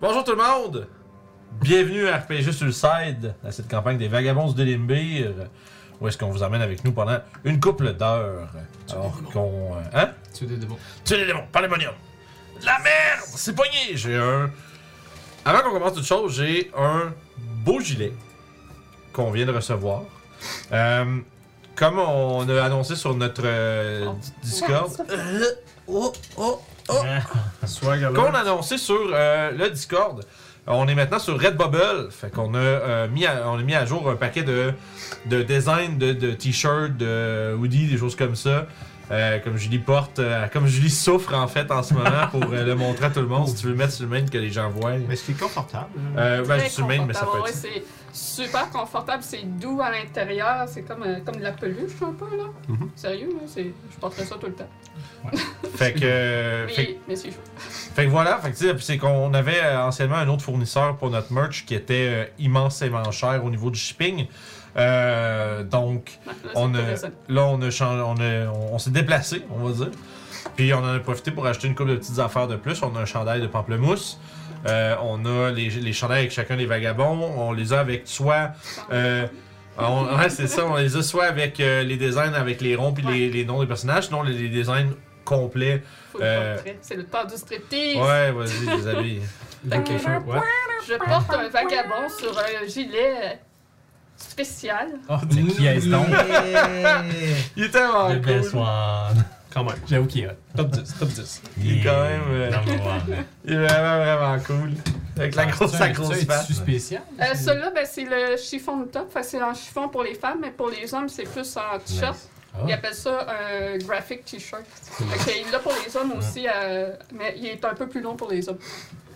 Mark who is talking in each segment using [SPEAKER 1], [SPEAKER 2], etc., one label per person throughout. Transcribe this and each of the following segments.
[SPEAKER 1] Bonjour tout le monde! Bienvenue à RPG sur le side, à cette campagne des Vagabonds de Limbir, où est-ce qu'on vous amène avec nous pendant une couple d'heures. Alors qu'on. euh, Hein?
[SPEAKER 2] Tu des démons.
[SPEAKER 1] Tuer les démons, pandémonium! De La merde! C'est pogné! J'ai un. Avant qu'on commence toute chose, j'ai un beau gilet qu'on vient de recevoir. Euh, comme on a annoncé sur notre euh, Discord. Oh, oh, oh!
[SPEAKER 2] Swag alert.
[SPEAKER 1] qu'on a annoncé sur euh, le Discord. On est maintenant sur Redbubble. Fait qu'on a, euh, mis à, on a mis à jour un paquet de, de designs de, de t-shirts, de hoodies, des choses comme ça. Euh, comme Julie porte, euh, comme Julie souffre en fait en ce moment pour euh, le montrer à tout le monde. Si tu veux le mettre sur le main que les gens voient.
[SPEAKER 2] Mais c'est confortable.
[SPEAKER 1] Euh, ben,
[SPEAKER 3] Très
[SPEAKER 1] sur le main, mais ça peut
[SPEAKER 3] confortable.
[SPEAKER 1] être.
[SPEAKER 3] Ouais, c'est super confortable, c'est doux à l'intérieur, c'est comme, euh, comme de la peluche un peu, là.
[SPEAKER 2] Mhm.
[SPEAKER 3] Sérieux, là, c'est- je porterais ça tout le temps.
[SPEAKER 1] Fait que, euh, fait que-
[SPEAKER 3] Mais, mais c'est chaud.
[SPEAKER 1] Fait que voilà, fait que tu sais, puis c'est qu'on avait euh, anciennement un autre fournisseur pour notre merch qui était euh, immensément cher au niveau du shipping. Euh, donc,
[SPEAKER 3] Là, c'est
[SPEAKER 1] on, a-
[SPEAKER 3] intéressant.
[SPEAKER 1] là, on, a changé, on, a- on- on s'est déplacé, on va dire. Puis on en a profité pour acheter une couple de petites affaires de plus. On a un chandail de pamplemousse. Euh, on a les, les chandails avec chacun des vagabonds. On les a avec soit. euh, on- ouais, c'est ça. On les a soit avec euh, les designs avec les ronds puis les, les noms des personnages, sinon les, les designs complets.
[SPEAKER 3] Faut le
[SPEAKER 1] euh,
[SPEAKER 3] portrait. C'est le temps du striptease.
[SPEAKER 1] Ouais, vas-y, les habits.
[SPEAKER 2] Fait que je- ouais.
[SPEAKER 3] Je porte un vagabond sur un gilet euh, spécial. Euh,
[SPEAKER 2] Ah,
[SPEAKER 4] Oh, t'es qui est donc?
[SPEAKER 1] Il est tellement
[SPEAKER 4] Le best
[SPEAKER 1] cool.
[SPEAKER 4] one.
[SPEAKER 2] Quand même.
[SPEAKER 4] J'avoue qu'il est hot.
[SPEAKER 2] Top 10, top 10.
[SPEAKER 1] Il est quand même, euh,
[SPEAKER 4] number one.
[SPEAKER 1] Il est vraiment, vraiment cool. Avec
[SPEAKER 4] Ah,
[SPEAKER 1] la grosse,
[SPEAKER 2] Ça,
[SPEAKER 1] sa
[SPEAKER 2] ça,
[SPEAKER 1] grosse
[SPEAKER 2] est-tu
[SPEAKER 1] patte.
[SPEAKER 2] spécial?
[SPEAKER 3] Euh, Celui-là, ben, c'est le chiffon de top. Fait que C'est en chiffon pour les femmes, mais pour les hommes, c'est plus en t-shirt.
[SPEAKER 4] Oh,
[SPEAKER 1] Ah.
[SPEAKER 3] Il appelle ça un graphic t-shirt. Fait que Il l'a pour les hommes aussi, euh, mais il est un peu plus long pour les hommes.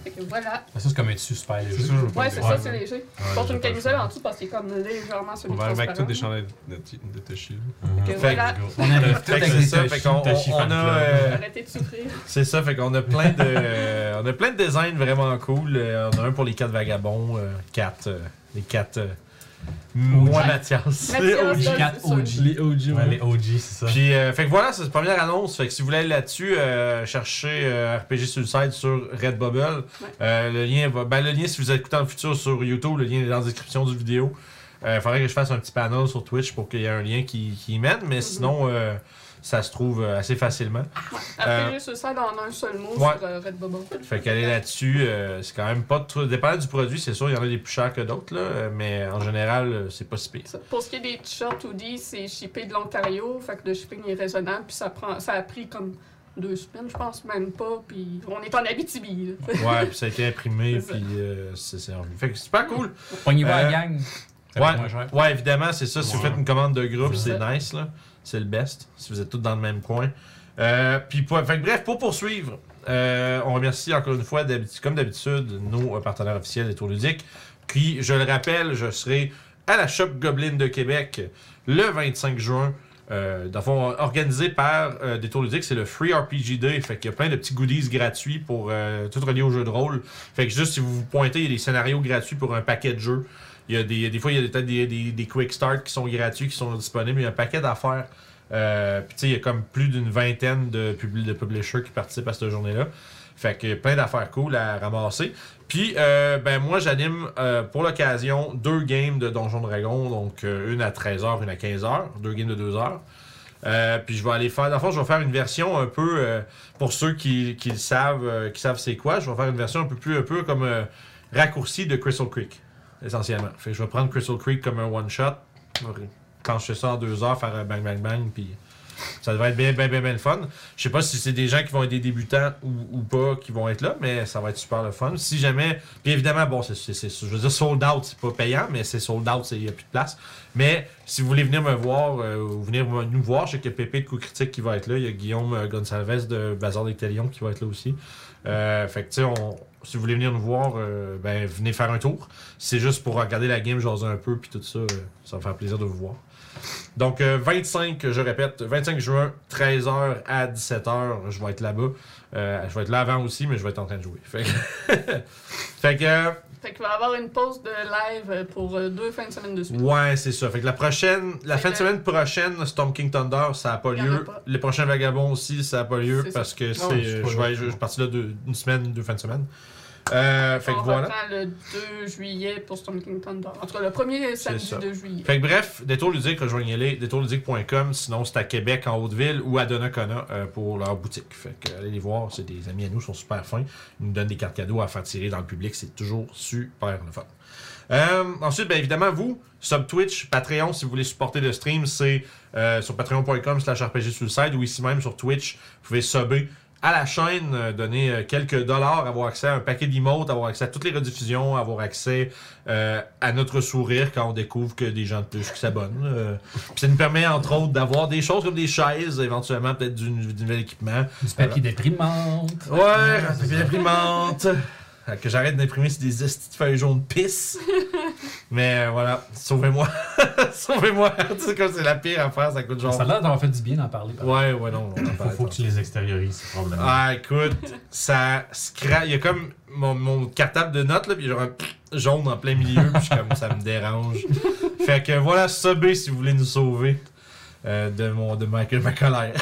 [SPEAKER 3] Fait que voilà.
[SPEAKER 4] Ça, c'est comme un dessus super léger.
[SPEAKER 2] C'est sûr, je veux pas
[SPEAKER 3] Ouais,
[SPEAKER 2] dire.
[SPEAKER 3] c'est
[SPEAKER 4] Ouais.
[SPEAKER 3] ça, c'est léger.
[SPEAKER 4] Ouais,
[SPEAKER 3] Je porte
[SPEAKER 4] j'ai
[SPEAKER 3] une
[SPEAKER 4] pas le
[SPEAKER 3] camisole
[SPEAKER 4] choix.
[SPEAKER 3] en dessous parce qu'il est comme légèrement sur
[SPEAKER 2] On
[SPEAKER 3] le
[SPEAKER 2] va arriver avec tous des chandelles de, de, de Toshi.
[SPEAKER 3] Fait que
[SPEAKER 1] Fait
[SPEAKER 3] voilà,
[SPEAKER 4] On arrive tout
[SPEAKER 1] Euh, Fait que
[SPEAKER 4] avec
[SPEAKER 1] c'est
[SPEAKER 4] des
[SPEAKER 1] ça, fait
[SPEAKER 4] tachis-
[SPEAKER 1] qu'on
[SPEAKER 4] tachis
[SPEAKER 1] on- on
[SPEAKER 4] fan
[SPEAKER 1] a,
[SPEAKER 4] club.
[SPEAKER 1] euh,
[SPEAKER 3] arrêtez de souffrir.
[SPEAKER 1] C'est ça, fait qu'on a plein de. euh, on a plein de designs vraiment cool. Euh, on a un pour les quatre vagabonds, euh, quatre. euh, les quatre. euh, moi,
[SPEAKER 4] OG.
[SPEAKER 1] Mathias.
[SPEAKER 3] Mathias,
[SPEAKER 4] OG,
[SPEAKER 3] ça,
[SPEAKER 4] quatre
[SPEAKER 3] c'est ça.
[SPEAKER 4] OG.
[SPEAKER 2] Les OG,
[SPEAKER 4] Ouais, les OG, c'est ça.
[SPEAKER 1] Puis, euh, fait que voilà, c'est la première annonce. Fait que si vous voulez aller là-dessus, euh, cherchez euh, RPG Suicide sur Redbubble. Euh, le lien va. Ben, le lien, si vous écoutez en futur sur YouTube, le lien est dans la description du vidéo. Euh, faudrait que je fasse un petit panel sur Twitch pour qu'il y ait un lien qui, qui y mène, mais sinon, euh, ça se trouve euh, assez facilement.
[SPEAKER 3] Après, juste ça dans un seul mot
[SPEAKER 1] Ouais.
[SPEAKER 3] sur euh, Redbubble.
[SPEAKER 1] Fait qu'aller là-dessus, euh, c'est quand même pas trop. Dépendant du produit, c'est sûr, il y en a des plus chers que d'autres, là, euh, mais en général, euh, c'est pas si pire.
[SPEAKER 3] Ça, Pour ce qui est des t-shirts hoodies, c'est shippé de l'Ontario, fait que le shipping est raisonnable, puis ça, prend, ça a pris comme deux semaines, je pense, même pas, puis on est en Abitibi. là.
[SPEAKER 1] Ouais, puis ça a été imprimé,
[SPEAKER 3] C'est ça.
[SPEAKER 1] puis euh, c'est c'est revenu. Fait que c'est pas cool.
[SPEAKER 4] Pognez-vous
[SPEAKER 1] Euh,
[SPEAKER 4] la gang. Ça va être moins
[SPEAKER 1] Ouais,
[SPEAKER 4] cher.
[SPEAKER 1] ouais, évidemment, c'est ça. Si vous
[SPEAKER 4] Ouais.
[SPEAKER 1] faites une commande de groupe,
[SPEAKER 4] Ouais.
[SPEAKER 1] c'est nice, là. C'est le best, si vous êtes tous dans le même coin. Euh, puis, pour- fait que bref, pour poursuivre, euh, on remercie encore une fois, d'habi- comme d'habitude, nos euh, partenaires officiels des Tours Ludiques, qui, je le rappelle, je serai à la Shop Goblin de Québec le 25 juin. Euh, dans le fond, organisé par euh, des Tours Ludiques, c'est le Free RPG Day. Fait qu'il y a plein de petits goodies gratuits pour euh, tout relié au jeu de rôle. Fait que juste si vous vous pointez, il y a des scénarios gratuits pour un paquet de jeux. Il y a des, des fois, il y a des- peut-être des, des, des quick starts qui sont gratuits, qui sont disponibles. Il y a un paquet d'affaires. Euh, Puis tu sais, il y a comme plus d'une vingtaine de, publi- de publishers qui participent à cette journée-là. Fait que plein d'affaires cool à ramasser. Puis, euh, ben moi, j'anime euh, pour l'occasion deux games de Donjon Dragon. Donc, euh, une à 13h, une à 15h. Deux games de 2h. Euh, puis je vais aller faire, dans le fond, je vais faire une version un peu, euh, pour ceux qui, qui le savent, euh, qui savent c'est quoi, je vais faire une version un peu plus, un peu comme euh, raccourci de Crystal Creek, essentiellement. Fait que je vais prendre Crystal Creek comme un one-shot, quand je fais ça en deux heures, faire un bang bang bang, puis ça devrait être bien, bien, bien, bien le fun. Je sais pas si c'est des gens qui vont être des débutants ou, ou pas qui vont être là, mais ça va être super le fun. Si jamais, puis évidemment, bon, c'est, c'est- c'est- je veux dire, sold out, c'est pas payant, mais c'est sold out, c'est- il n'y a plus de place. Mais si vous voulez venir me voir euh, ou venir me- nous voir, je sais qu'il y a Pépé de Coup Critique qui va être là, il y a Guillaume euh, Gonsalves de Bazar des Talions qui va être là aussi. Euh, fait que, tu sais, on- si vous voulez venir nous voir, euh, ben, venez faire un tour. C'est juste pour regarder la game, jaser un peu, puis tout ça, euh, ça va faire plaisir de vous voir. Donc, euh, 25, je répète, 25 juin, 13h à 17h, je vais être là-bas. Euh, je vais être là avant aussi, mais je vais être en train de jouer. Fait que, fait que euh,
[SPEAKER 3] Fait qu'il va y avoir une pause de live pour euh, deux fins de semaine de suite.
[SPEAKER 1] ouais, c'est ça. Fait que la prochaine, la
[SPEAKER 3] C'est
[SPEAKER 1] fin de
[SPEAKER 3] le-
[SPEAKER 1] semaine prochaine, Storm King Thunder, ça n'a pas
[SPEAKER 3] Y en a
[SPEAKER 1] lieu.
[SPEAKER 3] pas.
[SPEAKER 1] Le prochain Vagabond aussi, ça n'a pas lieu
[SPEAKER 3] C'est ça.
[SPEAKER 1] parce que c'est, euh,
[SPEAKER 2] je suis pas
[SPEAKER 1] je,
[SPEAKER 2] là,
[SPEAKER 1] vais,
[SPEAKER 2] je
[SPEAKER 1] je, je suis parti là deux- une semaine, deux fins de semaine. Euh, fait que
[SPEAKER 3] on
[SPEAKER 1] voilà.
[SPEAKER 3] reprend le 2 juillet pour Storm King Thunder. En tout cas, le premier samedi
[SPEAKER 1] ça.
[SPEAKER 3] 2 juillet.
[SPEAKER 1] Fait que bref, Détour Ludique, rejoignez-les, détourludique.com, sinon c'est à Québec, en Haute-Ville, ou à Donnacona euh, pour leur boutique. Fait que allez les voir, c'est des amis à nous, ils sont super fins. Ils nous donnent des cartes cadeaux à faire tirer dans le public, c'est toujours super le fun. Euh, ensuite, bien évidemment, vous, sub Twitch, Patreon, si vous voulez supporter le stream, c'est euh, sur patreon.com slash RPG Suicide ou ici même sur Twitch, vous pouvez subber à la chaîne, euh, donner euh, quelques dollars, avoir accès à un paquet d'emotes, avoir accès à toutes les rediffusions, avoir accès euh, à notre sourire quand on découvre que des gens de plus qui s'abonnent. euh. Puis ça nous permet entre autres d'avoir des choses comme des chaises, éventuellement peut-être du, du nouvel équipement.
[SPEAKER 4] Du papier déprimante.
[SPEAKER 1] Ouais, c'est une imprimante. Fait Que j'arrête d'imprimer sur des estis de feuilles jaunes de pisse. Mais euh, voilà, sauvez-moi. sauvez-moi. Tu sais, comme c'est la pire affaire, ça coûte genre.
[SPEAKER 4] Ça a l'air d'avoir fait du bien d'en parler. par
[SPEAKER 1] Ouais, ouais, non. on en
[SPEAKER 5] Faut,
[SPEAKER 1] parle
[SPEAKER 5] faut que tu les extériorises, ces problèmes.
[SPEAKER 1] ah, écoute, ça scra... Il y a comme mon, mon cartable de notes, là, puis genre un pfff jaune en plein milieu, puis je suis comme ça me dérange. Fait que voilà, subez si vous voulez nous sauver euh, de, mon, de, ma, de ma colère.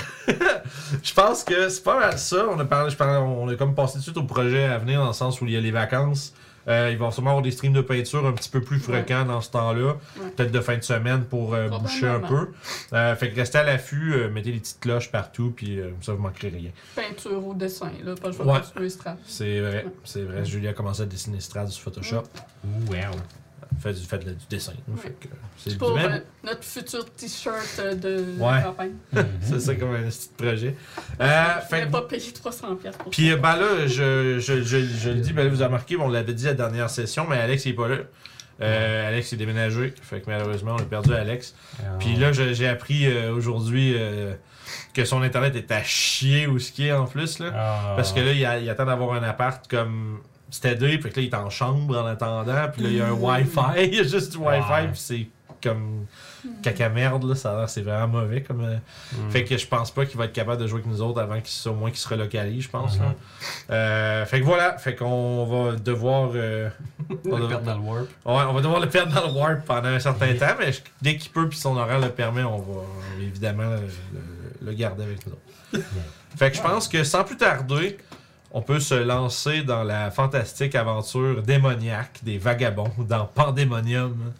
[SPEAKER 1] je pense que c'est pas mal ça. On a, parlé, je parlais- on a comme passé tout de suite au projet à venir, dans le sens où il y a les vacances. Euh, il va sûrement avoir des streams de peinture un petit peu plus
[SPEAKER 3] Ouais.
[SPEAKER 1] fréquents dans ce temps-là.
[SPEAKER 3] Ouais.
[SPEAKER 1] Peut-être de fin de semaine pour euh, boucher un
[SPEAKER 3] Probablement.
[SPEAKER 1] peu. Euh, fait que restez à l'affût, euh, mettez les petites cloches partout, puis euh, comme ça vous manquerez rien.
[SPEAKER 3] Peinture ou dessin, là, parce que je vais
[SPEAKER 1] Ouais.
[SPEAKER 3] continuer ce travail.
[SPEAKER 1] C'est vrai, c'est vrai. Julie a commencé à dessiner Strad sur Photoshop.
[SPEAKER 5] Ouh, wow.
[SPEAKER 1] Fait du, fait de la- du dessin. Fait que c'est du
[SPEAKER 3] Pour euh,
[SPEAKER 1] même.
[SPEAKER 3] notre futur t-shirt euh, de
[SPEAKER 1] Ouais.
[SPEAKER 3] campagne.
[SPEAKER 1] C'est ça comme un petit projet. Euh,
[SPEAKER 3] Je
[SPEAKER 1] fait
[SPEAKER 3] vais
[SPEAKER 1] que-
[SPEAKER 3] pas payer 300$ piastres pour
[SPEAKER 1] Puis euh, ben là, je, je, je, je le dis, ben là, vous avez remarqué, on l'avait dit à la dernière session, mais Alex il est pas là. Euh, Alex est déménagé. Fait que malheureusement, on a perdu Alex.
[SPEAKER 4] exemple.
[SPEAKER 1] Puis là, je- j'ai appris euh, aujourd'hui euh, que son internet est à chier ou ce qui est en plus. Là.
[SPEAKER 5] Ah.
[SPEAKER 1] Parce que là, il, a- il attend d'avoir un appart comme stédé, puis que là, il est en chambre en attendant, puis là, il y a un Wi-Fi, il y a juste du Wi-Fi,
[SPEAKER 5] Ouais.
[SPEAKER 1] puis c'est comme caca merde, là, ça a l'air, c'est vraiment mauvais comme. euh,
[SPEAKER 5] Mm.
[SPEAKER 1] Fait que je pense pas qu'il va être capable de jouer avec nous autres avant qu'il soit au moins qu'il se relocalise, je pense.
[SPEAKER 5] Mhm.
[SPEAKER 1] là. Euh, fait que voilà, fait qu'on va devoir. euh, on, va
[SPEAKER 2] On
[SPEAKER 1] devoir
[SPEAKER 2] perd dans le warp.
[SPEAKER 1] ouais, on va devoir le perdre dans le warp pendant un certain temps, mais je- dès qu'il peut, puis son horaire le permet, on va euh, évidemment le, le- le garder avec nous autres. Fait que je pense que sans plus tarder, on peut se lancer dans la fantastique aventure démoniaque des vagabonds dans Pandémonium.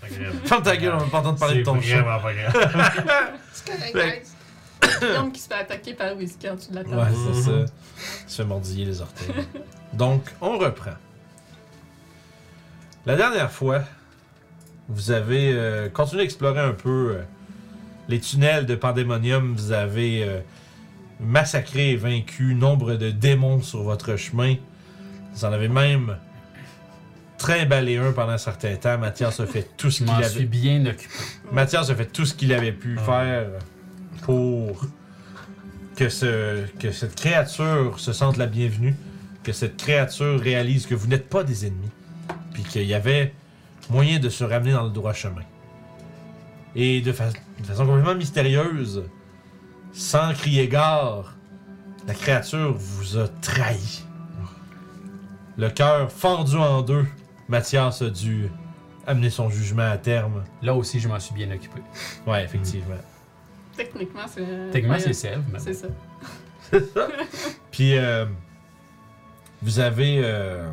[SPEAKER 5] Pas grave.
[SPEAKER 1] Ferme ta gueule, on n'a pas entendu parler de ton
[SPEAKER 5] C'est
[SPEAKER 1] chien.
[SPEAKER 5] vraiment pas grave.
[SPEAKER 3] C'est correct,
[SPEAKER 1] Fait-
[SPEAKER 3] guys. Guillaume qui se fait attaquer par Whisky en dessous de la
[SPEAKER 1] Ouais,
[SPEAKER 3] table.
[SPEAKER 1] c'est ça. Se fait mordiller les orteils. Donc, on reprend. La dernière fois, vous avez euh, continué d'explorer un peu euh, les tunnels de Pandémonium. Vous avez euh, massacré et vaincu nombre de démons sur votre chemin. Vous en avez même trimballé un pendant un certain temps. Mathias a fait tout ce
[SPEAKER 4] Je
[SPEAKER 1] qu'il
[SPEAKER 4] m'en
[SPEAKER 1] avait.
[SPEAKER 4] suis bien occupé.
[SPEAKER 1] Mathias a fait tout ce qu'il avait pu faire pour que, ce, que cette créature se sente la bienvenue, que cette créature réalise que vous n'êtes pas des ennemis, puis qu'il y avait moyen de se ramener dans le droit chemin. Et de, fa- de façon complètement mystérieuse, sans crier gare, la créature vous a trahi. Le cœur fendu en deux, Mathias a dû amener son jugement à terme.
[SPEAKER 4] Là aussi, je m'en suis bien occupé.
[SPEAKER 1] Ouais, effectivement.
[SPEAKER 3] Techniquement, c'est.
[SPEAKER 4] Techniquement,
[SPEAKER 3] ouais,
[SPEAKER 4] c'est Sèvres, mais
[SPEAKER 3] C'est
[SPEAKER 4] bon.
[SPEAKER 3] ça.
[SPEAKER 1] Puis, euh, vous avez. euh,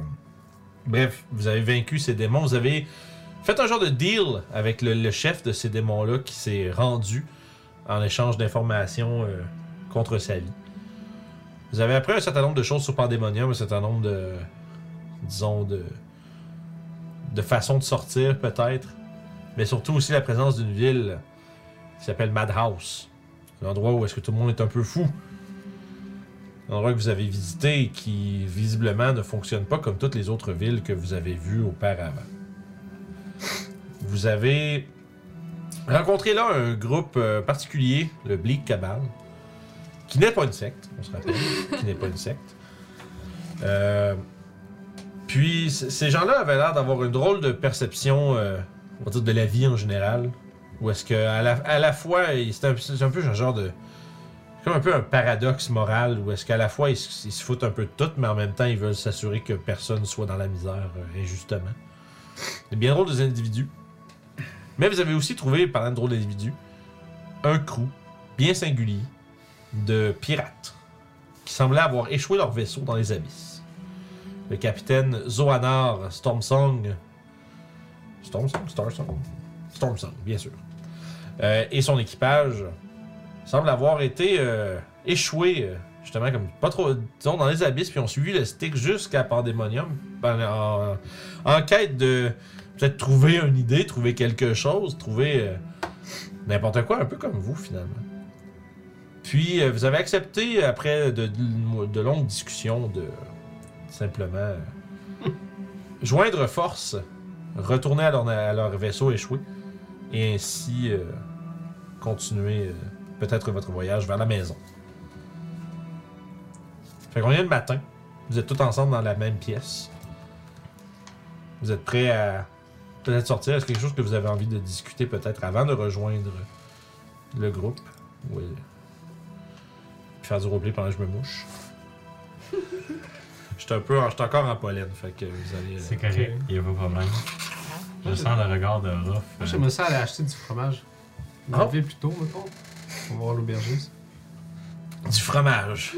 [SPEAKER 1] bref, vous avez vaincu ces démons. Vous avez fait un genre de deal avec le, le chef de ces démons-là qui s'est rendu en échange d'informations euh, contre sa vie. Vous avez appris un certain nombre de choses sur Pandemonium, un certain nombre de. disons, de. de façons de sortir, peut-être. Mais surtout aussi la présence d'une ville qui s'appelle Madhouse. L'endroit où est-ce que tout le monde est un peu fou. L'endroit que vous avez visité et qui, visiblement, ne fonctionne pas comme toutes les autres villes que vous avez vues auparavant. Vous avez rencontré là un groupe euh, particulier, le Bleak Cabal, qui n'est pas une secte, on se rappelle, qui n'est pas une secte. Euh, puis, c- ces gens-là avaient l'air d'avoir une drôle de perception, euh, on va dire, de la vie en général. Où est-ce que, à la, à la fois, ils- c'est un, c'est un peu un genre de. c'est Comme un peu un paradoxe moral, où est-ce qu'à la fois ils, se- ils se foutent un peu de tout, mais en même temps ils veulent s'assurer que personne soit dans la misère euh, injustement. Des bien drôles des individus. Mais vous avez aussi trouvé, parlant de drôles d'individus, un crew bien singulier de pirates qui semblaient avoir échoué leur vaisseau dans les abysses. Le capitaine Zoanar Stormsong. Stormsong Starsong Stormsong, bien sûr. Euh, et son équipage semble avoir été euh, échoué, euh, justement, comme pas trop, disons, dans les abysses, puis ont suivi le stick jusqu'à Pandemonium en, en- en quête de peut-être trouver une idée, trouver quelque chose, trouver euh, n'importe quoi, un peu comme vous, finalement. Puis, euh, vous avez accepté, après de, de- de longues discussions, de simplement euh, joindre force, retourner à leur, à leur vaisseau échoué, et ainsi euh, continuer euh, peut-être votre voyage vers la maison. Fait qu'on est le matin. Vous êtes tous ensemble dans la même pièce. Vous êtes prêts à peut-être sortir. Est-ce quelque chose que vous avez envie de discuter peut-être avant de rejoindre le groupe? Oui. Faire du roleplay pendant que je me mouche. Je suis un peu, je suis encore en pollen, fait que vous allez. euh,
[SPEAKER 5] C'est correct, il n'y a pas de problème. Je sens le regard de Ruff. euh,
[SPEAKER 2] Moi, j'aimerais ça aller acheter du fromage.
[SPEAKER 1] Ah.
[SPEAKER 2] Enlever plus tôt, mettons. On va voir l'aubergiste.
[SPEAKER 1] Du fromage.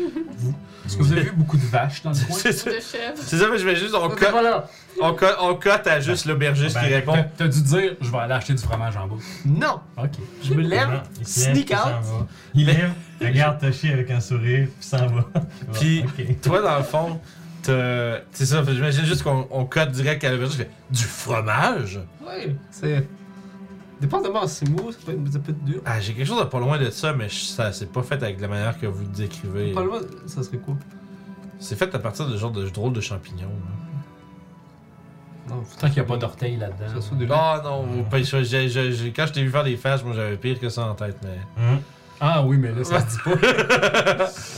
[SPEAKER 4] Est-ce que vous avez vu beaucoup de vaches dans le coin?
[SPEAKER 1] C'est ça.
[SPEAKER 3] de chèvre.
[SPEAKER 1] C'est ça, mais je vais juste, on
[SPEAKER 4] Ok,
[SPEAKER 1] cote,
[SPEAKER 4] voilà.
[SPEAKER 1] on cote, on cote à juste l'aubergiste
[SPEAKER 5] Ben,
[SPEAKER 1] qui répond.
[SPEAKER 4] T'as- T'as dû dire, je vais aller acheter du fromage en bas.
[SPEAKER 2] Non!
[SPEAKER 4] Ok.
[SPEAKER 2] Je me
[SPEAKER 5] Non,
[SPEAKER 2] lève,
[SPEAKER 5] il se lève,
[SPEAKER 2] sneak
[SPEAKER 5] puis s'en
[SPEAKER 2] out.
[SPEAKER 5] va. Il lève, regarde Toshi avec un sourire, puis s'en va.
[SPEAKER 1] Puis-
[SPEAKER 5] Bon, ok.
[SPEAKER 1] Toi, dans le fond, t'as- c'est ça, j'imagine juste qu'on on cote direct à l'aubergiste. je fais, Du fromage?
[SPEAKER 2] Ouais, c'est. Dépendamment si c'est mou, ça peut être, ça peut être dur.
[SPEAKER 1] Ah, j'ai quelque chose de pas loin de ça, mais je- ça c'est pas fait avec la manière que vous le décrivez.
[SPEAKER 2] Probablement, ça serait quoi?
[SPEAKER 1] C'est fait à partir de genre de drôle de champignons. là.
[SPEAKER 2] Non,
[SPEAKER 4] Tant qu'il n'y a pas d'orteil là-dedans.
[SPEAKER 2] Ça soit de
[SPEAKER 1] Ah non, vous- pas- je- je- je- je- quand je t'ai vu faire des faces, moi j'avais pire que ça en tête, mais.
[SPEAKER 5] Hum.
[SPEAKER 4] Ah oui, mais là, ça se dit pas.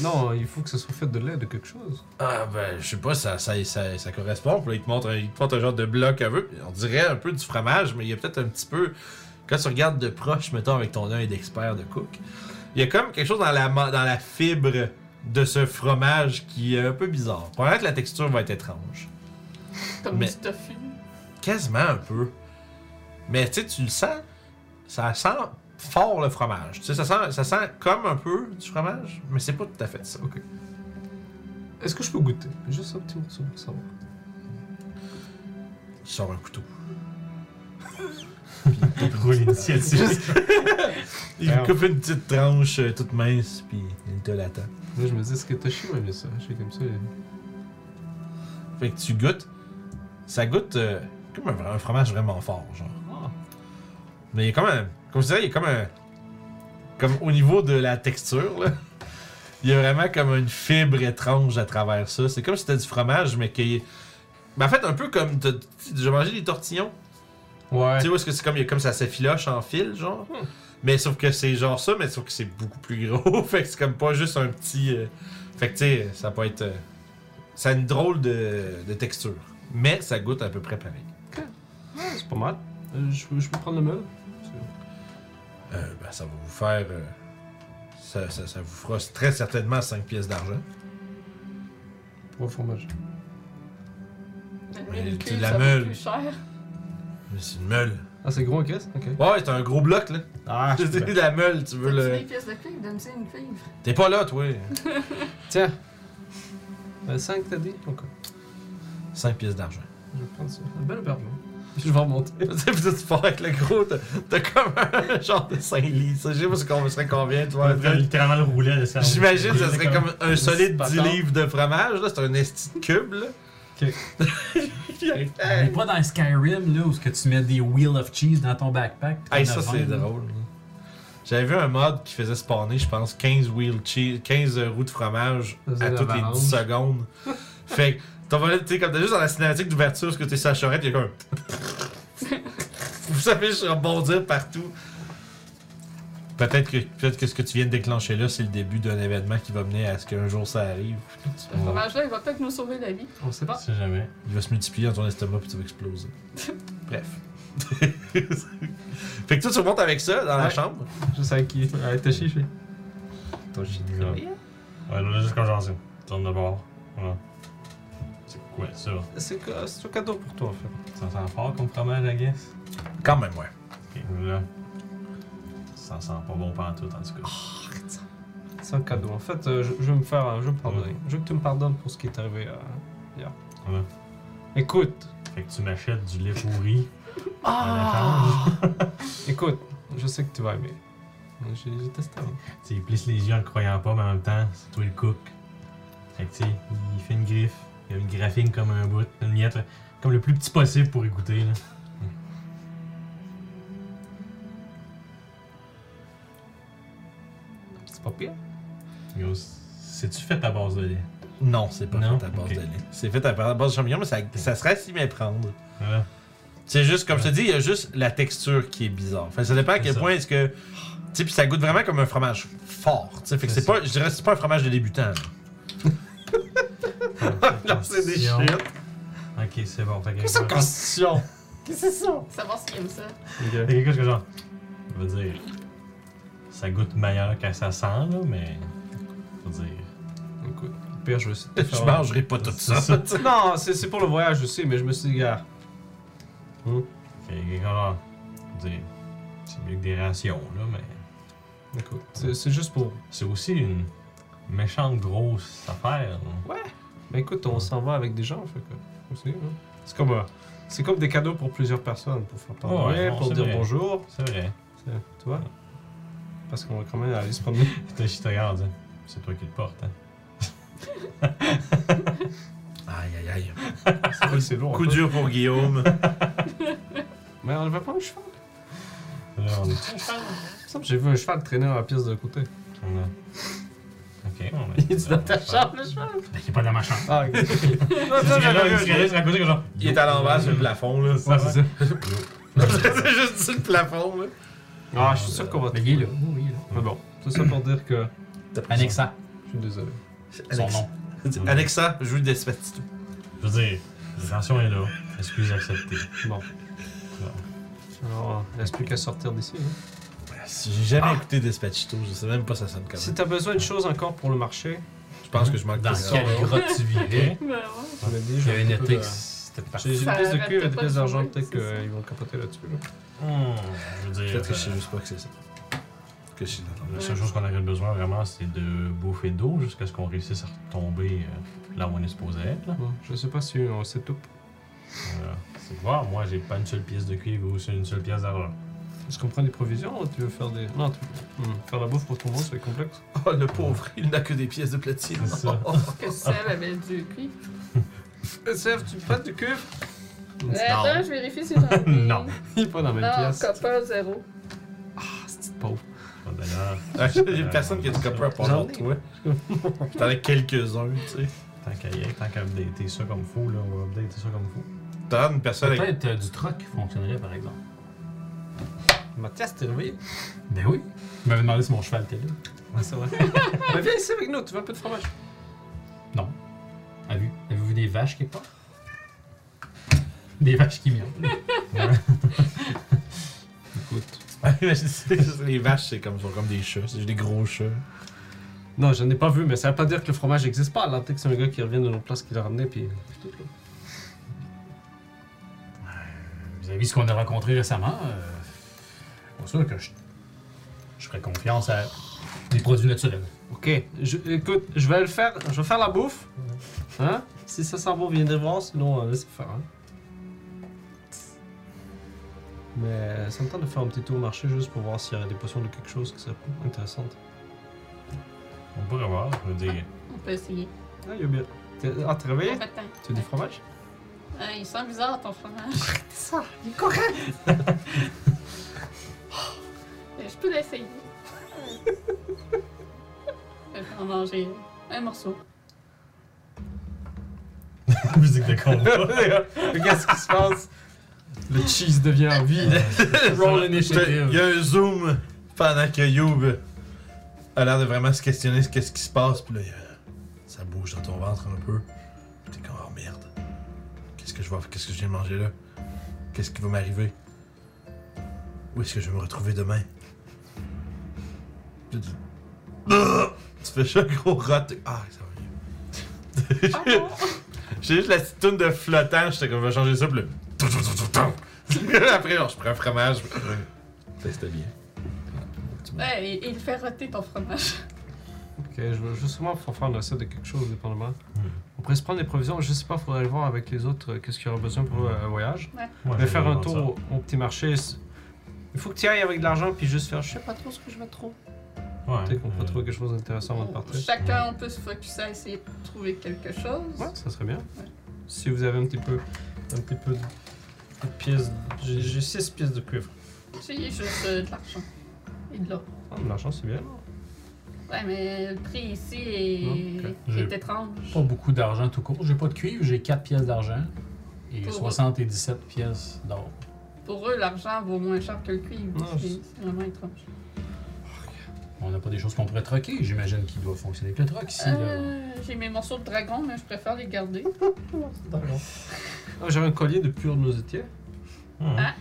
[SPEAKER 2] Non, il faut que ce soit fait de lait, de quelque chose.
[SPEAKER 1] Ah ben, je sais pas, ça, ça, ça, ça correspond. Puis là, il te montre, un- il te montre un genre de bloc à eux. On dirait un peu du fromage, mais il y a peut-être un petit peu. Quand tu regardes de proche, mettons, avec ton œil d'expert de cook, il y a comme quelque chose dans la, ma- dans la fibre de ce fromage qui est un peu bizarre. Probablement que la texture va être étrange.
[SPEAKER 3] Comme
[SPEAKER 1] Mais-
[SPEAKER 3] du tofu.
[SPEAKER 1] Quasiment un peu. Mais tu sais, tu le sens, ça sent fort le fromage. Tu sais, ça sent, ça sent comme un peu du fromage, mais c'est pas tout à fait ça.
[SPEAKER 2] Ok. Est-ce que je peux goûter? Juste un petit morceau pour savoir.
[SPEAKER 1] Il sort un couteau.
[SPEAKER 5] Il roule l'initiative.
[SPEAKER 1] Il
[SPEAKER 5] Ah ouais.
[SPEAKER 1] coupe une petite tranche euh, toute mince, puis il te l'attend.
[SPEAKER 2] Là, je me dis, est-ce que Toshi va aimer ça? Je fais comme ça. il-
[SPEAKER 1] Fait que tu goûtes. Ça goûte euh, comme un, vra- un fromage vraiment fort, genre.
[SPEAKER 2] Ah.
[SPEAKER 1] Mais il est comme un. Comme je dirais, il est comme un. Comme au niveau de la texture, là. Il y a vraiment comme une fibre étrange à travers ça. C'est comme si c'était du fromage, mais qui. est- Mais en fait, un peu comme. t'as- t'as déjà mangé des tortillons.
[SPEAKER 2] Ouais.
[SPEAKER 1] Tu sais, où est-ce que c'est comme, il y a comme ça s'effiloche en fil, genre. Mais sauf que c'est genre ça, mais sauf que c'est beaucoup plus gros. fait que c'est comme pas juste un petit. euh, Fait que tu sais, ça peut être. euh, Ça a une drôle de, de texture. Mais ça goûte à peu près pareil.
[SPEAKER 2] Ouais, c'est pas mal. Euh, je, peux- je peux prendre le meule?
[SPEAKER 1] Euh, ben, ça va vous faire. euh, ça, ça- ça vous fera très certainement 5 pièces d'argent.
[SPEAKER 2] Pour le fromage.
[SPEAKER 1] Mais
[SPEAKER 3] le
[SPEAKER 1] tu
[SPEAKER 3] cul,
[SPEAKER 1] la
[SPEAKER 3] ça
[SPEAKER 1] meules.
[SPEAKER 3] coûte plus cher.
[SPEAKER 1] Mais c'est une meule.
[SPEAKER 2] Ah, c'est gros en caisse? Ok.
[SPEAKER 1] Ouais, c'est un gros bloc, là.
[SPEAKER 2] Ah,
[SPEAKER 1] C'est de la meule, tu veux
[SPEAKER 3] Veux
[SPEAKER 1] le.
[SPEAKER 3] des pièces de cuivre, donne-moi une cuivre.
[SPEAKER 1] T'es pas là, toi.
[SPEAKER 2] Tiens. 5, t'as dit? Ok.
[SPEAKER 1] 5 pièces d'argent.
[SPEAKER 2] Je vais prendre ça. Un bel auberge. hein. Je vais remonter.
[SPEAKER 1] Tu sais, puis là, tu pars avec le gros, t'as t'as comme un genre de Saint-Lit. Je sais pas ce qu'on serait combien, tu vois.
[SPEAKER 5] Ouais, t'as littéralement le roulet de cerveau.
[SPEAKER 1] J'imagine que ça serait comme un solide 10
[SPEAKER 2] bâtard.
[SPEAKER 1] livres de fromage, là. C'est un esti de cube, là.
[SPEAKER 2] Ok.
[SPEAKER 1] Puis, hey,
[SPEAKER 4] On est pas dans Skyrim, là, où est-ce que tu mets des Wheel of Cheese dans ton backpack. puis
[SPEAKER 1] hey,
[SPEAKER 4] t'en
[SPEAKER 1] ça,
[SPEAKER 4] as
[SPEAKER 1] c'est
[SPEAKER 4] vingt.
[SPEAKER 1] drôle. hein. J'avais vu un mod qui faisait spawner, je pense, 15 wheel cheese, 15 roues de fromage
[SPEAKER 2] Ça faisait
[SPEAKER 1] à
[SPEAKER 2] de
[SPEAKER 1] toutes les
[SPEAKER 2] l'avalanche.
[SPEAKER 1] 10 secondes. fait que, t'en vas là, tu sais, comme t'as juste dans la cinématique d'ouverture, ce que t'es sur la charrette, il y a comme un Vous savez, je rebondir partout. Peut-être que, peut-être que ce que tu viens de déclencher là, c'est le début d'un événement qui va mener à ce qu'un jour ça arrive.
[SPEAKER 3] Ce fromage-là, il va peut-être nous sauver la vie.
[SPEAKER 2] On sait
[SPEAKER 5] Je
[SPEAKER 2] pas.
[SPEAKER 5] sais jamais.
[SPEAKER 1] Il va se multiplier dans ton estomac puis tu vas exploser. Bref. fait que toi, tu remontes avec ça dans la
[SPEAKER 2] Ouais.
[SPEAKER 1] chambre.
[SPEAKER 2] Je sais qui. Ouais, t'as chié, je fais.
[SPEAKER 1] Ton chien.
[SPEAKER 5] Ouais, là, juste comme j'en sais. Tourne de bord. Voilà. C'est quoi ça?
[SPEAKER 2] C'est quoi- c'est un cadeau pour toi, en fait.
[SPEAKER 5] Ça sent fort comme fromage, I guess?
[SPEAKER 1] Quand même, ouais.
[SPEAKER 5] Ok, là. Ça sent pas bon pantoute, en tout cas.
[SPEAKER 2] C'est un cadeau. En fait, euh, je, je veux me faire. euh, Je veux me pardonner.
[SPEAKER 5] Ouais.
[SPEAKER 2] Je veux que tu me pardonnes pour ce qui est arrivé. euh, hier.
[SPEAKER 5] Voilà.
[SPEAKER 2] Écoute,
[SPEAKER 5] Fait que tu m'achètes du lait pourri.
[SPEAKER 2] Ah! écoute, je sais que tu vas aimer. J'ai j'ai testé avant.
[SPEAKER 5] Tu sais, il plisse les yeux en le croyant pas, mais en même temps, c'est toi le cook. Fait que tu sais, il fait une griffe, il a une graphine comme un bout, une miette, là, comme le plus petit possible pour écouter. Là.
[SPEAKER 2] C'est pas pire.
[SPEAKER 5] Yo, C'est-tu fait à base de lait?
[SPEAKER 1] Non, c'est pas
[SPEAKER 5] Non?
[SPEAKER 1] fait à base
[SPEAKER 5] Ok.
[SPEAKER 1] de lait. C'est fait à base de champignons, mais ça, ça serait à s'y méprendre.
[SPEAKER 5] Voilà.
[SPEAKER 1] C'est juste, comme je te dis, il y a juste la texture qui est bizarre. Fait que ça dépend à
[SPEAKER 5] C'est
[SPEAKER 1] quel
[SPEAKER 5] ça.
[SPEAKER 1] point est-ce que. Tu sais, puis ça goûte vraiment comme un fromage fort. tu sais. Fait que
[SPEAKER 5] C'est
[SPEAKER 1] c'est pas. Je dirais que c'est pas un fromage de débutant. là.
[SPEAKER 2] C'est des
[SPEAKER 5] Attention.
[SPEAKER 2] chiottes.
[SPEAKER 5] Ok, c'est bon. Fait que
[SPEAKER 2] C'est une constitution. Qu'est-ce que c'est ça?
[SPEAKER 3] Savoir s'il aime ça.
[SPEAKER 5] Fait que quelque chose genre. Je veux dire. Ça goûte meilleur quand ça sent, là, mais. Faut dire.
[SPEAKER 2] Écoute, au pire, je vais essayer de te
[SPEAKER 1] Je
[SPEAKER 2] faire-
[SPEAKER 1] mangerai pas tout ça.
[SPEAKER 5] C'est
[SPEAKER 2] Non, c'est c'est pour le voyage, je sais, mais je me suis dit, gars.
[SPEAKER 5] Fait que quelque chose genre. Faut dire. ah, C'est mieux que des rations, là, mais.
[SPEAKER 2] Écoute, c'est c'est juste pour.
[SPEAKER 5] C'est aussi une méchante grosse affaire. là.
[SPEAKER 2] Mais écoute, on s'en va avec des gens, en fait, quoi. Aussi, hein. C'est comme, euh, c'est comme des cadeaux pour plusieurs personnes, pour faire parler,
[SPEAKER 5] Ouais, non,
[SPEAKER 2] pour
[SPEAKER 5] c'est
[SPEAKER 2] dire
[SPEAKER 5] vrai.
[SPEAKER 2] bonjour,
[SPEAKER 5] C'est vrai.
[SPEAKER 2] c'est- tu vois. Euh, Parce qu'on va quand même aller se promener.
[SPEAKER 5] Putain, je te regarde. hein. C'est toi qui le porte, hein.
[SPEAKER 1] Aïe, aïe, aïe.
[SPEAKER 2] c'est vrai que c'est lourd.
[SPEAKER 1] Coup
[SPEAKER 2] en fait.
[SPEAKER 1] dur pour Guillaume.
[SPEAKER 2] Mais on ne va pas un cheval.
[SPEAKER 5] Là, on est.
[SPEAKER 2] Il me semble que j'ai vu un cheval traîner dans la pièce de côté.
[SPEAKER 5] On a... Ok, on a.
[SPEAKER 2] Il est dans ta chambre, le cheval.
[SPEAKER 4] Ben, il est pas dans ma chambre.
[SPEAKER 2] Ah, ok. non,
[SPEAKER 5] Là,
[SPEAKER 2] ça, j'avais
[SPEAKER 5] je
[SPEAKER 2] vu.
[SPEAKER 5] réalise à côté que genre.
[SPEAKER 1] Il est à l'envers sur le plafond, là.
[SPEAKER 5] Ouais, c'est ça.
[SPEAKER 1] c'est juste sur le plafond, là.
[SPEAKER 2] Ah, je suis sûr qu'on va te
[SPEAKER 4] Mais il est là. Oui, il est là.
[SPEAKER 2] Mais bon, tout ça pour dire que.
[SPEAKER 1] T'as pris
[SPEAKER 4] Annexa,
[SPEAKER 2] Je suis désolé.
[SPEAKER 4] son
[SPEAKER 1] Alexa.
[SPEAKER 4] nom.
[SPEAKER 1] Alexa, joue Despacito.
[SPEAKER 5] Je veux dire, l'intention est là. Excuse acceptée.
[SPEAKER 2] Bon. Alors, euh, il reste plus qu'à sortir d'ici. hein.
[SPEAKER 1] J'ai jamais écouté Despacito, je sais même pas ça sonne
[SPEAKER 2] Si
[SPEAKER 1] comment.
[SPEAKER 2] t'as besoin de choses encore pour le marché,
[SPEAKER 1] Je pense que je manque
[SPEAKER 4] Dans
[SPEAKER 1] de ça.
[SPEAKER 4] quelle grotte tu vivais
[SPEAKER 3] Ben ouais.
[SPEAKER 2] tu m'as dit,
[SPEAKER 4] Il y
[SPEAKER 2] j'avais
[SPEAKER 4] avait
[SPEAKER 2] un
[SPEAKER 4] une
[SPEAKER 2] peu de-
[SPEAKER 4] texte. C'était parti.
[SPEAKER 2] J'ai j'ai une
[SPEAKER 3] Ça
[SPEAKER 2] pièce de
[SPEAKER 3] arrête
[SPEAKER 2] cuivre et une
[SPEAKER 3] pas
[SPEAKER 2] pièce
[SPEAKER 3] de
[SPEAKER 2] d'argent,
[SPEAKER 3] trouver,
[SPEAKER 2] peut-être
[SPEAKER 3] c'est ça.
[SPEAKER 2] qu'ils vont capoter là-dessus. là.
[SPEAKER 5] Hmm, je veux dire,
[SPEAKER 1] Peut-être que je sais
[SPEAKER 5] euh,
[SPEAKER 1] juste pas que c'est ça. Que je suis dans
[SPEAKER 5] la seule chose qu'on aurait besoin vraiment, c'est de bouffer d'eau jusqu'à ce qu'on réussisse à retomber euh, là où on est supposé être. là.
[SPEAKER 2] Bon, Je sais pas si on sait tout.
[SPEAKER 5] Voilà. C'est voir, moi, j'ai pas une seule pièce de cuivre ou une seule pièce d'argent.
[SPEAKER 2] Est-ce qu'on prend des provisions ou tu veux faire des. Non, tu veux Hmm, faire la bouffe pour tout le monde, c'est complexe.
[SPEAKER 1] Oh, le pauvre, il n'a que des pièces de platine.
[SPEAKER 5] C'est ça.
[SPEAKER 3] Que celle avait du cuivre.
[SPEAKER 2] SF, Euh, tu passes du cuivre
[SPEAKER 3] Mais attends, je vérifie si j'en ai.
[SPEAKER 5] Non.
[SPEAKER 2] Il est pas dans la même
[SPEAKER 3] Non,
[SPEAKER 2] pièce.
[SPEAKER 3] copper zéro.
[SPEAKER 2] Ah, c'est petite pauvre.
[SPEAKER 5] Bon, D'ailleurs,
[SPEAKER 1] Il y
[SPEAKER 5] Euh,
[SPEAKER 1] a Ah, personne qui a du copper à part
[SPEAKER 2] J'en ai.
[SPEAKER 1] toi. T'en as quelques-uns, tu sais.
[SPEAKER 5] tant qu'à y être, tant qu'à updater ça comme fou, là, on va updater ça comme fou.
[SPEAKER 1] T'as une personne avec.
[SPEAKER 4] Peut-être euh, du troc qui fonctionnerait, par exemple.
[SPEAKER 2] Mathias, t'es réveillé
[SPEAKER 4] Ben oui. Il m'avait demandé si mon cheval était là.
[SPEAKER 2] Ah, c'est vrai. Mais viens ici avec nous, tu veux un peu de fromage
[SPEAKER 4] Non. Avez- Ah, Avez-vous vu des vaches quelque part? Des vaches qui miaulent.
[SPEAKER 2] Écoute.
[SPEAKER 1] Imagine, c'est juste les vaches, c'est comme, sont comme des chats. C'est juste des gros chats.
[SPEAKER 2] Non, j'en ai pas vu, mais ça veut pas dire que le fromage n'existe pas. Là, peut-être que c'est un gars qui revient de notre place qui l'a ramené, puis. puis tout, là.
[SPEAKER 4] Vous avez vu ce qu'on a rencontré récemment? Euh, c'est sûr que je, je ferais confiance à des produits naturels.
[SPEAKER 2] Ok, je, écoute, je vais le faire, je vais faire la bouffe. Hein Si ça sent bon, viens de voir, sinon euh, laissez faire. Hein. Mais euh, ça me tente de faire un petit tour au marché juste pour voir s'il y a des potions de quelque chose qui serait intéressante.
[SPEAKER 5] On pourrait voir, je veux dire.
[SPEAKER 3] On peut essayer.
[SPEAKER 2] Ah, il y a bien. T'es- Ah, t'es
[SPEAKER 3] Pas
[SPEAKER 2] réveillé?
[SPEAKER 3] de temps.
[SPEAKER 2] Tu veux du fromage?
[SPEAKER 3] Ah, il sent bizarre ton fromage.
[SPEAKER 2] Ça, il est correct!
[SPEAKER 3] Mais Je peux l'essayer. Je vais en manger un morceau.
[SPEAKER 5] Musique de combat.
[SPEAKER 2] Regarde ce qui se passe! Le cheese devient en vie! Roll
[SPEAKER 1] Il y a un zoom pendant que Youb a l'air de vraiment se questionner sur qu'est-ce qui se passe. Puis là, il y a- ça bouge dans ton ventre un peu. Puis T'es comme, oh merde. Qu'est-ce que je vais Qu'est-ce que je viens de manger là? Qu'est-ce qui va m'arriver? Où est-ce que je vais me retrouver demain? Puis tu... tu fais ça gros rot. t'es- Ah, ça va mieux.
[SPEAKER 3] Ah non!
[SPEAKER 1] J'ai juste la petite toune de flottant, j'étais comme, je vais changer ça, puis le... tou, tou, tou, tou, tou. Après, genre, je prends un fromage. Ça, C'était bien.
[SPEAKER 3] Ouais, et, et il fait roter ton fromage.
[SPEAKER 2] Ok, je veux juste vraiment faire faire une recette de quelque chose, dépendamment. On pourrait se prendre des provisions, je sais pas, faudrait aller voir avec les autres euh, qu'est-ce qu'il y aura besoin pour euh, un voyage.
[SPEAKER 5] Moi,
[SPEAKER 2] Mais faire un
[SPEAKER 5] j'aimerais
[SPEAKER 2] tour au, au petit marché, c'est- il faut que tu ailles avec de l'argent puis juste faire je sais pas trop ce que je vais trop.
[SPEAKER 5] ça. Ouais.
[SPEAKER 2] Peut-être qu'on peut
[SPEAKER 5] euh,
[SPEAKER 2] trouver quelque chose d'intéressant avant de
[SPEAKER 3] On-
[SPEAKER 2] partir.
[SPEAKER 3] Chacun, on peut se focusser à essayer de trouver quelque chose.
[SPEAKER 2] Ouais, ça serait bien. Si vous avez un petit peu, un petit peu de, de pièces, j'ai- j'ai 6 pièces de cuivre.
[SPEAKER 3] J'ai juste euh, de l'argent. Et de l'or.
[SPEAKER 2] Ah, de l'argent c'est bien.
[SPEAKER 3] Ouais, mais le prix ici est,
[SPEAKER 2] Ok.
[SPEAKER 3] est
[SPEAKER 4] J'ai-
[SPEAKER 3] étrange.
[SPEAKER 4] Pas beaucoup d'argent tout court. J'ai pas de cuivre, j'ai 4 pièces d'argent et
[SPEAKER 3] Pour-
[SPEAKER 4] 77 pièces d'or.
[SPEAKER 3] Pour eux, l'argent vaut moins cher que le cuivre.
[SPEAKER 2] Non,
[SPEAKER 3] C'est
[SPEAKER 2] je-
[SPEAKER 3] c'est vraiment étrange.
[SPEAKER 4] On n'a pas des choses qu'on pourrait troquer. J'imagine qu'il doit fonctionner avec le troc ici. là.
[SPEAKER 3] Euh, J'ai mes morceaux de dragon, mais je préfère les garder.
[SPEAKER 2] D'accord. Ah, j'avais un collier de pur noisetier.
[SPEAKER 5] ouais.
[SPEAKER 3] Ah.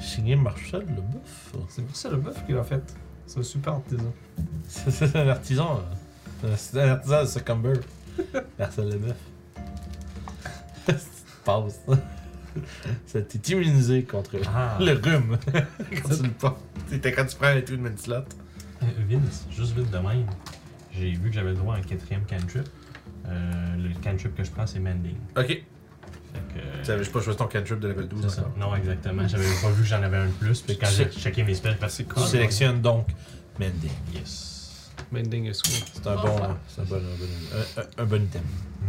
[SPEAKER 1] Signé Marshall le bœuf.
[SPEAKER 2] C'est pour ça le bœuf qu'il a fait. C'est un super artisan.
[SPEAKER 1] C'est c'est un artisan. euh. C'est un artisan de Succumber. Marshall le bœuf. Passe. Ça t'est immunisé contre
[SPEAKER 5] Ah.
[SPEAKER 1] le rhume quand tu le prends. C'était quand tu prends les trucs de slot.
[SPEAKER 5] Euh, Vince, juste vite de même, j'ai vu que j'avais le droit à un quatrième cantrip. Euh, le cantrip que je prends, c'est Mending.
[SPEAKER 1] Ok.
[SPEAKER 5] Fait que-
[SPEAKER 1] Tu avais juste pas choisi ton cantrip de level 12
[SPEAKER 5] C'est ça.
[SPEAKER 1] encore.
[SPEAKER 5] Non, exactement. J'avais pas vu que j'en avais un de plus. Puis quand j'ai
[SPEAKER 1] C'est-
[SPEAKER 5] checké mes spells, parce que
[SPEAKER 1] Tu sélectionnes donc Mending.
[SPEAKER 5] Yes.
[SPEAKER 2] Mending est cool.
[SPEAKER 1] C'est un
[SPEAKER 3] Oh,
[SPEAKER 1] bon.
[SPEAKER 3] ouais.
[SPEAKER 1] C'est un bon, un bon- un- un- un bon item.
[SPEAKER 5] Fait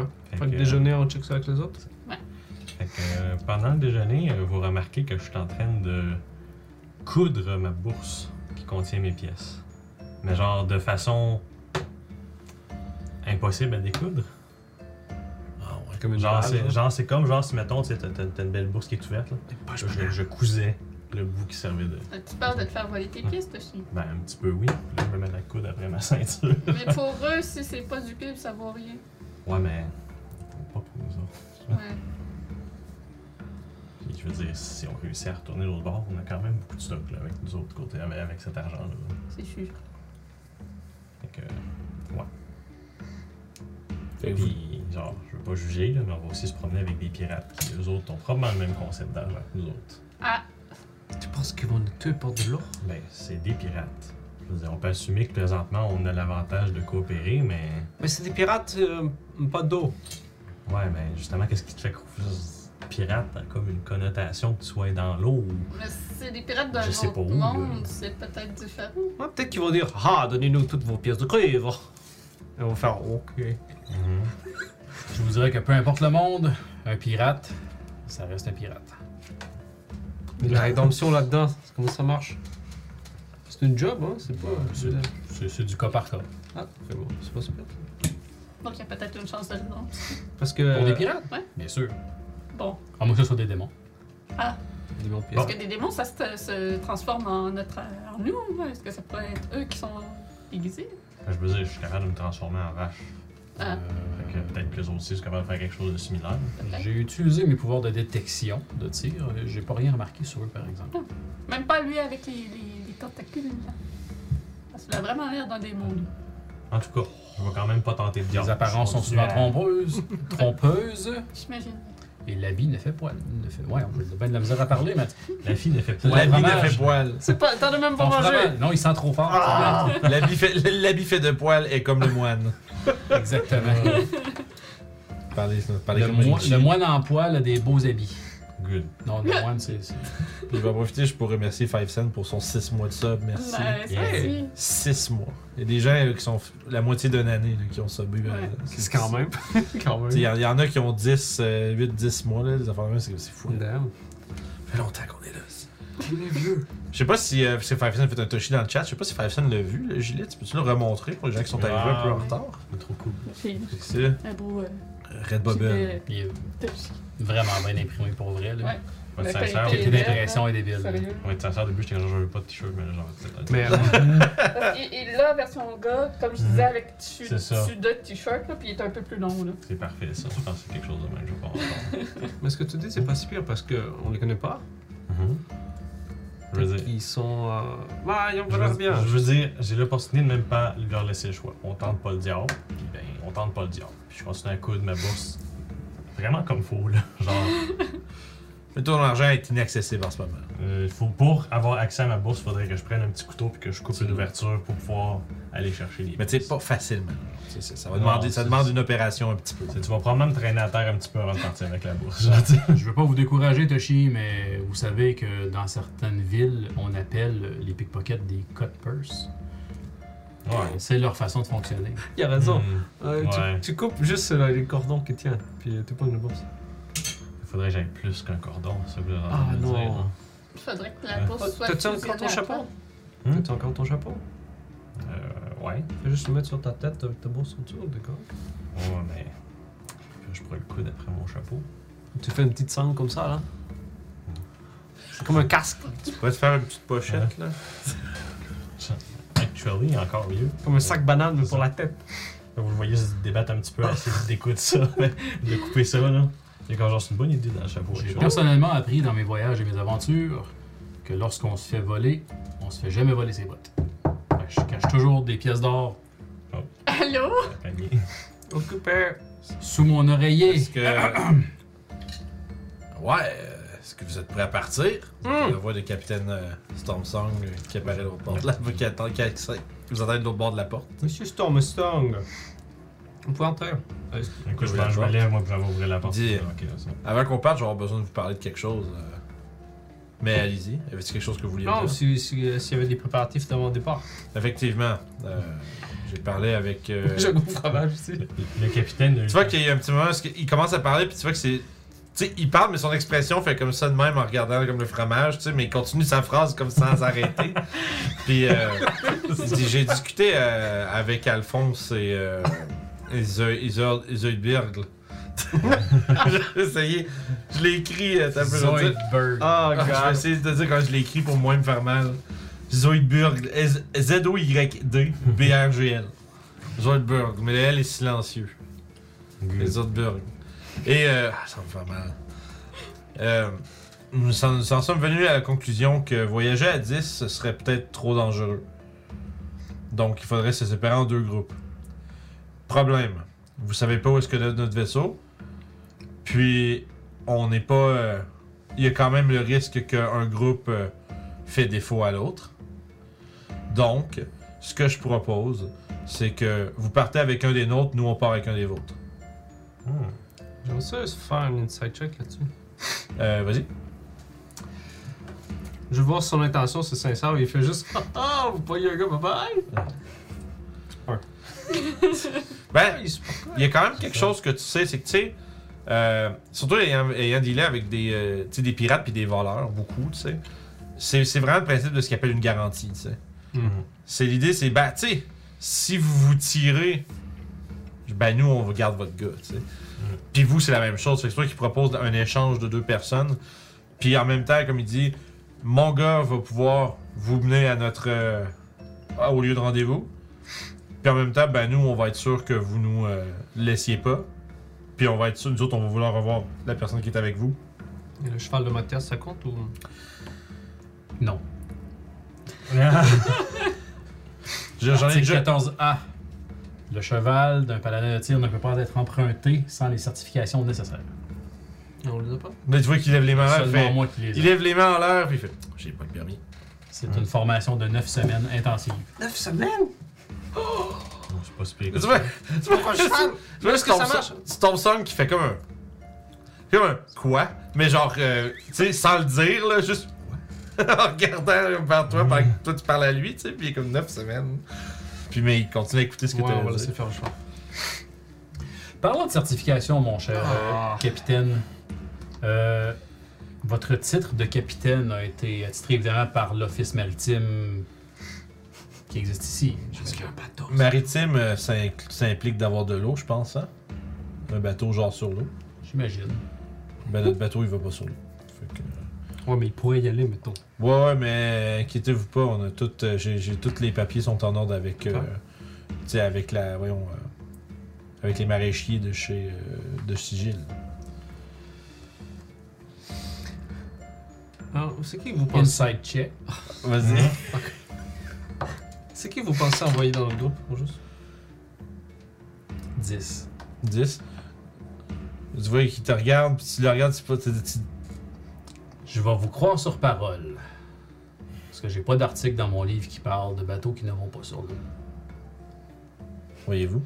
[SPEAKER 2] Mhm. Fait que
[SPEAKER 5] que,
[SPEAKER 2] déjeuner, on check ça avec les autres.
[SPEAKER 5] fait que, euh, pendant le déjeuner, euh, vous remarquez que je suis en train de coudre ma bourse qui contient mes pièces. Mais genre de façon impossible à découdre.
[SPEAKER 1] Ah ouais.
[SPEAKER 2] Comme
[SPEAKER 5] Genre,
[SPEAKER 2] balle,
[SPEAKER 5] c'est,
[SPEAKER 2] là.
[SPEAKER 5] genre, c'est comme, genre, si mettons, tu sais, t'as, t'as- t'as une belle bourse qui est ouverte, là. Je, je cousais le bout qui servait de.
[SPEAKER 3] Euh, Tu parles de te faire voler tes pièces, Toshi.
[SPEAKER 5] Ben, un petit peu, oui. Là, je vais mettre la coude après ma ceinture.
[SPEAKER 3] Mais pour eux, si c'est pas du cuivre, ça vaut rien.
[SPEAKER 5] Ouais, mais. Pas pour nous autres.
[SPEAKER 3] Ouais.
[SPEAKER 5] Puis, je veux dire, si on réussit à retourner de l'autre bord, on a quand même beaucoup de stock, là, avec nous autres côtés, avec, avec cet argent-là.
[SPEAKER 3] C'est sûr.
[SPEAKER 5] Fait que. Ouais.
[SPEAKER 1] Fait que vous-
[SPEAKER 5] Puis, genre, je veux pas juger, là, mais on va aussi se promener avec des pirates qui, eux autres, ont probablement le même concept d'argent que nous autres.
[SPEAKER 3] Ah,
[SPEAKER 2] Tu penses qu'ils vont nous tuer pour de l'or
[SPEAKER 5] Ben, c'est des pirates. Je veux dire, on peut assumer que présentement, on a l'avantage de coopérer, mais.
[SPEAKER 2] Mais c'est des pirates, euh, pas d'eau.
[SPEAKER 5] Ouais, ben, justement, qu'est-ce qui te fait que pirate a comme une connotation que tu sois dans l'eau ou.
[SPEAKER 3] mais c'est des pirates d'un
[SPEAKER 5] Je sais pas
[SPEAKER 3] autre
[SPEAKER 5] où,
[SPEAKER 3] monde,
[SPEAKER 5] là.
[SPEAKER 3] c'est peut-être différent.
[SPEAKER 2] Ouais, peut-être qu'ils vont dire Ah, donnez-nous toutes vos pièces de cuivre. Et on va faire Ok.
[SPEAKER 4] Je vous dirais que peu importe le monde, un pirate, ça reste un pirate.
[SPEAKER 2] Mais la rédemption là-dedans, c'est- comment ça marche C'est une job, hein C'est pas.
[SPEAKER 4] C'est- C'est c'est du cas par cas.
[SPEAKER 2] Ah, c'est bon, c'est pas super.
[SPEAKER 3] Donc il y a peut-être une chance de le vendre.
[SPEAKER 2] Parce que.
[SPEAKER 4] Pour des pirates,
[SPEAKER 3] ouais.
[SPEAKER 4] bien sûr.
[SPEAKER 3] Bon,
[SPEAKER 4] À moins que ce soit des démons.
[SPEAKER 2] Des bons pièces.
[SPEAKER 3] parce que des démons, ça se, se transforme en, notre, en nous. hein. Est-ce que ça pourrait être eux qui sont déguisés?
[SPEAKER 5] Ben, je veux dire, je suis capable de me transformer en vache.
[SPEAKER 3] Ah.
[SPEAKER 4] Euh,
[SPEAKER 5] Fait que peut-être que les autres aussi sont capables de faire quelque chose de similaire.
[SPEAKER 4] J'ai utilisé mes pouvoirs de détection de tir. J'ai pas rien remarqué sur eux, par exemple.
[SPEAKER 3] Même pas lui avec les, les- les tentacules. là. Parce qu'il a vraiment l'air d'un démon. lui.
[SPEAKER 5] En tout cas, je vais quand même pas tenter de dire.
[SPEAKER 4] Les apparences sont souvent trompeuses, trompeuses,
[SPEAKER 3] J'imagine.
[SPEAKER 4] et l'habit ne fait poil. Ne fait... Ouais, on a bien de la misère à parler, mais
[SPEAKER 5] La fille ne fait pas.
[SPEAKER 4] Ouais.
[SPEAKER 1] La vie ne
[SPEAKER 4] fromage.
[SPEAKER 1] fait poil.
[SPEAKER 3] C'est pas, t'en as même pas Ah!
[SPEAKER 4] Pense
[SPEAKER 3] mangé.
[SPEAKER 4] vraiment- Non, il sent trop fort.
[SPEAKER 1] L'habit fait, l'habit fait de poils est comme le moine.
[SPEAKER 4] Exactement.
[SPEAKER 1] Parlez, parlez
[SPEAKER 4] le,
[SPEAKER 1] comme
[SPEAKER 4] moi-
[SPEAKER 1] Richie.
[SPEAKER 4] le moine en poil a des beaux habits.
[SPEAKER 5] Good.
[SPEAKER 4] Non, le one, c'est. c'est-
[SPEAKER 1] Puis je vais en profiter juste pour remercier 5 Cent pour son 6 mois de sub. Merci.
[SPEAKER 3] Ben,
[SPEAKER 5] Yeah.
[SPEAKER 3] c'est si.
[SPEAKER 1] 6 mois. Il y a des gens euh, qui sont f- la moitié d'une année là, qui ont subé. euh,
[SPEAKER 3] Ouais.
[SPEAKER 2] C'est quand même. quand
[SPEAKER 1] Il y,
[SPEAKER 2] même.
[SPEAKER 1] en- y en a qui ont 10, euh, 8, 10 mois, là, les affaires de même, c'est c'est fou.
[SPEAKER 2] Damn.
[SPEAKER 1] Ça fait longtemps qu'on est là. c'est-
[SPEAKER 2] Il est vieux.
[SPEAKER 1] Je sais pas si euh, parce que Five Cent a fait un toshi dans le chat, je sais pas si Five Cent l'a vu, le gilet. Tu peux-tu le remontrer pour les gens qui sont arrivés un peu en
[SPEAKER 5] Ah.
[SPEAKER 1] retard?
[SPEAKER 5] C'est trop cool.
[SPEAKER 3] J'ai
[SPEAKER 1] C'est ça,
[SPEAKER 3] un beau. euh,
[SPEAKER 1] Redbubble.
[SPEAKER 3] gilet
[SPEAKER 4] Il est
[SPEAKER 3] Toshi.
[SPEAKER 4] vraiment bien imprimé pour vrai, là.
[SPEAKER 3] Ouais. La
[SPEAKER 5] Moi, ça sert.
[SPEAKER 4] Qualité
[SPEAKER 3] qualité
[SPEAKER 5] Moi,
[SPEAKER 3] est- hein?
[SPEAKER 4] d'impression est débile. là.
[SPEAKER 3] Sérieux.
[SPEAKER 5] ça sert au début, j'étais genre, je veux pas de t-shirt, mais là, genre, peut-être.
[SPEAKER 2] Mais euh,
[SPEAKER 3] Parce qu'il- il l'a version gars, comme je disais, avec tissu
[SPEAKER 5] C'est ça.
[SPEAKER 3] tissu de t-shirt, là, puis il est un peu plus long. Là.
[SPEAKER 5] C'est parfait, ça. Je pense que c'est quelque chose de même, je vais pas en faire.
[SPEAKER 2] mais ce que tu dis, c'est pas si pire parce qu'on les connaît pas.
[SPEAKER 5] Mhm. Je veux dire.
[SPEAKER 2] Ils sont. euh, Bah, ils ont
[SPEAKER 5] Je
[SPEAKER 2] valeur
[SPEAKER 5] veux,
[SPEAKER 2] bien.
[SPEAKER 5] je veux dire, j'ai l'opportunité de même pas leur laisser le choix. On tente pas le diable, puis ben, on tente pas le diable. Puis je continue à coudre ma bourse vraiment comme faut, là. Genre,
[SPEAKER 1] Mais ton argent est inaccessible en ce moment.
[SPEAKER 5] Euh, faut, pour avoir accès à ma bourse, faudrait que je prenne un petit couteau puis que je coupe une ouverture pour pouvoir aller chercher les.
[SPEAKER 1] Mais tu sais, pas facilement. C'est- c'est- Ça, va
[SPEAKER 5] Non,
[SPEAKER 1] demander, ça
[SPEAKER 5] c'est-
[SPEAKER 1] demande une opération un petit peu.
[SPEAKER 5] Tu sais, tu vas probablement me traîner à terre un petit peu avant de partir avec la bourse. genre, tu sais.
[SPEAKER 4] Je veux pas vous décourager, Toshi, mais vous savez que dans certaines villes, on appelle les pickpockets des cut purse.
[SPEAKER 5] Ouais.
[SPEAKER 4] C'est leur façon de fonctionner.
[SPEAKER 2] Il a raison.
[SPEAKER 5] Hmm.
[SPEAKER 2] Euh, tu-
[SPEAKER 5] Ouais.
[SPEAKER 2] Tu, coupes juste euh, les cordons qui tiennent, puis euh, tu pognes la bourse.
[SPEAKER 5] Faudrait que j'aille plus qu'un cordon, c'est ça que vous avez
[SPEAKER 2] Ah,
[SPEAKER 5] entendu
[SPEAKER 2] non.
[SPEAKER 5] dire, hein.
[SPEAKER 3] Il faudrait que la
[SPEAKER 5] Ouais.
[SPEAKER 3] bourse soit.
[SPEAKER 2] T'as-tu encore
[SPEAKER 3] fusionnée
[SPEAKER 2] ton
[SPEAKER 3] à
[SPEAKER 2] chapeau
[SPEAKER 5] Hmm?
[SPEAKER 2] T'as-tu encore ton chapeau
[SPEAKER 5] Euh, ouais.
[SPEAKER 2] Fais juste le mettre sur ta tête avec ta bourse autour, d'accord
[SPEAKER 5] Ouais, mais. Je pourrais le coude après mon chapeau.
[SPEAKER 2] Tu fais une petite sangle comme ça, là. Hmm. C'est comme un casque.
[SPEAKER 1] Tu pourrais te faire une petite pochette, là.
[SPEAKER 5] Actually, encore mieux.
[SPEAKER 2] Comme un sac banane, mais pour la tête.
[SPEAKER 5] Vous le voyez se débattre un petit peu, essayer d'écouter ça, de couper ça, là. C'est comme genre, c'est une bonne idée dans le chapeau.
[SPEAKER 4] J'ai
[SPEAKER 5] actually.
[SPEAKER 4] personnellement appris dans mes voyages et mes aventures que lorsqu'on se fait voler, on se fait jamais voler ses bottes. Fait que Je cache toujours des pièces d'or
[SPEAKER 3] Allô?
[SPEAKER 5] Panier.
[SPEAKER 2] Occupé.
[SPEAKER 4] sous mon oreiller.
[SPEAKER 1] Est-ce que. ouais, euh, est-ce que vous êtes prêts à partir? C'est La voix de Capitaine euh, Stormsong euh, qui apparaît de l'autre porte, là, qui attend, qui accède- qui vous entendez de l'autre bord de la porte.
[SPEAKER 2] Monsieur Storm Storm. On peut entrer.
[SPEAKER 5] Écoute, je vais je vais aller, moi, puis je vais ouvrir la porte. Ah,
[SPEAKER 1] Dis-
[SPEAKER 5] Ok, là, ça.
[SPEAKER 1] Avant qu'on parte, j'aurai besoin de vous parler de quelque chose. euh. Mais allez-y, y avait-il quelque chose que vous vouliez
[SPEAKER 2] Non,
[SPEAKER 1] dire?
[SPEAKER 2] s'il si, euh, s'il y avait des préparatifs avant le départ.
[SPEAKER 1] Effectivement, euh, j'ai parlé avec. euh,
[SPEAKER 2] J'ai un gros fromage aussi.
[SPEAKER 5] Le, le capitaine.
[SPEAKER 1] Tu vois qu'il y a un petit moment, parce qu'il commence à parler, puis tu vois que c'est. Tu sais, il parle, mais son expression fait comme ça de même en regardant comme le fromage, tu sais, mais il continue sa phrase comme sans arrêter. Puis, euh, il dit, j'ai discuté euh, avec Alphonse et euh, Iso- Iso- Isoidbirg. j'ai essayé, je l'ai écrit, euh, t'as peu je vais dire-
[SPEAKER 4] Zoidberg.
[SPEAKER 2] Oh,
[SPEAKER 1] Ah, Je vais
[SPEAKER 2] God.
[SPEAKER 1] essayer de dire quand je l'ai écrit pour moins me faire mal. Zoidberg, Z-O-Y-D-B-R-G-L. Zoidberg, mais le L est silencieux. Les autres burgers. Et euh, ah, ça me fait mal. Euh, nous en, nous en sommes venus à la conclusion que voyager à 10, ce serait peut-être trop dangereux. Donc il faudrait se séparer en deux groupes. Problème. Vous savez pas où est-ce que est notre vaisseau. Puis on n'est pas. euh, Il y a quand même le risque qu'un groupe euh, fait défaut à l'autre. Donc, ce que je propose, c'est que vous partez avec un des nôtres, nous on part avec un des vôtres.
[SPEAKER 5] Hmm.
[SPEAKER 2] J'aimerais ça se faire un inside check là-dessus.
[SPEAKER 1] Euh, vas-y.
[SPEAKER 2] Je vois son intention, c'est sincère, il fait juste Ah, ah vous voyez un gars, bye bye!
[SPEAKER 1] Ben,
[SPEAKER 2] Il se prend
[SPEAKER 1] il y a quand même quelque chose que tu sais, c'est que tu sais, euh, surtout ayant, ayant dealé avec des, euh, tu sais, des pirates puis des voleurs, beaucoup, tu sais, c'est, c'est vraiment le principe de ce qu'on appelle une garantie, tu sais.
[SPEAKER 2] Mhm.
[SPEAKER 1] C'est l'idée, c'est, ben, tu sais, si vous vous tirez, ben nous, on vous garde votre gars, tu sais. Puis vous, c'est la même chose. Fait que c'est toi qui propose un échange de deux personnes. Puis en même temps, comme il dit, mon gars va pouvoir vous mener à notre. euh, à- au lieu de rendez-vous. Puis en même temps, ben nous, on va être sûr que vous nous euh, laissiez pas. Puis on va être sûr, nous autres, on va vouloir revoir la personne qui est avec vous.
[SPEAKER 2] Et le cheval de Mathias, ça compte ou.
[SPEAKER 4] Ah, Non.
[SPEAKER 5] Ah!
[SPEAKER 1] Je- J'en ai
[SPEAKER 4] Article
[SPEAKER 1] déjà.
[SPEAKER 4] 14A. Le cheval d'un paladin de tir ne peut pas être emprunté sans les certifications nécessaires.
[SPEAKER 2] Non, on les a pas?
[SPEAKER 1] Mais tu vois qu'il lève les mains en l'air. il
[SPEAKER 4] Seulement
[SPEAKER 1] fait-
[SPEAKER 4] moi qui les ai.
[SPEAKER 1] Il lève les mains en l'air, puis il fait J'ai pas de permis.
[SPEAKER 4] C'est une formation de 9 semaines intensive.
[SPEAKER 2] 9 semaines!
[SPEAKER 5] Non, c'est pas si pire.
[SPEAKER 1] Tu vois, tu vois, tu vois,
[SPEAKER 2] cheval!
[SPEAKER 1] tu vois
[SPEAKER 2] Est-ce que
[SPEAKER 1] Storm-
[SPEAKER 2] ça marche?
[SPEAKER 1] Storm Song qui fait comme un. C'est comme un quoi? Mais genre, euh, tu sais, sans le dire, là, juste. en regardant vers toi, pendant que toi tu parles à lui, tu sais, puis il est comme 9 semaines. Puis mais il continue à écouter ce que
[SPEAKER 2] Ouais,
[SPEAKER 1] tu as
[SPEAKER 2] on va laisser faire le choix.
[SPEAKER 4] Parlons de certification, mon cher euh,
[SPEAKER 2] Ah.
[SPEAKER 4] capitaine. Euh, votre titre de capitaine a été attitré évidemment par l'Office maritime qui existe ici.
[SPEAKER 2] un bateau.
[SPEAKER 1] Maritime, euh, ça, inc- ça implique d'avoir de l'eau, je pense, hein? Un bateau genre sur l'eau.
[SPEAKER 4] J'imagine.
[SPEAKER 1] Ben notre bateau il va pas sur l'eau. Fait que-
[SPEAKER 2] Ouais, mais il pourrait y aller, mettons.
[SPEAKER 1] Ouais, ouais, mais inquiétez-vous pas, on a tout, euh, j'ai, j'ai tous les papiers sont en ordre avec, euh,
[SPEAKER 2] Ok.
[SPEAKER 1] tu sais, avec la, voyons, euh, avec les maraîchiers de chez, euh, de Sigil.
[SPEAKER 2] Alors, Ah, c'est qui que vous pensez
[SPEAKER 4] Inside check.
[SPEAKER 1] Vas-y.
[SPEAKER 2] C'est qui vous pensez envoyer dans le groupe, au juste
[SPEAKER 4] 10.
[SPEAKER 1] 10. Tu vois qu'il te regarde, puis tu le regardes, c'est pas, tu- tu-
[SPEAKER 4] Je vais vous croire sur parole. Parce que j'ai pas d'article dans mon livre qui parle de bateaux qui ne vont pas sur l'eau.
[SPEAKER 1] voyez-vous.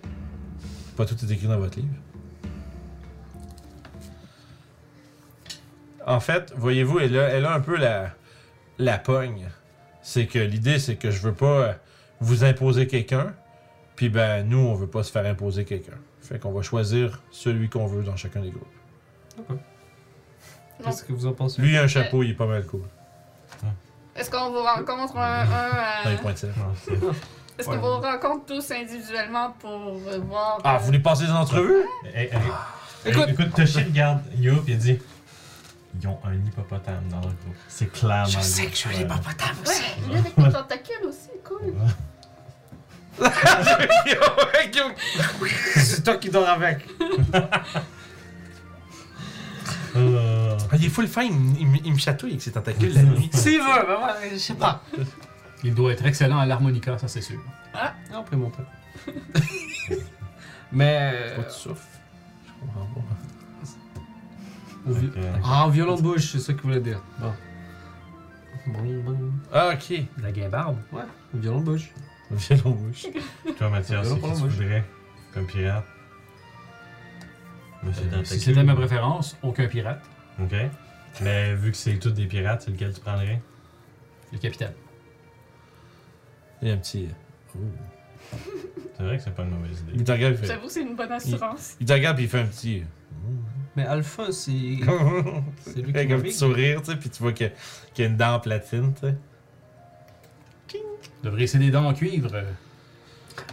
[SPEAKER 1] Pas tout est écrit dans votre livre. En fait, voyez-vous, elle a, elle a un peu la, la pogne. C'est que l'idée, c'est que je veux pas euh, vous imposer quelqu'un, puis ben nous, on veut pas se faire imposer quelqu'un. Fait qu'on va choisir celui qu'on veut dans chacun des groupes.
[SPEAKER 2] Qu'est-ce que vous en pensez
[SPEAKER 1] Lui, il a un chapeau, il est pas mal cool.
[SPEAKER 3] Est-ce qu'on vous rencontre un, un,
[SPEAKER 1] Dans
[SPEAKER 3] euh,
[SPEAKER 1] les points de sel.
[SPEAKER 5] Non, c'est-
[SPEAKER 3] Est-ce qu'on vous rencontre tous individuellement pour euh, voir.
[SPEAKER 1] Ah,
[SPEAKER 3] euh,
[SPEAKER 1] vous voulez passer des entrevues?
[SPEAKER 5] Hey, hey, hey,
[SPEAKER 2] Écoute.
[SPEAKER 5] écoute, Toshi regarde Yo pis il dit Ils ont un hippopotame dans leur groupe. C'est clairement. Je sais que je suis un hippopotame.
[SPEAKER 3] Ouais, il y a des petits tentacules aussi, cool.
[SPEAKER 2] C'est toi qui dors avec.
[SPEAKER 1] Ah, il est full fin, il, me- il me- il me chatouille avec ses tentacules la nuit.
[SPEAKER 2] S'il veut, ben ouais, je sais pas.
[SPEAKER 4] Il doit être excellent à l'harmonica, ça c'est sûr.
[SPEAKER 2] Ah, non, on peut monter. mais.
[SPEAKER 1] Pas de souffle. Je comprends pas.
[SPEAKER 2] au vi-
[SPEAKER 5] Euh,
[SPEAKER 2] Ah, au violon de bouche, c'est ça que vous voulez dire. Bon. Bon, bon.
[SPEAKER 1] Ah, ok.
[SPEAKER 4] La guimbarde.
[SPEAKER 2] Ouais, au violon de bouche.
[SPEAKER 1] Violon bouche.
[SPEAKER 5] Toi,
[SPEAKER 1] Euh,
[SPEAKER 5] Mathias,
[SPEAKER 2] Ah,
[SPEAKER 5] c'est
[SPEAKER 2] non,
[SPEAKER 5] qui
[SPEAKER 2] non,
[SPEAKER 5] tu
[SPEAKER 2] moi, je-
[SPEAKER 5] voudrais comme pirate Monsieur
[SPEAKER 4] Euh, si
[SPEAKER 5] Tentacule.
[SPEAKER 4] c'était ma préférence, aucun pirate.
[SPEAKER 5] Ok. Mais vu que c'est tous des pirates, c'est lequel tu prendrais
[SPEAKER 4] Le capitaine.
[SPEAKER 1] Il y a un petit. Oh.
[SPEAKER 5] C'est vrai que c'est pas une mauvaise idée.
[SPEAKER 1] Il te regarde, il fait.
[SPEAKER 3] J'avoue, c'est une bonne assurance.
[SPEAKER 1] Il te regarde, puis il fait un petit.
[SPEAKER 2] Mais Alpha, c'est. C'est lui qui
[SPEAKER 1] Avec un petit
[SPEAKER 2] m'invite.
[SPEAKER 1] sourire, tu sais, puis tu vois que- qu'il y a une dent en platine, tu sais.
[SPEAKER 4] Devrait essayer des dents en cuivre. euh,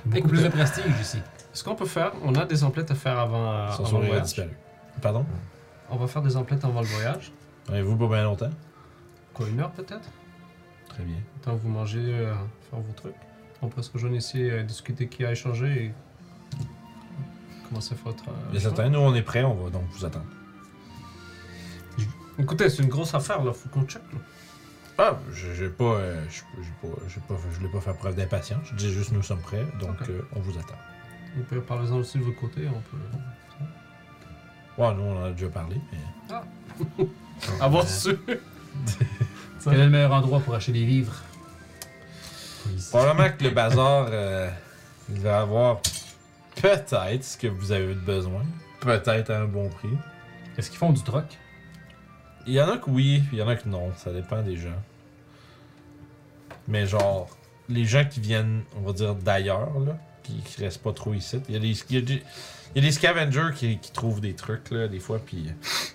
[SPEAKER 4] Beaucoup
[SPEAKER 2] Écoute,
[SPEAKER 4] plus de prestige ici.
[SPEAKER 2] Ce qu'on peut faire, on a des emplettes à faire avant, euh,
[SPEAKER 1] Son
[SPEAKER 2] avant le
[SPEAKER 1] sourire a
[SPEAKER 2] voyage.
[SPEAKER 1] disparu. Pardon?
[SPEAKER 2] On va faire des emplettes avant le voyage.
[SPEAKER 1] Avez-vous pas bien longtemps?
[SPEAKER 2] Quoi, une heure peut-être
[SPEAKER 1] Très bien.
[SPEAKER 2] Attends, vous mangez, euh, faire vos trucs. On peut se rejoindre ici, euh, discuter qui a échangé et. Commencer à faire votre. euh,
[SPEAKER 1] Bien
[SPEAKER 2] choix.
[SPEAKER 1] certain, nous on est prêts, on va donc vous attendre.
[SPEAKER 2] Écoutez, c'est une grosse affaire là, faut qu'on check. là.
[SPEAKER 1] Ah, je- j'ai pas, euh, j'ai j'ai pas, j'ai pas, je voulais pas faire preuve d'impatience. Je dis juste nous sommes prêts, donc
[SPEAKER 2] Ok.
[SPEAKER 1] euh, on vous attend.
[SPEAKER 2] Vous pouvez parler aussi de votre côté, on peut.
[SPEAKER 1] Ouais, nous on en a déjà parlé, mais
[SPEAKER 2] Avoir su Ça-
[SPEAKER 4] Quel est le meilleur endroit pour acheter des livres
[SPEAKER 1] Probablement que le bazar, euh, il va avoir peut-être ce que vous avez de besoin. Peut-être à un bon prix.
[SPEAKER 4] Est-ce qu'ils font du troc
[SPEAKER 1] Il y en a que oui, puis il y en a que non. Ça dépend des gens. Mais genre, les gens qui viennent, on va dire, d'ailleurs, là, qui, qui restent pas trop ici, il y a des, il y a des- il y a des scavengers qui, qui trouvent des trucs, là, des fois, puis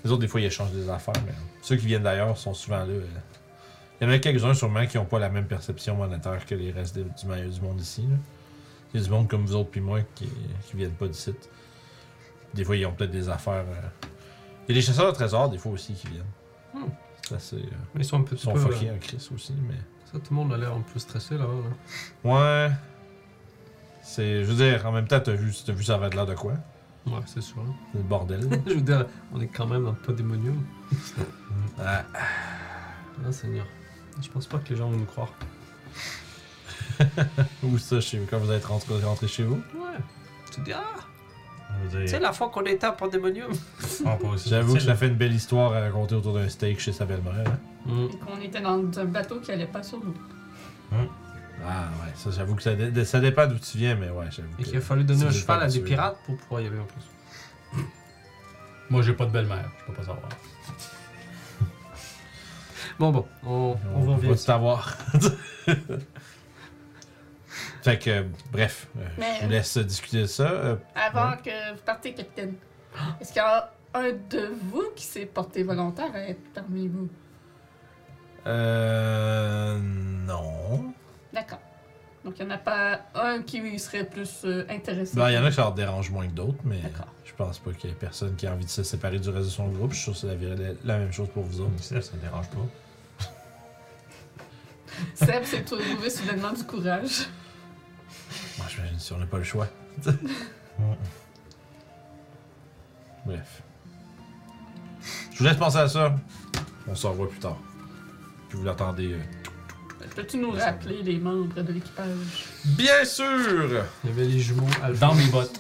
[SPEAKER 1] les autres, des fois, ils échangent des affaires. Mais ceux qui viennent d'ailleurs sont souvent là. euh. Il y en a quelques-uns, sûrement, qui ont pas la même perception monétaire que les restes de- du, ma- du monde ici. là. Il y a du monde comme vous autres, puis moi, qui, qui viennent pas d'ici. Des fois, ils ont peut-être des affaires. euh. Il y a des chasseurs de trésors, des fois aussi, qui viennent.
[SPEAKER 2] Hmm.
[SPEAKER 1] Ça, c'est. euh,
[SPEAKER 2] Mais ils sont un petit
[SPEAKER 1] Ils sont
[SPEAKER 2] peu.
[SPEAKER 1] fuckés
[SPEAKER 2] euh,
[SPEAKER 1] en Chris aussi, mais.
[SPEAKER 2] Ça, tout le monde a l'air un peu stressé là. hein, là.
[SPEAKER 1] Ouais. C'est. Je veux dire, en même temps, t'as vu, t'as vu ça va être l'air de quoi
[SPEAKER 2] Ouais, c'est sûr. hein.
[SPEAKER 1] C'est le bordel.
[SPEAKER 2] Je veux dire, on est quand même un peu démonium.
[SPEAKER 1] Ah,
[SPEAKER 2] Ah, Seigneur. Je pense pas que les gens vont nous croire.
[SPEAKER 1] Où ça, chez vous, quand vous êtes rentré, rentré chez vous
[SPEAKER 2] Ouais. Tu dis, ah,
[SPEAKER 5] On va dire.
[SPEAKER 2] la fois qu'on était à Pandemonium.
[SPEAKER 5] On peut aussi-
[SPEAKER 1] J'avoue
[SPEAKER 5] tu
[SPEAKER 1] que
[SPEAKER 5] sais,
[SPEAKER 1] ça fait une belle histoire à raconter autour d'un steak chez sa belle-mère. hein.
[SPEAKER 3] Et qu'on était dans un bateau qui allait pas sur nous.
[SPEAKER 1] Ah, ouais, ça, j'avoue que ça, dé- ça dépend d'où tu viens, mais ouais, j'avoue.
[SPEAKER 2] Et
[SPEAKER 1] que-
[SPEAKER 2] qu'il a fallu donner
[SPEAKER 1] C'est
[SPEAKER 2] un
[SPEAKER 1] juste
[SPEAKER 2] cheval à
[SPEAKER 1] habitué.
[SPEAKER 2] des pirates pour pouvoir y aller en plus.
[SPEAKER 4] Moi, j'ai pas de belle-mère, je peux pas savoir.
[SPEAKER 2] Bon, bon, on, on va
[SPEAKER 1] peut
[SPEAKER 2] revenir.
[SPEAKER 1] pas tout avoir. fait que, euh, bref, euh,
[SPEAKER 3] Mais-
[SPEAKER 1] je vous laisse discuter de ça. Euh,
[SPEAKER 3] Avant que vous partez, capitaine, est-ce qu'il y a un de vous qui s'est porté volontaire à être parmi vous?
[SPEAKER 1] euh, non.
[SPEAKER 3] D'accord. Donc, il n'y en a pas un qui serait plus euh, intéressé.
[SPEAKER 1] Ben, il y en a qui ça leur dérange moins que d'autres, mais
[SPEAKER 3] D'accord.
[SPEAKER 1] je pense pas qu'il y ait personne qui a envie de se séparer du reste de son groupe. Je suis sûr que c'est la, la- la même chose pour vous autres.
[SPEAKER 5] Donc, ça, ça me dérange pas.
[SPEAKER 3] Seb s'est trouvé soudainement du courage.
[SPEAKER 1] Moi, j'imagine si on n'a pas le choix.
[SPEAKER 5] Ouais.
[SPEAKER 1] Bref. Je vous laisse penser à ça. On se revoit plus tard. Puis vous l'entendez. euh,
[SPEAKER 3] Peux-tu nous rappeler les membres de l'équipage?
[SPEAKER 1] Bien sûr!
[SPEAKER 2] Il y avait les jumeaux Alpha.
[SPEAKER 4] Dans mes bottes.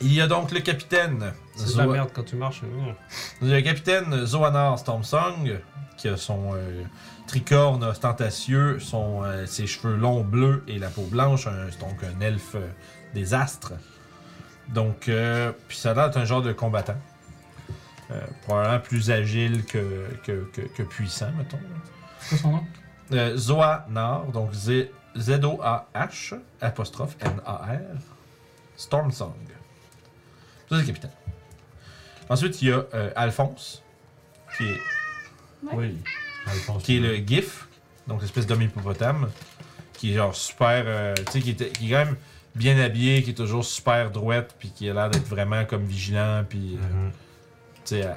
[SPEAKER 1] Il y a donc le capitaine.
[SPEAKER 2] C'est de la
[SPEAKER 1] Zoa-
[SPEAKER 2] merde quand tu marches. euh,
[SPEAKER 1] Le capitaine Zoanar Stormsong, qui a son euh, tricorne ostentatieux, son, euh, ses cheveux longs bleus et la peau blanche, un- c'est donc un elfe euh, des astres. Donc, euh, puis ça a l'air d'être un genre de combattant. Euh, probablement plus agile que, que, que, que puissant, mettons.
[SPEAKER 4] C'est quoi son nom?
[SPEAKER 1] Euh, Zoanar, donc Z- Z-O-A-H, apostrophe N-A-R, Stormsong. Ça, c'est le capitaine. Ensuite, il y a euh, Alphonse, qui est,
[SPEAKER 5] Oui. Alphonse.
[SPEAKER 1] qui est le GIF, donc l'espèce d'homme hippopotame, qui est genre super. euh, tu sais, qui, était- qui est quand même bien habillé, qui est toujours super droite, puis qui a l'air d'être vraiment comme vigilant, puis. euh,
[SPEAKER 5] Mhm.
[SPEAKER 1] tu sais, euh,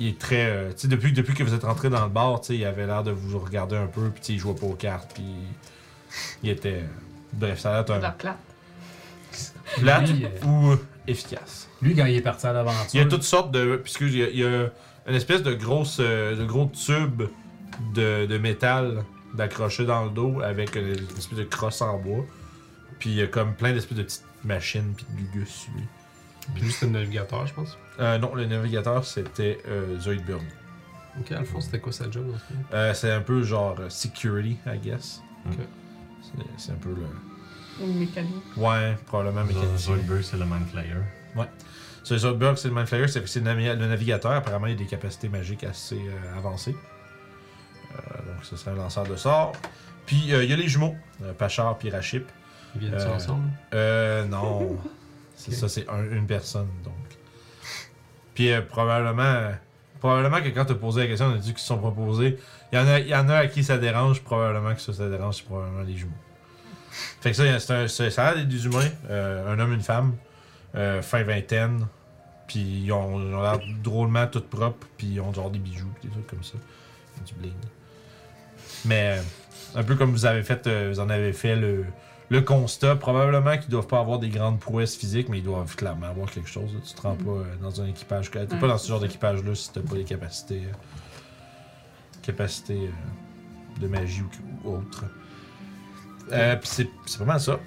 [SPEAKER 1] il est très. euh, tu sais, depuis, depuis que vous êtes rentré dans le bar, tu sais, il avait l'air de vous regarder un peu, puis tu sais, il jouait pas aux cartes, puis il était. euh, Bref, ça a l'air
[SPEAKER 3] La
[SPEAKER 1] d'un
[SPEAKER 3] plate.
[SPEAKER 1] plate
[SPEAKER 4] Lui, euh,
[SPEAKER 1] ou efficace.
[SPEAKER 4] Lui, quand il est parti à l'aventure.
[SPEAKER 1] Il y a toutes sortes de. Puisque il y a, il y a une espèce de grosse, euh, de gros tube de, de métal d'accrocher dans le dos avec une, une espèce de crosse en bois. Puis il y a comme plein d'espèces de petites machines puis de gugus. lui.
[SPEAKER 2] Puis juste le navigateur, je pense.
[SPEAKER 1] Euh, non, le navigateur c'était euh, Zoidberg.
[SPEAKER 2] Ok, Alphonse, c'était quoi sa job dans ce film?
[SPEAKER 1] Euh, c'est un peu genre euh, security, I guess.
[SPEAKER 5] Ok.
[SPEAKER 1] C'est- C'est un peu le.
[SPEAKER 3] Ou mécanique.
[SPEAKER 1] Ouais, probablement
[SPEAKER 5] Zoidberg,
[SPEAKER 1] mécanicien.
[SPEAKER 5] Zoidberg, c'est le Mindflayer.
[SPEAKER 1] C'est Zoidberg, c'est le Mindflayer, c'est c'est le navi- le navigateur. Apparemment, il a des capacités magiques assez euh, avancées. Euh, donc, ce serait un lanceur de sorts. Puis, euh, il y a les jumeaux, euh, Pachar puis Rachip.
[SPEAKER 2] Ils viennent
[SPEAKER 1] Euh,
[SPEAKER 2] ensemble?
[SPEAKER 1] Euh, non. c'est
[SPEAKER 2] Ok.
[SPEAKER 1] ça, c'est un- une personne, donc. Puis euh, probablement, euh, probablement que quand t'as posé la question, on a dit qu'ils se sont proposés. Il y en a, il y en a à qui ça dérange, probablement que ça, ça dérange, c'est probablement les jumeaux. Fait que ça, c'est un, c'est- ça a l'air d'être des humains, euh, un homme, une femme, euh, fin vingtaine, puis ils ont, ils ont l'air drôlement tout propres, puis ils ont genre des bijoux, puis des trucs comme ça, du bling. Mais euh, un peu comme vous avez fait, euh, vous en avez fait le, le constat, probablement qu'ils doivent pas avoir des grandes prouesses physiques, mais ils doivent clairement avoir quelque chose. là. Tu te rends
[SPEAKER 3] Mhm.
[SPEAKER 1] pas euh, dans un équipage. que- T'es
[SPEAKER 3] Ouais,
[SPEAKER 1] pas dans
[SPEAKER 3] c'est
[SPEAKER 1] ce genre
[SPEAKER 3] ça.
[SPEAKER 1] d'équipage-là si t'as pas les capacités. euh, capacités euh, de magie ou, ou autre. Euh, Puis c'est- c'est pas mal ça.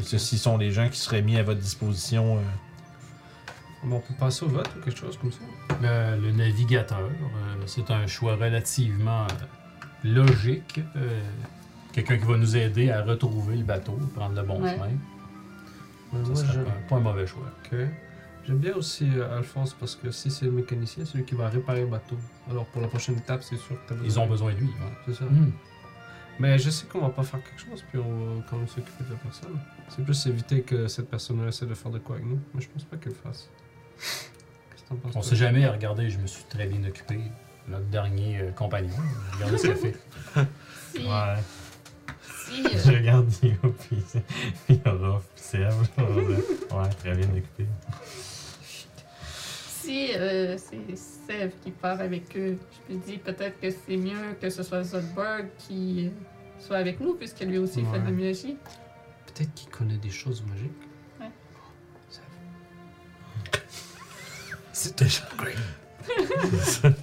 [SPEAKER 1] Ceux-ci sont les gens qui seraient mis à votre disposition. euh,
[SPEAKER 2] Bon, on peut passer au vote ou quelque chose comme ça?
[SPEAKER 4] Euh, le navigateur, euh, c'est un choix relativement euh, logique. Euh, Quelqu'un qui va nous aider à retrouver le bateau, prendre le bon
[SPEAKER 3] Ouais.
[SPEAKER 4] chemin.
[SPEAKER 2] Mais
[SPEAKER 4] Ça
[SPEAKER 2] moi,
[SPEAKER 4] serait
[SPEAKER 2] j'aime-
[SPEAKER 4] pas, pas un mauvais choix.
[SPEAKER 2] Ok. J'aime bien aussi euh, Alphonse parce que si c'est le mécanicien, c'est lui qui va réparer le bateau. Alors pour la prochaine étape, c'est sûr que t'as
[SPEAKER 4] Ils ont besoin de lui. ouais.
[SPEAKER 2] C'est ça.
[SPEAKER 4] Hmm.
[SPEAKER 2] Mais je sais qu'on va pas faire quelque chose, puis on va quand même s'occuper de la personne. C'est plus éviter que cette personne-là essaie de faire de quoi avec nous. Mais je pense pas qu'elle le fasse. Qu'est-ce que t'en penses
[SPEAKER 4] On
[SPEAKER 2] toi?
[SPEAKER 4] sait jamais. Regardez, je me suis très bien occupé. Notre dernier euh, compagnon. Regardez ce qu'il a fait.
[SPEAKER 3] Si,
[SPEAKER 5] Ouais.
[SPEAKER 3] si,
[SPEAKER 5] Je
[SPEAKER 3] euh,
[SPEAKER 5] regarde Dio, puis puis Orof, puis Seb. Ouais, très bien écouté.
[SPEAKER 3] si euh, c'est Sèvres qui part avec eux, je me dis peut-être que c'est mieux que ce soit Zodberg qui euh, soit avec nous, puisque lui aussi fait de la magie.
[SPEAKER 2] Peut-être qu'il connaît des choses magiques.
[SPEAKER 3] Ouais.
[SPEAKER 2] Ça-
[SPEAKER 5] C'est déjà great.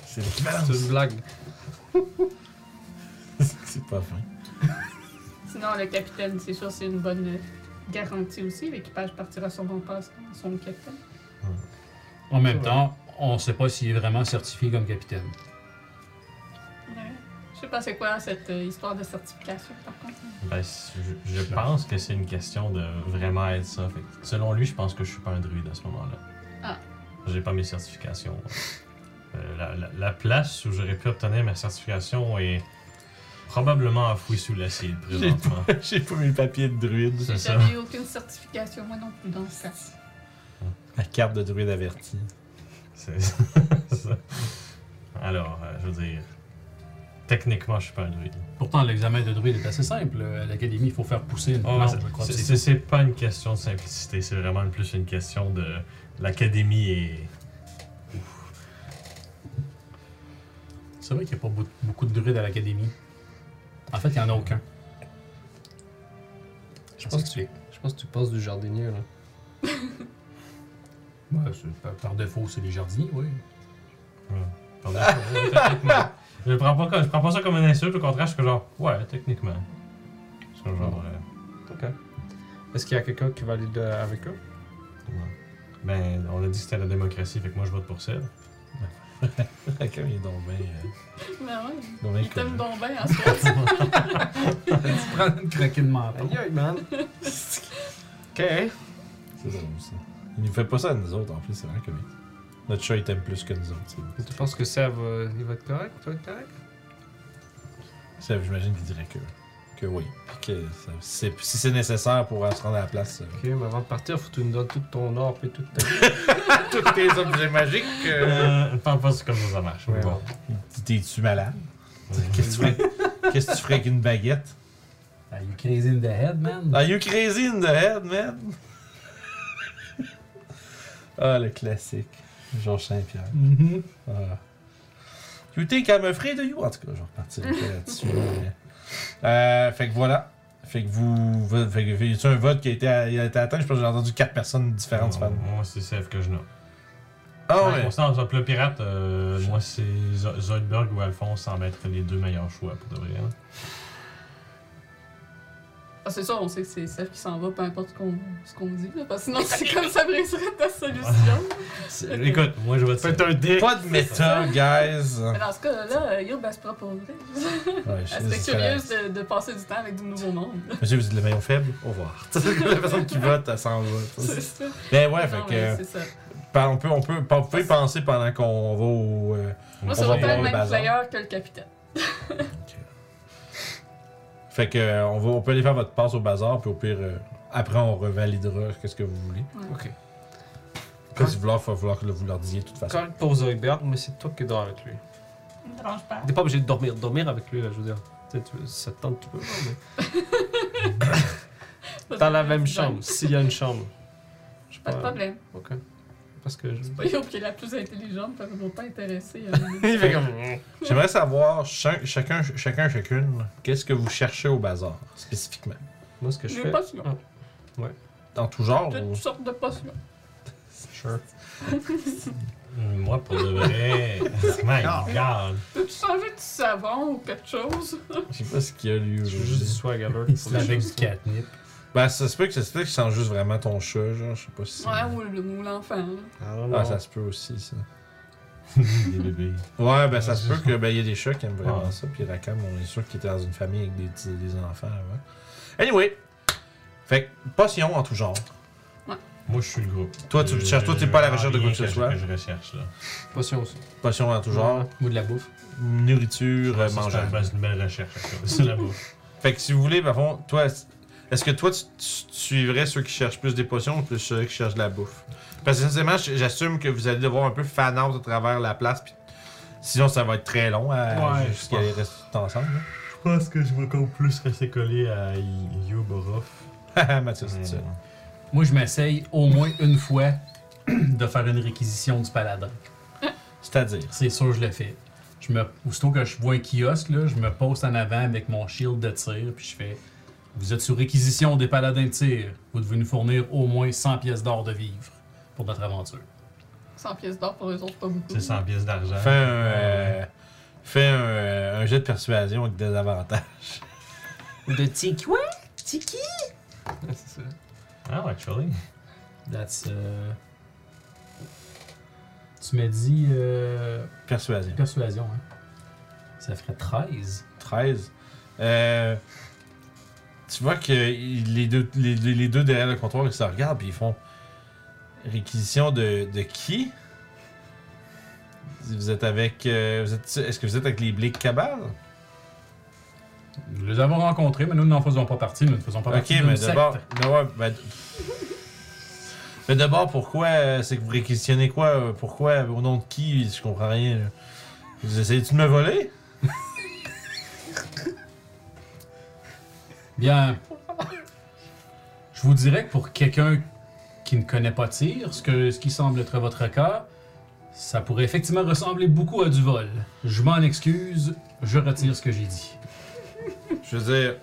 [SPEAKER 1] C'est l'équivalent.
[SPEAKER 2] C'est une blague.
[SPEAKER 1] C'est pas fin.
[SPEAKER 3] Sinon, le capitaine, c'est sûr, c'est une bonne euh, garantie aussi. L'équipage partira sur mon passe, son capitaine.
[SPEAKER 4] En même
[SPEAKER 2] Ouais.
[SPEAKER 4] temps, on sait pas s'il est vraiment certifié comme capitaine.
[SPEAKER 3] Ouais. Je sais pas c'est quoi cette euh, histoire de certification, par contre.
[SPEAKER 5] Ben, c- je, je pense que c'est une question de vraiment être ça. Fait que selon lui, je pense que je suis pas un druide à ce moment-là. J'ai pas mes certifications. Euh, la, la- la place où j'aurais pu obtenir ma certification est probablement enfouie sous l'acide présentement.
[SPEAKER 1] J'ai pas mes papiers de druide.
[SPEAKER 5] C'est
[SPEAKER 3] J'ai
[SPEAKER 5] ça.
[SPEAKER 3] jamais eu aucune certification, moi non plus, dans ce cas.
[SPEAKER 1] La carte de druide avertie.
[SPEAKER 5] C'est ça. Alors, euh, je veux dire, techniquement, je suis pas un druide.
[SPEAKER 4] Pourtant, l'examen de druide est assez simple. À l'académie, il faut faire pousser une
[SPEAKER 5] Oh,
[SPEAKER 4] plante,
[SPEAKER 5] c'est-
[SPEAKER 4] je crois.
[SPEAKER 5] c'est-
[SPEAKER 4] puis
[SPEAKER 5] c'est- C'est pas une question de simplicité, c'est vraiment plus une question de l'académie et
[SPEAKER 4] C'est vrai qu'il n'y a pas beau- beaucoup de druides à l'académie. En fait, il n'y en a aucun.
[SPEAKER 2] Je pense que tu- Je pense que tu passes du jardinier, là.
[SPEAKER 4] Ouais, c'est- par, par défaut, c'est les jardiniers, oui.
[SPEAKER 5] Pardon, techniquement. Je le prends pas comme- je prends pas ça comme une insulte, au contraire, je suis genre ouais, techniquement. Je suis genre euh,
[SPEAKER 2] Ok. Est-ce qu'il y a quelqu'un qui valide euh, avec eux
[SPEAKER 5] non. ben on a dit que c'était la démocratie, fait que moi je vote pour ça.
[SPEAKER 1] Comme il est donc bien. euh,
[SPEAKER 3] Mais
[SPEAKER 2] Ben
[SPEAKER 3] ouais,
[SPEAKER 1] donc bien
[SPEAKER 3] il t'aime
[SPEAKER 1] connu.
[SPEAKER 3] donc bien ben, en soi.
[SPEAKER 4] tu prends une craquée de menton.
[SPEAKER 2] Aïe, aïe, man Ok.
[SPEAKER 1] C'est drôle ça. Il nous fait pas ça à nous autres en plus, c'est vrai que oui. Notre chat il t'aime plus que nous autres. c'est bon.
[SPEAKER 2] Tu penses que ça va, il va être correct Tu vas être correct
[SPEAKER 1] Ça, J'imagine qu'il dirait que, que oui. Puis que ça- c'est- si c'est nécessaire pour euh, se rendre à la place. euh,
[SPEAKER 2] Ok, mais avant de partir, faut que tu nous donnes tout ton or et toute ta
[SPEAKER 1] Tous tes objets magiques. euh,
[SPEAKER 5] Euh, parle pas comme ça, ça marche.
[SPEAKER 2] Ouais,
[SPEAKER 5] bon.
[SPEAKER 1] T'es-tu malade? Qu'est-ce que tu ferais- qu'est-ce que tu ferais avec une baguette?
[SPEAKER 4] Are Ah, you crazy in the head, man?
[SPEAKER 1] Are you crazy in the head, man? ah, le classique. Georges Saint-Pierre.
[SPEAKER 3] Mm-hmm.
[SPEAKER 4] Mhm.
[SPEAKER 1] Ah. You think I'm afraid of you? En tout cas, je repartirai pas là-dessus. mais- Euh, fait que voilà. Fait que vous. Fait que y a un vote qui a été, il a été atteint? Je pense que j'ai entendu quatre personnes différentes se faire.
[SPEAKER 5] Moi, Moi c'est Sèvres que je nomme.
[SPEAKER 1] Ah
[SPEAKER 5] Ah,
[SPEAKER 1] ouais!
[SPEAKER 5] Constance, le pirate, euh, moi c'est Zo- Zoidberg ou Alphonse semblent être les deux meilleurs choix pour de vrai. hein.
[SPEAKER 3] Ah, c'est ça, on sait que c'est Steph qui s'en va, peu importe ce qu'on- ce qu'on dit, là, parce que sinon c'est comme ça briserait ta solution.
[SPEAKER 5] C'est- Écoute, moi je vote Sèvres.
[SPEAKER 2] un dick
[SPEAKER 1] Pas de méta, guys!
[SPEAKER 3] Mais dans ce cas-là, Yo, ben, c'est pas pour vrai.
[SPEAKER 1] Ouais, je
[SPEAKER 3] Elle serait
[SPEAKER 1] c'est-
[SPEAKER 3] curieuse de, de passer du temps avec du nouveau monde.
[SPEAKER 1] Monsieur, vous dites le maillon faible? Au revoir. la personne qui vote, elle s'en va.
[SPEAKER 3] C'est ça.
[SPEAKER 1] Ben ouais, fait
[SPEAKER 3] Non,
[SPEAKER 1] que.
[SPEAKER 3] mais c'est ça.
[SPEAKER 1] Ben, On peut, on peut, vous pouvez penser pendant qu'on va au. euh,
[SPEAKER 5] On
[SPEAKER 1] va
[SPEAKER 3] Moi, ça va
[SPEAKER 1] voir
[SPEAKER 3] faire
[SPEAKER 1] le
[SPEAKER 3] le même
[SPEAKER 1] bazar.
[SPEAKER 3] player que le capitaine.
[SPEAKER 1] Fait que euh, on, va, on peut aller faire votre passe au bazar, puis au pire, euh, après on revalidera qu'est-ce que vous voulez.
[SPEAKER 2] Ok.
[SPEAKER 1] Après, si vous voulez, faut vouloir que vous leur disiez de toute façon.
[SPEAKER 2] Correct pour Zoidberg, mais c'est toi qui dors avec lui.
[SPEAKER 3] Ça me dérange pas.
[SPEAKER 2] T'es pas obligé de dormir, dormir avec lui, là, je veux dire. Tu sais, tu- ça te tente, tu peux. Mais... Dans la même chambre, s'il y a une chambre. Je sais
[SPEAKER 3] Pas de problème.
[SPEAKER 2] Ok. Parce que je.
[SPEAKER 3] Yo, qui est la plus intelligente, parce qu'ils vont pas euh, intéressé. à-
[SPEAKER 2] Il fait comme.
[SPEAKER 1] J'aimerais savoir, cha- chacun, chacun, chacune, qu'est-ce que vous cherchez au bazar, spécifiquement.
[SPEAKER 2] Moi, ce que je
[SPEAKER 3] J'ai
[SPEAKER 2] fais.
[SPEAKER 3] une potion.
[SPEAKER 2] Ah,
[SPEAKER 1] Dans tout genre ou-
[SPEAKER 3] Toutes sortes de potions.
[SPEAKER 2] Sure.
[SPEAKER 5] Hum, Moi, pour de vrai. My God!
[SPEAKER 3] Peux-tu changer de savon ou quelque chose?
[SPEAKER 1] Je sais pas ce qu'il y a lui
[SPEAKER 2] Je veux juste du
[SPEAKER 1] aujourd'hui.
[SPEAKER 2] swag alert.
[SPEAKER 4] Il se lave avec du catnip.
[SPEAKER 1] Ben, ça se peut que ça se peut que je sens juste vraiment ton chat, genre, je sais pas si. c'est-
[SPEAKER 3] Ouais, ou, le- ou l'enfant.
[SPEAKER 1] Ah, ça se peut aussi, ça.
[SPEAKER 5] Des bébés.
[SPEAKER 1] Ouais, ben ça se peut que ben il y a des chats qui aiment vraiment
[SPEAKER 5] Ouais.
[SPEAKER 1] ça. Puis Rakam, on est sûr qu'il était dans une famille avec des petits des enfants avant. Anyway, fait que potion en tout genre.
[SPEAKER 5] Moi, je suis le groupe.
[SPEAKER 1] Toi, tu
[SPEAKER 5] Je-
[SPEAKER 1] cherches- toi,
[SPEAKER 5] je-
[SPEAKER 1] t'es pas à la
[SPEAKER 5] je-
[SPEAKER 1] recherche de quoi que
[SPEAKER 5] rien
[SPEAKER 1] ce soit.
[SPEAKER 5] que je recherche, là.
[SPEAKER 2] Potion aussi.
[SPEAKER 1] Potion en tout genre,
[SPEAKER 4] Ou de la bouffe.
[SPEAKER 1] nourriture,
[SPEAKER 5] Ouais,
[SPEAKER 1] euh,
[SPEAKER 5] ça,
[SPEAKER 1] mangeable.
[SPEAKER 5] C'est une belle recherche, ça. c'est la bouffe.
[SPEAKER 1] Fait que si vous voulez, par contre, toi, est-ce que toi tu, tu- tu suivrais ceux qui cherchent plus des potions ou plus ceux qui cherchent de la bouffe Parce que sincèrement, j- j'assume que vous allez devoir un peu fan out à travers la place. Puis sinon, ça va être très long à
[SPEAKER 5] Ouais,
[SPEAKER 1] jusqu'à
[SPEAKER 5] je
[SPEAKER 1] rester tout ensemble.
[SPEAKER 5] Je pense que je vais encore plus rester collé à Yoborof.
[SPEAKER 1] là. Mathieu, c'est ça.
[SPEAKER 4] Moi, je m'essaye au moins une fois de faire une réquisition du paladin.
[SPEAKER 1] C'est-à-dire.
[SPEAKER 4] C'est sûr, je le fais. Je me, aussitôt que je vois un kiosque, là, je me pose en avant avec mon shield de tir, puis je fais Vous êtes sur réquisition des paladins de tir. Vous devez nous fournir au moins 100 pièces d'or de vivre pour notre aventure.
[SPEAKER 3] 100 pièces d'or pour eux autres, pas beaucoup.
[SPEAKER 5] C'est 100 pièces d'argent.
[SPEAKER 1] Fais un, euh, fais un, euh, un jet de persuasion avec des avantages.
[SPEAKER 2] De tiki. Ouais Tiki C'est ça.
[SPEAKER 5] Ah, ouais, actually.
[SPEAKER 4] That's. euh, Tu m'as dit euh,
[SPEAKER 1] Persuasion.
[SPEAKER 4] persuasion, hein Ça ferait 13.
[SPEAKER 1] 13. Euh, tu vois que il- les deux, les, les- les deux derrière le comptoir, ils se regardent puis ils font réquisition de, de qui Vous êtes avec. euh, vous êtes- Est-ce que vous êtes avec les Blick Cabal
[SPEAKER 4] Nous les avons rencontrés, mais nous n'en faisons pas partie. Nous ne faisons pas
[SPEAKER 1] Ok,
[SPEAKER 4] partie d'une
[SPEAKER 1] mais
[SPEAKER 4] secte.
[SPEAKER 1] d'abord. Mais ouais, ben- mais d'abord, pourquoi euh, C'est que vous réquisitionnez quoi euh, Pourquoi Au nom de qui Je comprends rien. là. Vous essayez de me voler
[SPEAKER 4] Bien. Je vous dirais que pour quelqu'un qui ne connaît pas tir, ce, que, ce qui semble être votre cas, ça pourrait effectivement ressembler beaucoup à du vol. Je m'en excuse, je retire ce que j'ai dit.
[SPEAKER 1] Je veux dire,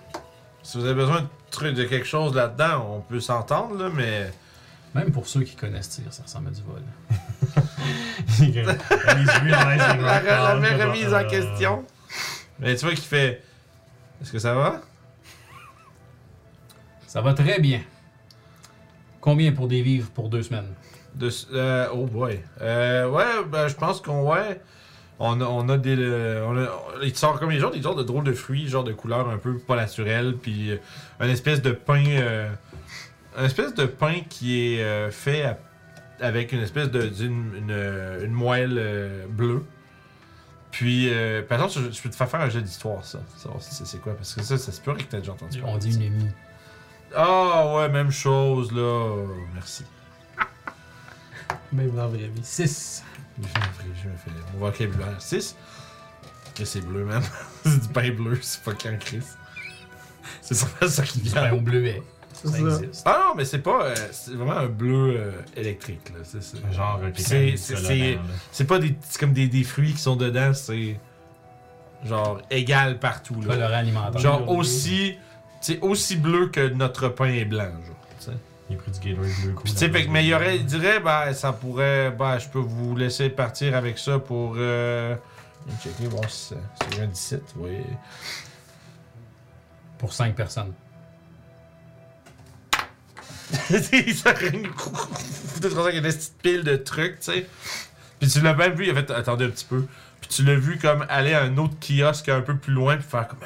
[SPEAKER 1] si vous avez besoin de, trucs- de quelque chose là-dedans, on peut s'entendre, là, mais.
[SPEAKER 4] Même pour ceux qui connaissent tir, ça ressemble à du vol.
[SPEAKER 5] les yeux en l'air, c'est
[SPEAKER 1] La,
[SPEAKER 5] vrai.
[SPEAKER 1] la remise en question. Mais tu vois qu'il fait. Est-ce que ça va
[SPEAKER 4] Ça va très bien. Combien pour des vivres pour deux semaines?
[SPEAKER 1] De, euh, oh boy. Euh, ouais, ben, je pense qu'on ouais, on a, on a des. euh, on a- il sort comme les gens, des genres de drôles de fruits, genre de couleurs un peu pas naturelles, puis euh, une espèce de pain. euh, une espèce de pain qui est euh, fait à- avec une espèce de d'une une, une moelle euh, bleue. Puis, euh, par exemple, je, je peux te faire faire un jeu d'histoire, ça. Savoir si c'est- c'est quoi, parce que ça, ça se peut que t'as déjà entendu parler
[SPEAKER 4] On
[SPEAKER 1] de
[SPEAKER 4] dit
[SPEAKER 1] ça.
[SPEAKER 4] une amie.
[SPEAKER 1] Ah ouais, même chose, là. Merci.
[SPEAKER 2] Même dans la vraie vie.
[SPEAKER 4] 6.
[SPEAKER 1] Je me fais- je me fais mon vocabulaire 6. Et c'est bleu, man. c'est du pain bleu, c'est fucking Chris. C'est pas ça qui
[SPEAKER 4] Du
[SPEAKER 1] vient.
[SPEAKER 4] pain au bleuet. Ça,
[SPEAKER 2] C'est ça.
[SPEAKER 4] existe.
[SPEAKER 1] Ah non, mais c'est pas. euh, c'est vraiment un bleu euh, électrique, là. C'est, c'est-
[SPEAKER 5] Genre, quelqu'un
[SPEAKER 1] C'est-
[SPEAKER 5] qui
[SPEAKER 1] c'est-
[SPEAKER 5] se
[SPEAKER 1] c'est-
[SPEAKER 5] là.
[SPEAKER 1] c'est pas des. C'est comme des, des fruits qui sont dedans, c'est. Genre égal partout, là.
[SPEAKER 4] Colorant alimentaire.
[SPEAKER 1] Genre aussi. C'est aussi bleu que notre pain est blanc, genre. tu sais.
[SPEAKER 5] Il a pris du Gatorade bleu cool.
[SPEAKER 1] Puis tu sais, fait que- mais il, y aurait, il dirait, ben, ça pourrait, ben, je peux vous laisser partir avec ça pour. Euh, je vais checker, bon, si ça- c'est un 17, oui.
[SPEAKER 4] Pour cinq personnes.
[SPEAKER 1] il s'arrête, de trois qu'il y a une petite pile de trucs, tu sais. Puis tu l'as même vu, il a fait, attendez un petit peu. Puis tu l'as vu comme aller à un autre kiosque un peu plus loin, puis faire comme.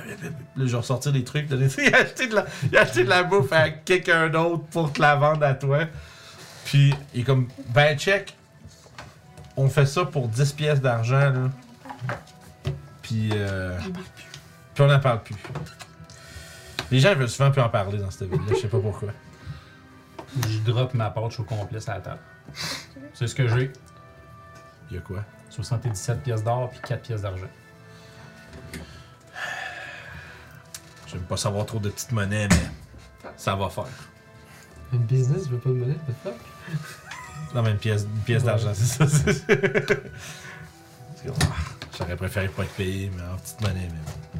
[SPEAKER 1] Là, genre sortir des trucs, donner- il a acheté de la, il a acheté de la bouffe à quelqu'un d'autre pour te la vendre à toi. Puis il est comme, ben, check, on fait ça pour 10 pièces d'argent, là. Puis, euh, puis on n'en parle plus. Les gens veulent souvent plus en parler dans cette ville-là, je sais pas pourquoi.
[SPEAKER 4] Je drop ma porte au complet sur la table. C'est ce que j'ai.
[SPEAKER 1] Il y a quoi?
[SPEAKER 4] 77 pièces d'or puis 4 pièces d'argent.
[SPEAKER 1] J'aime pas savoir trop de petites monnaies, mais ça va faire.
[SPEAKER 2] Une business, je veux pas de monnaie, de fuck.
[SPEAKER 1] Non, mais une pièce, une pièce
[SPEAKER 2] Ouais.
[SPEAKER 1] d'argent, c'est ça. c'est ça. C'est comme, ah, J'aurais préféré pas être payé, mais en petite monnaie, mais bon.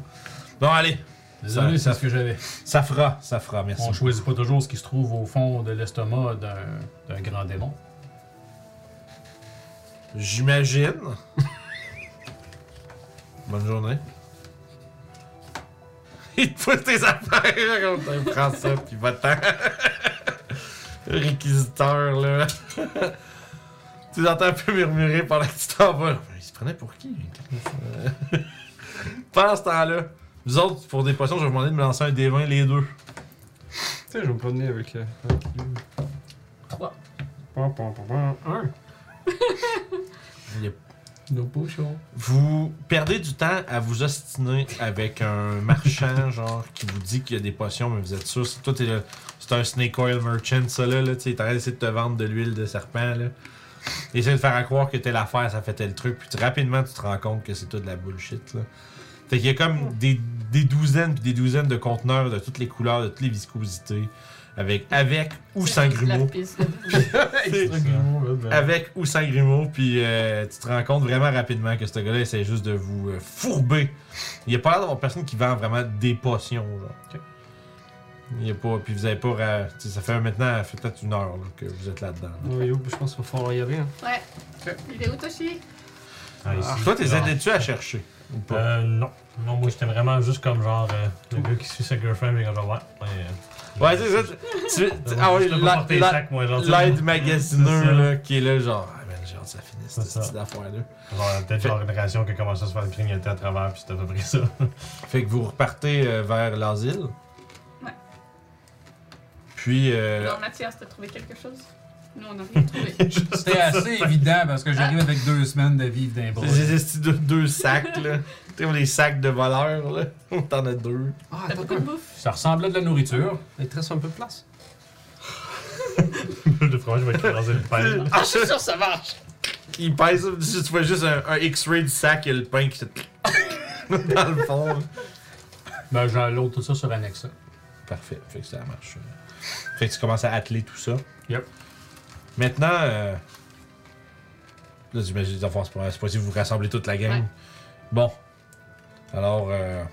[SPEAKER 1] Bon, allez,
[SPEAKER 4] Désolé,
[SPEAKER 1] Ça-
[SPEAKER 4] c'est ce que j'avais.
[SPEAKER 1] ça fera, ça fera, merci.
[SPEAKER 4] On choisit pas toujours ce qui se trouve au fond de l'estomac d'un d'un grand démon.
[SPEAKER 1] J'imagine. Bonne journée. Il te pousse tes affaires, on te prend ça, puis va-t'en. Réquisiteur, là. tu l'entends un peu murmurer pendant que tu t'en vas. Il se prenait pour qui, lui? Euh, Pendant ce temps-là, vous autres, pour des potions, je vais vous demander de me lancer un D20, les deux.
[SPEAKER 2] Tu sais, je vais me promener avec. Euh, avec lui.
[SPEAKER 4] 3.
[SPEAKER 2] Pam, pam, pam, pam. Un.
[SPEAKER 1] Il y a
[SPEAKER 2] Nos potions.
[SPEAKER 1] Vous perdez du temps à vous ostiner avec un marchand, genre, qui vous dit qu'il y a des potions, mais vous êtes sûr. c'est- Toi, t'es le- c'est un snake oil merchant, ça, là. là tu sais, t'arrêtes d'essayer de te vendre de l'huile de serpent, là. Il essaie de faire à croire que telle affaire, ça fait tel truc. Puis tu- rapidement, tu te rends compte que c'est tout de la bullshit, là. Fait qu'il y a comme des, des douzaines puis des douzaines de conteneurs de toutes les couleurs, de toutes les viscosités, avec, avec ou sans
[SPEAKER 3] C'est la
[SPEAKER 1] grumeaux
[SPEAKER 3] piste de-
[SPEAKER 2] Extra guillemot, là, ben.
[SPEAKER 1] avec ou sans Grimaud, puis euh, tu te rends compte vraiment rapidement que ce gars-là essaie juste de vous euh, fourber. Il n'y a pas l'air d'avoir personne qui vend vraiment des potions. Genre. Il y a pas, puis vous avez pas. ra- tu sais, ça fait maintenant ça fait peut-être une heure là, que vous êtes là-dedans. là.
[SPEAKER 2] Ouais, Oh, yo, je pense qu'il va falloir y aller. Hein.
[SPEAKER 3] Ouais. Il est où, Toshi?
[SPEAKER 5] Ah, ici.
[SPEAKER 1] Toi, t'es aidé-tu à chercher ou pas?
[SPEAKER 5] Euh, non. Non, moi, j'étais vraiment juste comme genre euh, le gars qui suit sa girlfriend, mais comme genre, ouais. ouais,
[SPEAKER 1] ouais, c'est ça.
[SPEAKER 5] euh,
[SPEAKER 1] Tu, tu-
[SPEAKER 5] Je
[SPEAKER 1] ah oui,
[SPEAKER 5] peux pas
[SPEAKER 1] la-
[SPEAKER 5] porter
[SPEAKER 1] la-
[SPEAKER 5] les sacs, moi, genre. tu sais.
[SPEAKER 1] l'aide magasineux
[SPEAKER 5] C'est ça.
[SPEAKER 1] là, qui est là, genre, ah man, j'ai hâte que ça finisse
[SPEAKER 5] C'est
[SPEAKER 1] cette
[SPEAKER 5] ça.
[SPEAKER 1] petite affaire-là.
[SPEAKER 5] Genre, Peut-être genre une ration qui a commencé à se faire grignoter à travers, puis c'était à peu près ça.
[SPEAKER 1] Fait que vous repartez euh, vers l'asile.
[SPEAKER 3] Ouais.
[SPEAKER 1] Puis. euh,
[SPEAKER 3] Non, Mathias, t'as trouvé quelque chose? Nous, on n'a rien trouvé.
[SPEAKER 4] C'était assez évident parce que j'arrive avec deux semaines de vivre d'un bras.
[SPEAKER 1] J'ai des deux, deux sacs, là. Tu sais, les sacs de voleurs, là. On t'en a deux.
[SPEAKER 2] Ah,
[SPEAKER 3] T'as beaucoup de bouffe.
[SPEAKER 4] Ça ressemblait à de la nourriture.
[SPEAKER 2] Il te reste un peu de place.
[SPEAKER 5] Le fromage va écraser le pain.
[SPEAKER 1] Ah, c'est sûr, ça marche! Il pèse, tu tu vois juste un, un X-ray du sac, il y a le pain qui se. dans le fond. là.
[SPEAKER 4] Ben, j'en l'autre tout ça sur Annexa.
[SPEAKER 1] Parfait, fait que ça marche. Fait que tu commences à atteler tout ça.
[SPEAKER 4] Yep.
[SPEAKER 1] Maintenant, euh... là, j'imagine, enfin, c'est pas, c'est pas si vous rassemblez toute la gang.
[SPEAKER 3] Ouais.
[SPEAKER 1] Bon. Alors, euh...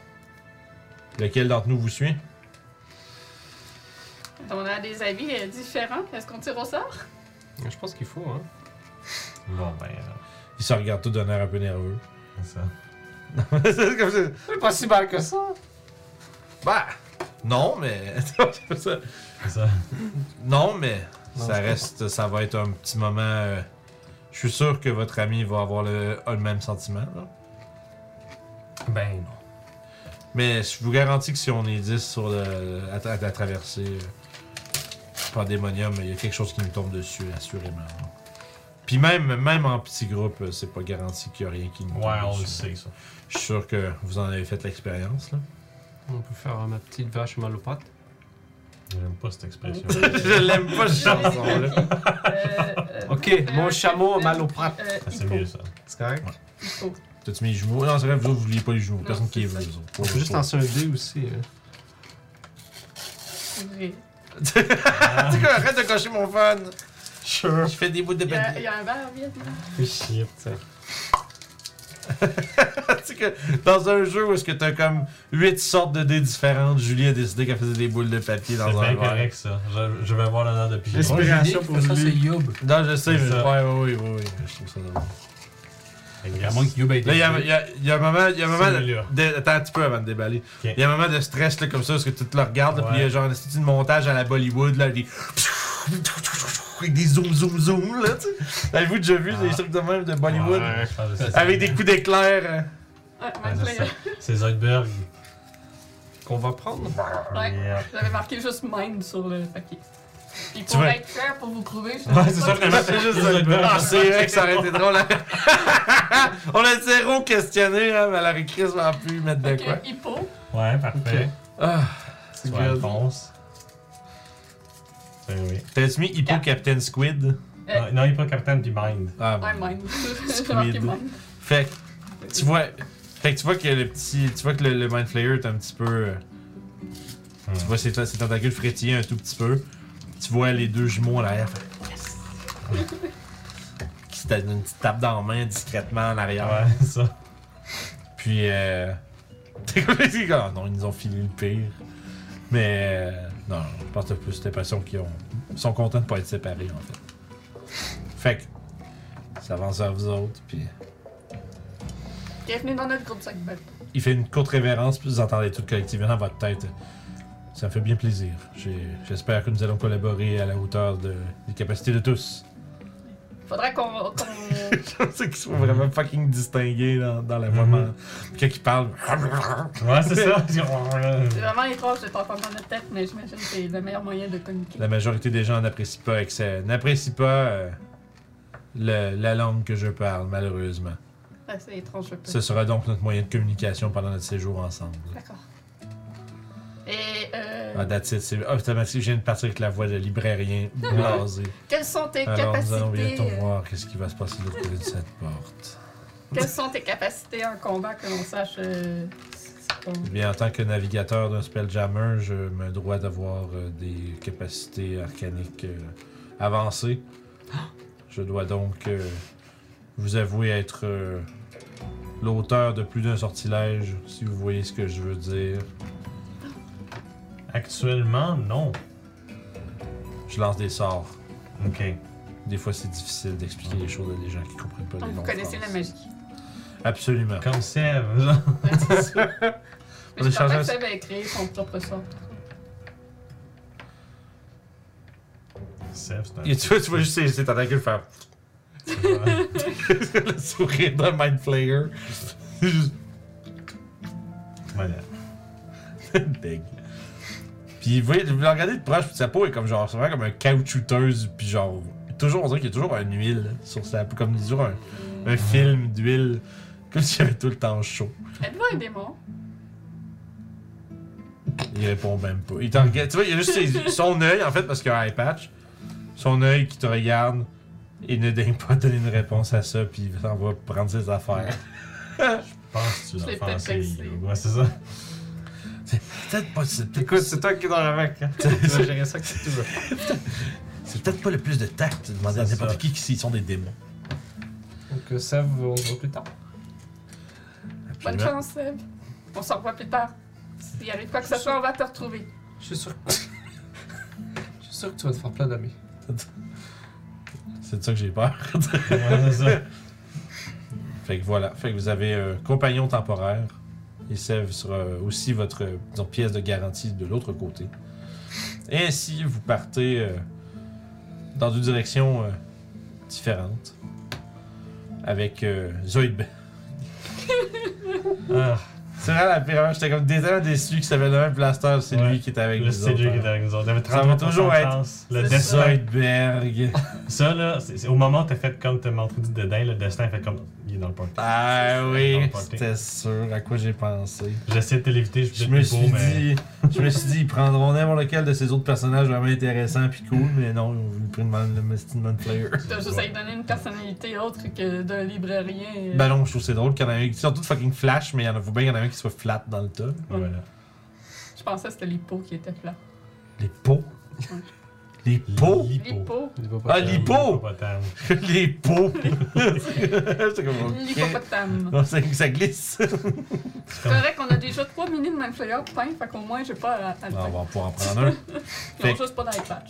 [SPEAKER 1] lequel d'entre nous vous suit
[SPEAKER 3] On a des avis euh, différents. Est-ce qu'on tire au sort?
[SPEAKER 2] Je pense qu'il faut, hein.
[SPEAKER 5] Bon, ben, euh,
[SPEAKER 1] Ils se regardent tous d'un air un peu nerveux.
[SPEAKER 5] c'est ça.
[SPEAKER 1] c'est comme ça.
[SPEAKER 2] C'est pas si mal que ça.
[SPEAKER 1] Bah, non, mais. C'est comme ça.
[SPEAKER 5] C'est ça.
[SPEAKER 1] non, mais.
[SPEAKER 2] Non,
[SPEAKER 1] ça
[SPEAKER 2] je
[SPEAKER 1] reste. Ça va être un petit moment. euh, Je suis sûr que votre ami va avoir le, a le même sentiment. là.
[SPEAKER 2] Ben non.
[SPEAKER 1] Mais je vous garantis que si on est 10 sur le, à, tra- à la traversée euh, Pandémonium, il y a quelque chose qui nous tombe dessus, assurément. là. Puis même, même en petit groupe, euh, c'est pas garanti qu'il y a rien qui nous tombe
[SPEAKER 5] Ouais, on
[SPEAKER 1] dessus.
[SPEAKER 5] le sait, ça.
[SPEAKER 1] Je suis sûr que vous en avez fait l'expérience. là.
[SPEAKER 2] On peut faire euh, ma petite vache malopate.
[SPEAKER 5] J'aime pas cette expression.
[SPEAKER 1] je l'aime pas, cette chanson-là.
[SPEAKER 3] Euh,
[SPEAKER 2] Ok, mon chameau malopate.
[SPEAKER 5] Ah, c'est mieux, ça.
[SPEAKER 2] C'est correct.
[SPEAKER 1] T'as-tu mis les jumeaux? Non, c'est vrai, vous autres, vous liez pas les jumeaux.
[SPEAKER 3] Non,
[SPEAKER 1] Personne qui est vous,
[SPEAKER 3] c'est ça.
[SPEAKER 1] les autres.
[SPEAKER 2] On peut juste lancer un dé aussi. hein.
[SPEAKER 3] Il
[SPEAKER 1] Tu sais quoi, arrête de cocher mon fun! Sure. Je fais des bouts de
[SPEAKER 3] y, a,
[SPEAKER 1] papier.
[SPEAKER 3] Euh, il y a un verre vide. là.
[SPEAKER 5] Shit, ça.
[SPEAKER 1] Tu sais que dans un jeu où est-ce que t'as comme huit sortes de dés différentes, Julie a décidé qu'elle faisait des boules de papier
[SPEAKER 5] C'est
[SPEAKER 1] dans un
[SPEAKER 5] bien
[SPEAKER 1] verre.
[SPEAKER 5] correct, ça. Je, je vais avoir l'honneur de piger.
[SPEAKER 2] Inspiration pour
[SPEAKER 4] ça, c'est
[SPEAKER 2] lui.
[SPEAKER 4] Yub.
[SPEAKER 1] Non, je sais,
[SPEAKER 5] C'est
[SPEAKER 1] mais
[SPEAKER 5] ça.
[SPEAKER 1] ouais, ouais, ouais, ouais, ouais, je trouve ça drôle.
[SPEAKER 5] Fait que
[SPEAKER 4] À moins que Yub ait été.
[SPEAKER 1] Là, il y a, il y a- il y a un moment, il y a un moment
[SPEAKER 5] Celui-là.
[SPEAKER 1] de, de- attends un petit peu avant de déballer. Il
[SPEAKER 5] Ok.
[SPEAKER 1] y a un moment de stress là, comme ça, parce que tu te le regardes, là, puis il y a
[SPEAKER 5] Ouais.
[SPEAKER 1] genre un style de montage à la Bollywood, là, des avec des zoom zoom zoom là, tu sais. Avez-vous déjà vu des
[SPEAKER 5] Ah.
[SPEAKER 1] trucs de même de Bollywood?
[SPEAKER 5] Ouais, je pense que c'est ça.
[SPEAKER 1] Avec des coups d'éclair. hein?
[SPEAKER 3] Ouais,
[SPEAKER 5] Ouais,
[SPEAKER 3] Max,
[SPEAKER 5] c'est
[SPEAKER 3] là,
[SPEAKER 5] ça. C'est Zoidberg.
[SPEAKER 2] Qu'on va prendre.
[SPEAKER 3] Ouais.
[SPEAKER 5] Yeah.
[SPEAKER 3] J'avais marqué juste mind sur le paquet. Puis
[SPEAKER 1] Tu
[SPEAKER 3] pour
[SPEAKER 1] veux-
[SPEAKER 3] être clair, pour vous prouver, je
[SPEAKER 5] Ouais, c'est ça,
[SPEAKER 1] euh, C'est juste ça.
[SPEAKER 5] Zoidberg.
[SPEAKER 1] Ah, c'est vrai que ça aurait été drôle. hein. On a zéro questionné, hein, mais la récrise va plus mettre de
[SPEAKER 3] Fait
[SPEAKER 1] quoi.
[SPEAKER 3] que hippo,
[SPEAKER 5] Ouais, parfait.
[SPEAKER 1] Ah.
[SPEAKER 5] C'est la réponse. Ben oui.
[SPEAKER 1] T'as-tu mis Hippo
[SPEAKER 3] Yeah.
[SPEAKER 1] Captain Squid?
[SPEAKER 3] Euh.
[SPEAKER 5] Non, Non, il prend Captain puis Mind.
[SPEAKER 1] Ah,
[SPEAKER 3] ouais,
[SPEAKER 1] bon.
[SPEAKER 3] mind. J'ai marqué mind.
[SPEAKER 1] Fait que tu vois, fait que tu vois que le petit, tu vois que le, le Mind Flayer est un petit peu, euh, tu vois ses, ses tentacules frétiller un tout petit peu. Tu vois les deux jumeaux en arrière. fait, Yes! Qui se donne une petite tape dans la main discrètement en arrière.
[SPEAKER 5] Ouais, c'est ça.
[SPEAKER 1] Puis euh, t'es comme c'est comme, Ah non, ils nous ont filé le pire. Mais euh, non, je pense que t'as plus l'impression qu'ils ont, ils sont contents de pas être séparés en fait. Fait que ça avance vers vous autres. Puis
[SPEAKER 3] Bienvenue dans notre groupe 5 belle.
[SPEAKER 1] Il fait une courte révérence, puis vous entendez tout collectivement dans votre tête. Ça me fait bien plaisir. J'ai- J'espère que nous allons collaborer à la hauteur de- des capacités de tous.
[SPEAKER 3] Faudrait qu'on. qu'on-
[SPEAKER 1] C'est qu'ils sont vraiment fucking distingués dans, dans la voix.
[SPEAKER 5] Mhm.
[SPEAKER 1] man- Puis quand ils parlent,
[SPEAKER 5] Ouais, c'est ça.
[SPEAKER 3] C'est vraiment étrange de t'entendre dans notre tête, mais j'imagine que c'est le meilleur moyen de communiquer.
[SPEAKER 1] la majorité des gens n'apprécient pas, excès- n'apprécient pas euh, le- la langue que je parle, malheureusement.
[SPEAKER 3] Ouais, Ah, c'est étrange un peu.
[SPEAKER 1] Ce sera donc notre moyen de communication pendant notre séjour ensemble.
[SPEAKER 3] D'accord. Et euh,
[SPEAKER 1] Ah, that's it, c'est automatique. Je viens de partir avec la voix de librairien blasé.
[SPEAKER 3] quelles sont tes
[SPEAKER 1] Alors, nous allons
[SPEAKER 3] capacités
[SPEAKER 1] bientôt
[SPEAKER 3] euh,
[SPEAKER 1] voir qu'est-ce qui va se passer de l'autre côté de cette porte.
[SPEAKER 3] Quelles sont tes capacités en combat que l'on sache euh, qu'on-
[SPEAKER 1] Eh Bien, en tant que navigateur d'un Spelljammer, je me dois d'avoir euh, des capacités arcaniques euh, avancées. Je dois donc euh, vous avouer être euh, l'auteur de plus d'un sortilège, si vous voyez ce que je veux dire.
[SPEAKER 5] Actuellement, non.
[SPEAKER 1] Je lance des sorts.
[SPEAKER 5] Ok.
[SPEAKER 1] Des fois, c'est difficile d'expliquer les choses à des gens qui comprennent pas les
[SPEAKER 3] Ah, Vous
[SPEAKER 1] noms.
[SPEAKER 3] connaissez la
[SPEAKER 1] phrases.
[SPEAKER 3] magie.
[SPEAKER 1] Absolument.
[SPEAKER 5] Comme Sève, genre.
[SPEAKER 1] On
[SPEAKER 3] Mais
[SPEAKER 1] a
[SPEAKER 3] je crois
[SPEAKER 1] changé
[SPEAKER 3] pas
[SPEAKER 1] un-
[SPEAKER 3] que Seb a créé son propre sort.
[SPEAKER 5] Sève, c'est un.
[SPEAKER 1] Et tu vois, tu vois juste ses, ses tentacules faire.
[SPEAKER 5] Ouais.
[SPEAKER 1] le sourire d'un Mind Flayer. C'est juste.
[SPEAKER 5] Voilà.
[SPEAKER 1] Deg. Puis vous, voyez- vous le regardez de proche, puis sa peau est comme genre, c'est vraiment comme un caoutchouteuse, puis genre toujours, on dirait qu'il y a toujours une huile sur sa. Comme toujours un, un film d'huile. Comme s'il y avait tout le temps chaud.
[SPEAKER 3] Êtes-vous un démon?
[SPEAKER 1] Il répond même pas. Il te regarde. Tu vois, il y a juste ses- son œil, en fait, parce qu'il y a un eye patch. Son œil qui te regarde et ne daigne pas donner une réponse à ça, puis il s'en va prendre ses affaires.
[SPEAKER 5] pense que
[SPEAKER 3] Je
[SPEAKER 5] tu
[SPEAKER 3] l'ai
[SPEAKER 5] l'as offensé.
[SPEAKER 3] peut-être blessé.
[SPEAKER 5] Ouais, c'est ça.
[SPEAKER 1] Peut-être pas, c'est peut-être
[SPEAKER 2] Écoute, c'est toi qui es dans la mec. Tu vas gérer ça que tu veux.
[SPEAKER 1] c'est peut-être pas le plus de tact de demander à
[SPEAKER 5] C'est ça.
[SPEAKER 1] n'importe qui s'ils sont des démons.
[SPEAKER 2] Donc, euh, Seb, on se voit plus tard.
[SPEAKER 3] Bonne chance, Seb. On s'en revoit plus tard. S'il arrive quoi que ce soit, on va te retrouver.
[SPEAKER 2] Je suis sûr que. Je suis sûr que tu vas te faire plein d'amis.
[SPEAKER 1] C'est de ça que j'ai peur.
[SPEAKER 5] Ouais, c'est ça.
[SPEAKER 1] Fait que voilà. Fait que vous avez un compagnon temporaire. Et Sève sera aussi votre euh, disons, pièce de garantie de l'autre côté. Et ainsi, vous partez euh, dans une direction euh, différente. Avec euh, Zoïd.
[SPEAKER 5] Ah,
[SPEAKER 1] C'est vrai, la pire. J'étais comme tellement déçu que ça avait le même plaster. C'est
[SPEAKER 5] Ouais.
[SPEAKER 1] lui qui était avec
[SPEAKER 5] le
[SPEAKER 1] nous autres. hein.
[SPEAKER 5] CJ qui est avec nous autres. Il y avait
[SPEAKER 1] Ça va
[SPEAKER 5] 30% de
[SPEAKER 1] toujours être-
[SPEAKER 5] chance. Le
[SPEAKER 3] C'est
[SPEAKER 5] destin.
[SPEAKER 1] Zoidberg.
[SPEAKER 5] Ça, là, c'est c'est au moment où t'as fait comme t'as montré du dédain, le destin fait comme. Il est dans le party.
[SPEAKER 1] Ah oui,
[SPEAKER 5] Dans le party.
[SPEAKER 1] c'était sûr à quoi j'ai pensé.
[SPEAKER 5] J'essaie de te l'éviter, je
[SPEAKER 1] Je
[SPEAKER 5] suis
[SPEAKER 1] me
[SPEAKER 5] plus
[SPEAKER 1] suis
[SPEAKER 5] beau, mais.
[SPEAKER 1] dit, je me suis dit, ils prendront n'importe lequel de ces autres personnages vraiment intéressants puis cool, mais non, ils ont voulu prendre le Mustnman Player.
[SPEAKER 3] Tu dois juste lui donner une personnalité autre que d'un librairien. euh,
[SPEAKER 1] Ben non, je trouve c'est drôle qu'il y en a un qui surtout de fucking flash, mais il y en a faut bien qu'il y en a un qui soit flat dans le tas.
[SPEAKER 5] Voilà.
[SPEAKER 3] Je pensais que c'était l'hippo qui était là.
[SPEAKER 1] Les pots. Les pots.
[SPEAKER 3] L'hippo.
[SPEAKER 1] Ah, l'hippo!
[SPEAKER 5] L'hippopotame.
[SPEAKER 1] Les pots. J'étais comme, ok.
[SPEAKER 3] L'hippopotame.
[SPEAKER 1] Non, ça, ça glisse.
[SPEAKER 3] C'est correct, on a déjà trois mini de Manflayer peints, fait qu'au moins j'ai pas à, à le
[SPEAKER 1] Non, on
[SPEAKER 3] faire.
[SPEAKER 1] va pouvoir en prendre un.
[SPEAKER 3] Ils ont
[SPEAKER 1] Ah, fait-
[SPEAKER 3] juste pas d'iPatch.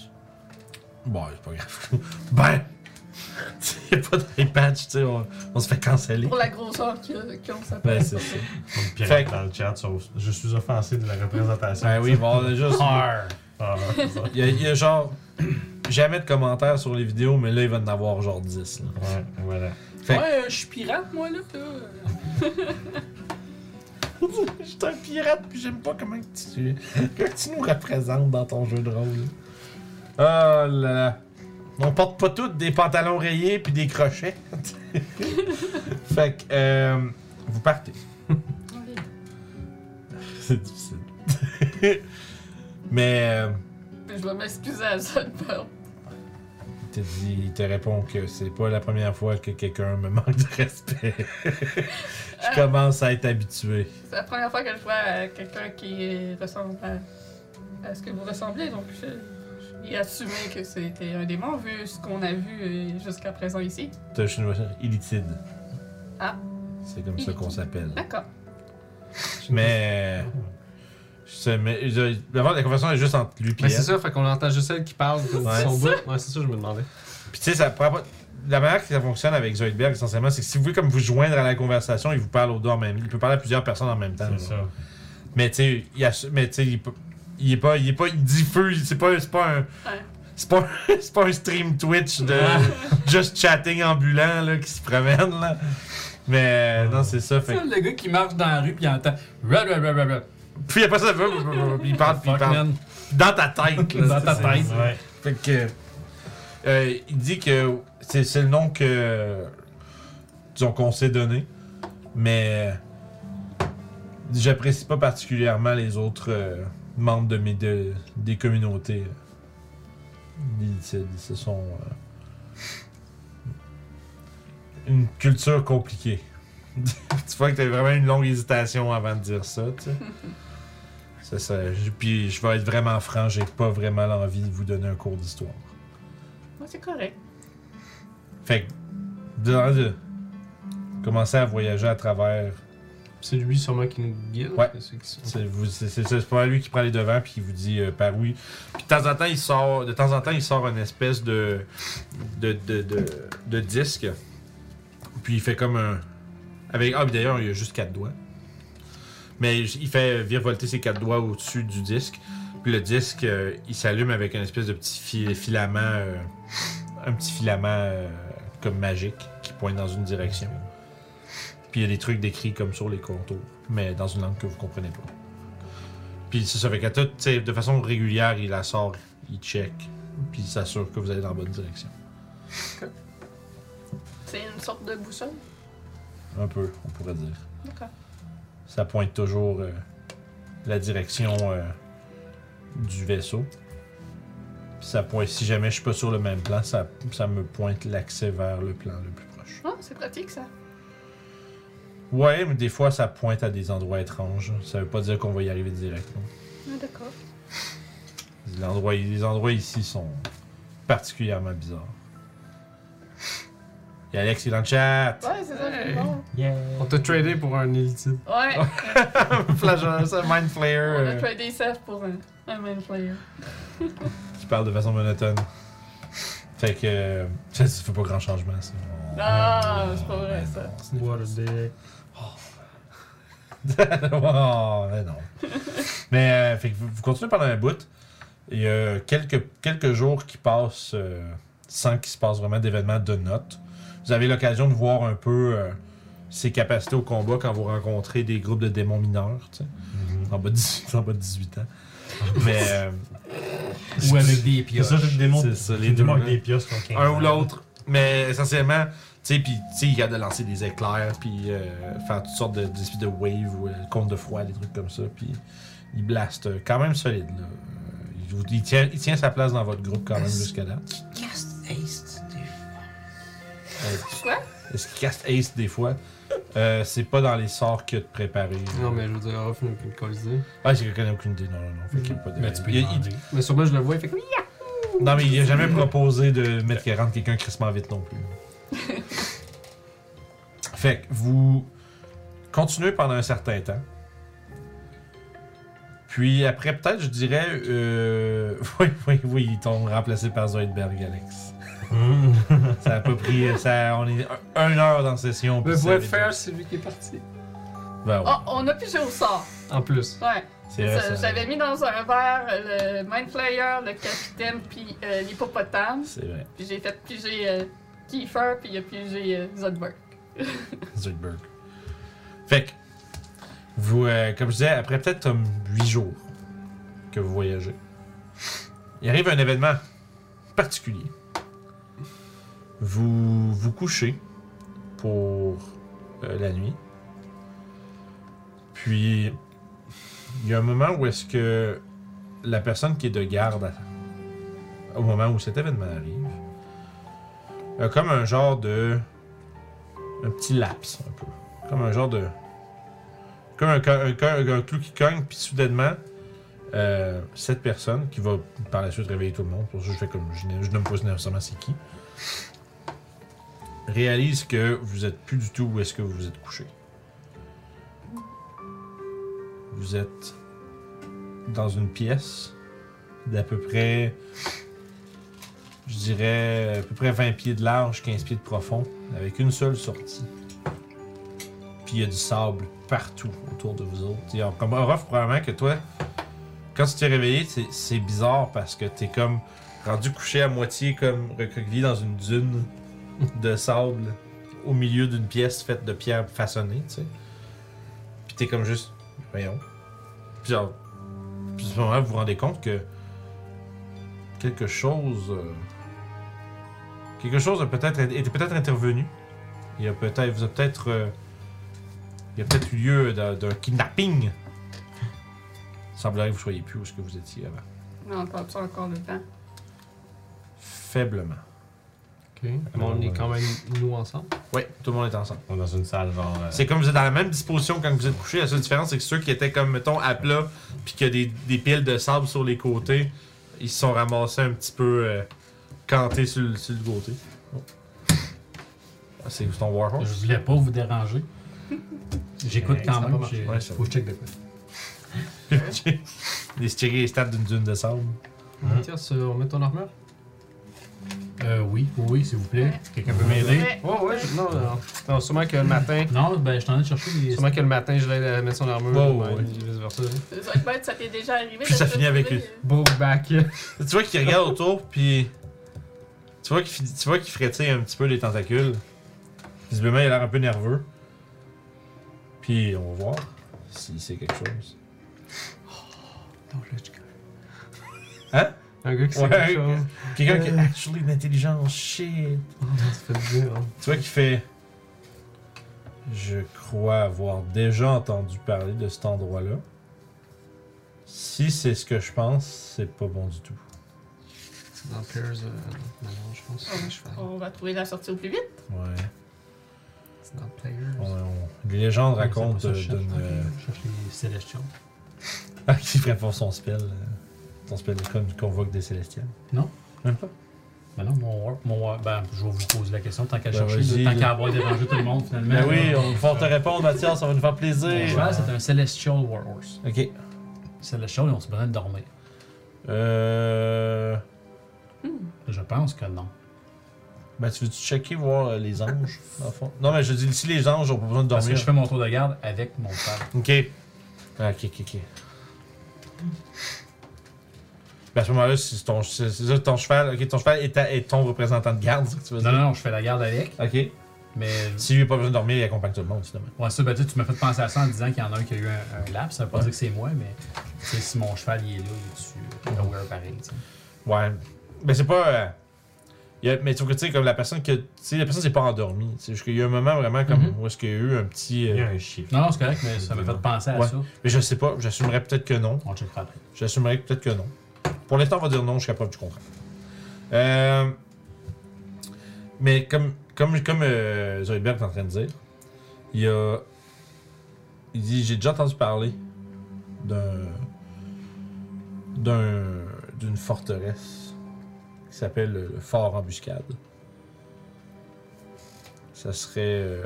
[SPEAKER 1] Bon, c'est pas grave. Ben! Il n'y a pas de patch, tu sais, on, on se fait canceller.
[SPEAKER 3] Pour la grosseur que- qu'on
[SPEAKER 1] Ben,
[SPEAKER 3] s'appelle.
[SPEAKER 1] c'est ça.
[SPEAKER 5] Une pirate
[SPEAKER 1] Fait que-
[SPEAKER 5] dans le chat, sur- je suis offensé de la représentation.
[SPEAKER 1] Ben oui, bon, on a juste.
[SPEAKER 5] Ah, c'est ça.
[SPEAKER 1] Il y, a- il y a genre jamais de commentaires sur les vidéos, mais là, il va en avoir genre 10. là.
[SPEAKER 5] Ouais, voilà.
[SPEAKER 1] Ben, Fait-
[SPEAKER 3] Ouais, euh, je suis pirate, moi, là. là.
[SPEAKER 1] Je suis un pirate, puis j'aime pas comment que tu, que tu nous représentes dans ton jeu de rôle. Oh là là. On porte pas toutes des pantalons rayés puis des crochets. fait que, euh, vous partez. C'est difficile. Mais euh,
[SPEAKER 3] Puis je vais m'excuser à ça de peur.
[SPEAKER 1] il te dit- il te répond que c'est pas la première fois que quelqu'un me manque de respect. Je commence à être habitué.
[SPEAKER 3] Ah, C'est la première fois que je vois euh, quelqu'un qui ressemble à, à ce que vous ressemblez, donc je, je- il a assumé que c'était un démon vu ce qu'on a vu euh, jusqu'à présent ici.
[SPEAKER 1] T'as juste une voiture illitide.
[SPEAKER 3] Ah.
[SPEAKER 1] C'est comme ça qu'on s'appelle.
[SPEAKER 3] D'accord.
[SPEAKER 1] Mais. Je mais je- d'abord, la conversation est juste entre lui et
[SPEAKER 2] Mais
[SPEAKER 1] elle.
[SPEAKER 2] Ben, c'est ça, fait qu'on entend juste elle qui parle de
[SPEAKER 1] Ouais.
[SPEAKER 2] son bout. euh, Ouais, c'est ça, je me demandais.
[SPEAKER 1] Puis tu sais, ça prend pas. La manière que ça fonctionne avec Zoidberg, essentiellement, c'est que si vous voulez comme vous joindre à la conversation, il vous parle aux deux en même Il peut parler à plusieurs personnes en même temps.
[SPEAKER 5] C'est
[SPEAKER 1] là.
[SPEAKER 5] ça.
[SPEAKER 1] Mais tu sais, il, assu- mais, tu sais, il peut- il est pas. Il est pas. Il dit feu. il- C'est pas, c'est pas un.
[SPEAKER 3] Ouais.
[SPEAKER 1] C'est pas, un- c'est pas un stream Twitch de just chatting ambulant là, qui se promène. Là. Mais euh, non, c'est ça. Fait...
[SPEAKER 4] C'est le gars qui marche dans la rue puis il entend. Rah, rah, rah, rah, rah.
[SPEAKER 1] Puis après ça, il parle, puis il
[SPEAKER 4] Fuck,
[SPEAKER 1] parle.
[SPEAKER 4] man.
[SPEAKER 1] Dans ta tête. là,
[SPEAKER 4] Dans ta
[SPEAKER 1] c'est-
[SPEAKER 4] tête.
[SPEAKER 5] Ouais.
[SPEAKER 1] Fait que. euh, il dit que c'est c'est le nom que. Disons qu'on s'est donné. Mais. J'apprécie pas particulièrement les autres euh, membres de mes de- des communautés. euh. Ils, se- ils se sont. euh, une culture compliquée. tu vois que t'as vraiment une longue hésitation avant de dire ça, tu sais. C'est ça. Je- Puis je vais être vraiment franc, j'ai pas vraiment l'envie de vous donner un cours d'histoire.
[SPEAKER 3] Moi, c'est correct.
[SPEAKER 1] Fait que, de, de- commencer à voyager à travers.
[SPEAKER 2] C'est lui sûrement qui nous guide.
[SPEAKER 1] Ouais.
[SPEAKER 2] C'est ceux qui sont-
[SPEAKER 1] C'est vous- c'est- c'est- c'est pas lui qui prend les devants puis qui vous dit euh, par oui. Puis de temps en temps, il sort, de temps en temps, il sort une espèce de, de, de, de, de disque. Puis il fait comme un. Avec, ah, puis d'ailleurs, il a juste quatre doigts. Mais il fait virevolter ses quatre doigts au-dessus du disque. Puis le disque, euh, il s'allume avec une espèce de petit fil- filament. euh, un petit filament euh, comme magique qui pointe dans une direction. Puis il y a des trucs décrits comme sur les contours, mais dans une langue que vous comprenez pas. Puis c'est ça, fait qu'à tout, tu sais, de façon régulière, il la sort, il check, puis il s'assure que vous allez dans la bonne direction.
[SPEAKER 3] C'est une sorte de boussole.
[SPEAKER 1] Un peu, on pourrait dire.
[SPEAKER 3] D'accord.
[SPEAKER 1] Ça pointe toujours euh, la direction euh, du vaisseau. Puis ça pointe, si jamais je suis pas sur le même plan, ça, ça me pointe l'accès vers le plan le plus proche.
[SPEAKER 3] Ah, c'est pratique ça.
[SPEAKER 1] Ouais, mais des fois ça pointe à des endroits étranges. Ça veut pas dire qu'on va y arriver directement.
[SPEAKER 3] Ah, d'accord.
[SPEAKER 1] L'endroit, les endroits ici sont particulièrement bizarres. Et Alex, il est dans le chat!
[SPEAKER 3] Ouais, c'est ça,
[SPEAKER 2] Hey.
[SPEAKER 3] c'est bon.
[SPEAKER 5] Yeah.
[SPEAKER 2] On t'a tradé pour un élitide.
[SPEAKER 3] Ouais,
[SPEAKER 1] Flageur, euh, ça, Mind Flayer,
[SPEAKER 3] on a
[SPEAKER 1] euh,
[SPEAKER 3] tradé ça pour un, un main player.
[SPEAKER 1] qui parle de façon monotone. Fait que. euh, Ça, ça fait pas grand changement, ça. Ben
[SPEAKER 3] Ah, c'est pas vrai, ça.
[SPEAKER 2] What a dick.
[SPEAKER 1] oh, mais non. mais euh, fait que vous, vous continuez pendant un bout. Il y a quelques, quelques jours qui passent euh, sans qu'il se passe vraiment d'événements de note. Vous avez l'occasion de voir un peu euh, ses capacités au combat quand vous rencontrez des groupes de démons mineurs, tu sais,
[SPEAKER 5] Mhm.
[SPEAKER 1] en bas de 18, en bas de 18 ans. Mais euh,
[SPEAKER 4] Ou avec des
[SPEAKER 5] C'est
[SPEAKER 4] pioches.
[SPEAKER 5] ça, je démontre.
[SPEAKER 1] C'est ça, les
[SPEAKER 5] Les
[SPEAKER 1] deux,
[SPEAKER 5] démons avec
[SPEAKER 1] hein.
[SPEAKER 5] des pièces qui ont
[SPEAKER 1] un
[SPEAKER 5] 15
[SPEAKER 1] ou
[SPEAKER 5] ans.
[SPEAKER 1] l'autre. Mais essentiellement, tu sais, puis tu sais, il a de lancer des éclairs, puis euh, faire toutes sortes de, d'espèces de waves, ou euh, compte de froid, des trucs comme ça. Puis il blast euh, quand même solide. Là. Euh, Il, vous- il tient, il tient sa place dans votre groupe quand même jusqu'à là.
[SPEAKER 3] Quoi?
[SPEAKER 1] Est-ce qu'il casse Ace des fois? Euh, c'est pas dans les sorts qu'il a de préparé.
[SPEAKER 2] Non, mais je veux dire, off, il n'a aucune cause idée.
[SPEAKER 1] Ah, c'est quelqu'un qui n'a aucune idée. Non, non, non. Fait qu'il y a pas de...
[SPEAKER 4] Mais tu peux
[SPEAKER 1] Il-
[SPEAKER 4] y
[SPEAKER 1] il-
[SPEAKER 4] demander.
[SPEAKER 2] Mais sûrement, je le vois, il fait que oui.
[SPEAKER 1] Non, mais il a jamais proposé de mettre 40 quelqu'un crissement vite non plus. fait que vous continuez pendant un certain temps. Puis après, peut-être, je dirais. Euh... Oui, oui, oui, ils t'ont remplacé par Zoidberg, Alex.
[SPEAKER 5] Mhm.
[SPEAKER 1] Ça a pas pris. Ça, on est un- une heure dans la session. puis
[SPEAKER 2] Le
[SPEAKER 1] ça
[SPEAKER 2] voix
[SPEAKER 1] avait-
[SPEAKER 2] faire, c'est lui qui est parti.
[SPEAKER 1] Ben ouais,
[SPEAKER 3] Oh, on a pigé au sort.
[SPEAKER 2] En plus.
[SPEAKER 3] Ouais.
[SPEAKER 1] c'est
[SPEAKER 3] Ça,
[SPEAKER 1] vrai. ça-
[SPEAKER 3] J'avais mis dans un verre euh, le Mind Flayer, le Capitaine, puis euh, l'Hippopotame.
[SPEAKER 1] C'est vrai,
[SPEAKER 3] Puis j'ai fait piger euh, Kiefer, puis il a pigé euh, Zodberg.
[SPEAKER 1] Zoidberg. Fait que, vous, euh, comme je disais, après peut-être comme 8 jours que vous voyagez, il arrive un événement particulier. Vous vous couchez pour euh, la nuit. Puis, il y a un moment où est-ce que la personne qui est de garde, à- au moment où cet événement arrive, a comme un genre de... un petit laps, un peu. Comme un genre de... Comme un, co- un co- un clou qui cogne, puis soudainement, euh, cette personne, qui va par la suite réveiller tout le monde, pour ça je fais comme... je, n'ai- je nomme pas nécessairement c'est qui, réalise que vous êtes plus du tout où est-ce que vous vous êtes couché. Vous êtes dans une pièce d'à peu près, je dirais, à peu près 20 pieds de large, 15 pieds de profond, avec une seule sortie. Puis il y a du sable partout autour de vous autres. Et on- Comme Orof, probablement que toi, quand tu t'es réveillé, c'est- c'est bizarre parce que t'es comme rendu couché à moitié, comme recroquevillé dans une dune de sable au milieu d'une pièce faite de pierres façonnées, tu sais. Puis t'es comme juste, voyons. Puis, genre, puis à ce moment-là, vous vous rendez compte que quelque chose. euh, quelque chose a peut-être était peut-être intervenu. Il y a peut-être. Vous a peut-être. euh, il y a peut-être eu lieu d'un d'un kidnapping. Il semblerait que vous soyez plus où ce que vous étiez avant.
[SPEAKER 3] Non, on parle pas encore le temps.
[SPEAKER 1] Faiblement.
[SPEAKER 2] Ok. Mais on est quand même nous ensemble.
[SPEAKER 1] Oui, tout le monde est ensemble.
[SPEAKER 5] On est dans une salle genre. euh,
[SPEAKER 1] C'est comme vous êtes dans la même disposition quand vous êtes couché. La seule différence, c'est que ceux qui étaient comme, mettons, à plat, puis qu'il y a des, des piles de sable sur les côtés, ils se sont ramassés un petit peu euh, cantés sur, le- sur le côté. Oh. Ah, C'est ton
[SPEAKER 4] Je
[SPEAKER 1] Warhorse?
[SPEAKER 4] voulais pas vous déranger. J'écoute
[SPEAKER 5] Ouais, ça
[SPEAKER 4] quand
[SPEAKER 5] va
[SPEAKER 4] même.
[SPEAKER 5] marcher.
[SPEAKER 4] j'ai-
[SPEAKER 1] Ouais, ça
[SPEAKER 2] Faut que je check de quoi.
[SPEAKER 1] Les stickers, les stats d'une dune de sable.
[SPEAKER 5] Mhm.
[SPEAKER 2] Tiens, ça, on met ton armure
[SPEAKER 4] Euh, oui, oui, oui, s'il vous plaît.
[SPEAKER 3] Ouais.
[SPEAKER 4] Quelqu'un peut m'aider?
[SPEAKER 3] Ouais.
[SPEAKER 2] Oh, ouais, je- non, non. Non, sûrement que le matin.
[SPEAKER 4] Non, ben, je t'en ai cherché des.
[SPEAKER 2] Sûrement que le matin, je l'aide à mettre son armure.
[SPEAKER 1] Wow, ouais.
[SPEAKER 2] vice versa.
[SPEAKER 3] Zodberg, ça t'est déjà arrivé.
[SPEAKER 1] Puis
[SPEAKER 3] de
[SPEAKER 1] ça
[SPEAKER 3] te euh,
[SPEAKER 1] finit avec
[SPEAKER 3] retrouver,
[SPEAKER 2] Beau back.
[SPEAKER 1] Tu vois qu'il regarde autour, puis tu vois qu'il tu vois qu'il frétille un petit peu les tentacules. Visiblement, il a l'air un peu nerveux. Puis on va voir si c'est quelque chose.
[SPEAKER 2] Non, là, je
[SPEAKER 1] Hein?
[SPEAKER 2] Un gars qui sait
[SPEAKER 1] Ouais.
[SPEAKER 2] quelque chose.
[SPEAKER 1] Quelqu'un qui a Euh, actually une intelligence, shit.
[SPEAKER 2] Ça fait du bien, hein.
[SPEAKER 1] Tu vois qu'il fait. Je crois avoir déjà entendu parler de cet endroit-là. Si c'est ce que je pense, c'est pas bon du tout.
[SPEAKER 2] C'est dans Pierre's euh, Manon, Ah, je pense.
[SPEAKER 3] Oh,
[SPEAKER 2] le cheval.
[SPEAKER 3] On va trouver la sortie au plus vite.
[SPEAKER 1] Ouais.
[SPEAKER 2] C'est dans Players.
[SPEAKER 1] On- on- Les légendes racontent
[SPEAKER 4] C'est pas ça que je
[SPEAKER 1] euh,
[SPEAKER 4] cherche.
[SPEAKER 1] d'une. euh,
[SPEAKER 4] Ok, Je cherche les Celestials.
[SPEAKER 1] Ah, qui ferait pas son spell. euh, Son spell con- convoque des célestiels.
[SPEAKER 4] Ben non, mon warp, mon warp. Ben, je vais vous poser la question tant qu'à
[SPEAKER 1] Ben,
[SPEAKER 4] chercher,
[SPEAKER 1] vas-y,
[SPEAKER 4] là, Ben tant
[SPEAKER 1] là.
[SPEAKER 4] qu'à avoir dérangé tout le monde finalement.
[SPEAKER 1] Mais Ben oui,
[SPEAKER 4] là.
[SPEAKER 1] on va te répondre, Mathias, ça va nous faire
[SPEAKER 4] Mon
[SPEAKER 1] plaisir.
[SPEAKER 4] cheval, c'est un Celestial Warhorse.
[SPEAKER 1] Ok.
[SPEAKER 4] Celestial, ils ont se besoin de dormir.
[SPEAKER 1] Euh.
[SPEAKER 4] Je pense que non.
[SPEAKER 1] Ben, tu veux-tu checker, voir euh, les anges, dans le fond? Non, mais je dis, si les anges ont pas besoin de
[SPEAKER 4] Parce que
[SPEAKER 1] dormir.
[SPEAKER 4] je fais mon tour de garde avec mon cheval.
[SPEAKER 1] Ok. Ah, Ok, ok, ok. Ben, à ce moment-là, si ton, c'est c'est ça, ton cheval, ok, ton cheval est, ta- est ton représentant de garde, c'est ce que tu veux
[SPEAKER 4] Non,
[SPEAKER 1] dire.
[SPEAKER 4] non, non, je fais la garde avec,
[SPEAKER 1] Ok.
[SPEAKER 4] mais.
[SPEAKER 1] Si lui n'a pas besoin de dormir, il accompagne tout le monde, finalement.
[SPEAKER 4] Ouais, ça, ben, tu sais, tu m'as fait penser à ça en disant qu'il y en a un qui a eu un, un laps. Ça veut pas dire que c'est moi, mais tu sais, si mon cheval il est là, il est
[SPEAKER 1] Ouais.
[SPEAKER 4] dessus. Nowhere pareil, tu sais.
[SPEAKER 1] Ouais. Mais c'est pas. euh, il y a- mais tu vois que, tu sais, comme la personne que. Tu sais, la personne s'est pas endormie. C'est juste qu'il y a eu un moment vraiment comme.
[SPEAKER 4] Mhm.
[SPEAKER 1] Où est-ce qu'il y a eu un petit. euh,
[SPEAKER 5] Il y a un chiffre.
[SPEAKER 4] Non, non, c'est correct, mais ça m'a fait penser à
[SPEAKER 1] Ouais.
[SPEAKER 4] ça.
[SPEAKER 1] Mais je sais pas, j'assumerais peut-être que non.
[SPEAKER 4] On checkera après.
[SPEAKER 1] J'assumerais peut-être que non. Pour l'instant, on va dire non jusqu'à preuve du contraire. Euh, mais comme, comme, comme euh, Zoidberg est en train de dire, il y a. Il dit J'ai déjà entendu parler d'un. d'un. d'une forteresse qui s'appelle le, le Fort Embuscade. Ça serait. euh,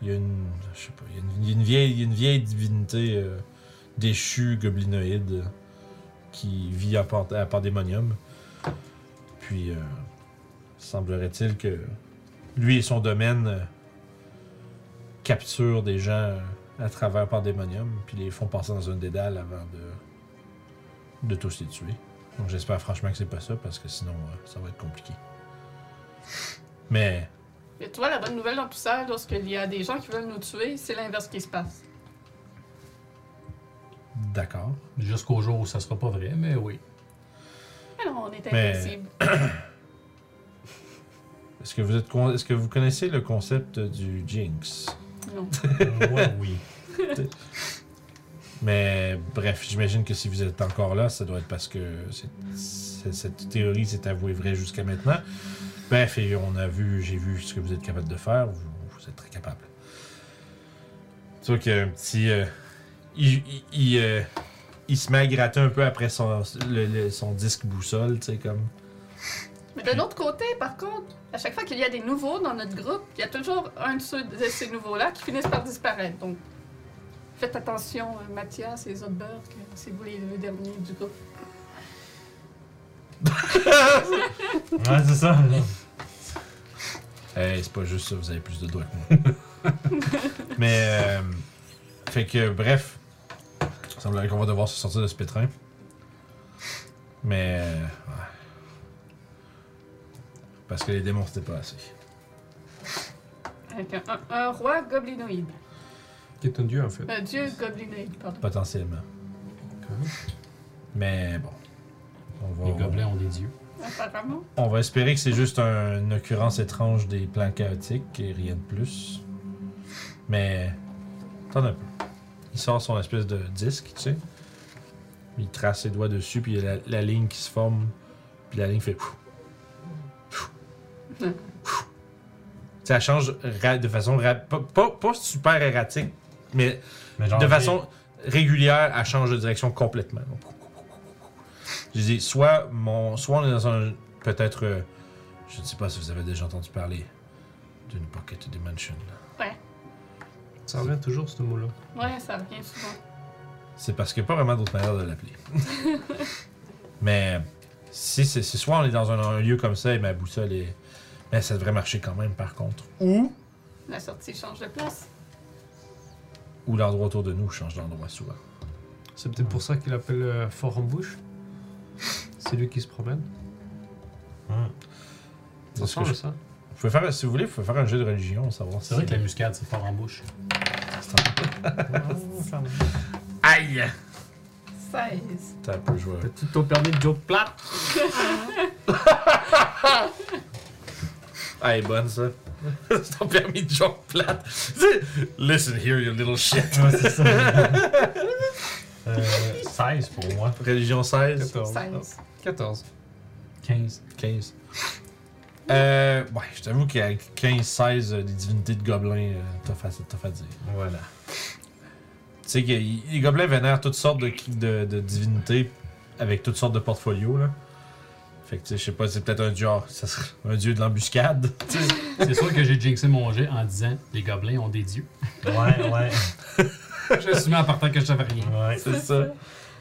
[SPEAKER 1] il y a une. Je sais pas. Il y a une, il y a une vieille, il y a une vieille divinité euh, déchue, goblinoïde qui vit à, Pan- à Pandémonium. Puis, euh, semblerait-il que lui et son domaine euh, capturent des gens euh, à travers Pandémonium, puis les font passer dans un dédale avant de, de tous les tuer. Donc, j'espère franchement que c'est pas ça, parce que sinon, euh, ça va être compliqué. Mais,
[SPEAKER 3] Mais tu vois, la bonne nouvelle dans tout ça, lorsqu'il y a des gens qui veulent nous tuer, c'est l'inverse qui se passe.
[SPEAKER 1] d'accord.
[SPEAKER 4] Jusqu'au jour où ça sera pas vrai, mais oui.
[SPEAKER 3] Alors, on est
[SPEAKER 1] Mais-
[SPEAKER 3] invincible.
[SPEAKER 1] Est-ce que, vous êtes con- est-ce que vous connaissez le concept du Jinx?
[SPEAKER 3] Non.
[SPEAKER 5] ouais, oui.
[SPEAKER 1] Ah Mais bref, j'imagine que si vous êtes encore là, ça doit être parce que c'est- c'est- cette théorie s'est avouée vraie jusqu'à maintenant. Bref, et on a vu, j'ai vu ce que vous êtes capable de faire. Vous, vous êtes très capable. Tu vois qu'il y a un petit. euh, il, il- il, euh, il se met à gratter un peu après son, le- le- son disque boussole, tu sais, comme.
[SPEAKER 3] Mais de l'autre côté, par contre, à chaque fois qu'il y a des nouveaux dans notre groupe, il y a toujours un de, ceux, de ces nouveaux-là qui finissent par disparaître. Donc, faites attention, euh, Mathias et Zodberg, c'est vous les deux derniers du groupe.
[SPEAKER 5] Ouais, c'est ça.
[SPEAKER 1] Hey, c'est pas juste ça, vous avez plus de doigts que moi. Mais, euh, fait que, bref, il semblerait qu'on va devoir se sortir de ce pétrin. Mais, euh, ouais. Parce que les démons, c'était pas assez.
[SPEAKER 3] Avec un, un- un roi goblinoïde.
[SPEAKER 2] Qui est un dieu en fait.
[SPEAKER 3] Un dieu goblinoïde, pardon.
[SPEAKER 1] Potentiellement. Mais bon. On va,
[SPEAKER 4] Les gobelins ont des dieux.
[SPEAKER 3] Apparemment.
[SPEAKER 1] on va espérer que c'est juste un- une occurrence étrange des plans chaotiques et rien de plus. Mais. Attends un peu. Il sort son espèce de disque, tu sais. Il trace ses doigts dessus, puis il y a la, la ligne qui se forme. Puis la ligne fait. Pfff, pfff, pfff. Ça change ra- de façon. ra- Pas, pas, pas super erratique, mais
[SPEAKER 5] Mais genre,
[SPEAKER 1] de façon régulière, elle change de direction complètement. Donc, Je dis, soit, mon, soit on est dans un. Peut-être. euh, je ne sais pas si vous avez déjà entendu parler d'une Pocket Dimension.
[SPEAKER 2] Ça revient toujours ce mot-là.
[SPEAKER 3] Ouais, ça revient souvent.
[SPEAKER 1] C'est parce qu'il n'y a pas vraiment d'autre manière de l'appeler. mais si c'est c'est soit on est dans un, un lieu comme ça et ma boussole est. Mais ça devrait marcher quand même, par contre. Ou.
[SPEAKER 3] La sortie change de place.
[SPEAKER 1] Ou l'endroit autour de nous change d'endroit souvent.
[SPEAKER 2] C'est peut-être pour ça qu'il l'appelle euh, Fort en bouche. C'est lui qui se promène.
[SPEAKER 5] Ouais.
[SPEAKER 2] Ça
[SPEAKER 1] Est-ce que
[SPEAKER 2] ressemble
[SPEAKER 1] je-
[SPEAKER 2] à ça.
[SPEAKER 1] Vous pouvez faire, si vous voulez, vous pouvez faire un jeu de religion, savoir si
[SPEAKER 4] C'est vrai que la muscade, c'est fort en bouche.
[SPEAKER 1] Aïe!
[SPEAKER 3] 16.
[SPEAKER 1] T'as un peu joué.
[SPEAKER 2] T'as-tu ton permis de joke plate?
[SPEAKER 1] Ah, elle est bonne, ça. C'est ton permis de joke plate. C'est- Listen here, you little shit.
[SPEAKER 5] Ouais, c'est ça. Euh, 16 pour moi.
[SPEAKER 1] Religion 16.
[SPEAKER 2] 14.
[SPEAKER 3] 16.
[SPEAKER 2] 14.
[SPEAKER 5] 15.
[SPEAKER 1] 15. Euh, ouais, je t'avoue qu'à 15-16, euh, des divinités de gobelins, euh, tough, à, tough à dire.
[SPEAKER 5] Voilà.
[SPEAKER 1] Tu sais que y- les gobelins vénèrent toutes sortes de, de, de divinités avec toutes sortes de portfolios, là. Fait que, tu sais, je sais pas, c'est peut-être un dieu, or- ça serait un dieu de l'embuscade.
[SPEAKER 4] C'est sûr que j'ai jinxé mon jet en disant les gobelins ont des dieux.
[SPEAKER 5] Ouais, ouais.
[SPEAKER 4] J'ai assumé en partant que je savais rien.
[SPEAKER 5] Ouais.
[SPEAKER 1] C'est ça.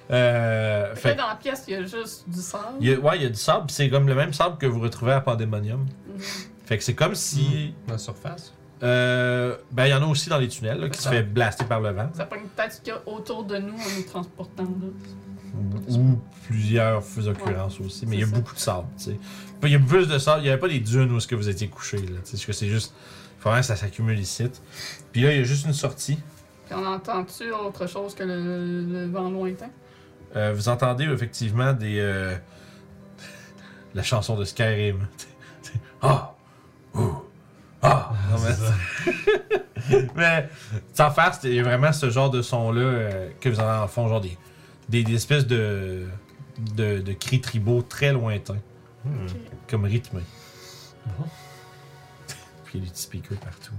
[SPEAKER 1] Euh,
[SPEAKER 3] Fait
[SPEAKER 1] fait
[SPEAKER 3] que dans la pièce, il y a juste du sang.
[SPEAKER 1] il y a, ouais, il y a du sable, pis c'est comme le même sable que vous retrouvez à Pandemonium.
[SPEAKER 3] Mm.
[SPEAKER 1] Fait que c'est comme si.
[SPEAKER 2] La surface.
[SPEAKER 1] euh, ben, il y en a aussi dans les tunnels, là, qui se fait blaster par le vent.
[SPEAKER 3] Ça pogne peut-être ce qu'il y a autour de nous en nous transportant là.
[SPEAKER 1] Ou, ou plusieurs feux d'occurrence aussi, mais il y a
[SPEAKER 3] C'est ça.
[SPEAKER 1] beaucoup de sable, tu sais. Puis Il y a plus de sable, il n'y avait pas des dunes où est-ce que vous étiez couché, là. tu sais, parce que c'est juste. Vraiment, ça s'accumule ici. Puis là, il y a juste une sortie.
[SPEAKER 3] Puis on entend-tu autre chose que le, le vent lointain?
[SPEAKER 1] Euh, vous entendez effectivement des. euh, la chanson de Skyrim. Ah! Ouh! Ah! Non, mais-
[SPEAKER 5] C'est ça.
[SPEAKER 1] Mais sans faire, il y a vraiment ce genre de son-là euh, que vous avez en fond, genre des, des, des espèces de, de, de cris tribaux très lointains,
[SPEAKER 5] Hmm.
[SPEAKER 1] comme rythmés. Puis il y a des petits speakers partout.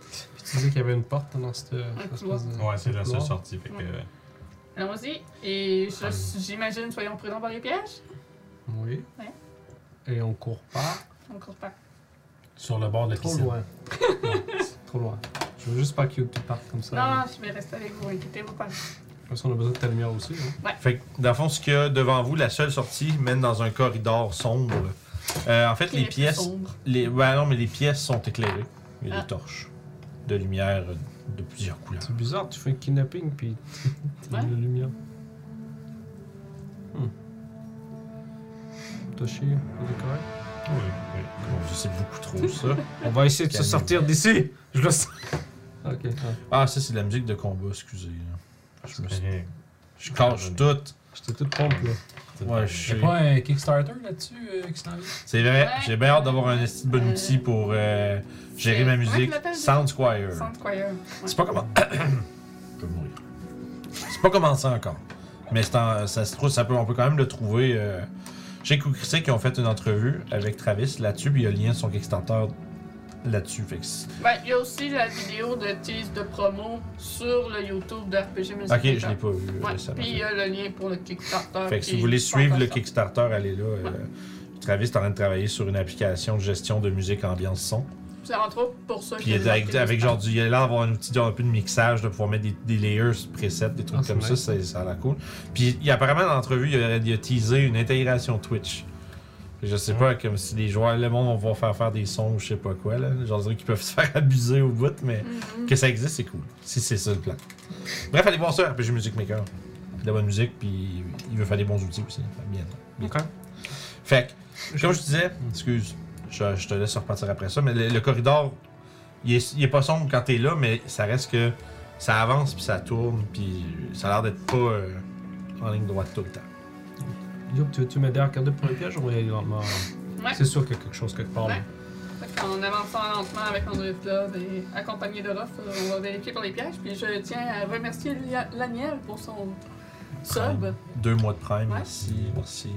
[SPEAKER 2] Puis tu disais qu'il y avait une porte dans cette cette
[SPEAKER 3] couloir.
[SPEAKER 2] espèce de.
[SPEAKER 5] Ouais, c'est la seule
[SPEAKER 2] couloir.
[SPEAKER 5] sortie. Fait que, euh,
[SPEAKER 3] Allons-y. Et
[SPEAKER 1] Ah.
[SPEAKER 3] je- j'imagine, soyons prudents par les pièges.
[SPEAKER 2] Oui.
[SPEAKER 3] Ouais.
[SPEAKER 2] Et on court pas.
[SPEAKER 3] On court pas.
[SPEAKER 4] Sur le bord de la
[SPEAKER 2] Trop
[SPEAKER 4] piscine.
[SPEAKER 2] loin. Ouais, c'est trop loin. Je veux juste pas que tu partes comme ça.
[SPEAKER 1] Ah.
[SPEAKER 3] Non, je vais rester avec vous, inquiétez-vous pas.
[SPEAKER 2] Parce qu'on a besoin de ta lumière aussi. Hein.
[SPEAKER 1] Fait que, dans le fond, ce qu'il y a devant vous, la seule sortie mène dans un corridor sombre. Euh, en fait,
[SPEAKER 3] Il est
[SPEAKER 1] les
[SPEAKER 3] plus
[SPEAKER 1] pièces.
[SPEAKER 3] sombre.
[SPEAKER 1] Les, ouais, non, mais les pièces sont éclairées. Il y a
[SPEAKER 3] Ah.
[SPEAKER 1] des torches de lumière euh, de plusieurs couleurs.
[SPEAKER 2] C'est bizarre, tu fais un kidnapping puis t'as
[SPEAKER 3] Ouais.
[SPEAKER 2] la lumière. Hmm. T'as chié, on est correct.
[SPEAKER 5] oui, oui.
[SPEAKER 1] Bon, je sais beaucoup trop ça.
[SPEAKER 2] On va essayer
[SPEAKER 1] de se sortir
[SPEAKER 2] d'ici. Je le sens. Ok. ah,
[SPEAKER 1] Ah, ça, c'est de la musique de combat, excusez. là. Je me suis-
[SPEAKER 5] Correct.
[SPEAKER 1] Je cache tout.
[SPEAKER 2] J'étais toute pompe là.
[SPEAKER 1] Ouais, je
[SPEAKER 4] Y'a
[SPEAKER 1] sais.
[SPEAKER 4] pas un Kickstarter là-dessus euh, qui s'en vient?
[SPEAKER 1] C'est vrai,
[SPEAKER 3] Ouais.
[SPEAKER 1] j'ai bien hâte d'avoir un esti de bon outil pour euh, gérer
[SPEAKER 3] C'est-
[SPEAKER 1] ma
[SPEAKER 3] comment tu
[SPEAKER 1] musique.
[SPEAKER 3] l'appelles, déjà?
[SPEAKER 1] Sound Squire.
[SPEAKER 3] Sans croyeur. Ouais.
[SPEAKER 1] C'est pas comment. Je vais mourir. C'est pas commencé encore. Mais c'est en- ça se trouve, ça peut, on peut quand même le trouver. euh, J'ai Coup Critique qui ont fait une entrevue avec Travis là-dessus, puis il y a le lien de son Kickstarter là-dessus. Fait que c'est-
[SPEAKER 3] Ouais, Ben, il y a aussi la vidéo de tease de promo sur le YouTube de RPG Music.
[SPEAKER 1] ok, je l'ai pas vu euh,
[SPEAKER 3] Ouais,
[SPEAKER 1] récemment.
[SPEAKER 3] puis euh, il y a le lien pour le Kickstarter.
[SPEAKER 1] Fait que si
[SPEAKER 3] qui
[SPEAKER 1] vous voulez
[SPEAKER 3] est
[SPEAKER 1] suivre le
[SPEAKER 3] fantastique.
[SPEAKER 1] Kickstarter, allez là. euh, Travis est en train de travailler sur une application de gestion de musique ambiance son.
[SPEAKER 3] C'est entre autres pour ça
[SPEAKER 1] Puis il est avec, avec genre du, il est là avoir un outil genre un peu de mixage, de pouvoir mettre des, des layers, presets, des trucs
[SPEAKER 2] Ah, c'est
[SPEAKER 1] comme ça,
[SPEAKER 2] nice.
[SPEAKER 1] c'est- ça a l'air cool. Puis il, apparemment dans l'entrevue, il a, il a teasé une intégration Twitch. Fait que Je sais pas, comme si les joueurs, le monde vont pouvoir faire faire des sons ou je sais pas quoi, là. Genre des trucs qui peuvent se faire abuser au bout, mais que ça existe, c'est cool. Si c'est ça le plan. Bref, allez voir ça, RPG Music Maker. De la bonne musique, puis il veut faire des bons outils aussi. Fait Bien, bien. Fait que, comme je te disais, excuse, je, je te laisse repartir après ça, mais le, le corridor, il est, il est pas sombre quand t'es là, mais ça reste que ça avance, puis ça tourne, puis ça a l'air d'être pas euh, en ligne droite tout le temps.
[SPEAKER 2] Yo, tu veux-tu m'aider à regarder pour les pièges On va y aller lentement.
[SPEAKER 3] Ouais.
[SPEAKER 2] C'est sûr qu'il y a quelque chose quelque part. là.
[SPEAKER 3] En avançant lentement avec André Club et accompagné de Ruff, euh, on va vérifier pour les pièges. Puis je tiens à remercier Lia- Laniel pour son sub.
[SPEAKER 1] Prime. Deux mois de prime,
[SPEAKER 3] Ouais.
[SPEAKER 1] merci, merci.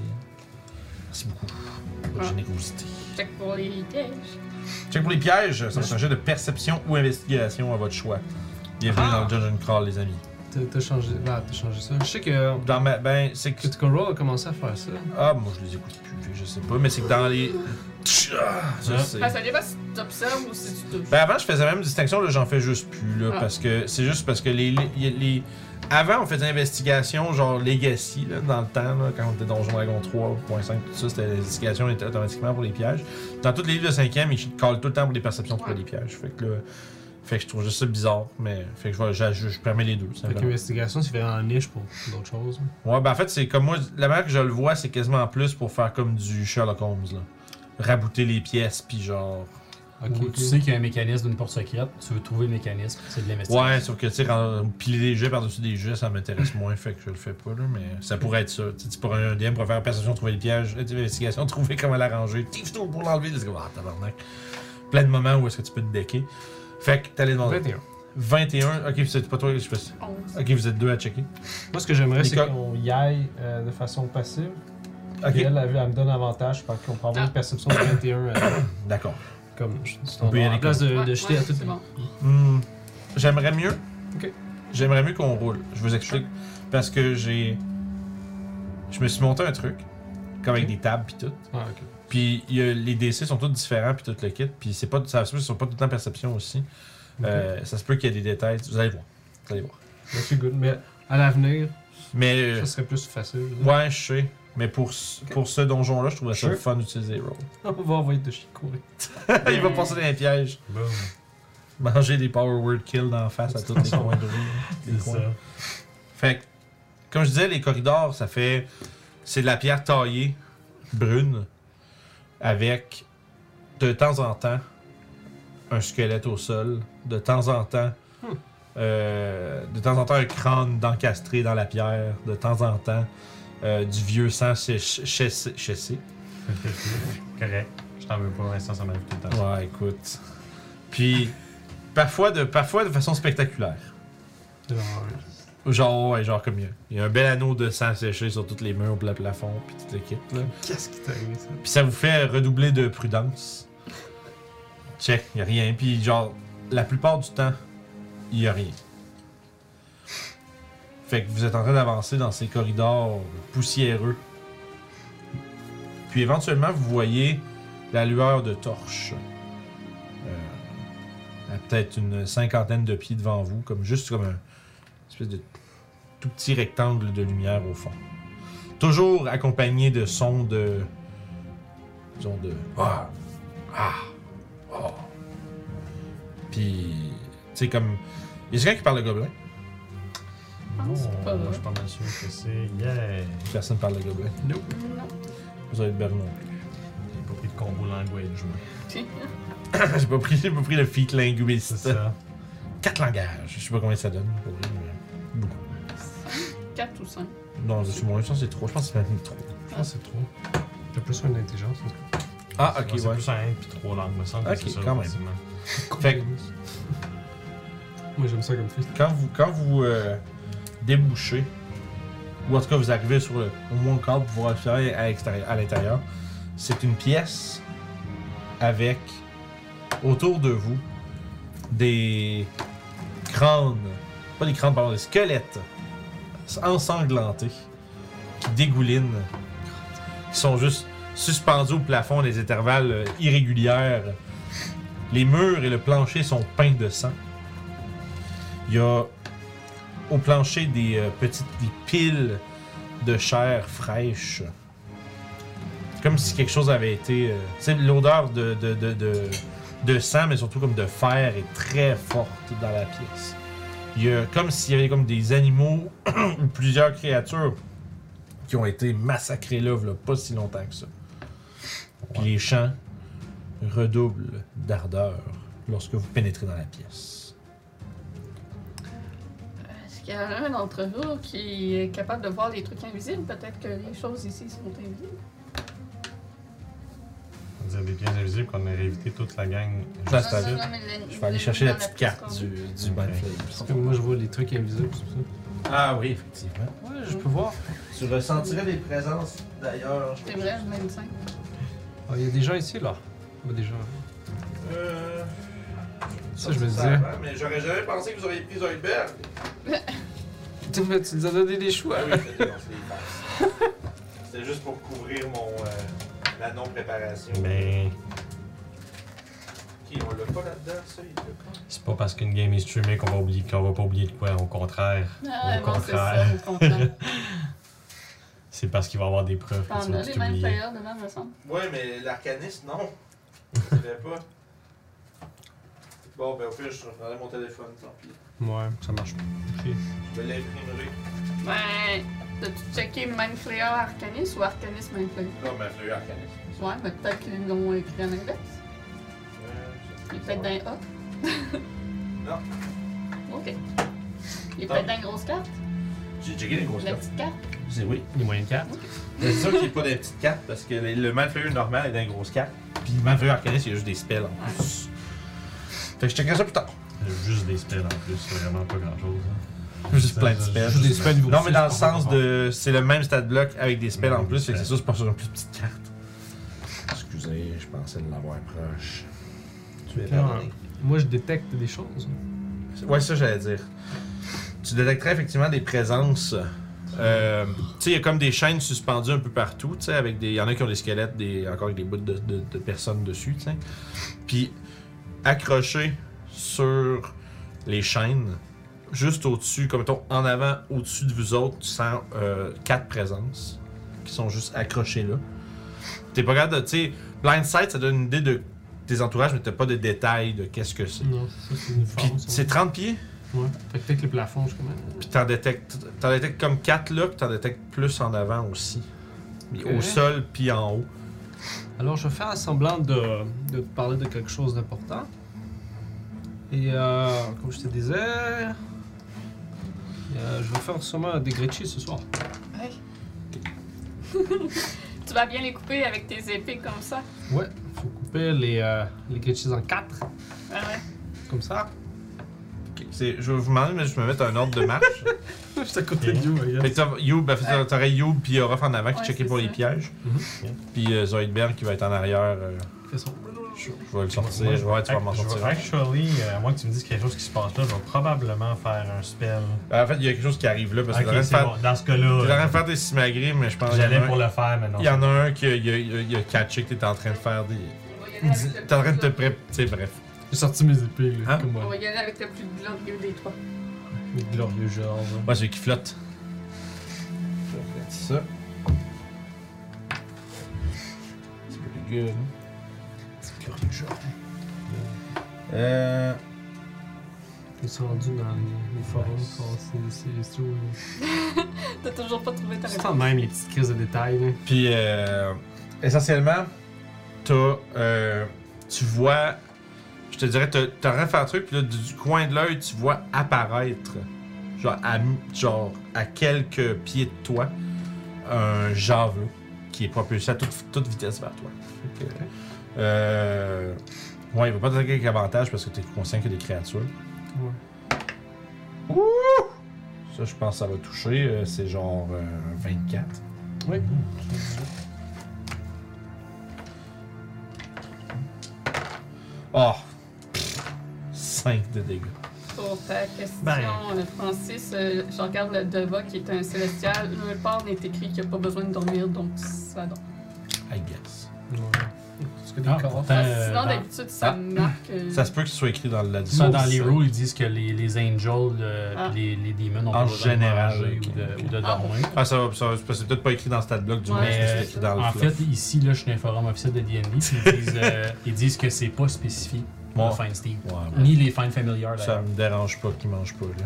[SPEAKER 1] Merci beaucoup. Votre
[SPEAKER 3] Ah.
[SPEAKER 1] générosité.
[SPEAKER 3] Check pour les pièges.
[SPEAKER 1] Check pour les pièges, ça c'est un jeu de perception ou investigation à votre choix. Bienvenue
[SPEAKER 2] Ah.
[SPEAKER 1] dans le Dungeon Crawl, les amis.
[SPEAKER 2] T'as- T'as changé. Là, t'as changé ça. Je sais que
[SPEAKER 1] Dans ma. Ben, c'est que.
[SPEAKER 2] Critical Role a commencé à faire ça.
[SPEAKER 1] Ah, moi je les écoute plus, fait que je sais pas, mais c'est que dans les. Ah, je
[SPEAKER 5] Ah.
[SPEAKER 1] sais.
[SPEAKER 3] Ah, ça dépend si tu observes ou si tu touches.
[SPEAKER 1] Ben avant, je faisais la même distinction, là, j'en fais juste plus, là,
[SPEAKER 3] Ah.
[SPEAKER 1] parce que c'est juste parce que les, les, les- Avant, on faisait investigation, genre Legacy, là, dans le temps, là, quand on était Donjon Dragon 3.5, tout ça, c'était l'investigation était automatiquement pour les pièges. Dans toutes les livres de 5e, ils collent tout le temps pour les perceptions pour
[SPEAKER 3] Ouais.
[SPEAKER 1] les pièges. Fait que là. Fait que je trouve juste ça bizarre, mais. Fait que je, vais- je, je, je permets les deux.
[SPEAKER 2] Fait
[SPEAKER 1] simplement.
[SPEAKER 2] qu'investigation, c'est vraiment en niche pour d'autres choses.
[SPEAKER 1] Ouais, ben en fait, c'est comme moi, la manière que je le vois, c'est quasiment en plus pour faire comme du Sherlock Holmes, là. Rabouter les pièces, puis genre.
[SPEAKER 2] Ok,
[SPEAKER 4] Ou
[SPEAKER 2] ok.
[SPEAKER 4] tu sais qu'il y a un mécanisme d'une porte secrète, tu veux trouver le mécanisme, c'est de l'investigation.
[SPEAKER 1] Ouais, sauf que tu sais, quand- piler des jets par-dessus des jets, ça m'intéresse moins, fait que je le fais pas, là, mais ça pourrait être ça. Tu sais, tu pourrais un DM pour faire perception, trouver le piège, euh, investigation, trouver comment l'arranger, tif tout pour l'enlever, c'est comme, ah, tabarnak. Plein de moments où est-ce que tu peux te decker. Fait que t'allais demander.
[SPEAKER 2] 21.
[SPEAKER 1] 21, ok, c'est pas toi, je fais ça.
[SPEAKER 3] 11.
[SPEAKER 1] Ok, vous êtes deux à checker.
[SPEAKER 2] Moi, ce que j'aimerais, c'est
[SPEAKER 1] Nicole.
[SPEAKER 2] qu'on y aille euh, de façon passive.
[SPEAKER 1] Ok,
[SPEAKER 2] Et elle, elle, elle me donne avantage parce qu'on peut avoir
[SPEAKER 3] Ah.
[SPEAKER 2] une perception de 21. euh,
[SPEAKER 1] d'accord.
[SPEAKER 2] comme je
[SPEAKER 1] On peut y aller
[SPEAKER 2] en place de,
[SPEAKER 3] Ouais,
[SPEAKER 2] de jeter
[SPEAKER 3] ouais,
[SPEAKER 2] à tout.
[SPEAKER 3] c'est bon.
[SPEAKER 1] Hmm, J'aimerais mieux.
[SPEAKER 2] Ok.
[SPEAKER 1] J'aimerais mieux qu'on roule. Je vous explique. Parce que j'ai. Je me suis monté un truc, comme avec
[SPEAKER 2] Ok.
[SPEAKER 1] des tables pis tout.
[SPEAKER 2] Ah, ok.
[SPEAKER 1] Puis il y a- les DC sont tous différents, puis tout le kit. Puis c'est pas, ça se peut qu'ils sont pas tout le temps perception aussi. Euh, ça se peut qu'il y ait des détails. Vous allez voir. Vous allez voir.
[SPEAKER 2] Mais c'est good. Mais à l'avenir,
[SPEAKER 1] Mais euh,
[SPEAKER 2] ça serait plus facile. je veux dire.
[SPEAKER 1] ouais, je sais. Mais pour, ce- pour ce donjon-là, je trouvais ça
[SPEAKER 2] Sure.
[SPEAKER 1] fun d'utiliser Roll.
[SPEAKER 2] On va pouvoir envoyer de chier courir.
[SPEAKER 1] il va passer dans les pièges.
[SPEAKER 5] Boom.
[SPEAKER 1] Manger des Power Word Kill d'en face à tous les coins de rue.
[SPEAKER 5] C'est
[SPEAKER 1] les coins.
[SPEAKER 5] ça.
[SPEAKER 1] Fait que, comme je disais, les corridors, ça fait. C'est de la pierre taillée, brune, avec de temps en temps un squelette au sol, de temps en temps.
[SPEAKER 2] Hmm.
[SPEAKER 1] euh, de temps en temps, un crâne d'encastré dans la pierre. De temps en temps, euh, du vieux sang séch- chassé. chassé.
[SPEAKER 5] Correct. Je t'en veux pas, l'instant, ça m'arrive tout le temps.
[SPEAKER 1] Ouais, écoute. Puis, parfois de, parfois de façon spectaculaire. Genre, ouais, genre comme il y a- il y, a un bel anneau de sang séché sur toutes les murs, le plafond, puis toute l'équipe. Là.
[SPEAKER 2] Qu'est-ce qui t'est arrivé, ça?
[SPEAKER 1] Puis ça vous fait redoubler de prudence. Check, y a rien. Puis genre, la plupart du temps, y a rien. Fait que vous êtes en train d'avancer dans ces corridors poussiéreux. Puis éventuellement, vous voyez la lueur de torche. Euh, à peut-être une cinquantaine de pieds devant vous, comme juste comme un espèce de tout petit rectangle de lumière au fond. Toujours accompagné de sons de disons de ah ah oh. Puis tu sais comme il y a quelqu'un qui parle de gobelin,
[SPEAKER 3] Ah,
[SPEAKER 5] Bon,
[SPEAKER 3] c'est pas
[SPEAKER 5] moi,
[SPEAKER 3] vrai.
[SPEAKER 5] je suis pas mal sûr que c'est. Yeah!
[SPEAKER 1] personne parle de gobelin.
[SPEAKER 3] Non.
[SPEAKER 1] Vous avez Bernon.
[SPEAKER 5] J'ai pas pris de combo language, moi.
[SPEAKER 3] Si.
[SPEAKER 1] j'ai pas pris j'ai pas pris le feat
[SPEAKER 5] C'est
[SPEAKER 1] linguiste.
[SPEAKER 5] ça.
[SPEAKER 1] Quatre langages, je sais pas combien ça donne pour lui, mais beaucoup.
[SPEAKER 3] 4 ou 5.
[SPEAKER 1] Non, c'est moins, je pense que c'est trop, je pense que c'est même trop.
[SPEAKER 2] Je pense que c'est trop. T'as plus une intelligence. en tout cas.
[SPEAKER 1] Ah ok
[SPEAKER 5] Ouais, C'est
[SPEAKER 1] ouais.
[SPEAKER 5] plus un puis trois langues, me semble. que
[SPEAKER 1] Ok,
[SPEAKER 5] c'est ça,
[SPEAKER 1] quand même.
[SPEAKER 5] effectivement.
[SPEAKER 1] Fait que-
[SPEAKER 2] Moi, j'aime ça comme fils.
[SPEAKER 1] Quand vous quand vous euh, débouchez ou en tout cas vous arrivez sur le au moins le cadre pour pouvoir observer à l'extérieur- à l'intérieur, c'est une pièce avec autour de vous des crânes, pas des crânes, pardon, des squelettes ensanglantés qui dégoulinent, qui sont juste suspendus au plafond, les intervalles euh, irrégulières. Les murs et le plancher sont peints de sang. Il y a au plancher des euh, petites des piles de chair fraîche. Comme si quelque chose avait été. euh, tu sais, l'odeur de, de, de, de- de sang, mais surtout comme de fer, est très forte dans la pièce. Il y a comme s'il y avait comme des animaux ou plusieurs créatures qui ont été massacrées là, v'là pas si longtemps que ça. Puis les chants redoublent d'ardeur lorsque vous pénétrez dans la pièce.
[SPEAKER 3] Est-ce qu'il y en a un d'entre vous qui est capable de voir les trucs invisibles? Peut-être que les choses ici sont invisibles.
[SPEAKER 5] On dirait des pièges invisibles qu'on aurait évité toute la gang.
[SPEAKER 1] Ça, Ah,
[SPEAKER 3] Non,
[SPEAKER 1] c'est
[SPEAKER 3] non,
[SPEAKER 1] à-
[SPEAKER 3] non, mais le-
[SPEAKER 1] Je vais aller
[SPEAKER 3] le-
[SPEAKER 1] chercher
[SPEAKER 3] dans
[SPEAKER 1] la petite
[SPEAKER 3] pièce
[SPEAKER 1] carte
[SPEAKER 3] qu'on
[SPEAKER 1] du,
[SPEAKER 3] a.
[SPEAKER 1] du
[SPEAKER 5] Ok.
[SPEAKER 1] Mind
[SPEAKER 2] Parce
[SPEAKER 1] Flames.
[SPEAKER 2] que moi, je vois les trucs invisibles, c'est pour ça.
[SPEAKER 1] Ah oui, effectivement.
[SPEAKER 2] Ouais, je peux voir.
[SPEAKER 1] Tu ressentirais des présences d'ailleurs.
[SPEAKER 3] C'est vrai, le 25.
[SPEAKER 2] Ah, Il y a des gens ici, là. Il y a des gens.
[SPEAKER 1] Euh,
[SPEAKER 2] Ça, je
[SPEAKER 1] ça
[SPEAKER 2] me disais.
[SPEAKER 1] avant, Mais j'aurais jamais pensé que vous auriez pris Zoidberg.
[SPEAKER 2] Tu mais tu nous as donné des choix.
[SPEAKER 1] Ah oui, c'était dans ses faces. C'était juste pour couvrir mon euh, la non-préparation.
[SPEAKER 5] Ben,
[SPEAKER 1] Ok, on l'a pas là-dedans, ça, il l'a pas.
[SPEAKER 5] c'est pas parce qu'une game est streamée qu'on va oublier qu'on va pas oublier de quoi. Au contraire.
[SPEAKER 3] Ah,
[SPEAKER 5] au
[SPEAKER 3] bon, c'est ça,
[SPEAKER 5] contraire.
[SPEAKER 3] au contraire.
[SPEAKER 5] C'est parce qu'il va y avoir des preuves que tu
[SPEAKER 3] On
[SPEAKER 5] vas
[SPEAKER 3] a
[SPEAKER 5] tout
[SPEAKER 3] les mêmes
[SPEAKER 5] oublier.
[SPEAKER 3] players devant, me semble.
[SPEAKER 1] Ouais, mais l'arcaniste, non. Je savais pas. Bon, ben au pire, je prendrai mon téléphone, tant pis.
[SPEAKER 2] Ouais, ça marche pas.
[SPEAKER 1] Je vais l'imprimerai.
[SPEAKER 3] Ouais. Ben, T'as-tu checké Mind Flayer Arcanis ou Arcanis ben, Mind Flayer?
[SPEAKER 1] Non, mais fleur arcaniste.
[SPEAKER 3] Ouais, mais peut-être qu'ils l'ont écrit en inverse.
[SPEAKER 1] Euh, je sais pas.
[SPEAKER 3] Il est peut-être d'un hop.
[SPEAKER 1] Non.
[SPEAKER 3] Ok. Il est
[SPEAKER 1] Attends.
[SPEAKER 3] peut-être d'un grosse carte,
[SPEAKER 1] J'ai checké les grosses
[SPEAKER 3] la
[SPEAKER 1] cartes.
[SPEAKER 3] petite carte.
[SPEAKER 1] C'est oui.
[SPEAKER 5] Les moyens de cartes.
[SPEAKER 1] C'est sûr qu'il n'y a pas des petites cartes parce que le le malfeuille normal est dans les grosses cartes. Puis le malfeuille arcaniste, il y a juste des spells en plus. Fait que je checkerai ça plus tard.
[SPEAKER 5] Juste des spells en plus, c'est vraiment pas hein. grand chose.
[SPEAKER 1] Juste plein de spells.
[SPEAKER 5] Juste des spells niveau
[SPEAKER 1] Non, mais dans le
[SPEAKER 5] six,
[SPEAKER 1] sens
[SPEAKER 5] par rapport.
[SPEAKER 1] de. C'est le même stat block avec des spells en plus, fait que c'est
[SPEAKER 5] Ouais.
[SPEAKER 1] sûr, c'est pas sur une plus petite carte. Excusez, je pensais de l'avoir proche. Tu es
[SPEAKER 2] Claire.
[SPEAKER 1] pardonné.
[SPEAKER 2] Moi, je détecte des choses.
[SPEAKER 1] Ouais, ça j'allais dire. Tu détecterais effectivement des présences. euh, tu sais, il y a comme des chaînes suspendues un peu partout, tu sais, avec des. Il y en a qui ont des squelettes, des, encore avec des bouts de, de- de personnes dessus, tu sais. Puis accrochés sur les chaînes, juste au-dessus, comme mettons en avant, au-dessus de vous autres, tu sens euh, quatre présences qui sont juste accrochées là. T'es pas capable de. Tu sais, blind sight, ça donne une idée de tes entourages, mais t'as pas de détails de qu'est-ce que c'est.
[SPEAKER 2] Non, ça, c'est une
[SPEAKER 1] Puis
[SPEAKER 2] forme. ça.
[SPEAKER 1] c'est 30 pieds?
[SPEAKER 2] Ouais. Fait que peut-être le plafond, je suis comme. euh,
[SPEAKER 1] Puis t'en détectes, t'en détectes comme 4 là, puis t'en détectes plus en avant aussi. Puis
[SPEAKER 2] Ok.
[SPEAKER 1] Au sol, puis en haut.
[SPEAKER 2] Alors, je vais faire semblant de, de te parler de quelque chose d'important. Et euh, comme je te disais, euh, je vais faire sûrement des grechis ce soir.
[SPEAKER 3] Ouais. tu vas bien les couper avec tes épées comme ça.
[SPEAKER 2] Ouais. Faut couper les, euh, les grechis en quatre,
[SPEAKER 3] Ah ouais.
[SPEAKER 2] comme ça.
[SPEAKER 1] Ok, c'est- Je vais vous demander, mais je vais me mettre un ordre de marche.
[SPEAKER 2] je suis à
[SPEAKER 5] côté de
[SPEAKER 2] vous, regarde.
[SPEAKER 1] fait que t'as- Youb, ben, t'aurais- t'aurais Youb puis Orof en avant qui
[SPEAKER 3] Ouais,
[SPEAKER 1] checker
[SPEAKER 3] c'est
[SPEAKER 1] pour les
[SPEAKER 3] ça.
[SPEAKER 1] pièges.
[SPEAKER 2] Mhm.
[SPEAKER 1] Puis euh, Zoidberg qui va être en arrière. euh, je vais le sortir, je vais, tu vas m'en
[SPEAKER 5] Je vais-
[SPEAKER 1] sortir.
[SPEAKER 5] Actually, euh, à moins que tu me dises quelque chose qui se passe là, je vais probablement faire un spell.
[SPEAKER 1] Ben, en fait, il y a quelque chose qui arrive là, parce que t'es
[SPEAKER 5] Ok,
[SPEAKER 1] en train de
[SPEAKER 5] c'est
[SPEAKER 1] faire-
[SPEAKER 5] bon. Dans ce
[SPEAKER 1] t'es en train
[SPEAKER 5] cas-là, euh,
[SPEAKER 1] de faire des simagris, mais je pense qu'il y en a
[SPEAKER 5] j'allais
[SPEAKER 1] un-
[SPEAKER 5] pour le faire maintenant.
[SPEAKER 1] il y en a un qui a, il a- il a- il a catché que t'étais en train de faire des.
[SPEAKER 3] On va y aller avec le
[SPEAKER 1] T'es en train de te
[SPEAKER 3] plus
[SPEAKER 1] préparer. bref.
[SPEAKER 2] J'ai sorti mes épées, là,
[SPEAKER 1] Hein?
[SPEAKER 2] comme
[SPEAKER 3] glo- On
[SPEAKER 2] moi.
[SPEAKER 3] va y aller avec le plus glorieux des trois.
[SPEAKER 2] Mes glorieux Georges.
[SPEAKER 1] Moi, celui qui flotte. Je vais faire ça. C'est plus hein. good. C'est plus good, genre. Euh.
[SPEAKER 2] Ils sont rendus dans les, les forums, quand c'est- c'est c'est tout.
[SPEAKER 3] T'as toujours pas trouvé ta
[SPEAKER 2] C'est
[SPEAKER 3] réponse.
[SPEAKER 2] quand même les petites crises de détails, là.
[SPEAKER 1] Puis, euh, essentiellement, t'as, euh, tu vois, je te dirais, t'as t'as rien fait un truc, puis là, du, du coin de l'œil, tu vois apparaître, genre à, mi- genre, à quelques pieds de toi, un javelot qui est propulsé à toute, toute vitesse vers toi. Fait que, euh, ouais, il va pas t'attaquer avec avantage parce que t'es conscient qu'il y a des créatures.
[SPEAKER 2] Ouais.
[SPEAKER 1] Ça, je pense que ça va toucher. euh, C'est genre euh, 24.
[SPEAKER 2] Oui.
[SPEAKER 1] Oh! 5 de dégâts.
[SPEAKER 3] Pour ta question,
[SPEAKER 5] Ben.
[SPEAKER 3] euh, Francis, euh, je regarde le Deva qui est un célestial. Nulle part n'est écrit qu'il n'y a pas besoin de dormir, donc ça dort.
[SPEAKER 1] I guess.
[SPEAKER 2] Ouais. Parce que des
[SPEAKER 4] Ah,
[SPEAKER 2] corps.
[SPEAKER 4] pourtant,
[SPEAKER 3] Ah,
[SPEAKER 4] euh,
[SPEAKER 3] sinon,
[SPEAKER 4] dans-
[SPEAKER 3] d'habitude, ça
[SPEAKER 1] Ah.
[SPEAKER 3] marque. euh,
[SPEAKER 1] Ça se peut que ce soit écrit dans la
[SPEAKER 4] Ça,
[SPEAKER 1] description.
[SPEAKER 4] dans les
[SPEAKER 2] ça.
[SPEAKER 4] rules, ils disent que les, les angels, euh,
[SPEAKER 3] Ah.
[SPEAKER 4] pis les, les demons ont
[SPEAKER 1] En
[SPEAKER 4] pas besoin de
[SPEAKER 1] général,
[SPEAKER 4] manger
[SPEAKER 1] ok,
[SPEAKER 4] ou, de,
[SPEAKER 1] ok.
[SPEAKER 4] ou de
[SPEAKER 3] Ah,
[SPEAKER 4] dormir.
[SPEAKER 1] Ah, ça va, ça va, c'est parce que c'est peut-être pas écrit dans stat block du
[SPEAKER 3] Ouais,
[SPEAKER 1] moins, c'est
[SPEAKER 4] c'est
[SPEAKER 1] écrit dans le
[SPEAKER 4] En
[SPEAKER 1] fluff.
[SPEAKER 4] fait, ici, là, je suis un forum officiel de D&D, puis ils disent, euh, ils disent que c'est pas spécifié pour
[SPEAKER 1] Ouais.
[SPEAKER 4] le Find Steve.
[SPEAKER 1] Ouais, ouais.
[SPEAKER 4] Ni les Find Familiar,
[SPEAKER 1] Ça
[SPEAKER 4] d'ailleurs.
[SPEAKER 1] me dérange pas qu'ils mangent pas, là.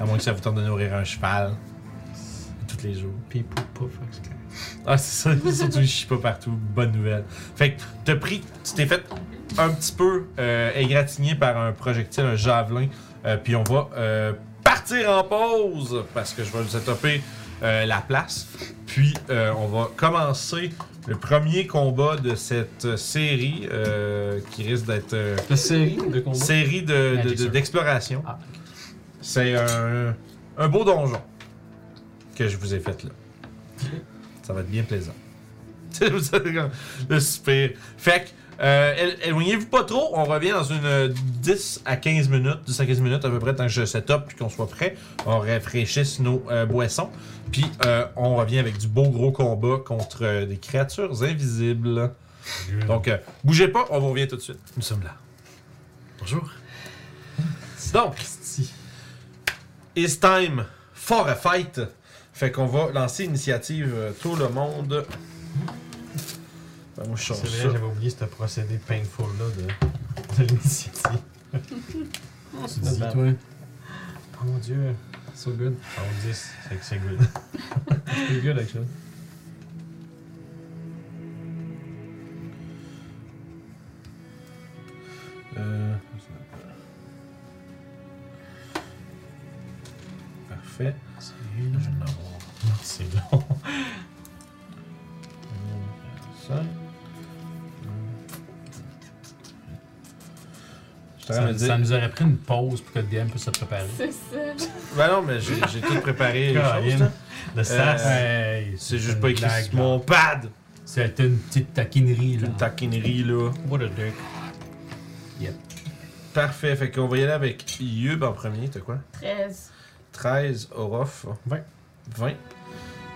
[SPEAKER 1] À moins que ça vous tente de nourrir un cheval. Tous les jours.
[SPEAKER 2] Puis pouf pouf, fait que c'est correct.
[SPEAKER 1] Ah, c'est ça. Surtout, je chie pas partout. Bonne nouvelle. Fait que t'as pris, tu t'es fait un petit peu euh, égratigné par un projectile, un javelin. Euh, puis on va euh, partir en pause parce que je vais vous attoper euh, la place. Puis euh, on va commencer le premier combat de cette série euh, qui risque d'être euh,
[SPEAKER 2] La série de combats.
[SPEAKER 1] série de- de-
[SPEAKER 4] Magic
[SPEAKER 1] de-
[SPEAKER 4] Circle.
[SPEAKER 1] d'exploration.
[SPEAKER 4] Ah,
[SPEAKER 1] C'est un, un beau donjon que je vous ai fait là. Ça va être bien plaisant. Tu sais, vous avez comme le soupir. Fait que, euh, él- éloignez-vous pas trop. On revient dans une euh, 10 à 15 minutes, 10 à 15 minutes à peu près, tant que je set up puis qu'on soit prêt. On rafraîchisse nos euh, boissons. Puis euh, on revient avec du beau gros combat contre euh, des créatures invisibles. Donc, euh, bougez pas, on vous revient tout de suite. Nous sommes là. Bonjour. Donc, it's time for a fight. Fait qu'on va lancer l'initiative euh, tout le monde. Ben, moi, je
[SPEAKER 5] C'est
[SPEAKER 1] change
[SPEAKER 5] vrai,
[SPEAKER 1] ça.
[SPEAKER 5] j'avais oublié ce procédé painful là de, de l'initiative. tu dis,
[SPEAKER 2] Vas-y,
[SPEAKER 5] toi. Oh mon dieu.
[SPEAKER 2] So good.
[SPEAKER 5] Oh, 10, c'est que c'est good.
[SPEAKER 2] Pretty good, actually.
[SPEAKER 1] Euh, Parfait.
[SPEAKER 4] C'est long.
[SPEAKER 5] C'est long.
[SPEAKER 1] Ça. Je t'en
[SPEAKER 4] Ça,
[SPEAKER 1] me
[SPEAKER 4] ça
[SPEAKER 1] dire.
[SPEAKER 4] nous aurait pris une pause pour que le DM puisse se préparer.
[SPEAKER 3] C'est ça.
[SPEAKER 1] Ben non, mais j'ai j'ai tout préparé. les
[SPEAKER 5] Caroline.
[SPEAKER 1] choses, là.
[SPEAKER 5] Le sas.
[SPEAKER 4] Hey,
[SPEAKER 1] C'est
[SPEAKER 4] Euh, une
[SPEAKER 1] juste pas écrit
[SPEAKER 4] blague,
[SPEAKER 1] sur
[SPEAKER 4] là.
[SPEAKER 1] mon pad.
[SPEAKER 4] C'était une petite taquinerie, là.
[SPEAKER 1] Une taquinerie, là.
[SPEAKER 4] What a dick. Yep.
[SPEAKER 1] Parfait. Fait qu'on va y aller avec Yub en premier. T'as quoi
[SPEAKER 3] 13.
[SPEAKER 1] 13, Orof.
[SPEAKER 5] 20.
[SPEAKER 1] 20.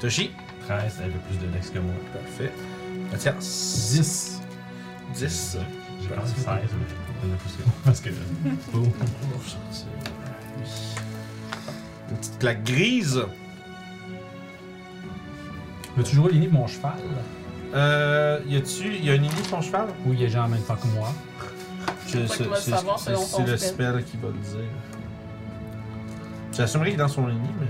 [SPEAKER 1] Toshi.
[SPEAKER 5] 13, elle a plus de dex que moi.
[SPEAKER 1] Parfait. Ah, Mathias.
[SPEAKER 4] 10.
[SPEAKER 1] 10.
[SPEAKER 5] J'ai
[SPEAKER 1] Ah,
[SPEAKER 5] quand même 16, mais elle a plus que moi. Parce que. Boum.
[SPEAKER 1] Une petite plaque grise.
[SPEAKER 4] Veux-tu jouer l'ennemi de mon cheval?
[SPEAKER 1] Euh, y a-tu. Y a un ennemi ton cheval
[SPEAKER 4] Oui, il y a gens en même temps que moi.
[SPEAKER 1] C'est
[SPEAKER 3] crois qu'on va le savoir
[SPEAKER 1] c'est-
[SPEAKER 3] selon
[SPEAKER 1] c'est
[SPEAKER 3] ton
[SPEAKER 1] le
[SPEAKER 3] spell.
[SPEAKER 1] spell qui va le dire. J'assumerais qu'il est dans son ennemi, mais.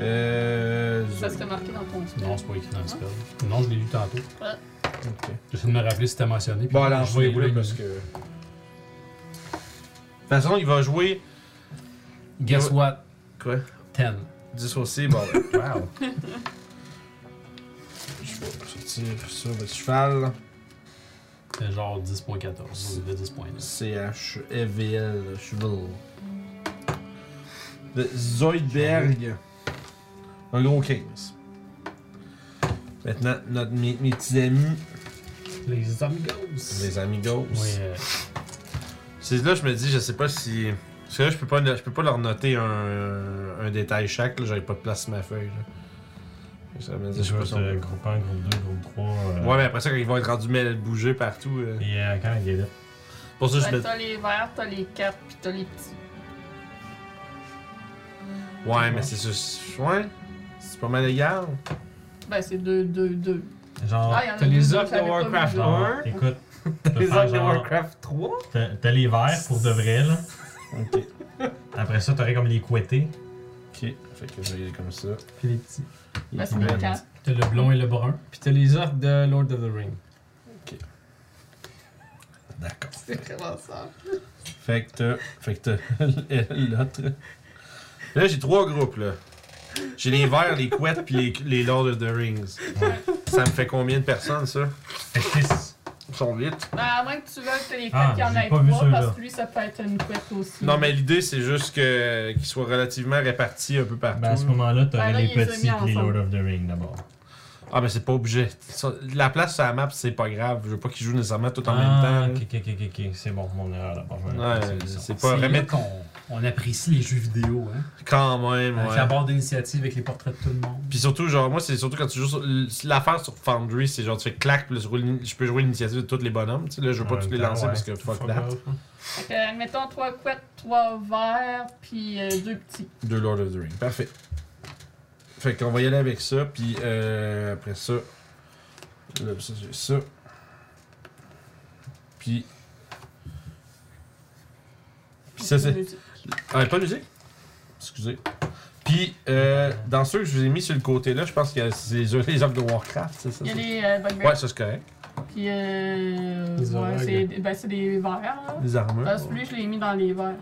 [SPEAKER 1] Euh.
[SPEAKER 3] Ça
[SPEAKER 1] Zoé.
[SPEAKER 3] serait marqué dans ton spell.
[SPEAKER 4] Non, c'est pas écrit dans le spell. Non, je l'ai lu tantôt.
[SPEAKER 1] Ok.
[SPEAKER 4] J'essaie de me rappeler si c'était mentionné. puis
[SPEAKER 1] Bon,
[SPEAKER 4] je
[SPEAKER 1] alors je
[SPEAKER 4] vais
[SPEAKER 1] vais jouer
[SPEAKER 4] élever.
[SPEAKER 1] parce que. De toute façon, il va jouer.
[SPEAKER 4] Guess what?
[SPEAKER 1] Quoi
[SPEAKER 4] 10.
[SPEAKER 1] Dissocier, bon. ben,
[SPEAKER 4] Wow.
[SPEAKER 1] je vais sortir sur le cheval.
[SPEAKER 4] C'est genre 10.14 ou de 10.9.
[SPEAKER 1] E C-H-E-V-L, cheval. De Zoidberg. Un gros 15. Maintenant, notre, mes, mes petits amis,
[SPEAKER 4] Les amigos.
[SPEAKER 1] les amigos.
[SPEAKER 4] Oui, euh,
[SPEAKER 1] C'est là, je me dis, je sais pas si. Parce que là, je peux pas, je peux pas leur noter un, un détail chaque, là, j'avais pas de place sur ma feuille. Là. Ça me dit,
[SPEAKER 5] Je
[SPEAKER 1] je sais pas
[SPEAKER 5] vois
[SPEAKER 1] si on-
[SPEAKER 5] le groupe 1, groupe 2, groupe 3.
[SPEAKER 1] Ouais, mais après ça, quand ils vont être rendus mal bouger partout. euh,
[SPEAKER 5] Et euh, quand il est là.
[SPEAKER 1] Pour ça, je
[SPEAKER 3] Ouais,
[SPEAKER 1] mets.
[SPEAKER 3] Ben, t'as les verts, t'as les cartes, puis t'as les petits.
[SPEAKER 1] Ouais, mais c'est ça. Ouais. C'est pas mal égal.
[SPEAKER 3] Ben, c'est 2, 2, 2.
[SPEAKER 5] Genre.
[SPEAKER 3] Ah, y en a
[SPEAKER 2] T'as les
[SPEAKER 3] deux,
[SPEAKER 2] orques de
[SPEAKER 3] j'avais pas vu.
[SPEAKER 2] Warcraft
[SPEAKER 5] genre,
[SPEAKER 2] 1.
[SPEAKER 5] Écoute. tu peux
[SPEAKER 2] Les
[SPEAKER 5] faire
[SPEAKER 2] orques de
[SPEAKER 5] genre-
[SPEAKER 2] Warcraft 3.
[SPEAKER 5] T'as t'as les verts pour de vrai, là.
[SPEAKER 1] Ok.
[SPEAKER 5] Après ça, t'aurais comme les couettés.
[SPEAKER 1] Ok. Fait que je vais y aller comme ça.
[SPEAKER 2] Puis les petits.
[SPEAKER 3] Ben, c'est les cartes.
[SPEAKER 4] t'as le blond et le brun.
[SPEAKER 2] Puis t'as les orques de Lord of the Ring.
[SPEAKER 1] D'accord.
[SPEAKER 3] C'est vraiment ça.
[SPEAKER 1] Fait que t'as. Fait que t'as l'autre. Là, j'ai trois groupes, là. J'ai les verts, les couettes, puis les, les Lord of the Rings.
[SPEAKER 5] Ouais.
[SPEAKER 1] Ça me fait combien de personnes, ça
[SPEAKER 5] Fait que six.
[SPEAKER 1] Ils sont vite.
[SPEAKER 3] Ben, à moins que tu veuilles que les
[SPEAKER 5] Ah,
[SPEAKER 3] cartes, il y en
[SPEAKER 5] j'ai
[SPEAKER 3] ait
[SPEAKER 5] pas vu
[SPEAKER 3] trois,
[SPEAKER 5] ceux-là.
[SPEAKER 3] parce que lui, ça peut être une couette aussi.
[SPEAKER 1] Non, mais l'idée, c'est juste que, qu'ils soient relativement répartis un peu partout.
[SPEAKER 5] Ben, à ce moment-là,
[SPEAKER 3] Ben
[SPEAKER 5] t'aurais
[SPEAKER 3] là,
[SPEAKER 5] les
[SPEAKER 3] il les a
[SPEAKER 5] petits
[SPEAKER 3] mis
[SPEAKER 5] et les
[SPEAKER 3] ensemble.
[SPEAKER 5] Lord of the Ring d'abord.
[SPEAKER 1] ah, mais c'est pas obligé. Ça- La place sur la map, c'est pas grave. Je veux pas qu'ils jouent nécessairement tout en
[SPEAKER 5] Ah,
[SPEAKER 1] même temps.
[SPEAKER 5] Ok, ok, ok, ok, ok. C'est bon, mon erreur d'abord. je vais
[SPEAKER 1] là.
[SPEAKER 5] passer
[SPEAKER 1] Ouais,
[SPEAKER 5] ça.
[SPEAKER 1] c'est
[SPEAKER 4] C'est
[SPEAKER 1] pas
[SPEAKER 4] là
[SPEAKER 1] remettre
[SPEAKER 4] qu'on on apprécie les jeux vidéo, hein.
[SPEAKER 1] quand même.
[SPEAKER 4] Avec
[SPEAKER 1] ouais.
[SPEAKER 4] la barre d'initiative, avec les portraits de tout le monde.
[SPEAKER 1] Puis surtout, genre, moi, c'est surtout quand tu joues sur. L'affaire sur Foundry, c'est genre, tu fais clac, puis là, tu roules l'ini- je peux jouer l'initiative de tous les bonhommes. Tu sais, là, je veux
[SPEAKER 5] En
[SPEAKER 1] pas tous
[SPEAKER 5] même
[SPEAKER 1] les
[SPEAKER 5] temps,
[SPEAKER 1] lancer
[SPEAKER 5] ouais.
[SPEAKER 1] parce que fuck that.
[SPEAKER 2] off.
[SPEAKER 3] Fait que, Euh, mettons trois couettes, trois verts, puis euh, deux petits.
[SPEAKER 1] Deux Lord of the Rings. Parfait. Fait qu'on va y aller avec ça, puis euh, après ça. Là, ça, j'ai ça. Puis. Puis ça, c'est. Ah, pas de musique? Excusez. Puis, euh, dans ceux que je vous ai mis sur le côté là, je pense que c'est les, les orques de Warcraft, c'est ça?
[SPEAKER 3] Il y a
[SPEAKER 1] ça?
[SPEAKER 3] les euh, bugbears,
[SPEAKER 1] Ouais, ça c'est correct.
[SPEAKER 3] puis euh,
[SPEAKER 2] Les
[SPEAKER 3] ouais,
[SPEAKER 2] oreilles.
[SPEAKER 3] c'est ben, c'est des verts. Là.
[SPEAKER 1] Les armures.
[SPEAKER 3] Parce que lui, je l'ai mis dans les verts.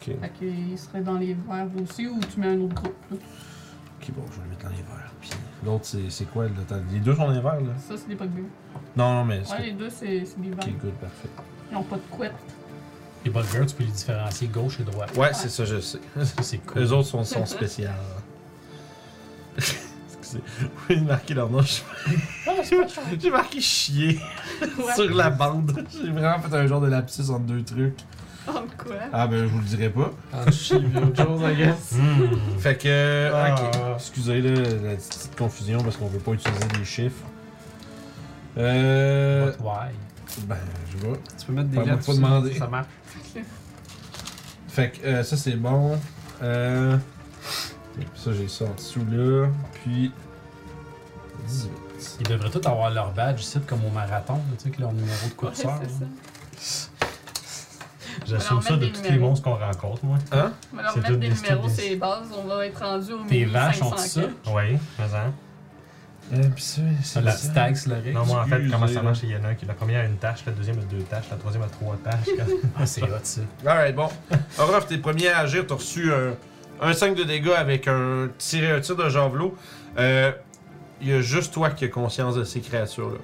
[SPEAKER 1] Ok.
[SPEAKER 3] Fait qu'il serait dans les verts aussi, ou tu mets un autre groupe. là.
[SPEAKER 1] Ok, bon, je vais le mettre dans les verts. Puis l'autre, c'est, c'est quoi? le- attends, les deux sont dans les verts, là?
[SPEAKER 3] Ça, c'est des bugbears.
[SPEAKER 1] Non, non, mais... c'est
[SPEAKER 3] Ouais, les deux, c'est c'est des verts.
[SPEAKER 1] Ok, good, parfait.
[SPEAKER 3] Ils n'ont pas de couettes.
[SPEAKER 4] Les bugbears, tu peux les différencier gauche et droite.
[SPEAKER 1] Ouais, c'est ça, je sais.
[SPEAKER 4] Ça, c'est cool.
[SPEAKER 1] Les autres sont, sont spéciales. Excusez. Vous pouvez marquer leur nom. je- J'ai marqué chier sur la bande. J'ai vraiment fait un genre de lapsus entre deux trucs.
[SPEAKER 3] Entre quoi?
[SPEAKER 1] Ah ben, je vous le dirai pas.
[SPEAKER 2] Ah, shit, autre chose, I guess.
[SPEAKER 5] Hmm.
[SPEAKER 1] Fait que.
[SPEAKER 2] Ah.
[SPEAKER 1] Euh, ok. Excusez là, la petite confusion parce qu'on veut pas utiliser des chiffres. Euh.
[SPEAKER 4] But why?
[SPEAKER 1] Ben, je vois.
[SPEAKER 2] Tu peux mettre des
[SPEAKER 1] Pas moi,
[SPEAKER 2] lettres
[SPEAKER 1] faut
[SPEAKER 2] aussi,
[SPEAKER 1] demander.
[SPEAKER 2] Ça marche.
[SPEAKER 1] Fait que euh, ça, c'est bon. Euh. Ça, j'ai ça en dessous là. Puis. 18.
[SPEAKER 4] Ils devraient tous avoir leur badge ici, comme au marathon, là, tu sais, avec leur numéro de
[SPEAKER 3] Ouais, c'est
[SPEAKER 4] courseur. là.
[SPEAKER 3] ça.
[SPEAKER 5] J'assume
[SPEAKER 3] Alors,
[SPEAKER 5] ça de
[SPEAKER 3] mettre
[SPEAKER 5] tous
[SPEAKER 3] des
[SPEAKER 5] les
[SPEAKER 3] numéros.
[SPEAKER 5] monstres qu'on rencontre, moi.
[SPEAKER 1] Hein?
[SPEAKER 3] On va leur
[SPEAKER 5] C'est
[SPEAKER 3] mettre
[SPEAKER 5] tout
[SPEAKER 3] des
[SPEAKER 5] des-
[SPEAKER 3] numéros,
[SPEAKER 5] des-
[SPEAKER 3] c'est les bases. On va être rendu au
[SPEAKER 4] Tes
[SPEAKER 3] minimum.
[SPEAKER 4] vaches ont ça?
[SPEAKER 5] Oui, mais hein.
[SPEAKER 1] Euh, puis ça,
[SPEAKER 4] Ça,
[SPEAKER 1] c'est
[SPEAKER 4] la
[SPEAKER 1] ça.
[SPEAKER 4] petite tag sur l'oreille.
[SPEAKER 5] Non, moi, en fait,
[SPEAKER 1] Excusez,
[SPEAKER 5] comment ça
[SPEAKER 1] là.
[SPEAKER 5] marche, il y en a un qui- la première a une tâche, la deuxième a deux tâches, la troisième a trois tâches.
[SPEAKER 4] Ah, c'est hot, ça.
[SPEAKER 1] Alright, bon. Orof, t'es premier à agir. T'as reçu un, Un 5 de dégâts avec un tiré, un tir de javelot. Euh, Il y a juste toi qui as conscience de ces créatures-là.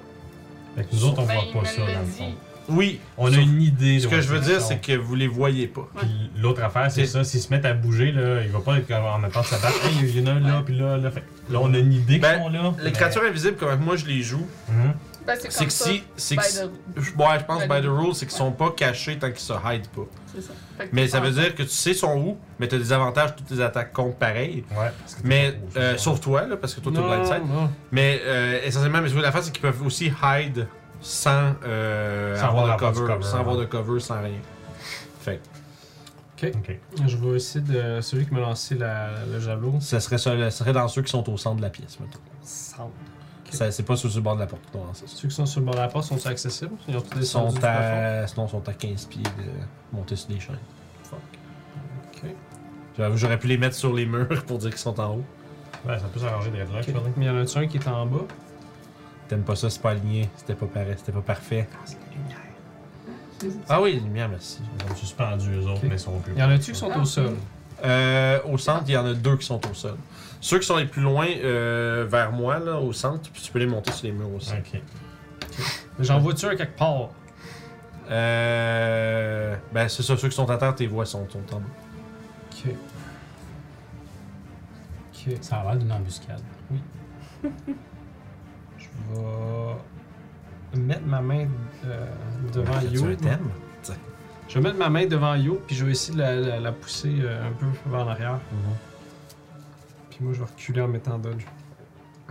[SPEAKER 5] Fait que nous autres, on
[SPEAKER 3] Ben,
[SPEAKER 5] voit
[SPEAKER 3] il
[SPEAKER 5] pas
[SPEAKER 3] me
[SPEAKER 5] ça,
[SPEAKER 3] l'a
[SPEAKER 5] dans le
[SPEAKER 3] dit.
[SPEAKER 5] fond.
[SPEAKER 1] Oui,
[SPEAKER 5] On a
[SPEAKER 1] Sauf-
[SPEAKER 5] une idée. de
[SPEAKER 1] ce que je veux
[SPEAKER 5] où
[SPEAKER 1] dire,
[SPEAKER 5] ils sont.
[SPEAKER 1] c'est que vous les voyez pas.
[SPEAKER 5] Puis l'autre affaire, c'est
[SPEAKER 1] C'est-
[SPEAKER 5] ça, s'ils se mettent à bouger, là, il va pas être comme en attendant de se battre. Hey, il y en a un là, puis là, là. Fait que là, on a une idée
[SPEAKER 1] Ben,
[SPEAKER 5] qu'ils sont là.
[SPEAKER 1] Les
[SPEAKER 5] mais-
[SPEAKER 1] créatures invisibles, comment moi je les joue,
[SPEAKER 5] Mhm.
[SPEAKER 3] Ben, c'est
[SPEAKER 1] c'est
[SPEAKER 3] comme
[SPEAKER 1] que
[SPEAKER 3] ça. Ben,
[SPEAKER 1] si. c'est
[SPEAKER 3] by
[SPEAKER 1] que si-
[SPEAKER 3] the-
[SPEAKER 1] Ouais, je pense
[SPEAKER 3] By
[SPEAKER 1] by the
[SPEAKER 3] the
[SPEAKER 1] rules, c'est qu'ils sont pas cachés tant qu'ils se hide pas.
[SPEAKER 3] c'est ça. Fait que
[SPEAKER 1] Mais
[SPEAKER 3] tu
[SPEAKER 1] ça veut
[SPEAKER 3] penses-
[SPEAKER 1] dire que tu sais son où, mais t'as des avantages, toutes tes attaques comptent pareil.
[SPEAKER 5] Ouais. parce que t'es
[SPEAKER 1] Mais,
[SPEAKER 5] pas gros,
[SPEAKER 1] euh,
[SPEAKER 5] c'est ça.
[SPEAKER 1] sauf toi, là, parce que toi t'es blindside.
[SPEAKER 2] non.
[SPEAKER 1] Mais euh, essentiellement, mais ce que la faire, c'est qu'ils peuvent aussi hide sans, euh,
[SPEAKER 5] Sans
[SPEAKER 1] avoir de
[SPEAKER 5] avoir du
[SPEAKER 1] cover,
[SPEAKER 5] cover,
[SPEAKER 1] sans
[SPEAKER 5] ouais.
[SPEAKER 1] avoir de cover, sans rien. Fait que
[SPEAKER 5] Ok.
[SPEAKER 2] Je vais essayer de. Celui qui m'a lancé la- le javelot.
[SPEAKER 1] ça serait, ça, ça serait dans ceux qui sont au centre de la pièce, mettons.
[SPEAKER 2] Sound.
[SPEAKER 1] Ça- C'est pas sur le bord de la porte qu'on lance ça.
[SPEAKER 2] Ceux qui sont sur le bord de la porte sont accessibles. Ils ont tous
[SPEAKER 1] Ils
[SPEAKER 2] des
[SPEAKER 1] sont à, sinon, ils sont à 15 pieds de monter sur des chaînes.
[SPEAKER 2] Ok.
[SPEAKER 1] J'avoue, J'aurais pu les mettre sur les murs pour dire qu'ils sont en haut.
[SPEAKER 5] Ouais, ça peut s'arranger d'être là, je
[SPEAKER 2] Ok.
[SPEAKER 5] pense.
[SPEAKER 2] Mais il y en a un qui est en bas.
[SPEAKER 1] T'aimes pas ça, c'est pas aligné, c'était pas pareil, c'était pas parfait. Ah oui, les lumières, merci.
[SPEAKER 5] Ils sont suspendus, eux autres,
[SPEAKER 2] Ok.
[SPEAKER 5] mais ils sont plus.
[SPEAKER 2] Il y en a-tu qui sont au sol
[SPEAKER 1] Euh, au centre, il y en a deux qui sont au sol. Ceux qui sont les plus loin euh, vers moi, là, au centre, puis tu peux les monter sur les murs aussi.
[SPEAKER 5] Ok.
[SPEAKER 2] J'en vois-tu un quelque part
[SPEAKER 1] Euh, ben, c'est ça, ceux qui sont à terre, tes voix sont, sont en bas.
[SPEAKER 2] Ok. Ok.
[SPEAKER 4] Ça a l'air d'une embuscade.
[SPEAKER 2] Je vais mettre ma main euh, devant
[SPEAKER 1] As-tu
[SPEAKER 2] Yo.
[SPEAKER 1] un thème?
[SPEAKER 2] Je vais mettre ma main devant Yo, puis je vais essayer de la, la- la pousser euh, un peu vers l'arrière.
[SPEAKER 1] Mhm.
[SPEAKER 2] Puis moi, je vais reculer en mettant dodge.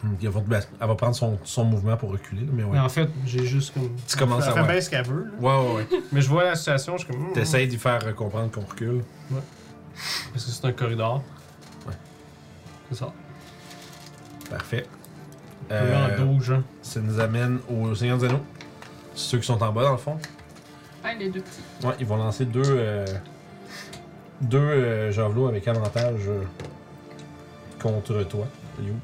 [SPEAKER 1] Hum, Elle va, ben, elle va prendre son, son mouvement pour reculer, là, mais ouais.
[SPEAKER 2] Mais en fait, j'ai juste comme.
[SPEAKER 1] Tu commences
[SPEAKER 2] Elle
[SPEAKER 1] à.
[SPEAKER 2] fait
[SPEAKER 1] Ouais,
[SPEAKER 2] bien ce qu'elle veut. là.
[SPEAKER 1] ouais, ouais.
[SPEAKER 2] Mais je vois la situation, je suis comme. hmm,
[SPEAKER 1] T'essayes d'y faire euh, comprendre qu'on recule.
[SPEAKER 2] Parce que c'est un corridor.
[SPEAKER 1] Ouais.
[SPEAKER 2] C'est ça.
[SPEAKER 1] Parfait.
[SPEAKER 2] Un
[SPEAKER 1] Euh,
[SPEAKER 2] En doge. hein.
[SPEAKER 1] ça nous amène au Seigneur des Anneaux. C'est Ceux qui sont en bas, dans le fond.
[SPEAKER 3] Un des deux petits.
[SPEAKER 1] Ouais, ils vont lancer deux. euh, deux euh, javelots avec avantage euh, contre toi, Youb.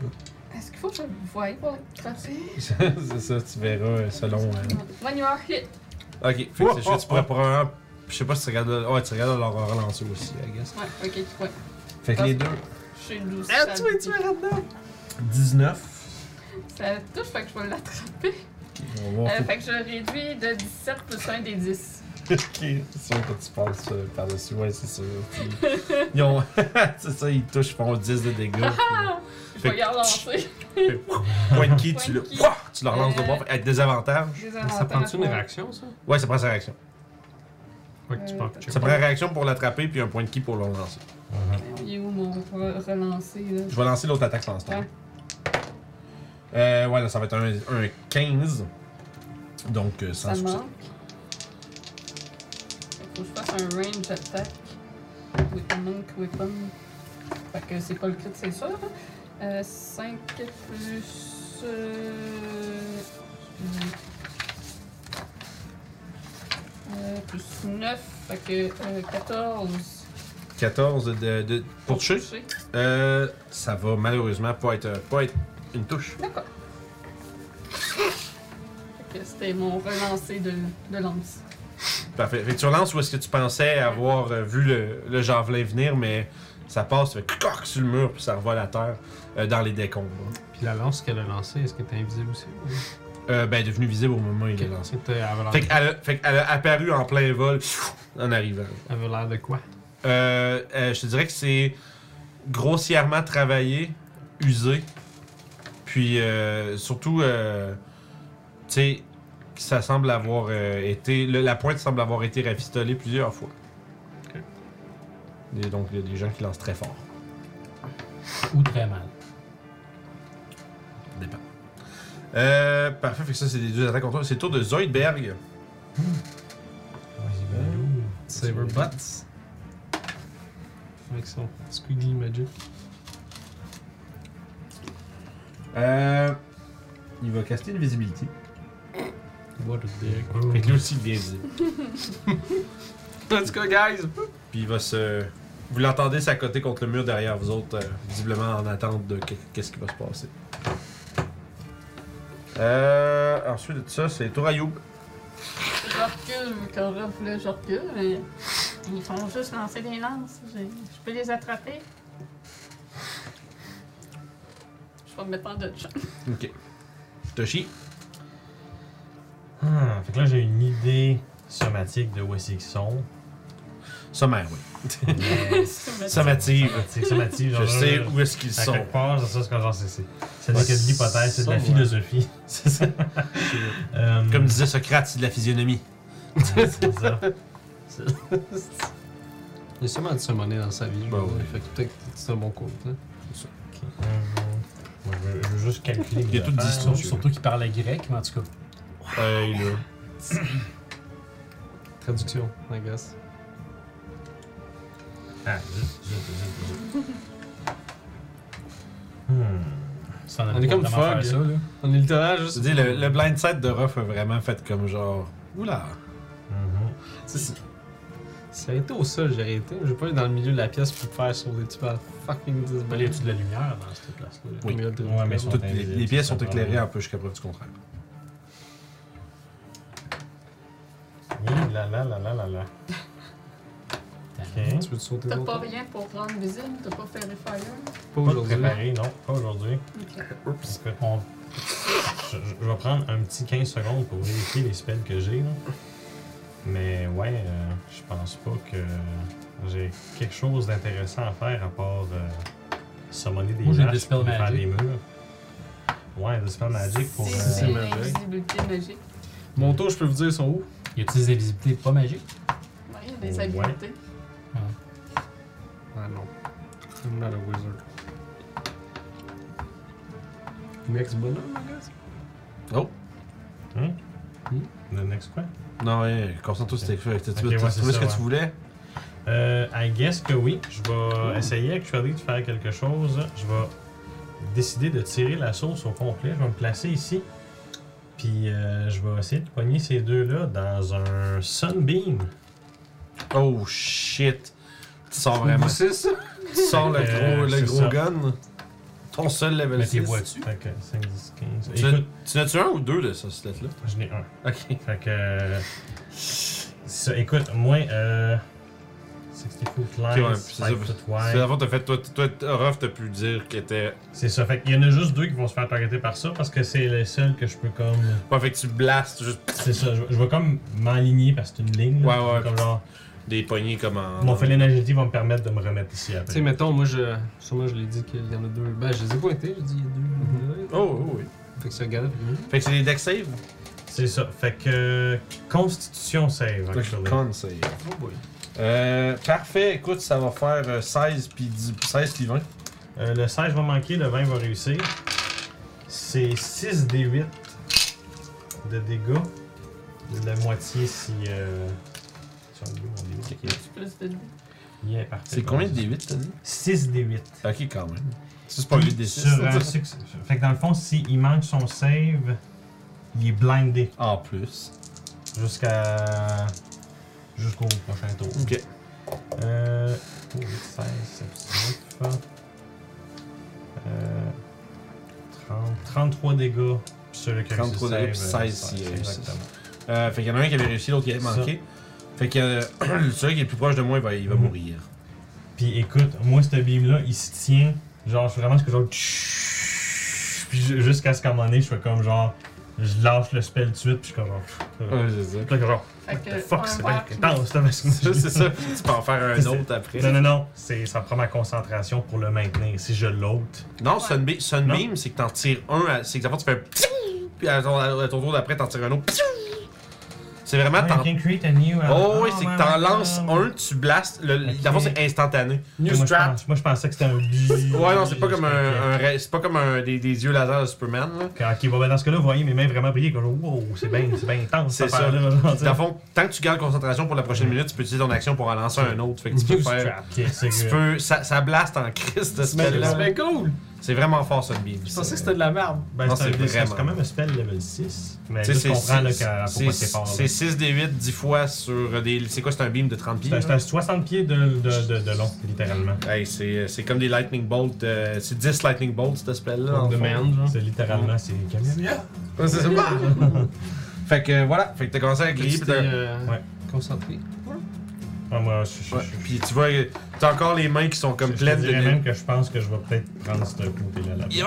[SPEAKER 3] Est-ce qu'il faut que je le voie pour le frapper?
[SPEAKER 1] c'est ça, tu verras euh, selon. euh,
[SPEAKER 3] When you are hit.
[SPEAKER 1] Ok, fait que c'est juste, tu pourrais probablement. Je sais pas si tu regardes. le- Ouais, tu regardes leur relancer aussi, hein. I guess.
[SPEAKER 3] Ouais, ok, ouais.
[SPEAKER 1] Fait que les deux.
[SPEAKER 3] Je suis douce.
[SPEAKER 1] Ah,
[SPEAKER 3] ça-
[SPEAKER 1] 19.
[SPEAKER 3] Ça touche, fait que je vais l'attraper.
[SPEAKER 1] Ok, on va voir.
[SPEAKER 3] Euh, fait que je réduis de 17 plus 1 des 10.
[SPEAKER 1] Ok, c'est sûr que tu passes euh, par-dessus, ouais, c'est sûr. Puis, ils ont. c'est ça, ils touchent, ils font 10 de dégâts.
[SPEAKER 3] Ah,
[SPEAKER 1] puis-
[SPEAKER 3] Je
[SPEAKER 1] Fait
[SPEAKER 3] vais
[SPEAKER 1] que-
[SPEAKER 3] y relancer.
[SPEAKER 1] fait pouf, Point de key, tu le.
[SPEAKER 3] ah. Point de key.
[SPEAKER 1] pouah, Tu leur lances de
[SPEAKER 3] Euh,
[SPEAKER 1] bord avec des avantages.
[SPEAKER 3] Des
[SPEAKER 2] Ça prend-tu une
[SPEAKER 3] ouais.
[SPEAKER 2] réaction, ça
[SPEAKER 1] Ouais, ça prend sa réaction.
[SPEAKER 2] Ouais, que tu
[SPEAKER 3] Euh,
[SPEAKER 2] peux checker.
[SPEAKER 1] Ça prend réaction pour l'attraper, puis un point de key pour le relancer.
[SPEAKER 3] Il est où mon re- relancer, là?
[SPEAKER 1] Je vais lancer l'autre attaque sans ce temps.
[SPEAKER 3] Ouais.
[SPEAKER 1] Euh, ouais, là, ça va être un, un 15. Donc, euh, sans
[SPEAKER 3] Ça
[SPEAKER 1] succès.
[SPEAKER 3] manque. Fait que je fasse un range attack. Weapon, weapon. Fait que c'est pas le crit, c'est sûr. hein. Euh, 5 plus. Euh, euh, plus 9, fait que euh, 14.
[SPEAKER 1] 14 de, de, pour toucher.
[SPEAKER 3] toucher.
[SPEAKER 1] Euh, ça va malheureusement pas être, pas être une touche.
[SPEAKER 3] D'accord. Fait que c'était mon relancer de, de lance.
[SPEAKER 1] Parfait. Fait que tu relances où est-ce que tu pensais avoir euh, vu le, le javelin venir, mais ça passe, ça fait coc sur le mur, puis ça revole à terre euh, dans les décombres.
[SPEAKER 2] Puis la lance qu'elle a lancée, est-ce qu'elle était invisible aussi ou-
[SPEAKER 1] Euh, ben, elle est devenue visible au moment où il est
[SPEAKER 2] Ok.
[SPEAKER 1] lancé.
[SPEAKER 2] C'était- Elle avait l'air-
[SPEAKER 1] Fait qu'elle a, fait qu'elle a apparu en plein vol en arrivant.
[SPEAKER 2] elle avait l'air de quoi
[SPEAKER 1] Euh, euh, je te dirais que c'est grossièrement travaillé, usé, puis euh, surtout, euh, tu sais, que ça semble avoir euh, été, le- la pointe semble avoir été rafistolée plusieurs fois.
[SPEAKER 2] Ok.
[SPEAKER 1] Et donc, il y a des gens qui lancent très fort.
[SPEAKER 4] Ou très mal.
[SPEAKER 1] Dépend. Euh, parfait, fait que ça, c'est des deux attaques contre toi. C'est le tour de Zoidberg.
[SPEAKER 5] Vas-y, ben,
[SPEAKER 2] Saberbutts. Avec son squiggly magic.
[SPEAKER 1] Euh, il va caster une visibilité.
[SPEAKER 2] What a dick.
[SPEAKER 1] Fait que lui aussi, il vient visible.
[SPEAKER 2] Let's go, guys!
[SPEAKER 1] Puis il va se. Vous l'entendez s'accoter contre le mur derrière vous autres, euh, visiblement en attente de que- qu'est-ce qui va se passer. Euh, ensuite de ça, c'est tour à Youb.
[SPEAKER 3] Je recule, mais quand je refais, je recule. mais Ils font juste lancer des lances. Je, je peux les attraper. vais me mettre en dodge.
[SPEAKER 1] Ok. Toshi.
[SPEAKER 5] Ah, fait que là, j'ai une idée somatique de où est-ce qu'ils sont.
[SPEAKER 1] Sommaire, oui.
[SPEAKER 3] Ça
[SPEAKER 1] Sommative.
[SPEAKER 5] Somatique, somatique, genre.
[SPEAKER 1] Je sais
[SPEAKER 5] là,
[SPEAKER 1] où est-ce qu'ils
[SPEAKER 5] À
[SPEAKER 1] sont.
[SPEAKER 5] quelque part, c'est ça, c'est comme genre, c'est- c'est c'est
[SPEAKER 1] Ouais,
[SPEAKER 5] de l'hypothèse, c'est de la
[SPEAKER 1] sont,
[SPEAKER 5] philosophie.
[SPEAKER 1] C'est ça.
[SPEAKER 5] Euh,
[SPEAKER 1] Comme disait Socrate, c'est de la physionomie.
[SPEAKER 5] c'est ça.
[SPEAKER 2] Il y a sûrement de se monnaie dans sa vie.
[SPEAKER 1] Bah
[SPEAKER 2] genre,
[SPEAKER 1] oui.
[SPEAKER 2] Fait que peut-être que c'est un bon compte. hein.
[SPEAKER 5] Ok, euh, ouais, je, veux, je veux juste calculer.
[SPEAKER 1] Il y a
[SPEAKER 5] mes
[SPEAKER 1] toutes des
[SPEAKER 5] affaires.
[SPEAKER 1] histoires.
[SPEAKER 4] Surtout qu'il parlait grec, mais en tout cas.
[SPEAKER 1] Hey, là.
[SPEAKER 2] Traduction, I guess.
[SPEAKER 5] Ah, zut, zut, zut, zut. Hmm.
[SPEAKER 4] Ça en
[SPEAKER 2] On est comme
[SPEAKER 4] vraiment
[SPEAKER 2] Fogg.
[SPEAKER 4] faire ça, là.
[SPEAKER 2] On est littéralement
[SPEAKER 1] Je
[SPEAKER 2] juste.
[SPEAKER 1] veux dire, le, le blind set de Ruff a vraiment fait comme genre. Oula.
[SPEAKER 5] Mhm.
[SPEAKER 1] Tu sais, c'est-
[SPEAKER 2] Si j'arrêtais au sol, j'arrêtais. Je vais pas aller dans le milieu de la pièce pour me faire sauter dessus par fucking 10
[SPEAKER 4] Il y a-tu de la lumière dans cette place-là? là?
[SPEAKER 1] Oui.
[SPEAKER 5] Ouais, mais
[SPEAKER 1] toutes les,
[SPEAKER 5] invisibles,
[SPEAKER 1] les pièces sont
[SPEAKER 5] c'est pas
[SPEAKER 1] éclairées
[SPEAKER 5] grave.
[SPEAKER 1] un peu jusqu'à preuve du contraire.
[SPEAKER 5] Hi, la la la la la la. Ok.
[SPEAKER 2] Tu veux te sauter
[SPEAKER 3] T'as pas
[SPEAKER 2] longtemps?
[SPEAKER 3] rien pour rendre visible, t'as pas fait les fire.
[SPEAKER 2] Pas
[SPEAKER 5] Pas de
[SPEAKER 2] aujourd'hui.
[SPEAKER 5] préparé, non, pas aujourd'hui.
[SPEAKER 3] Ok.
[SPEAKER 5] Parce que on- Je, je- je vais prendre un petit 15 secondes pour vérifier les spells que j'ai. là. Mais ouais, euh, je pense pas que j'ai quelque chose d'intéressant à faire à part euh, summoner des
[SPEAKER 4] Moi, j'ai
[SPEAKER 5] mâches
[SPEAKER 4] des spells
[SPEAKER 5] pour faire
[SPEAKER 4] magiques.
[SPEAKER 5] des murs. Ouais, des spells magiques pour...
[SPEAKER 3] Si,
[SPEAKER 5] euh,
[SPEAKER 3] si,
[SPEAKER 2] C'est magique.
[SPEAKER 3] l'invisibilité magique.
[SPEAKER 2] Mon tour, je peux vous dire, ils sont où?
[SPEAKER 4] Y a-tu des invisibilités pas magiques?
[SPEAKER 3] Ouais, il y a des
[SPEAKER 5] Ouais.
[SPEAKER 3] habiletés.
[SPEAKER 2] Ah non. I'm not a wizard. Next bonhomme, I guess?
[SPEAKER 1] Oh!
[SPEAKER 5] hein?
[SPEAKER 2] Hmm?
[SPEAKER 5] The next quoi?
[SPEAKER 1] Non, ouais, concentre-toi sur tes feuilles. Tu tu-
[SPEAKER 5] Ok,
[SPEAKER 1] tu-
[SPEAKER 5] ouais,
[SPEAKER 1] tu
[SPEAKER 5] c'est
[SPEAKER 1] trouvais ce que
[SPEAKER 5] ça, ouais.
[SPEAKER 1] tu voulais?
[SPEAKER 5] Euh, I guess que oui. Je vais essayer actually de faire quelque chose. Je vais décider de tirer la sauce au complet. Je vais me placer ici. Puis euh, je vais essayer de pogner ces deux-là dans un sunbeam.
[SPEAKER 1] Oh shit! Tu sors vraiment.
[SPEAKER 2] C'est ça?
[SPEAKER 1] tu sors le gros,
[SPEAKER 5] Euh,
[SPEAKER 1] le
[SPEAKER 5] c'est
[SPEAKER 1] gros
[SPEAKER 5] ça.
[SPEAKER 1] gun. Ton seul level
[SPEAKER 4] Mais
[SPEAKER 1] 6.
[SPEAKER 4] t'es vois-tu?
[SPEAKER 5] Fait que 5, 10, 15.
[SPEAKER 1] Tu
[SPEAKER 5] Écoute,
[SPEAKER 1] tu n'as-tu un ou deux de ce slot-là?
[SPEAKER 5] je n'ai un.
[SPEAKER 1] Ok.
[SPEAKER 5] Fait que. euh, ça, écoute, moi. Euh, 60 foot
[SPEAKER 1] Ok,
[SPEAKER 5] lines,
[SPEAKER 1] ouais, puis c'est
[SPEAKER 5] 5
[SPEAKER 1] ça,
[SPEAKER 5] foot
[SPEAKER 1] C'est
[SPEAKER 5] wide.
[SPEAKER 1] D'abord, t'as fait. Toi, toi Ruff, t'as pu dire qu'il était.
[SPEAKER 5] C'est ça. Fait qu'il y en a juste deux qui vont se faire targeter par ça parce que c'est les seuls que je peux comme.
[SPEAKER 1] Ouais, fait que tu blastes juste
[SPEAKER 5] C'est ça, je, je vais comme m'aligner parce que c'est une ligne. là.
[SPEAKER 1] Ouais, ouais.
[SPEAKER 5] Comme genre,
[SPEAKER 1] des poignées comme en.
[SPEAKER 5] mon félin agility va me permettre de me remettre ici
[SPEAKER 2] Tu
[SPEAKER 5] après.
[SPEAKER 2] sais, mettons, moi, je. Sûrement, je l'ai dit qu'il y en a deux. Ben, je les ai pointés, j'ai dit, il y a deux.
[SPEAKER 1] Oh, oh, oui.
[SPEAKER 2] Fait que ça regarde.
[SPEAKER 1] Fait que c'est des deck save?
[SPEAKER 5] C'est ça, fait que euh, Constitution save, actually.
[SPEAKER 1] Con save.
[SPEAKER 2] Oh boy.
[SPEAKER 1] Euh, parfait, écoute, ça va faire euh, 16 puis 10 16 puis 20.
[SPEAKER 5] Euh, le 16 va manquer, le 20 va réussir. C'est 6 des 8 de dégâts. La moitié si. Euh... si on oublie mon dé.
[SPEAKER 3] Plus de
[SPEAKER 5] Yeah, parfait.
[SPEAKER 1] C'est combien de D8 t'as dit?
[SPEAKER 5] 6 des 8.
[SPEAKER 1] Ok, quand même. Ça, C'est pas 8 des 6.
[SPEAKER 5] Sur un succès. Fait que dans le fond, s'il manque son save, il est blindé.
[SPEAKER 1] En plus.
[SPEAKER 5] Jusqu'à. Jusqu'au prochain tour.
[SPEAKER 1] Ok.
[SPEAKER 5] Euh. oh, 16, 19. Euh. 30, 33 dégâts. Puis celui qui a réussi
[SPEAKER 1] 33
[SPEAKER 5] le
[SPEAKER 1] dégâts, puis
[SPEAKER 5] save, euh,
[SPEAKER 1] 16 s'il a réussi.
[SPEAKER 5] Exactement.
[SPEAKER 1] Euh, fait qu'il y en a un qui avait réussi, l'autre qui avait
[SPEAKER 5] Ça.
[SPEAKER 1] manqué. Fait que euh, celui qui est le plus proche de moi, il va, il va
[SPEAKER 5] Mhm.
[SPEAKER 1] mourir.
[SPEAKER 5] Puis écoute, moi, ce beam-là, il se tient. Genre, je fais vraiment ce que genre. tch- Puis ju- jusqu'à ce qu'à un moment donné, je fais comme genre. Je lâche le spell tout de suite, puis je suis comme genre. Puis
[SPEAKER 1] c'est ça.
[SPEAKER 5] là, genre.
[SPEAKER 3] Fait
[SPEAKER 5] The
[SPEAKER 3] que.
[SPEAKER 5] fuck,
[SPEAKER 3] un
[SPEAKER 5] c'est bien
[SPEAKER 3] verre qui me-
[SPEAKER 5] intense, là, parce que-
[SPEAKER 1] c'est ça. Tu peux en faire un
[SPEAKER 5] C'est-
[SPEAKER 1] autre après.
[SPEAKER 5] Non, non, non, c'est, ça prend ma concentration pour le maintenir. Si je l'ôte,
[SPEAKER 1] Non, Sunbe- Sunbeam, c'est que t'en tires un, à- c'est que d'abord tu fais un ptiou, puis à ton, à ton tour d'après t'en tires un autre. ptiou. C'est vraiment t'en. Oh oui, c'est que t'en lances un, tu blastes. le-
[SPEAKER 5] Ah, Ok.
[SPEAKER 1] D'abord c'est instantané.
[SPEAKER 5] Moi, je pense- moi, je pensais que c'était un bi-
[SPEAKER 1] Ouais, non, c'est pas comme
[SPEAKER 5] Ok.
[SPEAKER 1] un, un ra- c'est pas comme un, des, des yeux laser de Superman. Là.
[SPEAKER 5] Ok, ok, bon, ben, dans ce cas-là, vous voyez mes mains vraiment briller. Comme, wow, c'est bien, c'est bien intense.
[SPEAKER 1] C'est
[SPEAKER 5] cette
[SPEAKER 1] ça.
[SPEAKER 5] affaire-là, genre, tu sais.
[SPEAKER 1] Dans le fond, tant que tu gardes concentration pour la prochaine minute, tu peux utiliser ton action pour en lancer un autre. Fait que tu peux faire.
[SPEAKER 5] Ok, c'est
[SPEAKER 1] Tu
[SPEAKER 5] que-
[SPEAKER 1] peux, ça, ça blaste en crise de ce
[SPEAKER 2] Mais
[SPEAKER 1] spell-là.
[SPEAKER 2] c'est bien cool!
[SPEAKER 1] C'est vraiment fort Sunbeam.
[SPEAKER 2] Je pensais que c'était de la merde.
[SPEAKER 5] ben,
[SPEAKER 1] Non,
[SPEAKER 5] c'est,
[SPEAKER 1] c'est
[SPEAKER 5] un- c'est
[SPEAKER 1] vraiment.
[SPEAKER 5] quand même un spell level 6. Mais
[SPEAKER 1] Tu sais,
[SPEAKER 5] là, je
[SPEAKER 1] c'est-
[SPEAKER 5] comprends là,
[SPEAKER 1] c'est-
[SPEAKER 5] qu'à- pourquoi c'est fort. là.
[SPEAKER 1] C'est 6 des 8 10 fois sur des. C'est quoi, c'est un beam de 30 pieds? hein?
[SPEAKER 5] C'est un-
[SPEAKER 1] là?
[SPEAKER 5] c'est un 60 pieds de, de, de, de long, littéralement.
[SPEAKER 1] Hey, c'est c'est comme des lightning bolts. euh, c'est 10 lightning bolts, cette spell-là. dans le
[SPEAKER 2] de
[SPEAKER 1] fond.
[SPEAKER 2] merde, genre.
[SPEAKER 5] C'est littéralement, c'est camion.
[SPEAKER 1] Ouais, c'est ça. fait que euh, voilà, fait que t'as commencé à griller.
[SPEAKER 2] Tu
[SPEAKER 1] pis
[SPEAKER 2] t'es
[SPEAKER 1] t'as-
[SPEAKER 2] euh,
[SPEAKER 5] Ouais.
[SPEAKER 2] concentré.
[SPEAKER 5] Ah, moi, je, je,
[SPEAKER 1] Ouais.
[SPEAKER 5] je-
[SPEAKER 1] Puis tu vois, t'as encore les mains qui sont comme
[SPEAKER 5] je te
[SPEAKER 1] pleines de.
[SPEAKER 5] dirais même que je pense que je vais peut-être prendre ce côté-là. là-bas.
[SPEAKER 1] Yo!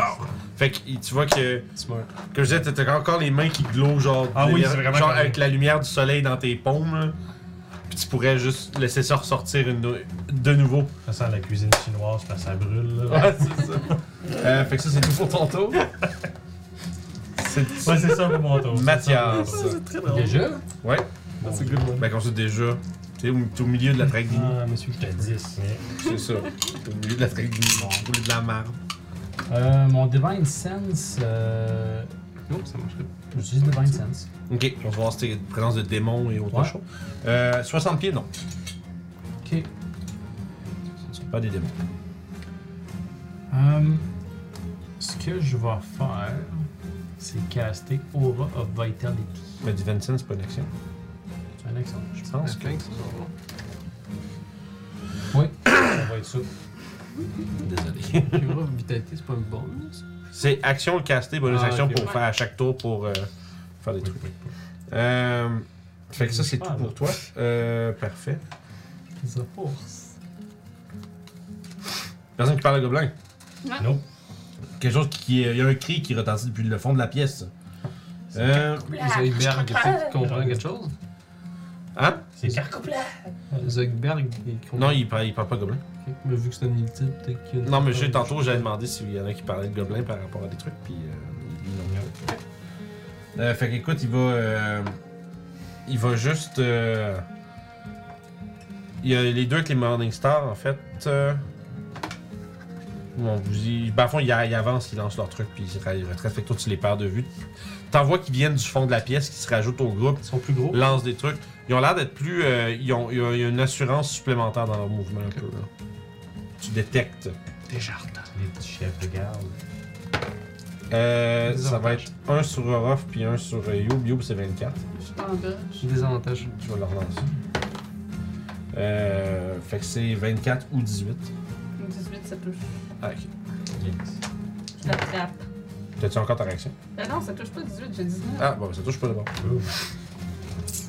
[SPEAKER 1] Fait que tu vois que,
[SPEAKER 2] Smart.
[SPEAKER 1] comme je disais, t'as- t'as encore les mains qui glowent, genre,
[SPEAKER 5] Ah oui,
[SPEAKER 1] la-
[SPEAKER 5] c'est vraiment
[SPEAKER 1] genre
[SPEAKER 5] comme-
[SPEAKER 1] avec la lumière du soleil dans tes paumes. là. Puis tu pourrais juste laisser ça ressortir une- de nouveau.
[SPEAKER 5] Ça sent la cuisine chinoise, parce que ça brûle. Là.
[SPEAKER 1] Ouais, c'est ça. Euh, fait que ça, c'est tout pour ton tour. C'est
[SPEAKER 5] Ouais, c'est ça pour mon tour.
[SPEAKER 1] Mathias.
[SPEAKER 4] Déjà?
[SPEAKER 1] Ouais.
[SPEAKER 2] That's a good one.
[SPEAKER 1] Ben, comme ça, déjà, t'es au, t'es au milieu de la traque d'Ini.
[SPEAKER 5] Ah, monsieur, je te 10.
[SPEAKER 1] C'est ça. T'es au milieu de la traque d'Ini. On roule de la marde.
[SPEAKER 4] Euh, mon Divine Sense. Euh...
[SPEAKER 2] Non, ça marcherait pas.
[SPEAKER 4] J'utilise Divine Sense.
[SPEAKER 1] Ok, on va voir si t'es en présence de démons et autre
[SPEAKER 4] Ouais.
[SPEAKER 1] chose. Euh, 60 pieds, non.
[SPEAKER 4] Ok.
[SPEAKER 1] Ce ne sont pas des démons.
[SPEAKER 4] Hum, ce que je vais faire, c'est caster Aura of Vitality.
[SPEAKER 1] Mais Divine Sense, c'est pas une action.
[SPEAKER 4] C'est un accent, je
[SPEAKER 1] Je pense que.
[SPEAKER 2] Cinq, ça, ça va.
[SPEAKER 4] Oui, ça va être ça.
[SPEAKER 1] Désolé.
[SPEAKER 2] Aura de vitalité, c'est pas un bonus?
[SPEAKER 1] C'est action casté, bonus
[SPEAKER 2] Ah,
[SPEAKER 1] action
[SPEAKER 2] ok,
[SPEAKER 1] pour
[SPEAKER 3] ouais.
[SPEAKER 1] faire à chaque tour pour euh, faire des
[SPEAKER 5] Oui,
[SPEAKER 1] trucs.
[SPEAKER 5] oui, oui.
[SPEAKER 1] Euh, fait que ça, c'est
[SPEAKER 5] Ah,
[SPEAKER 1] tout pour
[SPEAKER 5] là.
[SPEAKER 1] toi. Euh, parfait.
[SPEAKER 4] The Force.
[SPEAKER 1] Personne qui parle à Gobelin.
[SPEAKER 5] Nope.
[SPEAKER 1] Quelque chose qui. euh, Il y a un cri qui retentit depuis le fond de la pièce. Euh,
[SPEAKER 2] Zoidberg, tu sais qu'il comprend quelque chose?
[SPEAKER 1] hein?
[SPEAKER 5] C'est carcou.
[SPEAKER 2] Zoidberg, il comprend.
[SPEAKER 1] Non, il parle, il parle pas Gobelin.
[SPEAKER 2] Ok, Mais vu que c'est un inutile, peut-être qu'il y a une-
[SPEAKER 1] Non, mais je sais, tantôt, j'avais demandé s'il y en a qui parlaient de Gobelin par rapport à des trucs, puis euh, ils l'ont mis. Euh, fait qu'écoute, il va. euh, il va juste. euh, il y a les deux avec les Morning Star, en fait. euh, bon, vous y- ben, à fond, ils ils avancent, ils lancent leur truc, puis ils ra- ils retraitent. Fait que toi, tu les perds de vue. T'en vois qui viennent du fond de la pièce, qui se rajoutent au groupe,
[SPEAKER 2] Ils sont plus gros.
[SPEAKER 1] lancent des trucs. Ils ont l'air d'être plus. euh, ils ont, il y a- il y a une assurance supplémentaire dans leur mouvement, un peu. là. Tu détectes.
[SPEAKER 5] Les petits chefs de garde.
[SPEAKER 1] Euh,
[SPEAKER 2] Des
[SPEAKER 1] ça va
[SPEAKER 2] avantages.
[SPEAKER 1] être un sur Orof puis un sur euh, Youb. Youb, c'est 24.
[SPEAKER 3] Je suis en bas.
[SPEAKER 2] J'ai des avantages.
[SPEAKER 1] Je vais le relancer. Euh, fait que c'est 24 ou 18.
[SPEAKER 3] Une 18, ça touche.
[SPEAKER 1] Ah, ok.
[SPEAKER 3] Je l'attrape.
[SPEAKER 1] T'as-tu encore ta réaction?
[SPEAKER 3] Ben non, ça touche pas 18, j'ai 19.
[SPEAKER 1] Ah, bon, ça touche pas d'abord.
[SPEAKER 5] Ouh.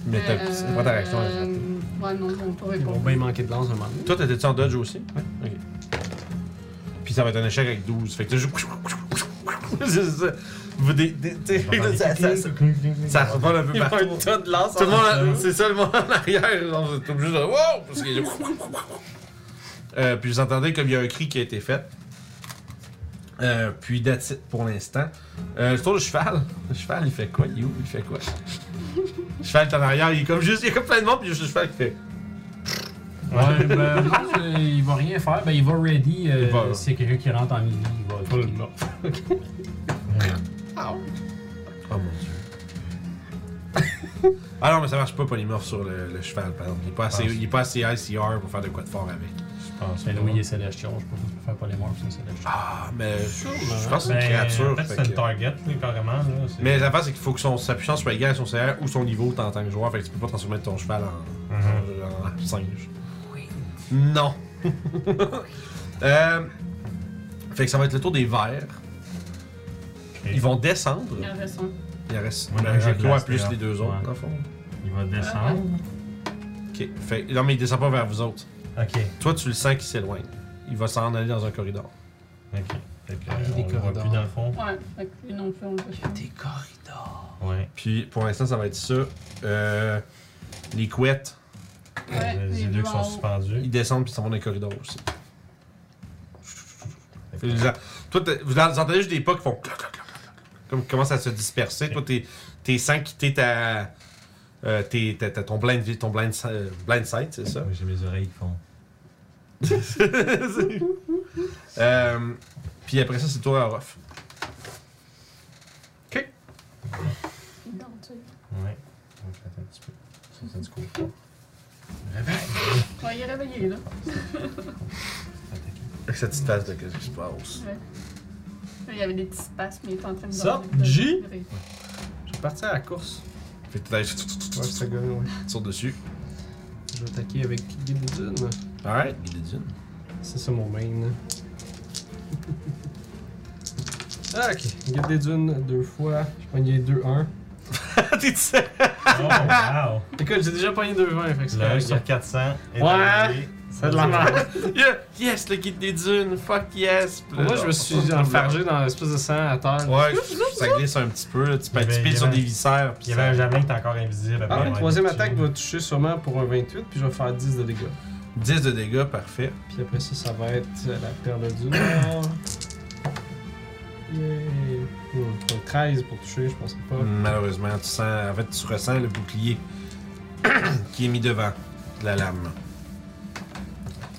[SPEAKER 1] Mais t'as
[SPEAKER 3] Euh,
[SPEAKER 1] c'est pas ta réaction. elle est ratée.
[SPEAKER 3] euh, Ouais, non, on peut
[SPEAKER 2] Ils vont
[SPEAKER 3] répondre.
[SPEAKER 2] bien manquer de lance un moment donné.
[SPEAKER 1] Toi, t'étais-tu en dodge aussi? Ouais. Ok. Puis ça va être un échec avec 12. Fait que t'as juste. c'est ça. Vous des- des- t'sais, ça, ça, ça, ça revole un peu partout.
[SPEAKER 2] tas de lance.
[SPEAKER 1] Tout le monde, c'est ça le monde en arrière. Genre, vous êtes obligé de. Wow! Parce qu'il y a- Euh, puis vous entendez comme il y a un cri qui a été fait. Euh, puis that's it pour l'instant. Euh, le tour de cheval. Le cheval, il fait quoi? Il est où? Il fait quoi? Le cheval est en arrière, il est comme juste. Il y a comme plein de monde, puis juste le cheval qui fait.
[SPEAKER 4] Ouais, ben, je pense que il va rien faire. Ben, il va ready. euh,
[SPEAKER 1] Il va.
[SPEAKER 4] S'il y a quelqu'un qui rentre en mini, il va.
[SPEAKER 1] Oh mon dieu. ah non, mais ça marche pas, polymorphe sur le, le cheval, par exemple. Il est, pas
[SPEAKER 5] Ah.
[SPEAKER 1] assez, il est pas assez ICR pour faire de quoi de fort avec.
[SPEAKER 5] Je pense.
[SPEAKER 4] Ben, oui, il est Celestial. Je pense que je peux faire pas les morts, c'est Celestial.
[SPEAKER 1] Ah, mais. Je pense que c'est
[SPEAKER 5] Ben,
[SPEAKER 1] une créature.
[SPEAKER 5] en fait,
[SPEAKER 1] fait
[SPEAKER 5] c'est
[SPEAKER 1] que-
[SPEAKER 5] une target, oui, carrément. Là, c'est-
[SPEAKER 1] Mais l'affaire, c'est qu'il faut que son, sa puissance soit égale à son salaire ou son niveau en tant que joueur. Fait que tu peux pas transformer ton cheval en, en- en singe. Non. Euh, fait que ça va être le tour des verts.
[SPEAKER 5] Ok.
[SPEAKER 1] Ils vont descendre.
[SPEAKER 3] Il en reste un.
[SPEAKER 1] Il en reste
[SPEAKER 5] Ouais,
[SPEAKER 1] un
[SPEAKER 5] Jacques
[SPEAKER 1] Jacques
[SPEAKER 5] Lasse,
[SPEAKER 1] plus
[SPEAKER 5] d'ailleurs.
[SPEAKER 1] les deux autres,
[SPEAKER 5] Ouais.
[SPEAKER 1] dans le fond.
[SPEAKER 5] Il va descendre.
[SPEAKER 1] Ok. Fait, non, mais il descend pas vers vous autres.
[SPEAKER 5] Ok.
[SPEAKER 1] Toi, tu le sens qu'il s'éloigne. Il va s'en aller dans un corridor.
[SPEAKER 5] Ok. Fait que,
[SPEAKER 2] Ah,
[SPEAKER 5] euh,
[SPEAKER 2] des
[SPEAKER 5] on le voit
[SPEAKER 2] corridors.
[SPEAKER 5] plus dans le fond.
[SPEAKER 3] Ouais, fait que lui non plus, on le fait.
[SPEAKER 4] Des corridors.
[SPEAKER 5] Ouais.
[SPEAKER 1] Puis pour l'instant, ça va être ça. Euh, les couettes,
[SPEAKER 3] Ouais,
[SPEAKER 5] les deux qui sont suspendus.
[SPEAKER 1] ils descendent puis ils s'en vont dans les corridors aussi. Fait que les gens- Toi, t'as- vous en- vous entendez juste des pas qui font clac, clac, clac, clac, clac, comme commence à se disperser. Toi, t'es, t'es sans quitter ta, euh, t'es, t'as- t'as ton blind, vi- ton blind, si- euh, blind sight, c'est ça.
[SPEAKER 5] Oui, J'ai mes oreilles qui font.
[SPEAKER 1] Euh, puis après ça, c'est toi à Orof.
[SPEAKER 3] Non, tu sais.
[SPEAKER 5] Ouais. Donc, attends un petit peu. Ça, c'est du coup.
[SPEAKER 3] Ouais, il est réveillé, là.
[SPEAKER 1] Avec cette petite face de qu'est-ce qui se passe.
[SPEAKER 3] Il y avait des petits spasmes, mais il est en train de
[SPEAKER 5] Ça,
[SPEAKER 3] dormir, de-
[SPEAKER 5] J?
[SPEAKER 3] de-
[SPEAKER 2] Je vais partir à la course.
[SPEAKER 1] Fait que t'as- tu
[SPEAKER 2] Ouais, c'est gagné, ouais.
[SPEAKER 1] sautes dessus.
[SPEAKER 2] Je vais attaquer avec Guide des Dunes.
[SPEAKER 1] Alright, il est d'une.
[SPEAKER 2] C'est ça mon main. Ah, ok. Guide des Dunes deux fois. Je prends les deux 1.
[SPEAKER 1] t'es tout seul.
[SPEAKER 5] Oh, wow.
[SPEAKER 2] Écoute, j'ai déjà pogné deux vins, fait que c'est
[SPEAKER 5] Le 1
[SPEAKER 2] correct.
[SPEAKER 5] sur 400 est
[SPEAKER 2] Ouais.
[SPEAKER 5] arrivé.
[SPEAKER 2] C'est de la merde.
[SPEAKER 1] Yeah, Yes, le guide des dunes, fuck yes. Puis là,
[SPEAKER 2] Moi, je me suis enfargé dans l'espèce de sang à terre.
[SPEAKER 1] Ouais, ça glisse un petit peu, là. tu
[SPEAKER 5] Il y avait- il
[SPEAKER 1] participes
[SPEAKER 5] y
[SPEAKER 1] sur
[SPEAKER 5] avait-
[SPEAKER 1] des viscères. puis
[SPEAKER 5] Il y avait un
[SPEAKER 1] ça-
[SPEAKER 5] javelin qui était encore invisible. après,
[SPEAKER 2] Ah,
[SPEAKER 5] on
[SPEAKER 2] la
[SPEAKER 5] l'a
[SPEAKER 2] troisième
[SPEAKER 5] habitué.
[SPEAKER 2] attaque va toucher sûrement pour un 28, puis je vais faire 10 de dégâts.
[SPEAKER 1] 10 de dégâts, parfait.
[SPEAKER 2] Puis après ça, ça va être euh, la perle du Nord. Yay! Hmm, faut 13 pour toucher, je pensais pas.
[SPEAKER 1] Mm, Malheureusement, tu sens, en fait, tu ressens le bouclier qui est mis devant de la lame.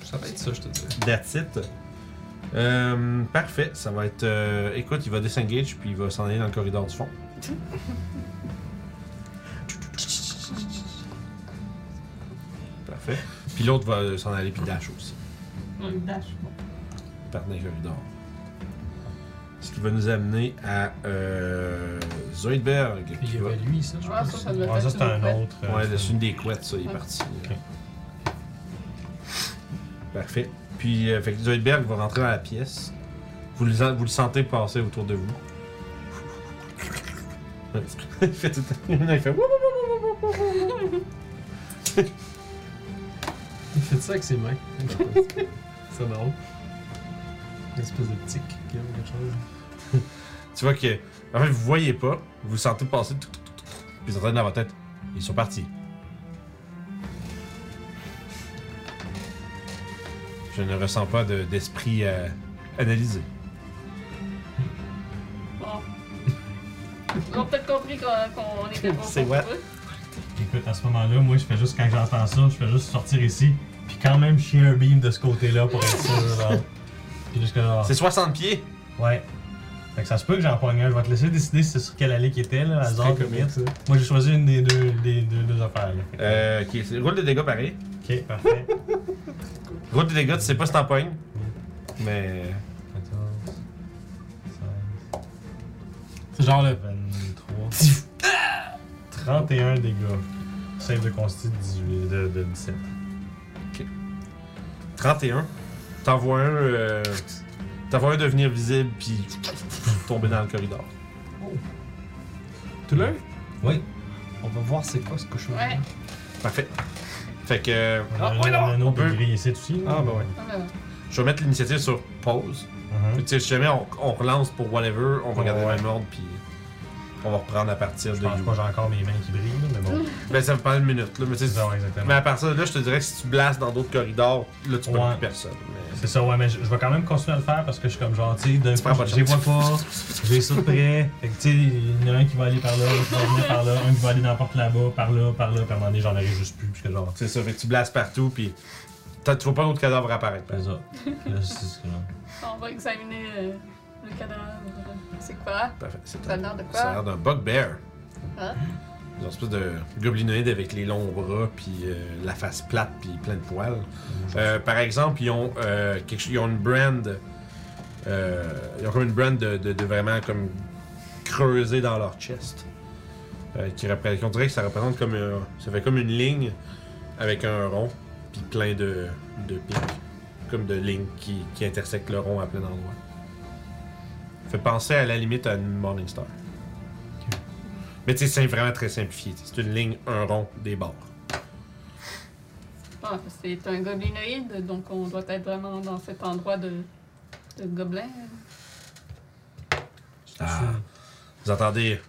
[SPEAKER 2] Ça va être ça, je te dis.
[SPEAKER 1] That's it. Euh, parfait, ça va être. euh, écoute, il va disengage puis il va s'en aller dans le corridor du fond. Parfait. Puis l'autre va s'en aller puis dash aussi, par dans le corridor. Ce qui va nous amener à euh, Zoidberg.
[SPEAKER 4] Il
[SPEAKER 1] qui
[SPEAKER 4] y
[SPEAKER 1] va-
[SPEAKER 4] avait lui, ça, je
[SPEAKER 3] Ouais, ça,
[SPEAKER 4] pense.
[SPEAKER 3] ça doit
[SPEAKER 5] Ouais, ça, c'est un
[SPEAKER 3] être
[SPEAKER 5] autre. euh,
[SPEAKER 1] Ouais, c'est une des couettes, ça, il est parti. Parfait. Puis, euh, fait que Zoidberg va rentrer dans la pièce. Vous le, vous le sentez passer autour de vous. il fait tout Il fait wouh, wouh, wouh, wouh, wouh, wouh, wouh.
[SPEAKER 2] Il fait ça avec ses mains. c'est drôle. Une espèce de tic qui a ou quelque chose.
[SPEAKER 1] Tu vois que. En fait, vous voyez pas. Vous le sentez passer. tout, tout, tout, tout, Puis, ils entendez dans votre tête. Ils sont partis. Je ne ressens pas de- d'esprit euh, analysé.
[SPEAKER 3] Bon. Ils ont peut-être compris qu'on qu'on était pas
[SPEAKER 1] C'est
[SPEAKER 3] pour
[SPEAKER 1] what?
[SPEAKER 3] eux.
[SPEAKER 5] Écoute, à ce moment-là, moi, je fais juste, quand j'entends ça, je fais juste sortir ici, puis quand même chier un beam de ce côté-là pour être sûr, genre. Puis jusque là.
[SPEAKER 1] C'est 60 pieds!
[SPEAKER 5] Ouais. Fait que ça se peut que j'en pogne un. Je vais te laisser décider si c'est sur quelle allée qui était, là,
[SPEAKER 2] C'est
[SPEAKER 5] hasard,
[SPEAKER 2] très comique, ça.
[SPEAKER 5] Moi, j'ai choisi une des deux, des, deux, deux affaires, là. Fait que-
[SPEAKER 1] Euh, ok, c'est- roule de dégâts pareil.
[SPEAKER 5] Ok, parfait.
[SPEAKER 1] Roule de dégâts, tu sais pas si t'en pognes. Mais.
[SPEAKER 5] 14, 16,
[SPEAKER 4] C'est genre le.
[SPEAKER 5] 23. 31 dégâts. Save de consti de 18, de, de 17.
[SPEAKER 1] 31. T'en vois un. Euh, T'en vois un devenir visible, puis tomber dans le corridor.
[SPEAKER 2] Tout l'œil?
[SPEAKER 5] Oui.
[SPEAKER 2] On va voir c'est quoi ce cauchemar.
[SPEAKER 3] Ouais.
[SPEAKER 1] Parfait. Fait que. euh,
[SPEAKER 5] On
[SPEAKER 2] Ah,
[SPEAKER 5] a
[SPEAKER 2] oui,
[SPEAKER 5] un,
[SPEAKER 2] non!
[SPEAKER 5] un
[SPEAKER 1] On
[SPEAKER 5] autre
[SPEAKER 1] peut-
[SPEAKER 5] grillé ici aussi.
[SPEAKER 2] Ah, bah ouais.
[SPEAKER 3] Ah, ben,
[SPEAKER 1] Je vais mettre l'initiative sur pause.
[SPEAKER 5] Mhm.
[SPEAKER 1] Puis, tu sais, si jamais on, on relance pour whatever, on va garder
[SPEAKER 5] Ouais.
[SPEAKER 1] le même ordre, puis. On va reprendre à partir
[SPEAKER 5] Je
[SPEAKER 1] de.
[SPEAKER 5] pense pas, j'ai encore mes mains qui brillent, là, mais bon.
[SPEAKER 1] Ben, ça va prendre une minute, là. Mais, tu
[SPEAKER 5] C'est
[SPEAKER 1] sais,
[SPEAKER 5] ça, ouais, exactement.
[SPEAKER 1] mais à partir de là, je te dirais que si tu blastes dans d'autres corridors, là, tu peux
[SPEAKER 5] Ouais.
[SPEAKER 1] plus personne. mais-
[SPEAKER 5] C'est ça, ouais, mais je, je vais quand même continuer à le faire parce que je suis comme genre, tu sais, d'un
[SPEAKER 1] prends
[SPEAKER 5] coup,
[SPEAKER 1] pas de
[SPEAKER 5] je les vois
[SPEAKER 1] chance.
[SPEAKER 5] pas, j'ai ça de près. Fait que, tu sais, il y en a un qui va aller par là, l'autre qui va venir par là, un qui va aller dans la porte là-bas, par là, par là, puis à un moment donné, j'en arrive juste plus, puisque genre.
[SPEAKER 1] C'est ça, fait que tu blastes partout, puis. t'as- Tu vois pas d'autres cadavres apparaître. par
[SPEAKER 5] C'est
[SPEAKER 1] exemple.
[SPEAKER 5] ça. Là, c'est ce que là.
[SPEAKER 3] On va examiner euh, le cadavre. euh, C'est quoi?
[SPEAKER 1] Parfait. C'est
[SPEAKER 3] Ça a
[SPEAKER 1] un-
[SPEAKER 3] l'air de
[SPEAKER 1] Ça a
[SPEAKER 3] quoi?
[SPEAKER 1] l'air d'un bugbear.
[SPEAKER 3] Ah.
[SPEAKER 1] Une espèce de goblinoïde avec les longs bras, puis euh, la face plate, puis plein de poils. Euh, par exemple, ils ont, euh, quelque chose- ils ont une brand. euh, ils ont comme une brand de, de- de vraiment comme creusée dans leur chest. Euh, qui représente, on dirait que ça représente comme. un- ça fait comme une ligne avec un rond, puis plein de, de pics. Comme de lignes qui, qui intersectent le rond à plein endroit. Fait penser à la limite à une Morningstar. Mais tu sais, c'est vraiment très simplifié. t'sais. C'est une ligne, un rond, des bords.
[SPEAKER 3] Ah, c'est un goblinoïde, donc on doit être vraiment dans cet endroit de, de gobelin.
[SPEAKER 1] Ah. Vous entendez.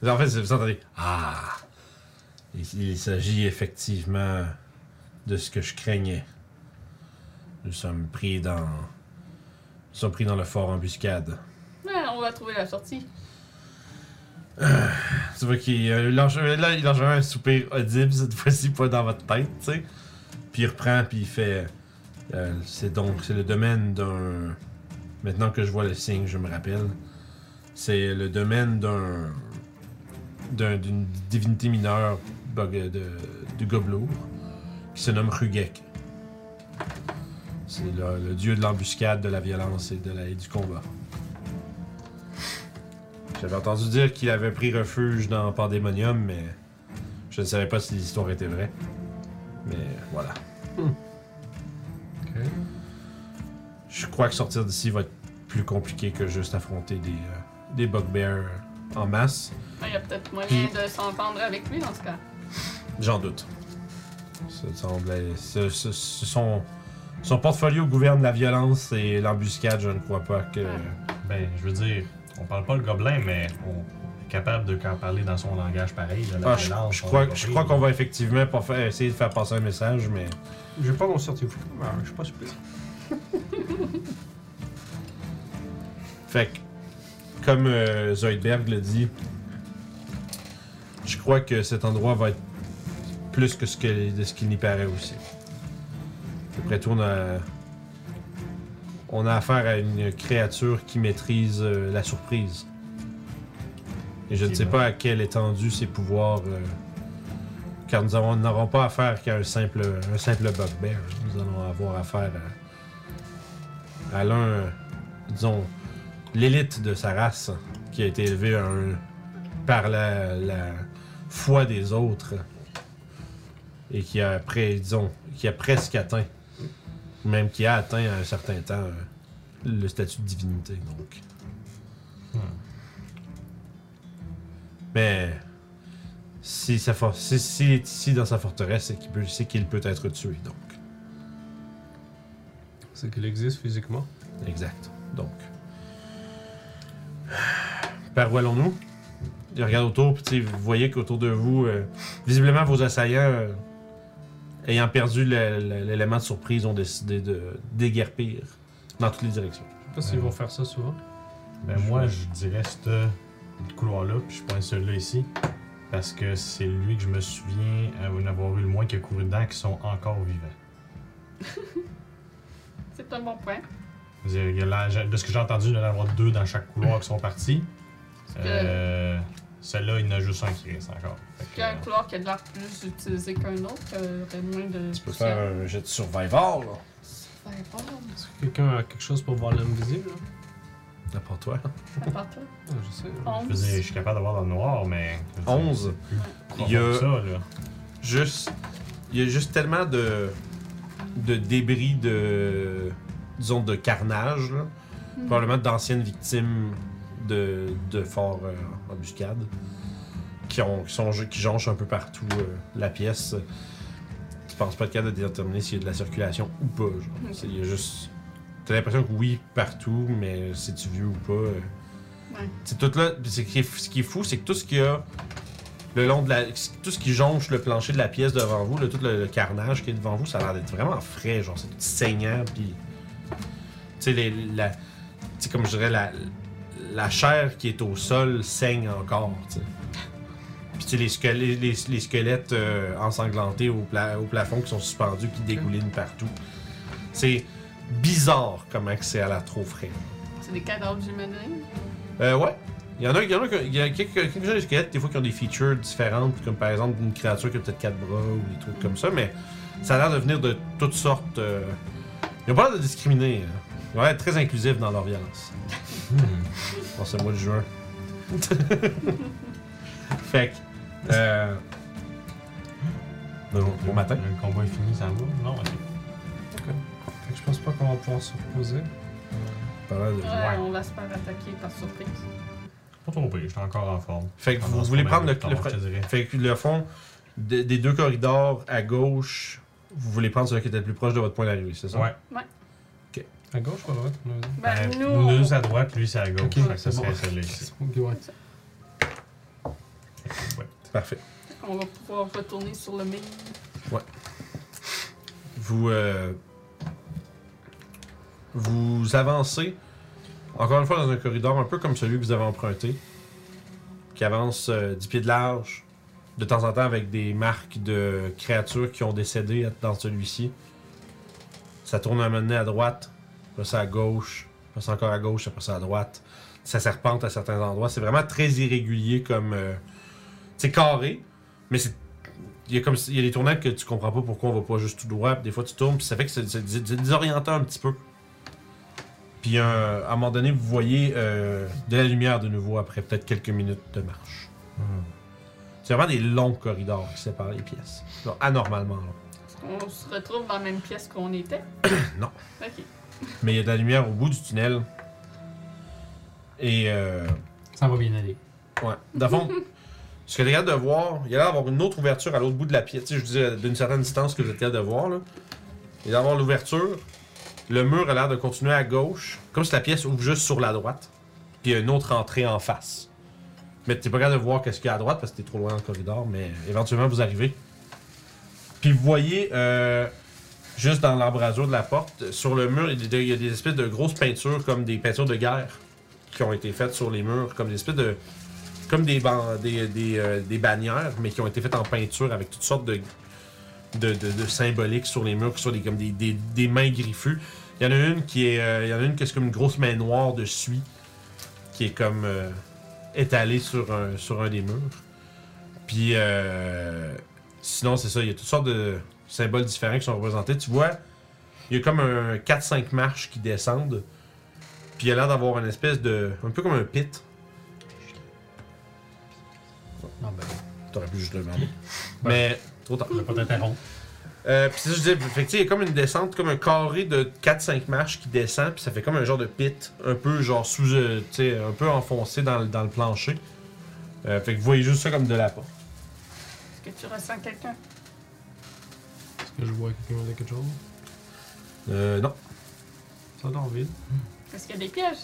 [SPEAKER 1] vous- En fait, vous entendez. Ah. Il, il s'agit effectivement de ce que je craignais. Nous sommes pris dans. Nous sommes pris dans le fort embuscade.
[SPEAKER 3] Ouais, on va trouver la sortie.
[SPEAKER 1] Tu vois qu'il euh, lance, euh, là, il lance vraiment un soupir audible, cette fois-ci pas dans votre tête, tu sais. Puis il reprend, puis il fait. euh, c'est donc, c'est le domaine d'un. Maintenant que je vois le signe, je me rappelle. C'est le domaine d'un. d'un- d'une divinité mineure bug- de, de Gobelour, qui se nomme Rugek. C'est le, le dieu de l'embuscade, de la violence et, de la, et du combat. J'avais entendu dire qu'il avait pris refuge dans Pandémonium, mais je ne savais pas si l'histoire était vraie. Mais voilà.
[SPEAKER 2] Ok.
[SPEAKER 1] Je crois que sortir d'ici va être plus compliqué que juste affronter des, euh, des bugbears en masse.
[SPEAKER 3] Ah, Il y a peut-être moyen
[SPEAKER 1] Puis-
[SPEAKER 3] de s'entendre avec lui, en tout cas.
[SPEAKER 1] J'en doute. Ce semblait- ce- ce- ce- son, son portfolio gouverne la violence et l'embuscade, je ne crois pas que...
[SPEAKER 5] Ben, je veux dire, on parle pas le gobelin, mais on est capable de quand parler dans son langage pareil. Là, la
[SPEAKER 1] Ah, je,
[SPEAKER 5] violence,
[SPEAKER 1] je
[SPEAKER 5] on
[SPEAKER 1] crois,
[SPEAKER 5] l'a
[SPEAKER 1] je
[SPEAKER 5] compris,
[SPEAKER 1] crois
[SPEAKER 5] là.
[SPEAKER 1] qu'on va effectivement pas faire- essayer de faire passer un message, mais...
[SPEAKER 2] J'ai pas mon certificat, mais Ben, je suis pas surpris.
[SPEAKER 1] Fait que, comme euh, Zoidberg le dit, je crois que cet endroit va être plus que ce que- de ce qu'il n'y paraît aussi. Après tout, on a, on a affaire à une créature qui maîtrise euh, la surprise. Et je ne sais pas à quelle étendue ses pouvoirs. euh, car nous avons- nous n'aurons pas affaire qu'à un simple, un simple bugbear. Nous allons avoir affaire à, à l'un, euh, disons, l'élite de sa race qui a été élevée à un- par la, la foi des autres et qui a, pré- disons, qui a presque atteint, même qui a atteint à un certain temps euh, le statut de divinité. Donc. Hmm. Mais si, sa for- si, si est ici dans sa forteresse, c'est qu'il peut, c'est qu'il peut être tué. Donc.
[SPEAKER 2] C'est qu'il existe physiquement.
[SPEAKER 1] Exact. Donc. Par où allons-nous? Je regarde autour, puis tu sais, vous voyez qu'autour de vous, euh, visiblement vos assaillants, euh, ayant perdu le- le- l'élément de surprise, ont décidé de déguerpir dans toutes les directions.
[SPEAKER 2] Je sais pas s'ils
[SPEAKER 5] Ouais.
[SPEAKER 2] vont faire ça souvent.
[SPEAKER 5] Ben, moi, je dirais ce couloir-là, puis je pointe celui-là ici. Parce que c'est lui que je me souviens euh, avoir eu le moins qui a couru dedans, qui sont encore vivants.
[SPEAKER 3] C'est un bon point.
[SPEAKER 5] Je veux dire, il y a la- de ce que j'ai entendu, il y en a avoir deux dans chaque couloir qui sont partis.
[SPEAKER 3] Parce que-
[SPEAKER 5] Euh, Celle-là, il y en a juste un qui reste encore. Fait que, euh,
[SPEAKER 3] Puis un couloir qui a de l'air plus utilisé qu'un autre, euh, aurait moins de.
[SPEAKER 1] Tu peux faire un jet de survival, là.
[SPEAKER 3] Ouais, bon,
[SPEAKER 2] Est-ce que quelqu'un a quelque chose pour voir l'invisible là?
[SPEAKER 1] N'importe toi.
[SPEAKER 3] à part toi.
[SPEAKER 2] Ah, je sais. hein.
[SPEAKER 5] Je veux dire, je suis capable d'avoir dans le noir, mais. je veux dire,
[SPEAKER 1] 11.
[SPEAKER 5] profond
[SPEAKER 1] Il y a-
[SPEAKER 5] que ça, là.
[SPEAKER 1] juste. Il y a juste tellement de. de débris de. disons, de carnage, là. Probablement d'anciennes victimes de, de forts euh, embuscades qui, ont, qui, sont, qui jonchent un peu partout euh, la pièce. Tu penses pas de cas de déterminer s'il y a de la circulation ou pas. genre. C'est- Il y a juste. T'as l'impression que oui, partout, mais si tu vieux ou pas. euh,
[SPEAKER 3] Ouais.
[SPEAKER 1] C'est tout là. puis c'est- Ce qui est, ce qui est fou, c'est que tout ce qu'il y a le long de la. Tout ce qui jonche le plancher de la pièce devant vous, là, tout le, le carnage qui est devant vous, ça a l'air d'être vraiment frais. Genre, c'est tout saignant, puis. Tu sais, les- la. Tu sais, comme je dirais, la, la chair qui est au sol saigne encore, tu sais. Puis, tu sais, les, squel- les, les- les squelettes euh, ensanglantés au, pla- au plafond qui sont suspendus, qui dégoulinent partout. C'est bizarre comment que c'est à la trop frais.
[SPEAKER 3] C'est des cadavres humains.
[SPEAKER 1] Euh, ouais. Il y en a, il y en a, que- il y a quelques, quelques-uns des squelettes, des fois, qui ont des features différentes, comme par exemple une créature qui a peut-être quatre bras ou des trucs comme ça, mais ça a l'air de venir de toutes sortes. euh, Ils ont pas l'air de discriminer. hein. Ils ont l'air très inclusifs dans leur violence. Hmm. Bon, c'est le mois de juin. fait que. Euh... Bon, bon matin.
[SPEAKER 5] Le combat est fini, ça va? Non, ok.
[SPEAKER 2] Fait que je pense pas qu'on va pouvoir se reposer.
[SPEAKER 1] Pas mal de-
[SPEAKER 3] Ouais,
[SPEAKER 5] Ouais.
[SPEAKER 3] Euh, on va se faire attaquer par surprise.
[SPEAKER 5] Pas trop pire, j'étais encore en forme.
[SPEAKER 1] Fait que vous voulez prendre le, le,
[SPEAKER 5] Je te dirais.
[SPEAKER 1] Fait que le fond de- des deux corridors à gauche, vous voulez prendre celui qui était le plus proche de votre point d'arrivée, c'est ça?
[SPEAKER 5] Ouais.
[SPEAKER 2] À gauche ou à droite on a dit?
[SPEAKER 3] Ben,
[SPEAKER 5] Euh,
[SPEAKER 3] nous, on-
[SPEAKER 5] Nous à droite, lui c'est à gauche.
[SPEAKER 2] Ok,
[SPEAKER 5] Fait que ça
[SPEAKER 2] c'est bon.
[SPEAKER 5] serait celui ici.
[SPEAKER 2] Ok, ouais.
[SPEAKER 1] Parfait.
[SPEAKER 3] on va pouvoir retourner sur le mille.
[SPEAKER 1] Vous, euh, vous avancez, encore une fois, dans un corridor un peu comme celui que vous avez emprunté, qui avance euh, 10 pieds de large, de temps en temps avec des marques de créatures qui ont décédé dans celui-ci. Ça tourne un moment donné à droite, après ça à gauche, après ça encore à gauche, après ça à droite. Ça serpente à certains endroits. C'est vraiment très irrégulier comme. euh, c'est carré, mais c'est il y a comme il y a des tournages que tu comprends pas pourquoi on va pas juste tout droit, puis des fois tu tournes, puis ça fait que c'est c'est dés- c'est désorientant un petit peu. Puis euh, à un moment donné, vous voyez euh, de la lumière de nouveau après peut-être quelques minutes de marche. C'est vraiment des longs corridors qui séparent les pièces. Genre, anormalement long.
[SPEAKER 3] On se retrouve dans la même pièce qu'on était.
[SPEAKER 1] Non.
[SPEAKER 3] Ok.
[SPEAKER 1] Mais il y a de la lumière au bout du tunnel. Et euh,
[SPEAKER 4] Ça va bien aller.
[SPEAKER 1] Ouais. Dans le fond, ce que t'es capable de voir, il y a l'air d'avoir une autre ouverture à l'autre bout de la pièce. Tu sais, je disais d'une certaine distance que vous êtes capable de voir. Là. Il y a l'air d'avoir l'ouverture. Le mur a l'air de continuer à gauche, comme si la pièce ouvre juste sur la droite. Puis il y a une autre entrée en face. Mais t'es pas capable de voir qu'est-ce qu'il y a à droite parce que t'es trop loin dans le corridor. Mais éventuellement, vous arrivez. Puis vous voyez, euh, juste dans l'embrasure de la porte, sur le mur, il y a des- il y a des espèces de grosses peintures, comme des peintures de guerre, qui ont été faites sur les murs, comme des espèces de comme des, ban- des, des, euh, des bannières, mais qui ont été faites en peinture avec toutes sortes de, de, de- de symboliques sur les murs, qui sont des, comme des, des- des mains griffues. Il y en a une qui est, euh, il y en a une qui est comme une grosse main noire de suie, qui est comme euh, étalée sur un, sur un des murs. Puis euh, sinon, c'est ça, il y a toutes sortes de symboles différents qui sont représentés. Tu vois, il y a comme un 4-5 marches qui descendent. Puis il y a l'air d'avoir une espèce de. un peu comme un pit.
[SPEAKER 4] Non, ben,
[SPEAKER 1] T'aurais pu juste le demander. Mais trop tard.
[SPEAKER 4] je vais pas t'interrompre.
[SPEAKER 1] Euh, puis ça, je disais, fait que, tu sais, il y a comme une descente, comme un carré de 4-5 marches qui descend, puis ça fait comme un genre de pit, un peu genre sous, euh, tu sais, un peu enfoncé dans, le- dans le plancher. Euh, fait que vous voyez juste ça comme de la porte.
[SPEAKER 3] Est-ce que tu ressens quelqu'un?
[SPEAKER 2] Est-ce que je vois quelqu'un avec quelque chose
[SPEAKER 1] Euh, non.
[SPEAKER 2] Ça dort vide.
[SPEAKER 3] Est-ce qu'il y a des pièges?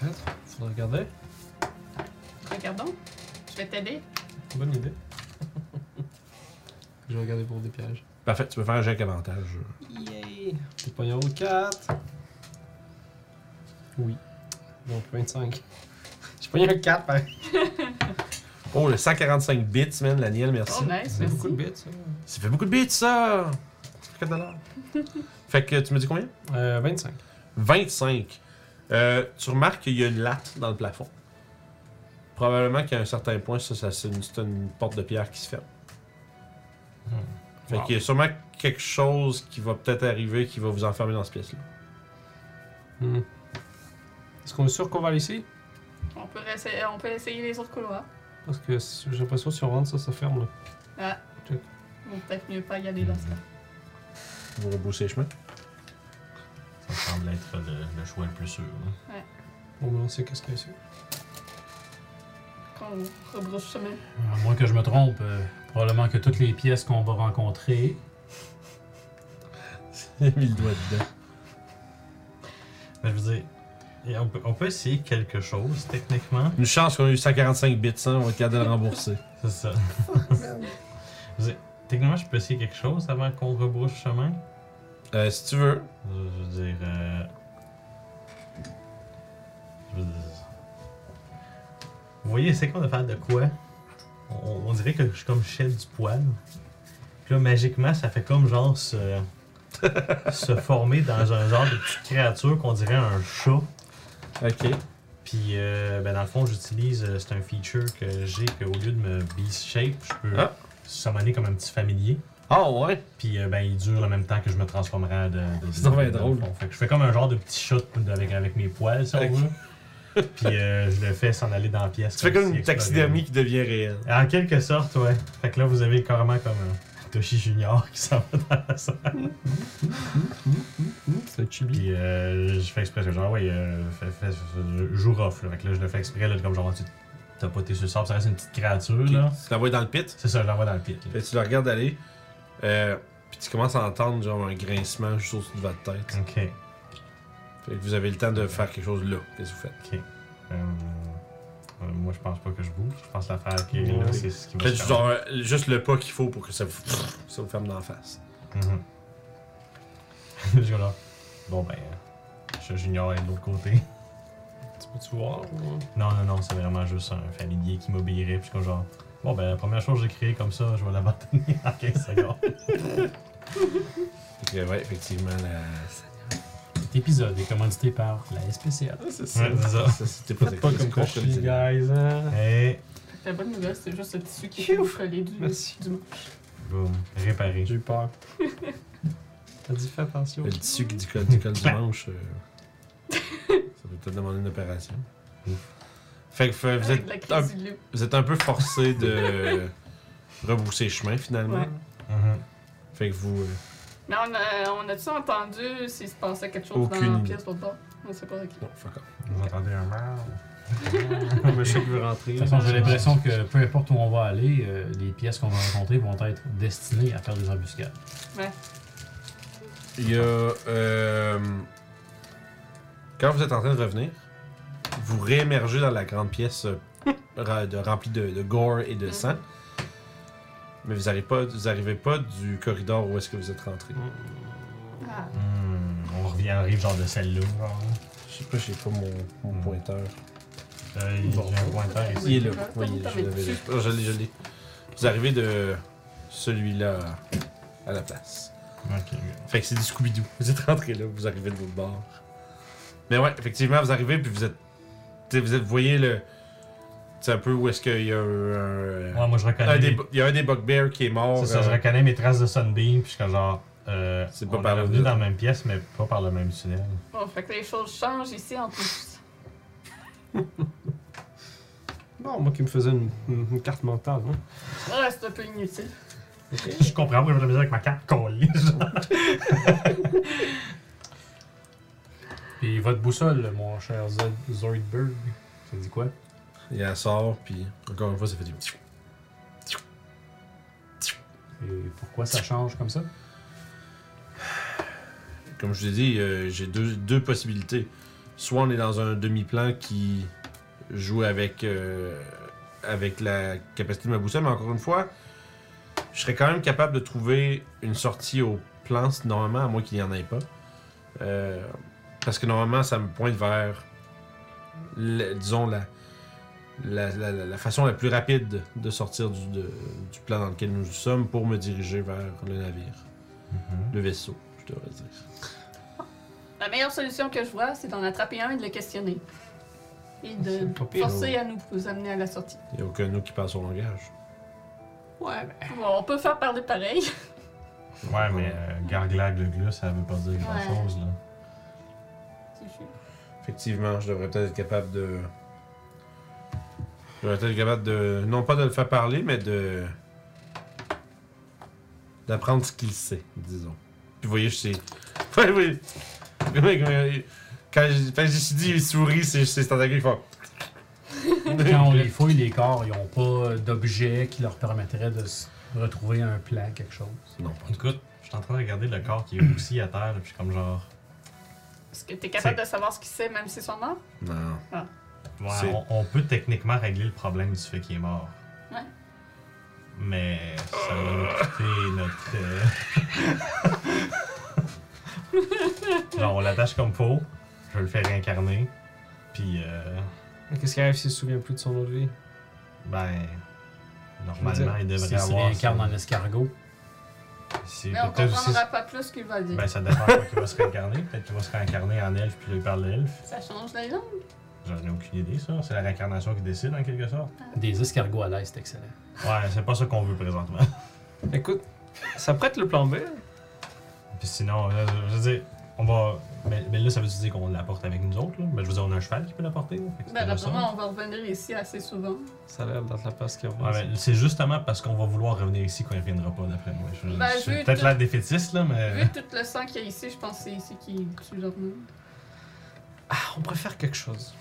[SPEAKER 2] Peut-être. Faudrait regarder.
[SPEAKER 3] Regardons. Je vais t'aider.
[SPEAKER 2] Bonne idée. je vais regarder pour des pièges.
[SPEAKER 1] Parfait, tu peux faire un jet avec avantage.
[SPEAKER 2] Yay! T'es pas numéro 4. Oui. Donc 25. J'ai pas eu un 4 pareil.
[SPEAKER 1] Oh, le 145 bits, man, l'aniel, merci.
[SPEAKER 3] Oh, nice, merci.
[SPEAKER 2] bits, ça.
[SPEAKER 1] Ça fait beaucoup de bits, ça! Ça fait 4 dollars. fait que tu me dis combien?
[SPEAKER 2] Euh, 25.
[SPEAKER 1] 25. Euh, tu remarques qu'il y a une latte dans le plafond. Probablement qu'à un certain point, ça, ça, c'est une, c'est une porte de pierre qui se ferme. Fait
[SPEAKER 5] Wow.
[SPEAKER 1] Hmm. qu'il y a sûrement quelque chose qui va peut-être arriver qui va vous enfermer dans cette pièce-là.
[SPEAKER 2] Hmm. Est-ce qu'on est sûr qu'on va aller ici?
[SPEAKER 3] On peut, essayer, on peut essayer les autres couloirs.
[SPEAKER 2] Parce que si- j'ai l'impression que si on rentre, ça, ça ferme là.
[SPEAKER 3] Ou Ah. peut-être mieux pas y aller dans ce cas.
[SPEAKER 1] Vous rebroussez les chemins.
[SPEAKER 5] Ça semble être le, le choix le plus sûr. hein.
[SPEAKER 2] Bon, ben, on sait qu'est-ce qu'il y a ici.
[SPEAKER 3] Qu'on rebrousse chemin.
[SPEAKER 4] À moins que je me trompe, euh, probablement que toutes les pièces qu'on va rencontrer.
[SPEAKER 1] J'ai mis le doigt dedans.
[SPEAKER 5] Mais Ben, je veux dire, et on peut, on peut essayer quelque chose, techniquement.
[SPEAKER 1] Une chance qu'on a eu 145 bits, hein, on va être capable de le rembourser.
[SPEAKER 5] C'est ça. Je veux dire, techniquement, je peux essayer quelque chose avant qu'on rebrousse chemin.
[SPEAKER 1] Euh, si tu veux.
[SPEAKER 5] Je veux dire. euh, je veux dire- Vous voyez, c'est qu'on de faire de quoi on, on dirait que je suis comme chef du poil. Puis là, magiquement, ça fait comme genre se, se former dans un genre de petite créature qu'on dirait un chat.
[SPEAKER 1] Ok.
[SPEAKER 5] Puis, euh, ben, dans le fond, j'utilise. euh, c'est un feature que j'ai qu'au lieu de me beast shape, je peux
[SPEAKER 1] Ah.
[SPEAKER 5] summoner comme un petit familier.
[SPEAKER 1] Ah ouais?
[SPEAKER 5] Puis euh, ben, il dure en même temps que je me transformerai en de. de
[SPEAKER 1] C'est donc bien
[SPEAKER 5] de- de-
[SPEAKER 1] drôle.
[SPEAKER 5] fond. Fait que je fais comme un genre de petit shot avec, avec mes poils, si
[SPEAKER 1] Ok.
[SPEAKER 5] on veut. Puis euh, je le fais s'en aller dans la pièce.
[SPEAKER 1] Tu fais comme
[SPEAKER 5] si
[SPEAKER 1] une
[SPEAKER 5] explorer.
[SPEAKER 1] taxidermie qui devient réelle.
[SPEAKER 5] En quelque sorte, ouais. Fait que là, vous avez carrément comme un Toshi Junior qui s'en va dans la salle.
[SPEAKER 2] C'est un chibi.
[SPEAKER 5] Puis euh, je fais exprès, parce que genre, ouais, euh, fais- fais- fais- joue off. Là. Fait que là, je le fais exprès, là, comme genre, tu t'as pas tes sur le sable, ça reste une petite créature, là.
[SPEAKER 1] Tu l'envoies dans le pit,
[SPEAKER 5] C'est ça, je l'envoie dans le pit. là.
[SPEAKER 1] puis tu le regardes aller, euh, puis tu commences à entendre genre un grincement juste au-dessus de votre tête.
[SPEAKER 5] Ok. Euh,
[SPEAKER 1] Fait que vous avez le temps de faire quelque chose là. Qu'est-ce que vous faites?
[SPEAKER 5] Euh, euh, moi, je pense pas que je bouge. Je pense que l'affaire qui est
[SPEAKER 2] Ouais.
[SPEAKER 5] là, c'est ce qui va
[SPEAKER 1] Faites
[SPEAKER 5] se
[SPEAKER 1] juste,
[SPEAKER 5] faire.
[SPEAKER 1] genre, euh, juste le pas qu'il faut pour que ça vous, ça vous ferme dans la face.
[SPEAKER 5] Mhm. Je suis comme là. Bon, ben, euh, je j'ignore aller de l'autre côté.
[SPEAKER 2] Tu peux-tu voir? hein. ou-
[SPEAKER 5] Non, non, non, c'est vraiment juste un familier qui m'obéirait. Puis je suis comme genre, bon, ben, la première chose que j'ai créée comme ça, je vais l'abandonner en 15 secondes.
[SPEAKER 1] Fait que, ouais, effectivement, la...
[SPEAKER 4] Cet épisode est commandité par la SPCA.
[SPEAKER 2] Ah,
[SPEAKER 1] c'est
[SPEAKER 5] ça. Ouais, c'est ça.
[SPEAKER 1] C'était pas,
[SPEAKER 2] Pas comme quoi, je suis guys. hein.
[SPEAKER 5] Et
[SPEAKER 3] La bonne nouvelle, c'est juste le tissu qui est collé du,
[SPEAKER 2] Merci.
[SPEAKER 3] du
[SPEAKER 5] boum, réparé.
[SPEAKER 2] J'ai eu peur. T'as dit fais attention.
[SPEAKER 1] Le tissu qui décolle, décolle du manche, euh, ça peut peut-être demander une opération. Fait que fait- vous
[SPEAKER 3] Avec de la
[SPEAKER 1] êtes, un,
[SPEAKER 3] crise du loup.
[SPEAKER 1] vous êtes un peu forcé de rebousser chemin finalement.
[SPEAKER 3] Ouais.
[SPEAKER 5] Mhm.
[SPEAKER 1] Fait que vous. euh,
[SPEAKER 3] Mais on a, on a-tu entendu s'il se passait quelque chose
[SPEAKER 1] Aucune
[SPEAKER 3] dans la
[SPEAKER 1] idée.
[SPEAKER 3] pièce l'autre bord? On sait pas avec qui.
[SPEAKER 1] non, fuck off.
[SPEAKER 5] Vous entendez un mal? Mais je sais qu'il veut rentrer.
[SPEAKER 4] De toute façon, j'ai l'impression que peu importe où on va aller, euh, les pièces qu'on va rencontrer vont être destinées à faire des embuscades.
[SPEAKER 1] Il y a. euh, quand vous êtes en train de revenir, vous réémergez dans la grande pièce euh, ra- de- remplie de, de gore et de sang. Mais vous n'arrivez pas, vous arrivez pas du corridor où est-ce que vous êtes rentré.
[SPEAKER 3] Ah,
[SPEAKER 5] Hmm, on revient, on arrive genre de celle-là. genre.
[SPEAKER 1] Je sais pas, j'ai pas mon, mon pointeur.
[SPEAKER 5] Euh, il-
[SPEAKER 1] Bon.
[SPEAKER 5] J'ai un pointeur ici.
[SPEAKER 1] Mm-hmm. Il est là.
[SPEAKER 3] Ah,
[SPEAKER 1] Oui,
[SPEAKER 3] t'en
[SPEAKER 1] je
[SPEAKER 3] mets
[SPEAKER 1] l'avais
[SPEAKER 3] dessus.
[SPEAKER 1] là. Ah, je l'ai, je l'ai. Vous arrivez de celui-là à la place.
[SPEAKER 5] Ok,
[SPEAKER 1] Fait que c'est du Scooby-Doo. Vous êtes rentré là, vous arrivez de l'autre bord. Mais ouais, effectivement, vous arrivez, puis vous êtes. tu sais, vous êtes, vous voyez le. C'est un peu où est-ce qu'il y a un.
[SPEAKER 5] Ouais, moi je reconnais.
[SPEAKER 1] un des, bu- il y a un des bugbears qui est mort.
[SPEAKER 5] C'est ça,
[SPEAKER 1] euh,
[SPEAKER 5] je reconnais mes traces de Sunbeam, puisque genre. Euh,
[SPEAKER 1] C'est pas
[SPEAKER 5] on
[SPEAKER 1] par
[SPEAKER 5] est
[SPEAKER 1] là.
[SPEAKER 5] revenu dans la même pièce, mais pas par le même tunnel.
[SPEAKER 3] bon, fait que les choses changent ici en plus.
[SPEAKER 2] Bon, moi qui me faisais une, une- une carte mentale. Hein.
[SPEAKER 3] Ah, c'est un peu inutile.
[SPEAKER 5] Je comprends pourquoi j'ai de la misère avec ma carte collée. genre.
[SPEAKER 4] Puis votre boussole, mon cher Z- Zoidberg, ça dit quoi?
[SPEAKER 1] Il en sort, puis encore une fois, ça fait du.
[SPEAKER 4] Et pourquoi ça change comme ça?
[SPEAKER 1] Comme je vous ai dit, euh, j'ai deux, deux possibilités. Soit on est dans un demi-plan qui joue avec, euh, avec la capacité de ma boussole, mais encore une fois, je serais quand même capable de trouver une sortie au plan si- normalement, à moins qu'il n'y en ait pas. Euh, parce que normalement, ça me pointe vers, le- disons, la, la, la- la- la façon la plus rapide de sortir du, de- du plan dans lequel nous sommes pour me diriger vers le navire,
[SPEAKER 5] Mhm.
[SPEAKER 1] le vaisseau, je devrais dire.
[SPEAKER 3] La meilleure solution que je vois, c'est d'en attraper un et de le questionner. Et de
[SPEAKER 2] C'est pas pire,
[SPEAKER 3] forcer à nous vous amener à la sortie.
[SPEAKER 1] Il n'y a aucun de nous qui parle son langage.
[SPEAKER 3] Ouais, on peut faire parler pareil.
[SPEAKER 5] Ouais, mais euh, garglag le glus, ça veut pas dire grand chose là.
[SPEAKER 1] Effectivement, je devrais peut-être être capable de. Je devrais peut-être être capable de. Non pas de le faire parler, mais de. D'apprendre ce qu'il sait, disons. Puis vous voyez, je sais. Oui, oui. Oui, oui. Quand j'ai quand j'ai dit il sourit, c'est c'est tentacule qui font.
[SPEAKER 4] Quand on les fouille, les corps, ils n'ont pas d'objet qui leur permettrait de s- retrouver un plan, quelque chose.
[SPEAKER 1] Non,
[SPEAKER 5] Écoute, je suis en train de regarder le corps qui est aussi à terre, là, puis je suis comme genre.
[SPEAKER 3] Est-ce que t'es capable de savoir ce qu'il sait, même si son mort?
[SPEAKER 1] non.
[SPEAKER 5] Ouais,
[SPEAKER 1] C'est-
[SPEAKER 5] on, on peut techniquement régler le problème du fait qu'il est mort.
[SPEAKER 3] Ouais.
[SPEAKER 5] Mais ça va nous coûter notre. euh, Genre, on l'attache comme faux, je le fais réincarner, puis euh,
[SPEAKER 2] Mais qu'est-ce qui arrive s'il se souvient plus de son autre vie
[SPEAKER 5] ben.
[SPEAKER 2] Je veux
[SPEAKER 5] Normalement,
[SPEAKER 2] dire,
[SPEAKER 5] il devrait
[SPEAKER 4] S'ils se
[SPEAKER 5] avoir.
[SPEAKER 4] réincarnent
[SPEAKER 5] ça.
[SPEAKER 4] en escargot.
[SPEAKER 5] C'est
[SPEAKER 3] Mais on
[SPEAKER 5] peut-être aussi-
[SPEAKER 3] comprendra pas plus qu'il va dire.
[SPEAKER 5] Ben, ça dépend quoi qu'il va se réincarner. Peut-être qu'il va se réincarner en elfe, puis lui parle elfe.
[SPEAKER 3] Ça change la langue.
[SPEAKER 5] J'en ai aucune idée, ça. C'est la réincarnation qui décide, en quelque sorte.
[SPEAKER 4] Des escargots à l'aise, c'est excellent.
[SPEAKER 5] Ouais, c'est pas ça qu'on veut présentement.
[SPEAKER 2] Écoute, ça pourrait être le plan B.
[SPEAKER 5] Puis sinon, euh, je veux dire, on va. Mais, mais là, ça veut dire qu'on l'apporte avec nous autres, là. Mais je veux dire, on a un cheval qui peut l'apporter. là. Fait que c'est
[SPEAKER 3] Ben,
[SPEAKER 5] déjà ça.
[SPEAKER 3] après moi, on va revenir ici assez souvent.
[SPEAKER 2] Ça a l'air d'être la place qui
[SPEAKER 5] Ouais, mais c'est justement parce qu'on va vouloir revenir ici qu'on ne reviendra pas, d'après moi. Je veux dire,
[SPEAKER 3] Ben,
[SPEAKER 5] je suis
[SPEAKER 3] vu
[SPEAKER 5] peut-être
[SPEAKER 3] tout-
[SPEAKER 5] là défaitiste, là, mais.
[SPEAKER 3] Vu tout le sang qu'il y a ici, je pense que c'est ici qu'il tue leur monde.
[SPEAKER 2] Ah, on préfère quelque chose.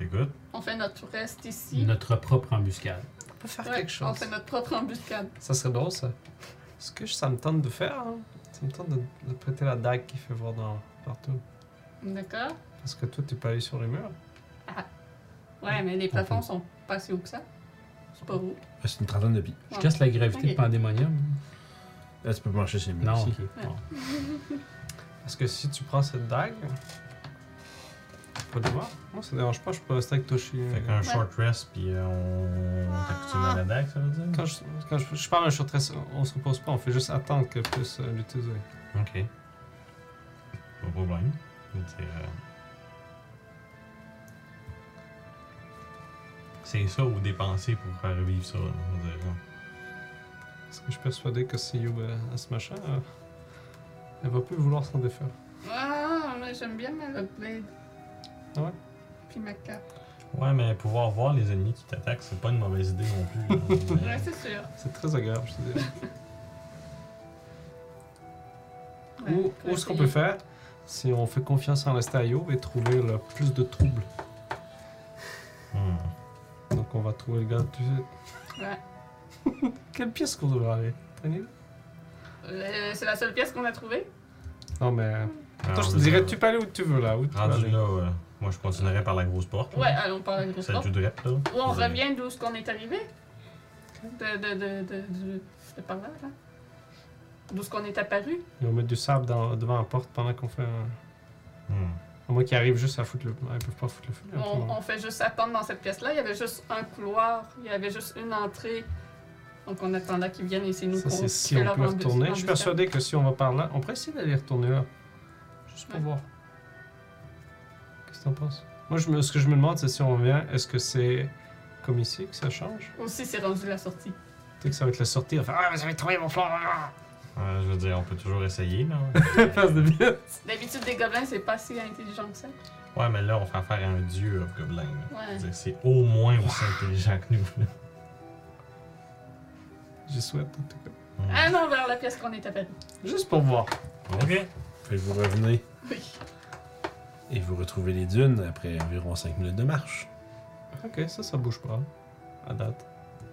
[SPEAKER 5] Écoute,
[SPEAKER 3] On fait notre reste ici.
[SPEAKER 4] Notre propre embuscade.
[SPEAKER 2] On peut faire
[SPEAKER 3] Ouais,
[SPEAKER 2] quelque
[SPEAKER 3] On
[SPEAKER 2] chose.
[SPEAKER 3] fait notre propre embuscade.
[SPEAKER 2] Ça serait drôle, ça. Ce que ça me tente de faire, hein, ça me tente de, de prêter la dague qui fait voir dans, partout.
[SPEAKER 3] D'accord?
[SPEAKER 2] Parce que toi, t'es pas allé sur les murs.
[SPEAKER 3] Ouais, mais les plafonds sont pas si hauts que ça. C'est pas haut.
[SPEAKER 1] Ah, C'est une trentaine de pieds.
[SPEAKER 4] Je casse la gravité
[SPEAKER 3] Ok.
[SPEAKER 4] de Pandémonium.
[SPEAKER 1] Là, Ah, tu peux marcher chez lui.
[SPEAKER 4] Non,
[SPEAKER 1] aussi.
[SPEAKER 4] ok. Ah. bon.
[SPEAKER 2] Parce que si tu prends cette dague, faut le voir. Moi, ça dérange pas, je peux rester avec Toshi.
[SPEAKER 5] fait qu'un short rest, puis euh, on. On t'accoutume à la dague, ça veut dire?
[SPEAKER 2] Quand, je, quand je, je parle d'un short rest, on se repose pas, on fait juste attendre qu'elle puisse euh, l'utiliser.
[SPEAKER 5] Ok. Pas de problème. C'est, euh, C'est ça ou dépenser pour faire vivre ça. là, je veux dire.
[SPEAKER 2] Parce que je suis persuadé que si Youb a ce machin, euh, elle va plus vouloir s'en défaire.
[SPEAKER 3] Ah, mais j'aime bien ma blade.
[SPEAKER 2] Ah ouais?
[SPEAKER 3] Puis ma cape.
[SPEAKER 5] Ouais, mais pouvoir voir les ennemis qui t'attaquent, c'est pas une mauvaise idée non plus. là,
[SPEAKER 3] Ouais,
[SPEAKER 5] mais-
[SPEAKER 3] c'est sûr.
[SPEAKER 2] C'est très agréable, je te dis.
[SPEAKER 3] Ouais,
[SPEAKER 2] Ou,
[SPEAKER 3] faut
[SPEAKER 2] ou ce qu'on
[SPEAKER 3] essayer.
[SPEAKER 2] peut faire, si on fait confiance en l'Estayo et trouver le plus de troubles.
[SPEAKER 5] Hmm.
[SPEAKER 2] qu'on va trouver le gars tout de suite.
[SPEAKER 3] Ouais.
[SPEAKER 2] Quelle pièce qu'on devrait aller Prenez-le.
[SPEAKER 3] Euh, c'est la seule pièce qu'on a trouvée.
[SPEAKER 2] Non, mais. euh, Toi,
[SPEAKER 5] Alors,
[SPEAKER 2] je te
[SPEAKER 5] là, euh,
[SPEAKER 2] dirais, tu peux aller où tu veux là. Où tu veux
[SPEAKER 5] Rendu
[SPEAKER 2] aller.
[SPEAKER 5] là, ouais. moi je continuerai par la grosse porte.
[SPEAKER 3] Ouais, allons par une grosse
[SPEAKER 5] Ça
[SPEAKER 3] porte.
[SPEAKER 5] joue direct, là.
[SPEAKER 3] Ou on
[SPEAKER 5] Ouais.
[SPEAKER 3] revient d'où ce qu'on est arrivé. De, de, de, de, de, de par là, là. D'où ce qu'on est apparu.
[SPEAKER 2] Ils vont mettre du sable dans- devant la porte pendant qu'on fait un.
[SPEAKER 5] Hmm.
[SPEAKER 2] À moins qu'ils arrivent juste à foutre le. Ah, ils peuvent pas foutre le feu. là, tout le
[SPEAKER 3] On,
[SPEAKER 2] monde.
[SPEAKER 3] on fait juste attendre dans cette pièce-là. Il y avait juste un couloir, il y avait juste une entrée. Donc on attendait qu'ils viennent et c'est nous
[SPEAKER 2] Ça,
[SPEAKER 3] qu'on-
[SPEAKER 2] c'est
[SPEAKER 3] qui
[SPEAKER 2] si
[SPEAKER 3] fait
[SPEAKER 2] on
[SPEAKER 3] leur
[SPEAKER 2] peut
[SPEAKER 3] embus-
[SPEAKER 2] retourner. Je suis
[SPEAKER 3] embuscade.
[SPEAKER 2] persuadé que si on va par là, on pourrait essayer d'aller retourner là. Juste pour
[SPEAKER 3] Ouais.
[SPEAKER 2] voir. Qu'est-ce que t'en penses Moi, je me- ce que je me demande, c'est si on revient, est-ce que c'est comme ici que ça change
[SPEAKER 3] Aussi, c'est rendu la sortie.
[SPEAKER 2] Tu sais que ça va être la sortie, on fait Ah, ah. vous avez trouvé mon flanc
[SPEAKER 5] Ouais, je veux dire, on peut toujours essayer, là.
[SPEAKER 2] Face de bite.
[SPEAKER 3] D'habitude, des gobelins, c'est pas si intelligent que ça.
[SPEAKER 5] Ouais, mais là, on fait affaire à un dieu of gobelins. là. Je veux
[SPEAKER 3] Ouais.
[SPEAKER 5] dire, C'est au moins aussi intelligent que nous, là.
[SPEAKER 2] J'y souhaite, en tout cas.
[SPEAKER 5] Hmm.
[SPEAKER 3] Allons Ah vers la pièce qu'on est apparu.
[SPEAKER 2] Juste pour voir.
[SPEAKER 3] Ah.
[SPEAKER 5] Ok.
[SPEAKER 1] Fait que vous revenez
[SPEAKER 3] Oui.
[SPEAKER 1] et vous retrouvez les dunes après environ 5 minutes de marche.
[SPEAKER 2] Ok, ça, ça bouge pas. hein, À date.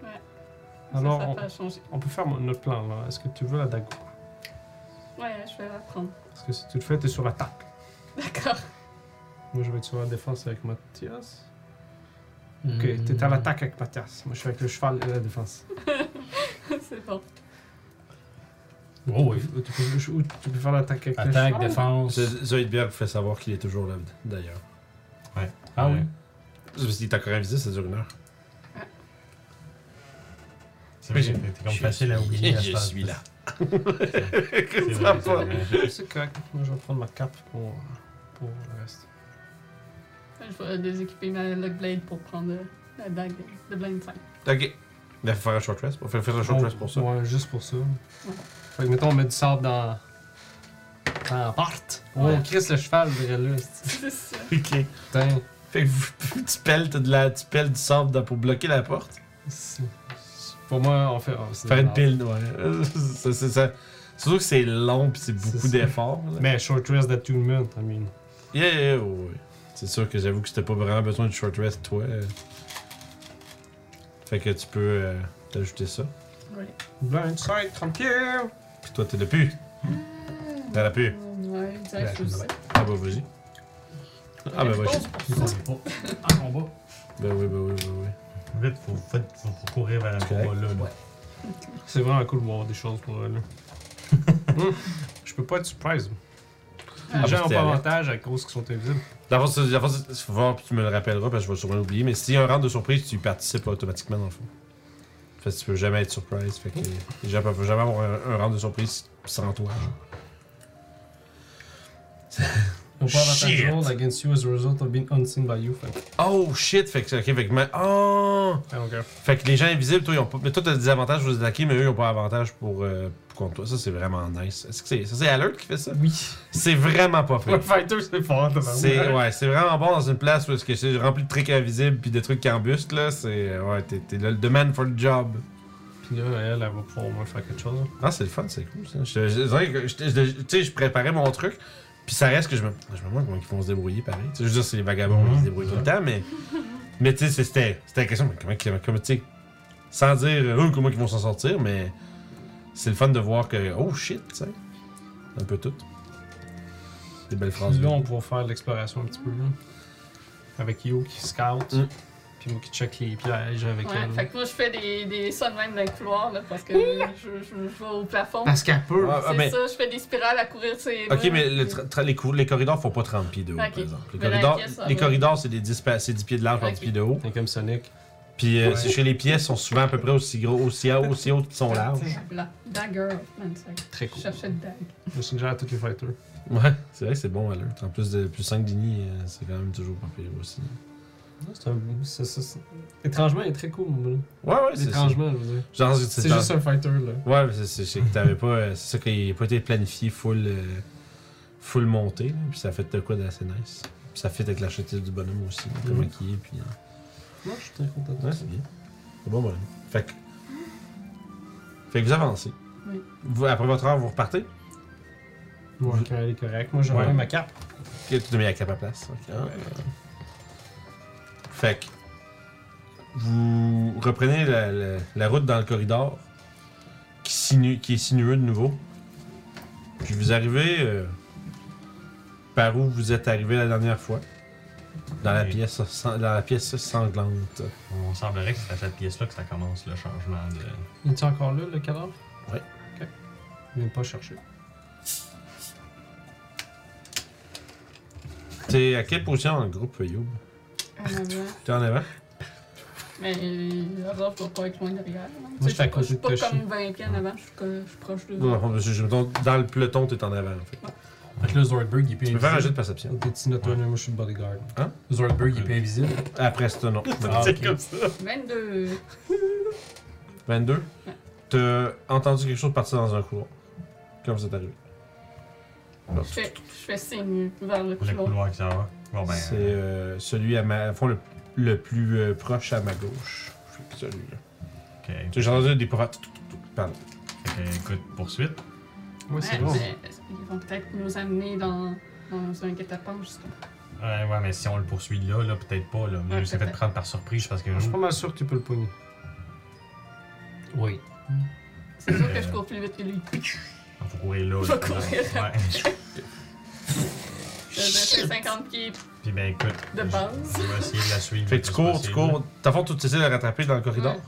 [SPEAKER 3] Ouais.
[SPEAKER 2] Alors,
[SPEAKER 3] ça, ça
[SPEAKER 2] on-
[SPEAKER 3] peut changer.
[SPEAKER 2] on peut faire mon- notre plan là. Est-ce que tu veux la dague
[SPEAKER 3] Ouais, je vais la prendre.
[SPEAKER 2] Parce que si tu le fais, t'es sur l'attaque.
[SPEAKER 3] D'accord.
[SPEAKER 2] Moi, je vais être sur la défense avec Mathias. Ok,
[SPEAKER 4] Hmm.
[SPEAKER 2] t'es à l'attaque avec Mathias. Moi, je suis avec le cheval et la défense.
[SPEAKER 3] c'est bon.
[SPEAKER 4] Oh oui.
[SPEAKER 2] Ou tu peux, ou tu peux faire l'attaque avec le
[SPEAKER 4] Attaque,
[SPEAKER 2] cheval.
[SPEAKER 4] défense.
[SPEAKER 1] Z- Zoidberg vous fait savoir qu'il est toujours là, d'ailleurs.
[SPEAKER 4] Ah oui.
[SPEAKER 5] Ouais.
[SPEAKER 1] Parce qu'il est encore invisible, ça dure une heure.
[SPEAKER 5] C'est vrai, t'es t'es comme facile à oublier. à ce
[SPEAKER 1] Je
[SPEAKER 5] stade.
[SPEAKER 1] suis là.
[SPEAKER 5] C'est vrai,
[SPEAKER 1] Ça
[SPEAKER 5] c'est
[SPEAKER 1] va.
[SPEAKER 5] vrai.
[SPEAKER 2] C'est correct. Moi, je vais prendre ma cape pour, pour le reste.
[SPEAKER 3] Je vais déséquiper ma Lockblade pour prendre euh, la dague de Blind Sight.
[SPEAKER 1] Ok. Il va faire un short rest. On va Ah, faire un short
[SPEAKER 2] Donc,
[SPEAKER 1] rest pour ça.
[SPEAKER 2] Ouais, juste pour ça. Fait que, mettons, on met du sable dans. dans la porte. Ouais,
[SPEAKER 3] Ouais.
[SPEAKER 2] on crisse le cheval, dirais-le.
[SPEAKER 3] C'est
[SPEAKER 2] c'est-
[SPEAKER 3] ça.
[SPEAKER 1] Ok.
[SPEAKER 2] Putain.
[SPEAKER 1] Fait que vous, tu, pelles, t'as de la, tu pelles du sable dans- pour bloquer la porte.
[SPEAKER 2] c'est- c'est- Pour moi, on fait. oh, c'est
[SPEAKER 1] Faire une
[SPEAKER 2] de la
[SPEAKER 1] pile, ouais.
[SPEAKER 2] merde.
[SPEAKER 1] ça, c'est ça. Surtout que c'est long pis c'est beaucoup
[SPEAKER 2] ça.
[SPEAKER 1] d'efforts. là.
[SPEAKER 2] Mais short rest d'attunement, I mean.
[SPEAKER 1] Yeah, yeah, ouais, ouais. C'est sûr que j'avoue que c'était pas vraiment besoin de short rest, toi. euh. Fait que tu peux euh, t'ajouter ça.
[SPEAKER 3] Ouais.
[SPEAKER 2] Blind side, tranquille.
[SPEAKER 1] Puis toi, t'es de pu. T'as la
[SPEAKER 2] Ah,
[SPEAKER 1] pu.
[SPEAKER 2] bah,
[SPEAKER 3] Ouais, je dirais que je
[SPEAKER 4] Ouais,
[SPEAKER 3] suis
[SPEAKER 4] ouais.
[SPEAKER 1] Ah bah vas-y. Ah bah vas-y.
[SPEAKER 4] Vous avez pas. En combat.
[SPEAKER 1] Ben oui, ben oui, ben oui.
[SPEAKER 5] Vite, faut, faut, faut, faut courir vers le
[SPEAKER 1] C'est correct.
[SPEAKER 5] combat, là. là.
[SPEAKER 4] Ouais.
[SPEAKER 2] C'est vraiment cool de voir des choses pour elle. Hmm. Je peux pas être surprise.
[SPEAKER 1] Ah,
[SPEAKER 2] Les
[SPEAKER 1] parce
[SPEAKER 2] gens
[SPEAKER 1] que
[SPEAKER 2] ont
[SPEAKER 1] t'es
[SPEAKER 2] pas
[SPEAKER 1] alerte.
[SPEAKER 2] avantage à cause qu'ils sont invisibles.
[SPEAKER 1] Dans le fond, c'est- dans le fond, c'est- faut voir, puis tu me le rappelleras, parce que je vais sûrement l'oublier. Mais si y a un round de surprise, tu y participes automatiquement, dans le fond. Fait que tu peux jamais être surprise. Fait que les gens peuvent jamais avoir un, un round de surprise sans toi.
[SPEAKER 2] Ils ont pas avantage
[SPEAKER 1] Shit.
[SPEAKER 2] roll against you as a result of being unseen by you. Fait que,
[SPEAKER 1] Oh shit! Fait que, ok, fait que, ma- oh!
[SPEAKER 2] I don't care.
[SPEAKER 1] Fait que les gens invisibles, toi, ils ont pas. Mais toi, t'as des avantages pour les attaquer, mais eux, ils ont pas avantage pour. euh, contre toi. Ça, c'est vraiment nice. Est-ce que c'est. Ça, c'est Alert qui fait ça?
[SPEAKER 2] Oui.
[SPEAKER 1] C'est vraiment pas
[SPEAKER 2] Pour un
[SPEAKER 1] fait.
[SPEAKER 2] fighter, c'est fort. tabarnak.
[SPEAKER 1] C'est ouais, c'est vraiment bon dans une place où est-ce que c'est rempli de trucs invisibles puis de trucs qui embusquent là, c'est euh, ouais, t'es t'es là, le demand for the job.
[SPEAKER 2] Puis là, elle, elle va pouvoir au moins faire quelque chose.
[SPEAKER 1] Ah, c'est le fun, c'est cool ça. Je- je- c'est vrai que je- je- Tu sais, je préparais mon truc, puis ça reste que je me. Je me demande comment ils vont se débrouiller pareil. Tu sais, je veux dire, c'est les vagabonds, ils se débrouillent tout le temps, mais. Mais tu sais, c'est- c'était c'était la question, mais comment, comment, comment tu sais. Sans dire, eux, comment ils vont s'en sortir, mais. C'est le fun de voir que. Oh shit, tu sais. Un peu tout. Des belles phrases.
[SPEAKER 2] Puis là, on pourra faire de l'exploration un petit peu. là. Avec You qui scout.
[SPEAKER 1] Mm.
[SPEAKER 2] Puis moi qui check les pièges avec
[SPEAKER 3] Ouais,
[SPEAKER 2] elle.
[SPEAKER 3] fait que moi je fais des, des sons de même dans le couloir là, parce que je, je, je vais au plafond.
[SPEAKER 2] Parce qu'elle peut.
[SPEAKER 1] Ah, ah,
[SPEAKER 3] c'est
[SPEAKER 1] mais-
[SPEAKER 3] ça, je fais des spirales à courir sur les
[SPEAKER 1] Ok,
[SPEAKER 3] murs,
[SPEAKER 1] mais le
[SPEAKER 3] puis-
[SPEAKER 1] tra- tra- les, cou- les corridors font pas 30 pieds de haut,
[SPEAKER 3] Ok.
[SPEAKER 1] par exemple. Les
[SPEAKER 3] Mais la
[SPEAKER 1] corridors,
[SPEAKER 3] pièce, ça
[SPEAKER 1] les
[SPEAKER 3] va.
[SPEAKER 1] corridors c'est des 10, pa- c'est 10 pieds de large par 10
[SPEAKER 3] Ok.
[SPEAKER 1] pieds de haut.
[SPEAKER 2] T'es comme Sonic.
[SPEAKER 1] Puis euh,
[SPEAKER 2] Ouais.
[SPEAKER 1] c'est chez les pièces sont souvent à peu près aussi gros, aussi hauts aussi hautes qu'ils sont larges.
[SPEAKER 3] Voilà. Dagger of Man's Sight.
[SPEAKER 2] Très
[SPEAKER 3] Je
[SPEAKER 2] cool.
[SPEAKER 3] cherchais de dague.
[SPEAKER 2] Je suggère à tous les fighters.
[SPEAKER 1] Ouais, c'est vrai que c'est bon à l'heure. En plus de plus 5 dignes, c'est quand même toujours pas pire aussi. Ah,
[SPEAKER 2] Non, C'est un. c'est- c'est- c'est- Étrangement, il est très cool, mon bonhomme.
[SPEAKER 1] Ouais, ouais, c'est ça.
[SPEAKER 2] Étrangement, je veux dire.
[SPEAKER 1] Genre, c'est
[SPEAKER 2] C'est
[SPEAKER 1] dans-
[SPEAKER 2] juste un fighter, là.
[SPEAKER 1] Ouais, mais c'est- c'est c'est que t'avais pas. euh, C'est ça qu'il a pas été planifié full, euh, full montée, là, puis ça fait de quoi d'assez nice. Puis ça fait avec la châtisse du bonhomme aussi, là, comment
[SPEAKER 2] Mhm.
[SPEAKER 1] qu'il est, puis. euh,
[SPEAKER 2] Moi, je suis très content.
[SPEAKER 1] Ouais, c'est bien. C'est bon, bonhomme. Fait que. Fait que vous avancez.
[SPEAKER 3] Oui.
[SPEAKER 1] Vous- après votre heure, vous repartez.
[SPEAKER 2] Moi, elle est correcte. Moi, j'ai
[SPEAKER 1] Ouais.
[SPEAKER 2] enlevé ma cape.
[SPEAKER 1] Ok, tu te mets la cape à place. Ok. Fait que. vous reprenez la, la- la route dans le corridor qui, sinu- qui est sinueux de nouveau. Puis vous arrivez euh, par où vous êtes arrivé la dernière fois. Dans la
[SPEAKER 5] Oui.
[SPEAKER 1] pièce, sang- dans la pièce sanglante.
[SPEAKER 5] On semblerait que c'est à cette pièce-là que ça commence le changement de.
[SPEAKER 2] Il est encore là, le cadavre?
[SPEAKER 1] Ouais.
[SPEAKER 2] Ok. Viens pas chercher.
[SPEAKER 1] T'es à quelle position dans le groupe, Youb?
[SPEAKER 3] En avant.
[SPEAKER 1] T'es en avant?
[SPEAKER 3] Mais Rodolphe va pas être loin derrière. hein.
[SPEAKER 2] je
[SPEAKER 3] Tu
[SPEAKER 2] suis à
[SPEAKER 3] sais, Je
[SPEAKER 2] côté
[SPEAKER 3] suis
[SPEAKER 2] de
[SPEAKER 3] pas
[SPEAKER 2] Toshi.
[SPEAKER 3] comme 20 pieds en avant, je suis co- je suis proche de.
[SPEAKER 1] Non, je- je- mettons, dans le peloton, t'es en avant. En fait.
[SPEAKER 4] Fait que là, Zoidberg, il est plus
[SPEAKER 1] Tu peux faire un
[SPEAKER 4] invisible.
[SPEAKER 1] jeu de perception.
[SPEAKER 2] T'es Tinotourne, moi je suis le bodyguard.
[SPEAKER 4] Zoidberg, il est plus invisible.
[SPEAKER 1] Après, c'est un nom.
[SPEAKER 4] Ah, ok.
[SPEAKER 3] 22.
[SPEAKER 1] 22. T'as entendu quelque chose partir dans un couloir. Quand vous êtes arrivé.
[SPEAKER 3] Je fais, je fais signe vers le
[SPEAKER 5] Le
[SPEAKER 3] couloir.
[SPEAKER 5] couloir qui s'en va. Bon, ben.
[SPEAKER 1] C'est euh, celui à ma. au fond, le, le plus euh, proche à ma gauche. Fait que Celui-là.
[SPEAKER 5] Ok.
[SPEAKER 1] Tu sais, J'ai entendu des pas. Pardon.
[SPEAKER 5] Fait que, écoute, poursuite.
[SPEAKER 2] Ouais,
[SPEAKER 3] Ouais,
[SPEAKER 2] c'est bon.
[SPEAKER 3] mais euh, ils vont peut-être nous amener dans, dans un guet-apens. justement.
[SPEAKER 5] Ouais, ouais, mais si on le poursuit là, là, peut-être pas. Là.
[SPEAKER 3] Ouais,
[SPEAKER 5] Il s'est fait
[SPEAKER 3] peut-être.
[SPEAKER 5] prendre par surprise parce que.
[SPEAKER 2] Je suis pas mal sûr que tu peux le pogner.
[SPEAKER 4] Oui.
[SPEAKER 3] C'est sûr que
[SPEAKER 5] Euh.
[SPEAKER 3] je cours plus vite que lui.
[SPEAKER 5] Faut courir là.
[SPEAKER 3] Faut
[SPEAKER 5] là.
[SPEAKER 3] courir là. Je
[SPEAKER 5] Ouais.
[SPEAKER 3] fais 50 pieds.
[SPEAKER 5] Puis, ben, écoute.
[SPEAKER 3] De
[SPEAKER 5] je-
[SPEAKER 3] base.
[SPEAKER 5] Je vais essayer de la suivre.
[SPEAKER 1] Fait que tu
[SPEAKER 5] le plus
[SPEAKER 1] cours, tu
[SPEAKER 5] possible.
[SPEAKER 1] cours. T'as fond, tu essaies de le rattraper dans le corridor.
[SPEAKER 3] Ouais.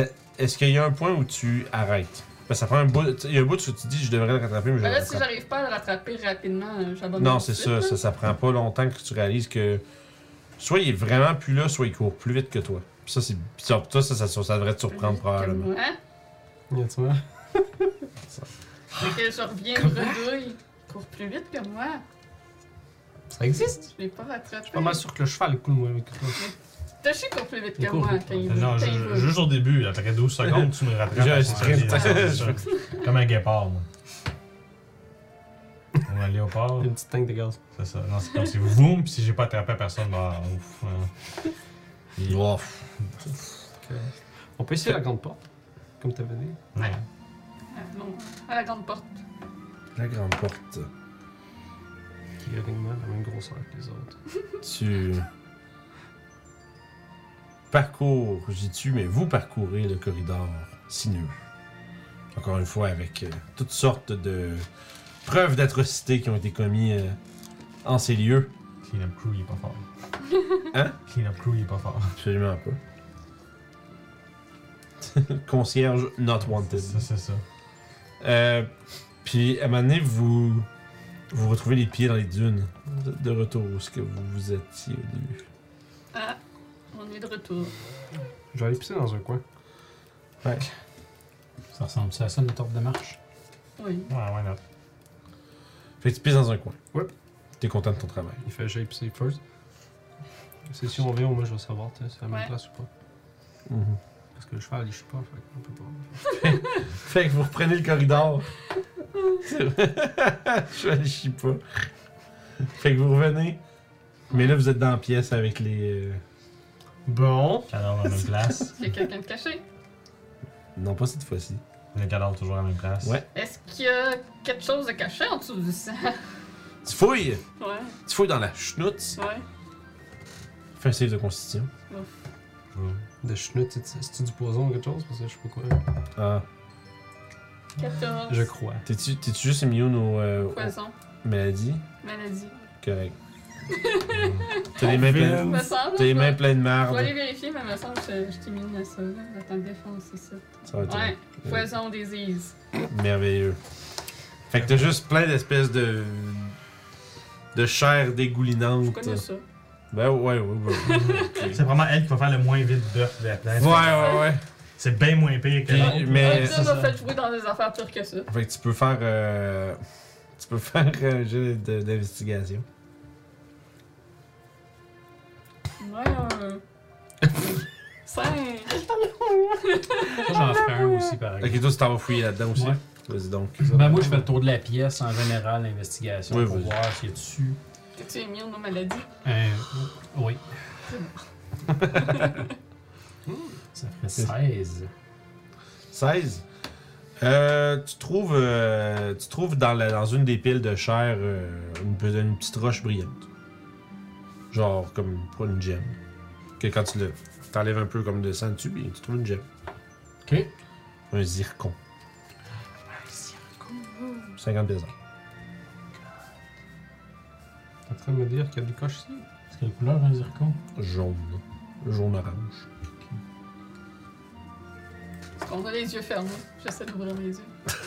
[SPEAKER 1] Euh, Est-ce qu'il y a un point où tu arrêtes Parce que ça prend un bout. Il y a un bout où tu te dis, je devrais le rattraper, mais je
[SPEAKER 3] Mais
[SPEAKER 1] le
[SPEAKER 3] Ben là, si
[SPEAKER 1] rattrape.
[SPEAKER 3] j'arrive pas à le rattraper rapidement, euh, j'abandonne.
[SPEAKER 1] Non,
[SPEAKER 3] tout
[SPEAKER 1] c'est
[SPEAKER 3] de
[SPEAKER 1] ça,
[SPEAKER 3] suite,
[SPEAKER 1] ça. Ça prend pas longtemps que tu réalises que soit il est vraiment plus là, soit il court plus vite que toi. Puis ça, c'est. puis ça, ça, ça, ça- ça devrait te
[SPEAKER 3] là.
[SPEAKER 1] surprendre probablement.
[SPEAKER 3] Hein?
[SPEAKER 2] Y'a tu vois?
[SPEAKER 3] Fait que je reviens bredouille. Il court plus vite que moi.
[SPEAKER 4] Ça existe?
[SPEAKER 3] Je l'ai pas rattrapé.
[SPEAKER 2] Je suis pas mal sûr que le cheval coule moins vite que toi.
[SPEAKER 3] Toshi court plus vite
[SPEAKER 2] Il
[SPEAKER 3] que
[SPEAKER 2] court
[SPEAKER 3] moi
[SPEAKER 2] vite,
[SPEAKER 3] quand il veut.
[SPEAKER 5] Non,
[SPEAKER 3] quand il
[SPEAKER 5] je-
[SPEAKER 3] veut.
[SPEAKER 5] juste au début, après 12 secondes, tu me rattrapes.
[SPEAKER 1] J'ai un
[SPEAKER 5] à ce
[SPEAKER 1] sprint.
[SPEAKER 5] moment-là, c'est ça. Comme un guépard, moi. Ou un léopard,
[SPEAKER 2] Il y a Une petite tank de gaz.
[SPEAKER 5] c'est ça. Non, c'est comme si vous, puis si j'ai pas attrapé personne, bah ouf. hein. Puis-
[SPEAKER 1] Oh,
[SPEAKER 2] On peut essayer la grande porte, comme t'avais dit.
[SPEAKER 5] Ouais.
[SPEAKER 3] Ah, non, à la grande porte.
[SPEAKER 1] la grande porte.
[SPEAKER 2] Qui est réellement la même grosseur que les autres.
[SPEAKER 1] Tu parcours, je dis tu, mais vous parcourez le corridor sinueux. Encore une fois, avec euh, toutes sortes de preuves d'atrocités qui ont été commises euh, en ces lieux.
[SPEAKER 5] Clean Up Crew, il est pas fort.
[SPEAKER 1] Hein?
[SPEAKER 5] Clean Up Crew, il est pas fort.
[SPEAKER 1] Absolument pas. Concierge not wanted.
[SPEAKER 5] Ça, c'est ça.
[SPEAKER 1] Euh, puis à un moment donné, vous vous retrouvez les pieds dans les dunes, Vous êtes de retour où ce que vous vous étiez au début.
[SPEAKER 3] Ah, on est de retour.
[SPEAKER 2] Je vais aller pisser dans un coin.
[SPEAKER 4] Ça ressemble à ça, notre ordre de marche?
[SPEAKER 3] Oui.
[SPEAKER 5] Ouais, ouais, non.
[SPEAKER 1] Fait que tu pisses dans un coin.
[SPEAKER 2] Ouais.
[SPEAKER 1] T'es content de ton travail.
[SPEAKER 2] Il fait j'aille pisser first. C'est si on vient, au moins je vais savoir, tu sais, c'est la même
[SPEAKER 3] Ouais.
[SPEAKER 2] place ou pas. Parce que le cheval, il chie pas, fait qu'on peut pas.
[SPEAKER 1] Fait que vous reprenez le corridor. C'est vrai. Je ne chie pas. Fait que vous revenez. Mais là, vous êtes dans la pièce avec les. euh,
[SPEAKER 2] Bon.
[SPEAKER 5] Cadavre à la même place.
[SPEAKER 3] Il y a quelqu'un de caché.
[SPEAKER 1] Non, pas cette fois-ci.
[SPEAKER 5] Le cadavre toujours à la même place.
[SPEAKER 1] Ouais.
[SPEAKER 3] Est-ce qu'il y a quelque chose de caché en dessous du sang?
[SPEAKER 1] Tu fouilles
[SPEAKER 3] Ouais,
[SPEAKER 1] Tu fouilles dans la schnoutz.
[SPEAKER 3] ouais.
[SPEAKER 1] Fais un save de constitution.
[SPEAKER 5] Ouh.
[SPEAKER 2] De chenoute, c'est-tu du poison ou quelque chose? Parce que je sais pas quoi.
[SPEAKER 1] Ah.
[SPEAKER 3] 14.
[SPEAKER 2] Je crois.
[SPEAKER 1] T'es-tu t'es-tu juste immune aux, euh, aux
[SPEAKER 3] Poison.
[SPEAKER 1] maladies
[SPEAKER 3] Maladie.
[SPEAKER 1] Correct. T'as les mains
[SPEAKER 3] Il
[SPEAKER 1] pleines.
[SPEAKER 3] me semble.
[SPEAKER 1] T'as les
[SPEAKER 3] je
[SPEAKER 1] mains
[SPEAKER 3] vais-
[SPEAKER 1] pleines de
[SPEAKER 3] Je vais aller
[SPEAKER 1] marde.
[SPEAKER 3] vérifier, mais il me semble que je je t'imagine à ça. là. Attends, défense, c'est ça.
[SPEAKER 1] Ça va être
[SPEAKER 3] Ouais,
[SPEAKER 1] euh,
[SPEAKER 3] poison, disease.
[SPEAKER 1] merveilleux. Fait que t'as juste plein d'espèces de. de chair
[SPEAKER 3] Je
[SPEAKER 1] dégoulinante.
[SPEAKER 3] connais ça.
[SPEAKER 1] Ben ouais, ouais, ouais.
[SPEAKER 5] C'est vraiment elle qui va faire le moins vite d'œuf de la
[SPEAKER 1] ouais,
[SPEAKER 5] planète.
[SPEAKER 1] ouais, ouais.
[SPEAKER 5] C'est bien moins pire que
[SPEAKER 1] Puis,
[SPEAKER 5] l'autre.
[SPEAKER 1] mais.
[SPEAKER 3] ça m'a fait jouer dans des affaires pires que ça.
[SPEAKER 1] Fait que tu peux faire. euh, Tu peux faire un jeu de- d'investigation.
[SPEAKER 3] Ouais, euh... Cinq.
[SPEAKER 4] Moi, j'en ferai un aussi, par exemple.
[SPEAKER 1] Ok, toi, tu t'en vas fouiller là-dedans aussi.
[SPEAKER 4] Ouais.
[SPEAKER 1] Vas-y donc.
[SPEAKER 4] Ben, moi, je fais le tour de la pièce en général, l'investigation,
[SPEAKER 1] Oui,
[SPEAKER 4] pour
[SPEAKER 1] vas-y.
[SPEAKER 4] voir s'il y a dessus.
[SPEAKER 3] T'es-tu émis nos maladies?
[SPEAKER 4] un- Oui. ça ferait 16.
[SPEAKER 1] 16. Euh, tu trouves, euh, tu trouves dans, la- dans une des piles de chair euh, une, pe- une petite roche brillante. Genre comme pour une gemme. Que quand tu le T'enlèves un peu comme de sang dessus, puis tu trouves une gemme.
[SPEAKER 4] Ok.
[SPEAKER 1] Un zircon. 50 pièces. d'or.
[SPEAKER 2] T'es en train de me dire qu'il y a du coche ici
[SPEAKER 4] C'est quelle couleur un hein, zircon
[SPEAKER 1] Jaune. Jaune-orange.
[SPEAKER 3] Parce qu'on a les yeux fermés. J'essaie d'ouvrir les yeux.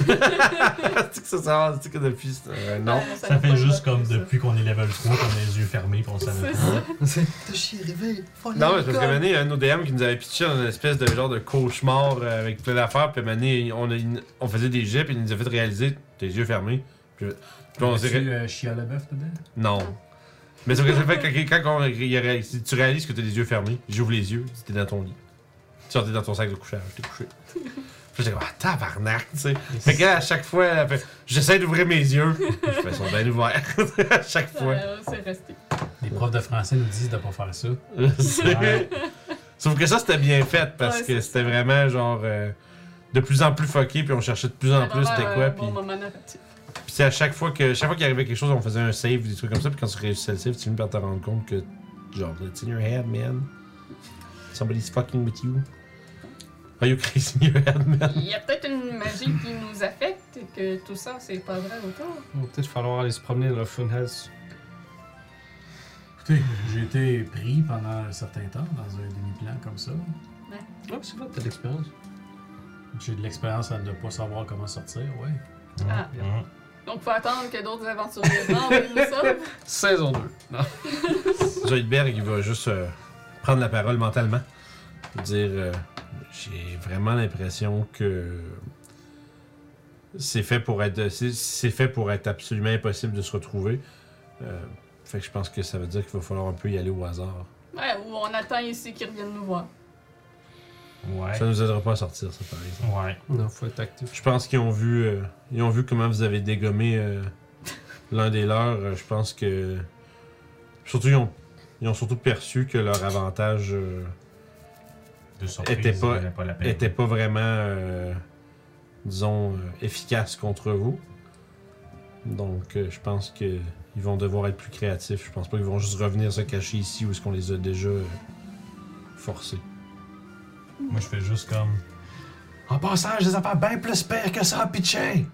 [SPEAKER 1] Tu que ça sort, tu que depuis. c'est- euh, non.
[SPEAKER 3] Ah,
[SPEAKER 5] Ça
[SPEAKER 3] pas
[SPEAKER 5] fait juste
[SPEAKER 3] marché,
[SPEAKER 5] comme
[SPEAKER 3] ça.
[SPEAKER 5] depuis qu'on est level 3, qu'on a les yeux fermés, pis on s'en
[SPEAKER 3] C'est ça.
[SPEAKER 1] Non, mais c'est parce qu'à un moment donné, un de nos DM qui nous avait pitché dans une espèce de genre de cauchemar euh, avec plein d'affaires, puis à un moment donné, on, a- on faisait des jets, puis il nous a fait réaliser tes yeux fermés. Puis, puis on s'est ré-
[SPEAKER 4] Tu euh, Shia LaBeouf dedans
[SPEAKER 1] Non. Mais c'est que ça fait que quand, quand on- il ré- si tu réalises que t'as les yeux fermés, j'ouvre les yeux, t'es dans ton lit. Tu sortais dans ton sac de couchage, t'es couché. Puis j'étais comme, ah, tabarnak, tu sais. Fait que
[SPEAKER 5] est.
[SPEAKER 1] là, à chaque fois, elle fait, j'essaie d'ouvrir mes yeux. Je fais, ils sont bien ouverts. à chaque fois.
[SPEAKER 3] Euh, C'est resté.
[SPEAKER 4] Les profs de français nous disent de pas faire ça.
[SPEAKER 1] C'est- Sauf que ça, c'était bien fait parce
[SPEAKER 3] Ouais,
[SPEAKER 1] que
[SPEAKER 3] c'est
[SPEAKER 1] c'était vraiment genre euh, de plus en plus fucké, puis on cherchait de plus en plus
[SPEAKER 3] Vraiment
[SPEAKER 1] c'était quoi.
[SPEAKER 3] un
[SPEAKER 1] Puis
[SPEAKER 3] Bon moment narratif.
[SPEAKER 1] puis c'est à chaque fois que chaque fois qu'il arrivait quelque chose, on faisait un save, des trucs comme ça, puis quand tu réussissais le save, tu finis par te rendre compte que genre, it's in your head, man. Somebody's fucking with you. Are you crazy in your head, man?
[SPEAKER 3] Il y a peut-être une magie qui nous affecte et que tout ça, c'est pas vrai autour.
[SPEAKER 2] Il va peut-être falloir aller se promener dans le funhouse.
[SPEAKER 4] Écoutez, j'ai été pris pendant un certain temps dans un demi-plan comme ça.
[SPEAKER 2] Ouais, c'est vrai, t'as de l'expérience.
[SPEAKER 4] J'ai de l'expérience à ne pas savoir comment sortir, ouais.
[SPEAKER 3] Ah.
[SPEAKER 5] Hein?
[SPEAKER 3] Donc, faut attendre que d'autres aventuriers rentrent nous sauvent.
[SPEAKER 2] Saison 2. Non.
[SPEAKER 1] Zoidberg, il va juste euh, prendre la parole mentalement. Il va Dire euh, J'ai vraiment l'impression que c'est fait pour être c'est- c'est fait pour être absolument impossible de se retrouver. Euh, fait que je pense que ça veut dire qu'il va falloir un peu y aller au hasard.
[SPEAKER 3] Ouais, ou on attend ici qu'ils reviennent nous voir.
[SPEAKER 5] Ouais.
[SPEAKER 1] Ça nous aidera pas à sortir, ça par exemple.
[SPEAKER 5] Ouais.
[SPEAKER 2] Non, faut être actif.
[SPEAKER 1] Je pense qu'ils ont vu euh, ils ont vu comment vous avez dégommé euh, l'un des leurs. Euh, Je pense que surtout ils ont, ils ont surtout perçu que leur avantage euh,
[SPEAKER 5] De surprise,
[SPEAKER 1] Était pas-
[SPEAKER 5] il valait pas la peine.
[SPEAKER 1] était pas vraiment, euh, disons, euh, efficace contre vous. Donc, euh, je pense que ils vont devoir être plus créatifs. Je pense pas qu'ils vont juste revenir se cacher ici où est-ce qu'on les a déjà euh, forcés.
[SPEAKER 5] Moi, je fais juste comme. En passant, j'ai des affaires bien plus pires que ça à pitcher!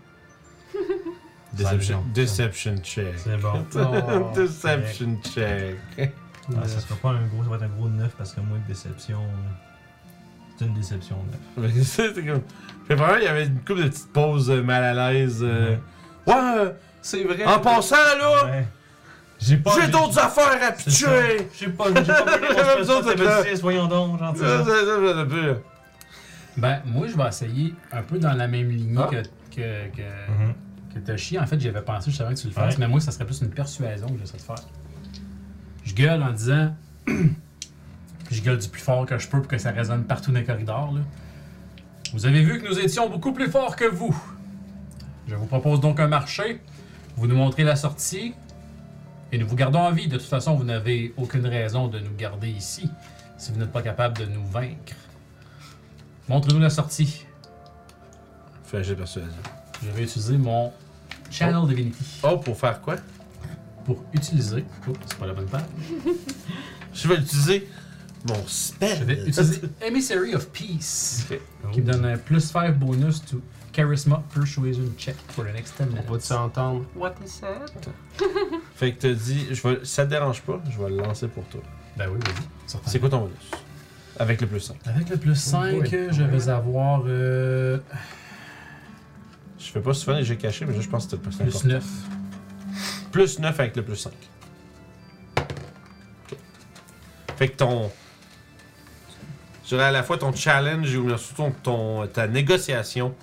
[SPEAKER 1] Deception,
[SPEAKER 5] Salut, Jean.
[SPEAKER 1] deception check.
[SPEAKER 5] C'est bon.
[SPEAKER 2] Oh.
[SPEAKER 1] Deception check.
[SPEAKER 5] Ah, ça sera pas un gros, ça va être un gros 9 parce que moi, une déception. C'est une déception 9.
[SPEAKER 1] C'est comme- Puis vraiment, il y avait une couple de petites pauses euh, mal à l'aise. euh, Ouais, euh,
[SPEAKER 2] C'est vrai.
[SPEAKER 1] en passant là,
[SPEAKER 5] Ouais. J'ai pas.
[SPEAKER 1] j'ai d'autres affaires à
[SPEAKER 5] C'est ça.
[SPEAKER 1] pitcher.
[SPEAKER 5] J'ai pas. J'ai pas compris
[SPEAKER 1] Même
[SPEAKER 5] qu'on se
[SPEAKER 1] chose,
[SPEAKER 5] fasse
[SPEAKER 1] c'est
[SPEAKER 5] ça,
[SPEAKER 1] ça.
[SPEAKER 5] c'est 6, voyons donc, gentil.
[SPEAKER 1] Ça, ça, ça, ça, ça, ça.
[SPEAKER 4] Ben, moi, je vais essayer un peu dans la même lignée
[SPEAKER 1] Ah.
[SPEAKER 4] que, que, que,
[SPEAKER 5] Mhm.
[SPEAKER 4] que Toshi. En fait, j'avais pensé justement que tu le fasses,
[SPEAKER 5] Ouais.
[SPEAKER 4] mais moi, ça serait plus une persuasion que j'essaie de faire. Je gueule en disant. je gueule du plus fort que je peux pour que ça résonne partout dans les corridors. là. Vous avez vu que nous étions beaucoup plus forts que vous. Je vous propose donc un marché. Vous nous montrez la sortie. Et nous vous gardons en vie. De toute façon, vous n'avez aucune raison de nous garder ici si vous n'êtes pas capable de nous vaincre. Montrez-nous la sortie.
[SPEAKER 1] Fais un jet de persuasion.
[SPEAKER 4] Je vais utiliser mon Channel Divinity
[SPEAKER 1] Oh, pour faire quoi?
[SPEAKER 4] pour utiliser. Oups, c'est pas la bonne page.
[SPEAKER 1] Je vais utiliser mon
[SPEAKER 4] Je
[SPEAKER 1] spell.
[SPEAKER 4] vais utiliser Emissary of Peace
[SPEAKER 1] Ok.
[SPEAKER 4] qui me donne un plus 5 bonus to Charisma Persuasion Check for the next 10
[SPEAKER 2] On va te
[SPEAKER 4] minutes.
[SPEAKER 2] s'entendre.
[SPEAKER 3] What is that?
[SPEAKER 1] Fait que t'as dit, je vais, ça te dérange pas, je vais le lancer pour toi.
[SPEAKER 4] Ben oui, vas-y. Sortons.
[SPEAKER 1] C'est quoi ton bonus? Avec le plus 5.
[SPEAKER 4] Avec le plus 5, je vais avoir euh,
[SPEAKER 1] Je fais pas souvent les jeux cachés, mais là, je pense que c'était le plus
[SPEAKER 4] plus
[SPEAKER 1] important.
[SPEAKER 4] 9.
[SPEAKER 1] Plus 9 avec le plus 5. Fait que ton. Je dirais à la fois ton challenge ou bien surtout ton, ton- ta négociation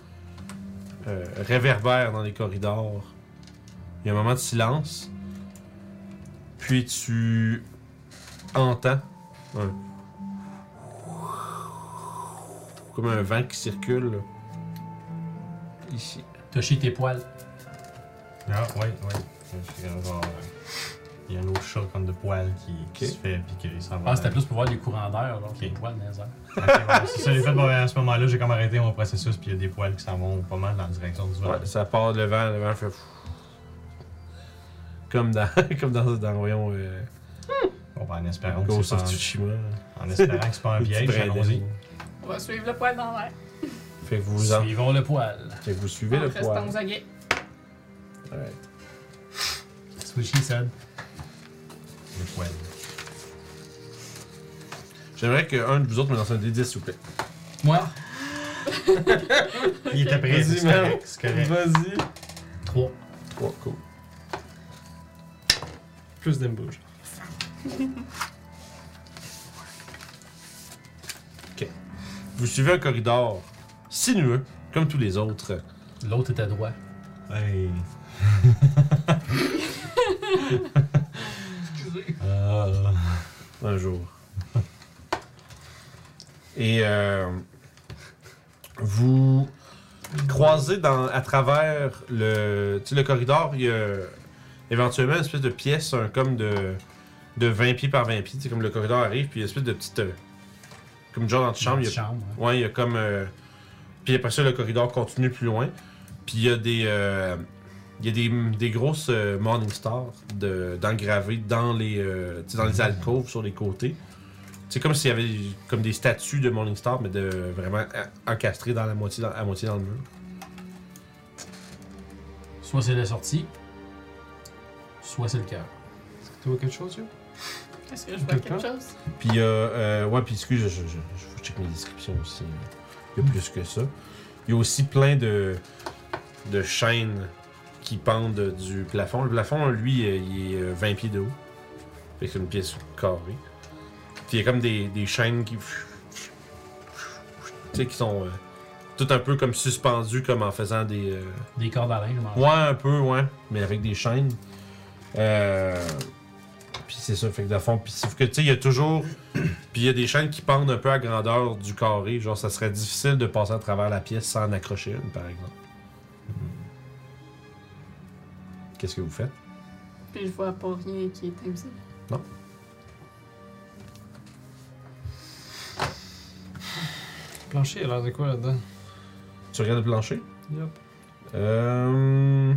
[SPEAKER 1] euh, réverbère dans les corridors. Il y a un moment de silence. Puis tu entends un. Comme un vent qui circule. là. Ici.
[SPEAKER 4] Toshi tes poils.
[SPEAKER 5] Ah, ouais, ouais. Je suis comme genre, euh, Il y a un autre chat comme de poil qui, qui
[SPEAKER 1] Ok.
[SPEAKER 5] se fait puis qui s'en va.
[SPEAKER 4] Ah, c'était plus pour voir les courants d'air, donc les
[SPEAKER 5] Ok.
[SPEAKER 4] poils dans les airs.
[SPEAKER 5] Ok, ouais, c'est ça, j'ai fait. Bon, à ce moment-là, j'ai comme arrêté mon processus puis il y a des poils qui s'en vont pas mal dans la direction du vent.
[SPEAKER 1] Ouais, ça part le vent, le vent fait. Comme dans. comme dans. dans voyons, euh,
[SPEAKER 5] Bon, ben, en espérant que
[SPEAKER 1] Ghost
[SPEAKER 5] c'est
[SPEAKER 1] of
[SPEAKER 5] pas
[SPEAKER 1] Tsushima.
[SPEAKER 5] un- en espérant que c'est pas un
[SPEAKER 1] Petit
[SPEAKER 5] piège,
[SPEAKER 1] brin
[SPEAKER 5] allons-y.
[SPEAKER 1] d'ail.
[SPEAKER 3] On va suivre le poil dans l'air.
[SPEAKER 1] Fait que vous, vous en-
[SPEAKER 4] Suivons le poil.
[SPEAKER 1] fait que vous suivez le
[SPEAKER 3] reste
[SPEAKER 1] poil.
[SPEAKER 3] aux aguets.
[SPEAKER 1] Ouais.
[SPEAKER 4] Swishy said.
[SPEAKER 5] Le poil.
[SPEAKER 1] J'aimerais qu'un de vous autres me lance un D10, s'il vous plaît.
[SPEAKER 4] Moi,
[SPEAKER 5] Il était prévu,
[SPEAKER 2] Vas-y,
[SPEAKER 5] c'est
[SPEAKER 2] man.
[SPEAKER 5] correct, c'est correct.
[SPEAKER 2] Vas-y.
[SPEAKER 4] 3.
[SPEAKER 1] 3, cool.
[SPEAKER 2] Plus d'embouche.
[SPEAKER 1] Vous suivez un corridor sinueux, comme tous les autres.
[SPEAKER 4] L'autre est à droite.
[SPEAKER 5] Hey.
[SPEAKER 4] Excusez.
[SPEAKER 5] Euh,
[SPEAKER 1] Un jour. Et euh, vous croisez dans, à travers le, tu sais, le corridor, il y a éventuellement une espèce de pièce, un comme de, de 20 pieds par 20 pieds. Tu sais, comme le corridor arrive, puis il y a une espèce de petite. euh, comme une genre d'antichambre, il y a
[SPEAKER 4] Chambre. ouais.
[SPEAKER 1] Ouais, il y a comme. euh, Puis après ça, le corridor continue plus loin. Puis il y a des. euh, Il y a des, des grosses euh, Morning Stars de- d'engravées dans les euh, tu sais, dans les alcôves sur les côtés. C'est comme s'il y avait comme des statues de Morning Star, mais de vraiment en- encastrées dans la moitié dans, à moitié dans le mur.
[SPEAKER 4] Soit c'est la sortie, soit c'est le cœur.
[SPEAKER 2] Est-ce que tu vois quelque chose, yo?
[SPEAKER 3] Est-ce que je vois quelque chose?
[SPEAKER 1] Puis il y a, euh, ouais, puis excuse, je, je, je, faut que je check mes descriptions aussi. Il y a plus que ça. Il y a aussi plein de, de chaînes qui pendent du plafond. Le plafond, lui, euh, il est euh, 20 pieds de haut. Fait que c'est une pièce carrée. Puis il y a comme des, des chaînes qui. Tu sais, qui sont euh, tout un peu comme suspendues, comme en faisant des. euh,
[SPEAKER 4] Des cordes à linge, je m'en
[SPEAKER 1] Ouais, un peu, ouais. Mais avec des chaînes. Euh... Puis c'est ça, fait que de fond. Puis sauf que, tu sais, il y a toujours. Puis il y a des chaînes qui pendent un peu à grandeur du carré. Genre, ça serait difficile de passer à travers la pièce sans en accrocher une, par exemple. Hmm. Qu'est-ce que vous faites?
[SPEAKER 3] Puis je vois pas rien qui est invisible.
[SPEAKER 2] Le plancher, il a l'air de quoi là-dedans?
[SPEAKER 1] Tu regardes le plancher?
[SPEAKER 2] Yup.
[SPEAKER 1] Euh...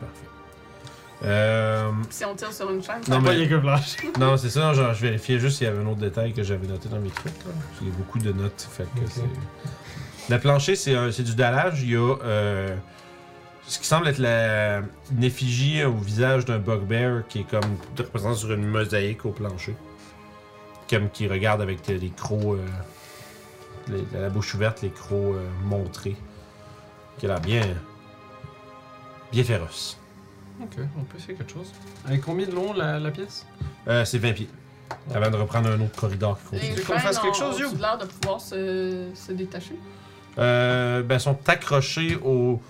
[SPEAKER 1] Parfait. Euh...
[SPEAKER 3] Puis si on tire sur une chaîne,
[SPEAKER 1] Non,
[SPEAKER 2] Non,
[SPEAKER 1] mais-
[SPEAKER 2] mais il y a que le plancher.
[SPEAKER 1] Non, c'est ça, genre, je vérifiais juste s'il y avait un autre détail que j'avais noté dans mes trucs. là. J'ai beaucoup de notes, fait que
[SPEAKER 2] Ok.
[SPEAKER 1] c'est... Le plancher, c'est, un- c'est du dallage. Il y a euh, ce qui semble être la, une effigie au visage d'un bugbear qui est comme représenté sur une mosaïque au plancher. Comme qui regarde avec les, les crocs... euh, les- la bouche ouverte, les crocs euh, montrés. Qui a l'air bien... bien féroce.
[SPEAKER 2] Ok, on peut essayer quelque chose. Avec combien de long la, la pièce?
[SPEAKER 1] Euh, c'est 20 pieds. Avant de reprendre un autre corridor qui continue.
[SPEAKER 3] les
[SPEAKER 2] Tu veux qu'on
[SPEAKER 3] chaînes
[SPEAKER 2] fasse quelque
[SPEAKER 3] ont-
[SPEAKER 2] chose,
[SPEAKER 3] ont
[SPEAKER 2] Youb?
[SPEAKER 3] l'air de pouvoir se, se détacher.
[SPEAKER 1] Euh, ben, sont accrochés au.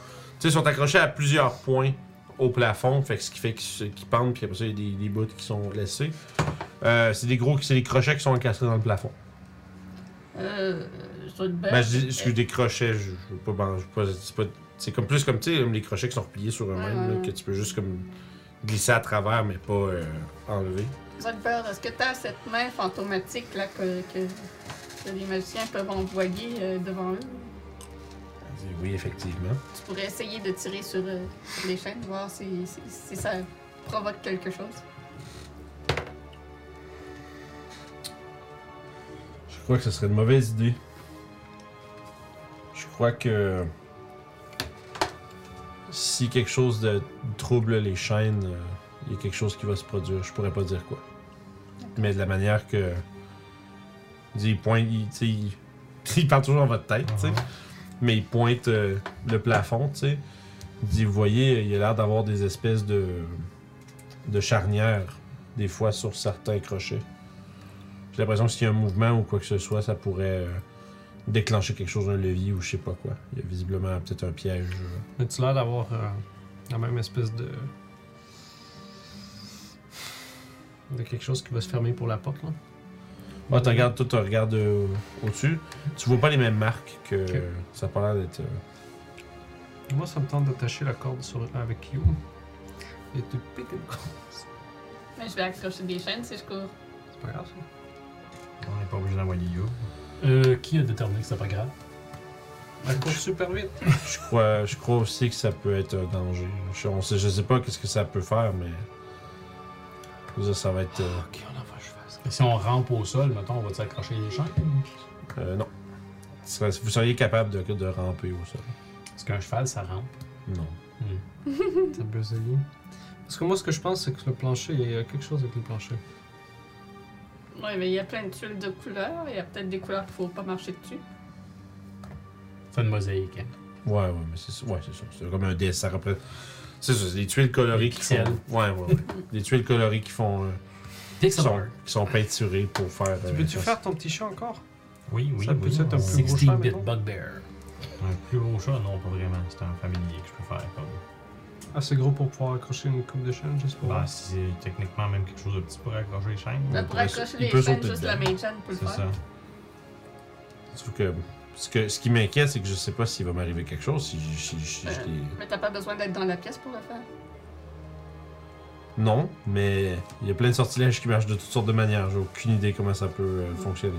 [SPEAKER 1] Tu sais, sont accrochés à plusieurs points au plafond, fait que ce qui fait qu'ils se- qu'ils pendent, puis après ça, il y a des, des bouts qui sont laissés. Euh, c'est des gros, c'est des crochets qui sont encastrés dans le plafond.
[SPEAKER 3] Euh, je dois être belle.
[SPEAKER 1] Ben, je dis, excuse, des crochets, je, je veux pas, ben, je veux pas- c'est pas- c'est comme plus comme, tu sais, comme les crochets qui sont repliés sur eux-mêmes,
[SPEAKER 3] Ouais,
[SPEAKER 1] là,
[SPEAKER 3] ouais.
[SPEAKER 1] que tu peux juste comme glisser à travers, mais pas euh, enlever.
[SPEAKER 3] Zolber, est-ce que t'as cette main fantomatique là que, que, que les magiciens peuvent envoyer euh, devant eux?
[SPEAKER 1] Elle dit, Oui, effectivement.
[SPEAKER 3] Tu pourrais essayer de tirer sur, euh, sur les chaînes, voir si, si, si ça provoque quelque chose.
[SPEAKER 1] Je crois que ce serait une mauvaise idée. Je crois que si quelque chose de trouble les chaînes, euh, il y a quelque chose qui va se produire. Je pourrais pas dire quoi. Mais de la manière que. Il pointe. Il, tu sais, il, il parle toujours dans votre tête, tu sais. Mais il pointe euh, le plafond, tu sais. Il dit Vous voyez, il a l'air d'avoir des espèces de. de charnières, des fois sur certains crochets. J'ai l'impression que s'il y a un mouvement ou quoi que ce soit, ça pourrait euh, déclencher quelque chose, un levier ou je sais pas quoi. Il y a visiblement peut-être un piège. euh.
[SPEAKER 2] Mais tu as l'air d'avoir euh, la même espèce de. de quelque chose qui va se fermer pour la porte, là.
[SPEAKER 1] Ah, tu regardes, toi, tu regardes euh, au-dessus. Tu vois pas les mêmes marques que
[SPEAKER 2] Ok.
[SPEAKER 1] ça a pas l'air d'être. euh,
[SPEAKER 2] Moi, ça me tente d'attacher la corde sur, avec You. Et tu piques une corde.
[SPEAKER 3] Mais je vais accrocher des chaînes si je cours.
[SPEAKER 2] C'est pas grave, ça.
[SPEAKER 5] On n'est pas obligé d'envoyer You.
[SPEAKER 4] Euh, qui a déterminé que c'était pas grave?
[SPEAKER 2] La course super vite.
[SPEAKER 1] Je crois, je crois aussi que ça peut être un danger. Je, on sait, je sais pas qu'est-ce que ça peut faire, mais. Je veux dire, ça va être. euh,
[SPEAKER 4] Ok, on en va, je fasse. Et si on rampe au sol, mettons, on va-tu accrocher les champs
[SPEAKER 1] euh, non. Ce serait- Vous seriez capable de, de ramper au sol.
[SPEAKER 4] Parce qu'un cheval, ça rampe.
[SPEAKER 1] Non.
[SPEAKER 2] T'as brésilien. Parce que moi, ce que je pense, c'est que le plancher, il y a quelque chose avec le plancher.
[SPEAKER 3] Ouais, mais il y a plein de tuiles de couleurs. Il y a peut-être des couleurs qu'il faut pas marcher dessus.
[SPEAKER 4] Fait une mosaïque, hein.
[SPEAKER 1] Ouais, ouais, mais c'est ça. Ouais, c'est ça. C'est comme un dessin. Ça représente- C'est ça, c'est des tuiles colorées
[SPEAKER 4] Des
[SPEAKER 1] qui font.
[SPEAKER 4] pixels.
[SPEAKER 1] Ouais, ouais, ouais. des tuiles colorées qui font. euh, qui,
[SPEAKER 4] Pixel
[SPEAKER 1] sont,
[SPEAKER 4] art.
[SPEAKER 1] qui sont peinturées pour faire. euh,
[SPEAKER 2] Tu peux-tu
[SPEAKER 1] un-
[SPEAKER 2] faire ton petit chat encore
[SPEAKER 5] Oui, oui,
[SPEAKER 2] Ça peut
[SPEAKER 5] oui.
[SPEAKER 2] être un
[SPEAKER 5] on-
[SPEAKER 2] plus gros
[SPEAKER 4] 16
[SPEAKER 2] chat,
[SPEAKER 4] bit
[SPEAKER 2] mettons.
[SPEAKER 4] bugbear.
[SPEAKER 5] Un plus gros chat, non, pas vraiment. C'est un familier que je peux faire. Comme...
[SPEAKER 2] Assez Ah, gros pour pouvoir accrocher une coupe de chaîne, juste pour.
[SPEAKER 5] Bah, si c'est techniquement même quelque chose de petit pour accrocher les chaînes.
[SPEAKER 3] Là,
[SPEAKER 1] Ouais,
[SPEAKER 3] pour
[SPEAKER 1] il
[SPEAKER 3] accrocher
[SPEAKER 1] peut
[SPEAKER 3] les chaînes,
[SPEAKER 1] sauter
[SPEAKER 3] juste
[SPEAKER 1] dedans.
[SPEAKER 3] la main chaîne peut le
[SPEAKER 5] C'est ça.
[SPEAKER 3] faire.
[SPEAKER 1] Sauf que ce, que ce qui m'inquiète, c'est que je sais pas s'il va m'arriver quelque chose. Si, je- si, si- je
[SPEAKER 3] Euh.
[SPEAKER 1] l'ai-
[SPEAKER 3] Mais t'as pas besoin d'être dans la pièce pour le faire.
[SPEAKER 1] Non, mais il y a plein de sortilèges qui marchent de toutes sortes de manières. J'ai aucune idée comment ça peut euh, fonctionner.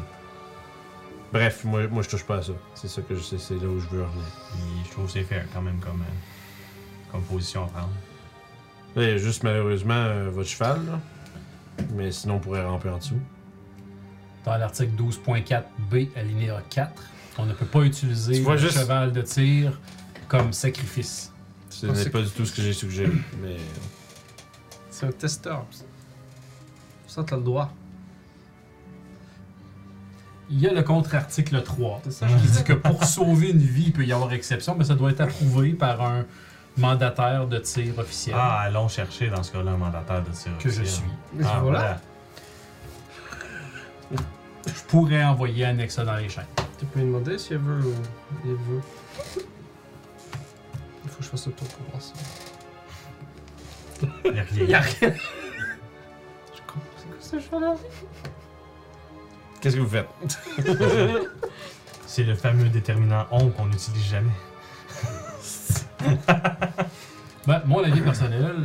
[SPEAKER 1] Bref, moi, moi je touche pas à ça. C'est ça que je sais, c'est là où je veux en venir.
[SPEAKER 5] Puis je trouve que c'est fair quand même comme, euh, comme position à prendre.
[SPEAKER 1] Là, Eh, juste malheureusement euh, votre cheval, là. Mais sinon, on pourrait ramper en dessous.
[SPEAKER 4] Dans l'article 12.4b, alinéa 4, on ne peut pas utiliser
[SPEAKER 1] Tu vois
[SPEAKER 4] le
[SPEAKER 1] juste-
[SPEAKER 4] cheval de tir comme sacrifice.
[SPEAKER 1] Ce
[SPEAKER 2] Ah,
[SPEAKER 1] n'est
[SPEAKER 2] c'est-
[SPEAKER 1] pas du tout ce que j'ai suggéré. Mais euh,
[SPEAKER 2] C'est un testeur. ça. Ça, t'as le droit.
[SPEAKER 4] Il y a le contre-article 3
[SPEAKER 2] C'est ça,
[SPEAKER 4] qui dit que pour sauver une vie, il peut y avoir exception, mais ça doit être approuvé par un mandataire de tir officiel
[SPEAKER 5] Ah, allons chercher dans ce cas-là un mandataire de tir.
[SPEAKER 4] que je
[SPEAKER 5] officiel.
[SPEAKER 4] suis.
[SPEAKER 5] Ah,
[SPEAKER 2] voilà.
[SPEAKER 5] voilà.
[SPEAKER 4] Je pourrais envoyer Annexa dans les chaînes.
[SPEAKER 2] Tu peux lui demander si elle veut ou il veut. Il faut que je fasse le tour pour voir ça.
[SPEAKER 5] Il y a rien.
[SPEAKER 4] rien.
[SPEAKER 2] Je comprends. C'est quoi ce chat-là
[SPEAKER 1] qu'est-ce que vous faites?
[SPEAKER 5] C'est le fameux déterminant on qu'on n'utilise jamais.
[SPEAKER 4] Ben, mon avis personnel,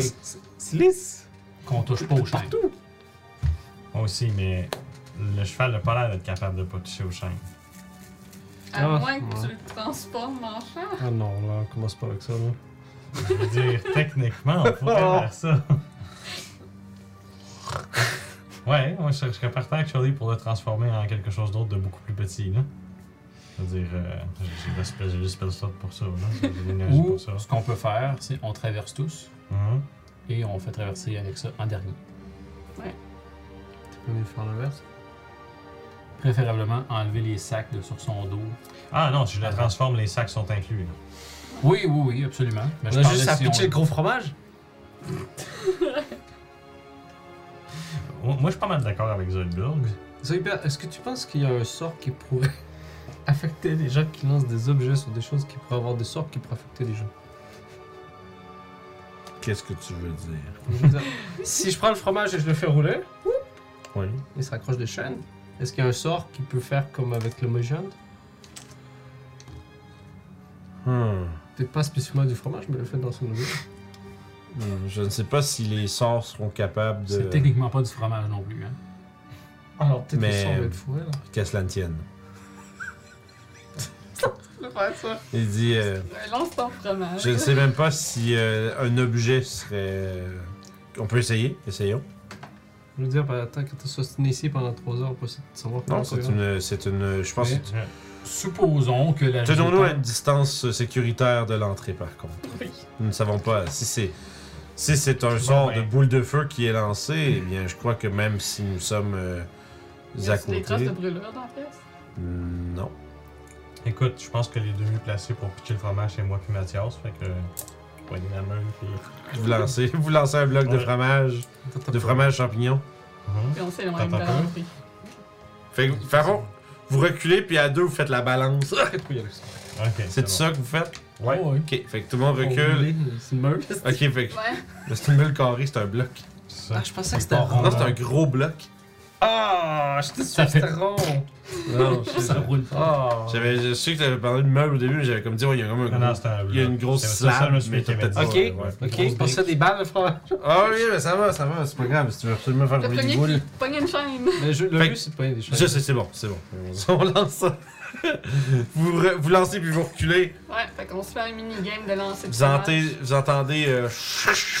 [SPEAKER 4] c'est
[SPEAKER 2] c'est- C'est lisse
[SPEAKER 4] qu'on touche pas aux chaînes.
[SPEAKER 2] Partout
[SPEAKER 5] Moi aussi, mais le cheval n'a pas l'air d'être capable de pas toucher aux chaînes.
[SPEAKER 3] À
[SPEAKER 2] Ah,
[SPEAKER 3] moins que
[SPEAKER 2] ouais.
[SPEAKER 3] tu le transformes en champ.
[SPEAKER 2] Ah non, là, on commence pas avec ça, là.
[SPEAKER 5] Je veux dire, techniquement, on pourrait faire ça. Ouais, moi je serais- je serais partant avec Charlie pour le transformer en quelque chose d'autre de beaucoup plus petit, là. Je veux dire, euh, j'ai- j'ai l'espèce- j'ai l'espèce slot pour ça, là. J'ai de l'énergie
[SPEAKER 4] Ou
[SPEAKER 5] pour ça.
[SPEAKER 4] ce qu'on peut faire, c'est on traverse tous
[SPEAKER 5] Mhm.
[SPEAKER 4] et on fait traverser Annexa en dernier.
[SPEAKER 2] Tu peux lui faire l'inverse
[SPEAKER 4] Préférablement enlever les sacs de sur son dos.
[SPEAKER 5] Ah non, si je la transforme, les sacs sont inclus. là.
[SPEAKER 4] Oui, oui, oui, absolument. Mais
[SPEAKER 2] On a
[SPEAKER 4] Bah, parlais
[SPEAKER 2] juste à
[SPEAKER 4] si on-
[SPEAKER 2] pitcher le gros fromage
[SPEAKER 5] Moi, moi, je suis pas mal d'accord avec Zoidberg.
[SPEAKER 2] Zoidberg, est-ce que tu penses qu'il y a un sort qui pourrait affecter les gens qui lancent des objets sur des choses qui pourraient avoir des sorts qui pourraient affecter les gens
[SPEAKER 1] Qu'est-ce que tu veux dire?
[SPEAKER 2] Je veux dire, Si je prends le fromage et je le fais rouler,
[SPEAKER 1] Oui.
[SPEAKER 2] il se raccroche des chaînes. Est-ce qu'il y a un sort qui peut faire comme avec le Magiant
[SPEAKER 1] Hmm.
[SPEAKER 2] Peut-être pas spécifiquement du fromage, mais le fait dans son objet.
[SPEAKER 1] Hmm, Je ne sais pas si les sorts seront capables
[SPEAKER 4] C'est
[SPEAKER 1] de.
[SPEAKER 4] techniquement pas du fromage non plus. Hein.
[SPEAKER 2] Alors peut-être
[SPEAKER 1] Mais-
[SPEAKER 2] le sort va être fourré là.
[SPEAKER 1] Qu'à cela ne tienne.
[SPEAKER 3] Le faire ça.
[SPEAKER 1] Il dit. euh,
[SPEAKER 3] Ouais, Lance ton fromage.
[SPEAKER 1] Je ne sais même pas si euh, un objet serait. euh, On peut essayer, essayons.
[SPEAKER 2] Je veux dire, bah, tant que t'as sostiné ici pendant 3 heures, on peut essayer de savoir
[SPEAKER 1] Non,
[SPEAKER 2] comment ça
[SPEAKER 1] c'est
[SPEAKER 2] va.
[SPEAKER 1] une, c'est une. Je pense.
[SPEAKER 4] Mais-
[SPEAKER 1] que-
[SPEAKER 4] Supposons que la
[SPEAKER 1] Tenons-nous à une distance sécuritaire de l'entrée, par contre.
[SPEAKER 3] Oui.
[SPEAKER 1] Nous ne savons pas si c'est. Si c'est un
[SPEAKER 5] Bon,
[SPEAKER 1] sort
[SPEAKER 5] ben.
[SPEAKER 1] de boule de feu qui est lancé, eh bien, je crois que même si nous sommes euh,
[SPEAKER 3] Il y
[SPEAKER 1] à
[SPEAKER 3] a des traces
[SPEAKER 1] côté,
[SPEAKER 3] de brûlure dans la pièce.
[SPEAKER 1] mm, non.
[SPEAKER 5] Écoute, je pense que les deux mieux placés pour pitcher le fromage, c'est moi puis Mathias. Fait que. Poignée la main, puis.
[SPEAKER 1] Vous lancez, vous lancez un bloc de
[SPEAKER 5] Ouais.
[SPEAKER 1] fromage,
[SPEAKER 2] Attends, t'as
[SPEAKER 1] de
[SPEAKER 2] pas-
[SPEAKER 1] fromage champignon.
[SPEAKER 5] Mhm.
[SPEAKER 1] Mm-hmm.
[SPEAKER 3] Puis on s'éloigne de
[SPEAKER 5] T'entends pas?
[SPEAKER 3] l'entrée.
[SPEAKER 1] Fait que, fait bon, vous reculez puis à deux vous faites la balance.
[SPEAKER 2] Très couille avec ça.
[SPEAKER 5] Ok.
[SPEAKER 1] C'est
[SPEAKER 5] bon.
[SPEAKER 1] ça que vous faites.
[SPEAKER 5] Ouais.
[SPEAKER 4] Ouais.
[SPEAKER 1] Ok. Fait que tout le monde
[SPEAKER 2] Pour
[SPEAKER 1] recule.
[SPEAKER 2] rouler, euh, C'est une meule.
[SPEAKER 1] Ok. Fait que
[SPEAKER 3] Ouais.
[SPEAKER 1] Mais c'est une bulle carrée, c'est un bloc.
[SPEAKER 5] C'est ça.
[SPEAKER 2] Ah, je pensais que
[SPEAKER 5] c'était
[SPEAKER 2] c'était
[SPEAKER 5] rond. hein.
[SPEAKER 2] rond.
[SPEAKER 1] Non, c'est un gros bloc.
[SPEAKER 2] Ah, j'étais sûr
[SPEAKER 4] Ça
[SPEAKER 2] que c'était
[SPEAKER 4] fait-
[SPEAKER 2] rond.
[SPEAKER 1] Non,
[SPEAKER 4] Ça roule pas.
[SPEAKER 2] Ah.
[SPEAKER 1] J'avais, je sais que t'avais parlé de meuble au début, mais j'avais comme dit, ouais, il y a comme un
[SPEAKER 5] Ah
[SPEAKER 1] gros-
[SPEAKER 5] non, c'est un
[SPEAKER 1] Il y a une grosse
[SPEAKER 5] C'est
[SPEAKER 1] slab,
[SPEAKER 5] ça, je me suis
[SPEAKER 1] mais
[SPEAKER 5] fait
[SPEAKER 1] t'as
[SPEAKER 5] qu'il
[SPEAKER 1] peut-être
[SPEAKER 5] avait
[SPEAKER 2] Ok,
[SPEAKER 5] dit, ouais.
[SPEAKER 2] Ah, ok, je pensais à des balles, le fromage.
[SPEAKER 1] Ah oui, mais ça va, ça va, c'est pas grave, si tu veux absolument faire
[SPEAKER 3] Le
[SPEAKER 1] rouler des
[SPEAKER 3] premier
[SPEAKER 1] boules.
[SPEAKER 3] qui pogne une chaîne.
[SPEAKER 2] Mais je- le
[SPEAKER 1] Fait
[SPEAKER 2] but, c'est de pogner des choses.
[SPEAKER 1] Ça, c'est, c'est bon, c'est bon. On lance ça. vous, re- vous lancez puis vous reculez.
[SPEAKER 3] Ouais, fait qu'on se fait un mini-game de lancer de
[SPEAKER 1] Vous
[SPEAKER 3] fromage.
[SPEAKER 1] entendez, vous entendez euh,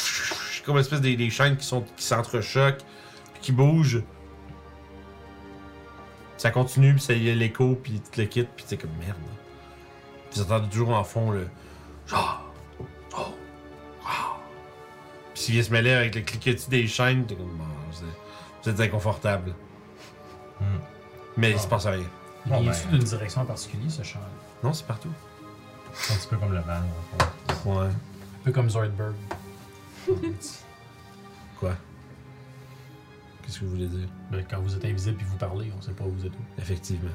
[SPEAKER 1] comme une espèce des, des chaînes qui, sont, qui s'entrechoquent puis qui bougent. Ça continue, puis ça y est l'écho, puis tu le quittes, puis t'es comme merde. Puis Vous entendez toujours en fond le genre, oh, ah. Puis s'il vient se mêler avec le cliquetis des chaînes, t'es comme bon, vous êtes, vous êtes inconfortable.
[SPEAKER 5] Hmm.
[SPEAKER 1] Mais il
[SPEAKER 4] Ah.
[SPEAKER 1] se passe rien.
[SPEAKER 4] Il
[SPEAKER 5] Bon,
[SPEAKER 4] est
[SPEAKER 5] ben.
[SPEAKER 4] d'une direction particulière, ce chant
[SPEAKER 1] Non, c'est partout.
[SPEAKER 5] un petit peu comme le van. en fait.
[SPEAKER 1] Ouais.
[SPEAKER 4] Un peu comme Zoidberg.
[SPEAKER 1] Quoi Qu'est-ce que vous voulez dire
[SPEAKER 4] Ben, quand vous êtes invisible puis vous parlez, on sait pas où vous êtes où.
[SPEAKER 1] Effectivement.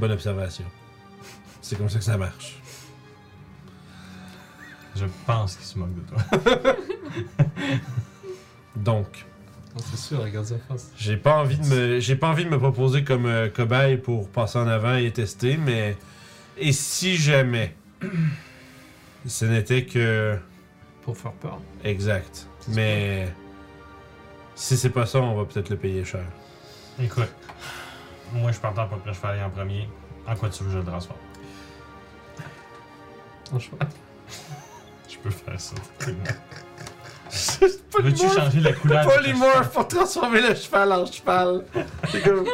[SPEAKER 1] Bonne observation. C'est comme ça que ça marche.
[SPEAKER 5] Je pense qu'il se moque de toi.
[SPEAKER 1] Donc,
[SPEAKER 2] Non, C'est sûr, regarde sa face.
[SPEAKER 1] j'ai pas envie de me, j'ai pas envie de me proposer comme euh, cobaye pour passer en avant et tester, mais et si jamais ce n'était que
[SPEAKER 2] Pour faire peur.
[SPEAKER 1] exact, mais si c'est pas ça, on va peut-être le payer cher.
[SPEAKER 5] Écoute, moi je suis partant pour que je vais aller en premier. En quoi tu veux, je le transforme.
[SPEAKER 2] En cheval.
[SPEAKER 5] Je peux faire ça.
[SPEAKER 1] C'est pas
[SPEAKER 5] Veux-tu changer la couleur de tes cheveux?
[SPEAKER 1] pour transformer le cheval en cheval. C'est comme.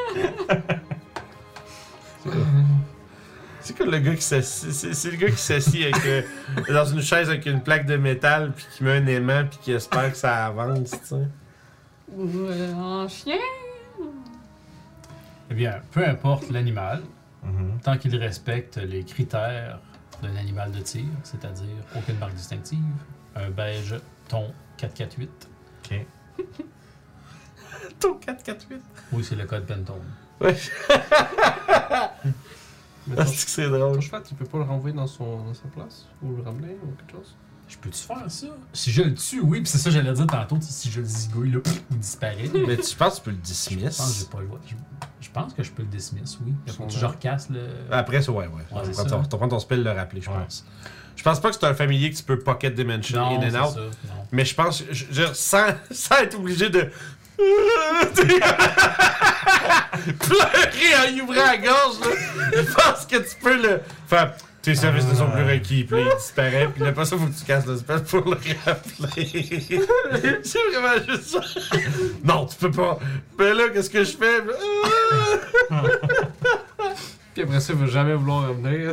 [SPEAKER 1] C'est comme le gars qui s'assit. C'est, c'est le gars qui s'assit avec, euh, dans une chaise avec une plaque de métal, puis qui met un aimant, puis qui espère que ça avance, tu sais.
[SPEAKER 3] Ou euh, en chien.
[SPEAKER 4] Eh bien, peu importe l'animal,
[SPEAKER 5] Mhm.
[SPEAKER 4] tant qu'il respecte les critères d'un animal de tir, c'est-à-dire aucune marque distinctive, un beige ton 448.
[SPEAKER 5] Ok.
[SPEAKER 1] Ton 448.
[SPEAKER 4] Oui, c'est le code Penton.
[SPEAKER 1] Ouais,
[SPEAKER 2] Mais
[SPEAKER 4] Ah,
[SPEAKER 1] je
[SPEAKER 2] ton,
[SPEAKER 1] pense que c'est
[SPEAKER 2] ton
[SPEAKER 1] drôle.
[SPEAKER 2] cheval, tu peux pas le renvoyer dans, son, dans sa place Ou le ramener ou quelque chose
[SPEAKER 4] Je peux-tu faire ça? Si je le tue, oui, puis c'est ça que j'allais dire tantôt, si je le zigouille, là, pff, il disparaît.
[SPEAKER 1] Mais tu penses que tu peux le
[SPEAKER 4] Je pense que j'ai
[SPEAKER 1] dismiss?
[SPEAKER 4] pas le droit. Je, je pense que je peux le dismiss, oui. Il faut que
[SPEAKER 2] Son-
[SPEAKER 4] je recasse le.
[SPEAKER 1] Après, ça, ouais, ouais.
[SPEAKER 4] Ouais,
[SPEAKER 1] tu
[SPEAKER 4] c'est
[SPEAKER 1] prends
[SPEAKER 4] ça.
[SPEAKER 1] ton, tu prends ton spell le rappeler, je
[SPEAKER 5] Ouais.
[SPEAKER 1] pense. Je pense pas que c'est un familier que tu peux pocket dimension
[SPEAKER 4] non,
[SPEAKER 1] in
[SPEAKER 4] c'est
[SPEAKER 1] and out.
[SPEAKER 4] ça. Non.
[SPEAKER 1] Mais je pense, je, je- sans, sans être obligé de. pleurer en y ouvrant la gorge, là, je pense que tu peux le. Enfin, tes services ne sont plus requis, puis là, il disparaît, puis là, pas ça, faut que tu casses le spell pour le rappeler. C'est vraiment juste ça. Non, tu peux pas. Mais là, qu'est-ce que je fais? Ah!
[SPEAKER 2] Puis après ça, il va jamais vouloir revenir.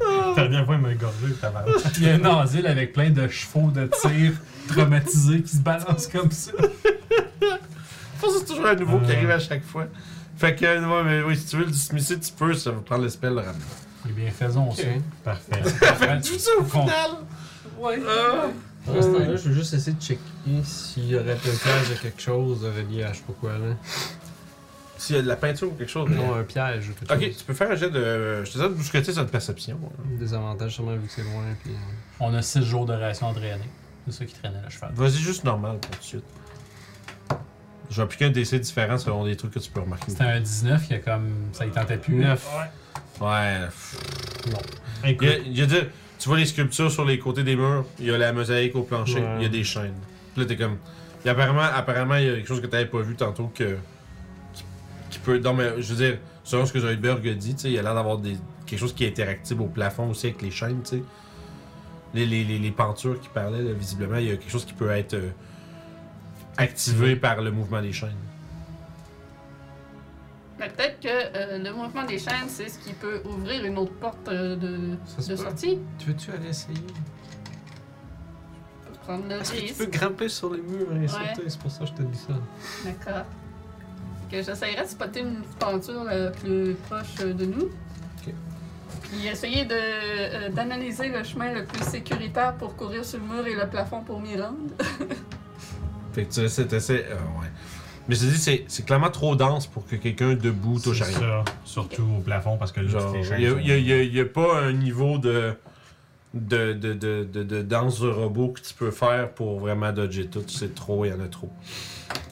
[SPEAKER 5] La dernière fois, il m'a gorgé le tabac.
[SPEAKER 4] Il y a un asile avec plein de chevaux de tir traumatisés qui se balancent comme ça.
[SPEAKER 1] Je pense que c'est toujours un nouveau qui arrive à chaque fois. Fait que, euh, ouais, mais oui, si tu veux le dismisser, tu peux, ça va prendre le spell le ramener.
[SPEAKER 4] Eh bien, faisons
[SPEAKER 2] Ok.
[SPEAKER 5] Parfait.
[SPEAKER 4] ça.
[SPEAKER 1] Tu veux ça au final?
[SPEAKER 4] Ouais.
[SPEAKER 1] Ah!
[SPEAKER 2] Pendant ce temps-là, je vais juste essayer de checker s'il y aurait un piège de quelque chose relié à je sais pas quoi là.
[SPEAKER 1] S'il y a de la peinture ou quelque chose. mais-
[SPEAKER 2] Non, un piège ou quelque
[SPEAKER 1] Ok,
[SPEAKER 2] chose.
[SPEAKER 1] tu peux faire un jet de. Je te donne bousqueter sur une perception.
[SPEAKER 2] Des avantages sûrement vu que c'est loin. Puis... euh,
[SPEAKER 4] On a 6 jours de ration de traîner. C'est ça qui traînait le cheval.
[SPEAKER 1] Vas-y juste normal pour tout de suite. Je vais appliquer un DC différent selon des trucs que tu peux remarquer.
[SPEAKER 4] C'était un 19 qui a comme. Ça, il tentait plus.
[SPEAKER 2] Neuf.
[SPEAKER 1] Ouais. pff. Il y a,
[SPEAKER 5] Écoute,
[SPEAKER 1] il y a de- tu vois les sculptures sur les côtés des murs, il y a la mosaïque au plancher,
[SPEAKER 2] Ouais.
[SPEAKER 1] il y a des chaînes. Puis là, t'es comme. il y a apparemment, apparemment, il y a quelque chose que t'avais pas vu tantôt que. qui, qui peut. Non, mais je veux dire, selon ce que Zoidberg a dit, tu sais, il a l'air d'avoir des, quelque chose qui est interactible au plafond aussi avec les chaînes, tu sais. Les, les, les, les peintures qui parlaient, là, visiblement, il y a quelque chose qui peut être euh, activé par le mouvement des chaînes.
[SPEAKER 3] Mais peut-être que euh, le mouvement des chaînes, c'est ce qui peut ouvrir une autre porte euh, de,
[SPEAKER 2] Ça se
[SPEAKER 3] de
[SPEAKER 2] peut.
[SPEAKER 3] sortie.
[SPEAKER 2] Tu veux-tu aller essayer
[SPEAKER 3] Faut Prendre le
[SPEAKER 2] Est-ce que tu
[SPEAKER 3] risque.
[SPEAKER 2] peux grimper sur les murs et sauter C'est pour ça que je te dis ça.
[SPEAKER 3] D'accord. Que j'essayerais de spotter une peinture la plus proche euh, de nous. Puis essayer de, euh, d'analyser le chemin le plus sécuritaire pour courir sur le mur et le plafond pour m'y rendre.
[SPEAKER 1] Fait que tu essaies, t'essaies, euh, ouais. Mais je te dis, c'est- c'est clairement trop dense pour que quelqu'un debout touche à
[SPEAKER 5] c'est
[SPEAKER 1] rien.
[SPEAKER 5] ça. Surtout au plafond, parce que là,
[SPEAKER 1] Genre, il
[SPEAKER 5] c'est
[SPEAKER 1] n'y a, y a- y a- y a pas un niveau de, de, de, de, de, de danse de robot que tu peux faire pour vraiment dodger tout. C'est trop, il y en a trop.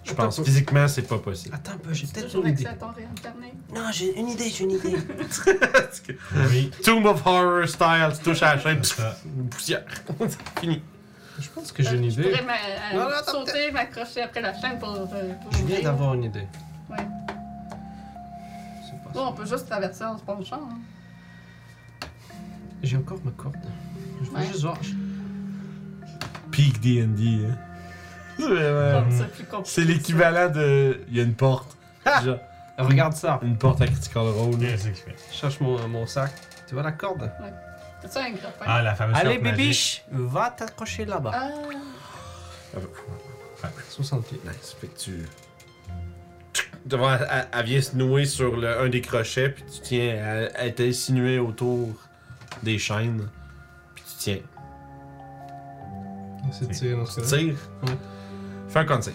[SPEAKER 1] Je pense physiquement, c'est pas possible.
[SPEAKER 2] Attends un peu, j'ai
[SPEAKER 3] C'est
[SPEAKER 2] peut-être
[SPEAKER 3] toujours
[SPEAKER 2] une idée.
[SPEAKER 3] accès à ton réincarné.
[SPEAKER 2] Non, j'ai une idée, j'ai une idée.
[SPEAKER 5] Oui,
[SPEAKER 1] Tomb of Horror style, tu touches à la chaîne,
[SPEAKER 5] c'est ça.
[SPEAKER 1] poussière. c'est fini.
[SPEAKER 2] je pense que j'ai une
[SPEAKER 3] Euh, Je
[SPEAKER 2] idée.
[SPEAKER 3] pourrais m'a-
[SPEAKER 2] Non, non, attends,
[SPEAKER 3] sauter, m'accrocher après la chaîne euh, pour. euh, pour
[SPEAKER 2] Je viens
[SPEAKER 3] ouvrir.
[SPEAKER 2] d'avoir une idée.
[SPEAKER 3] Ouais.
[SPEAKER 2] C'est pas
[SPEAKER 3] Bon, on peut juste traverser en se penchant. hein.
[SPEAKER 2] J'ai encore ma corde. Je vais
[SPEAKER 3] Ouais.
[SPEAKER 2] juste voir.
[SPEAKER 1] Peak D&D. hein. C'est vraiment-
[SPEAKER 2] Euh,
[SPEAKER 3] Comme c'est plus compliqué.
[SPEAKER 1] C'est l'équivalent de. Il y a une porte. Genre,
[SPEAKER 2] Regarde ça.
[SPEAKER 1] une porte à Critical Role.
[SPEAKER 5] Qu'est-ce que tu fais?
[SPEAKER 2] Je cherche mon, euh, mon sac. Tu vois la corde
[SPEAKER 3] C'est ça un grappin.
[SPEAKER 5] Ah, la fameuse
[SPEAKER 2] Allez,
[SPEAKER 5] carte magique.
[SPEAKER 2] bébiche, va t'accrocher là-bas.
[SPEAKER 3] Ah.
[SPEAKER 1] Ah, bah,
[SPEAKER 2] 60 pieds.
[SPEAKER 1] Nice. Fait que tu. Devant, elle, elle vient se nouer sur le, un des crochets, puis tu tiens. Elle, elle est insinuée autour des chaînes, puis tu tiens.
[SPEAKER 2] C'est tiré dans ce
[SPEAKER 1] Tu
[SPEAKER 2] cas-là.
[SPEAKER 1] tires.
[SPEAKER 2] Ouais.
[SPEAKER 1] Fais un con save.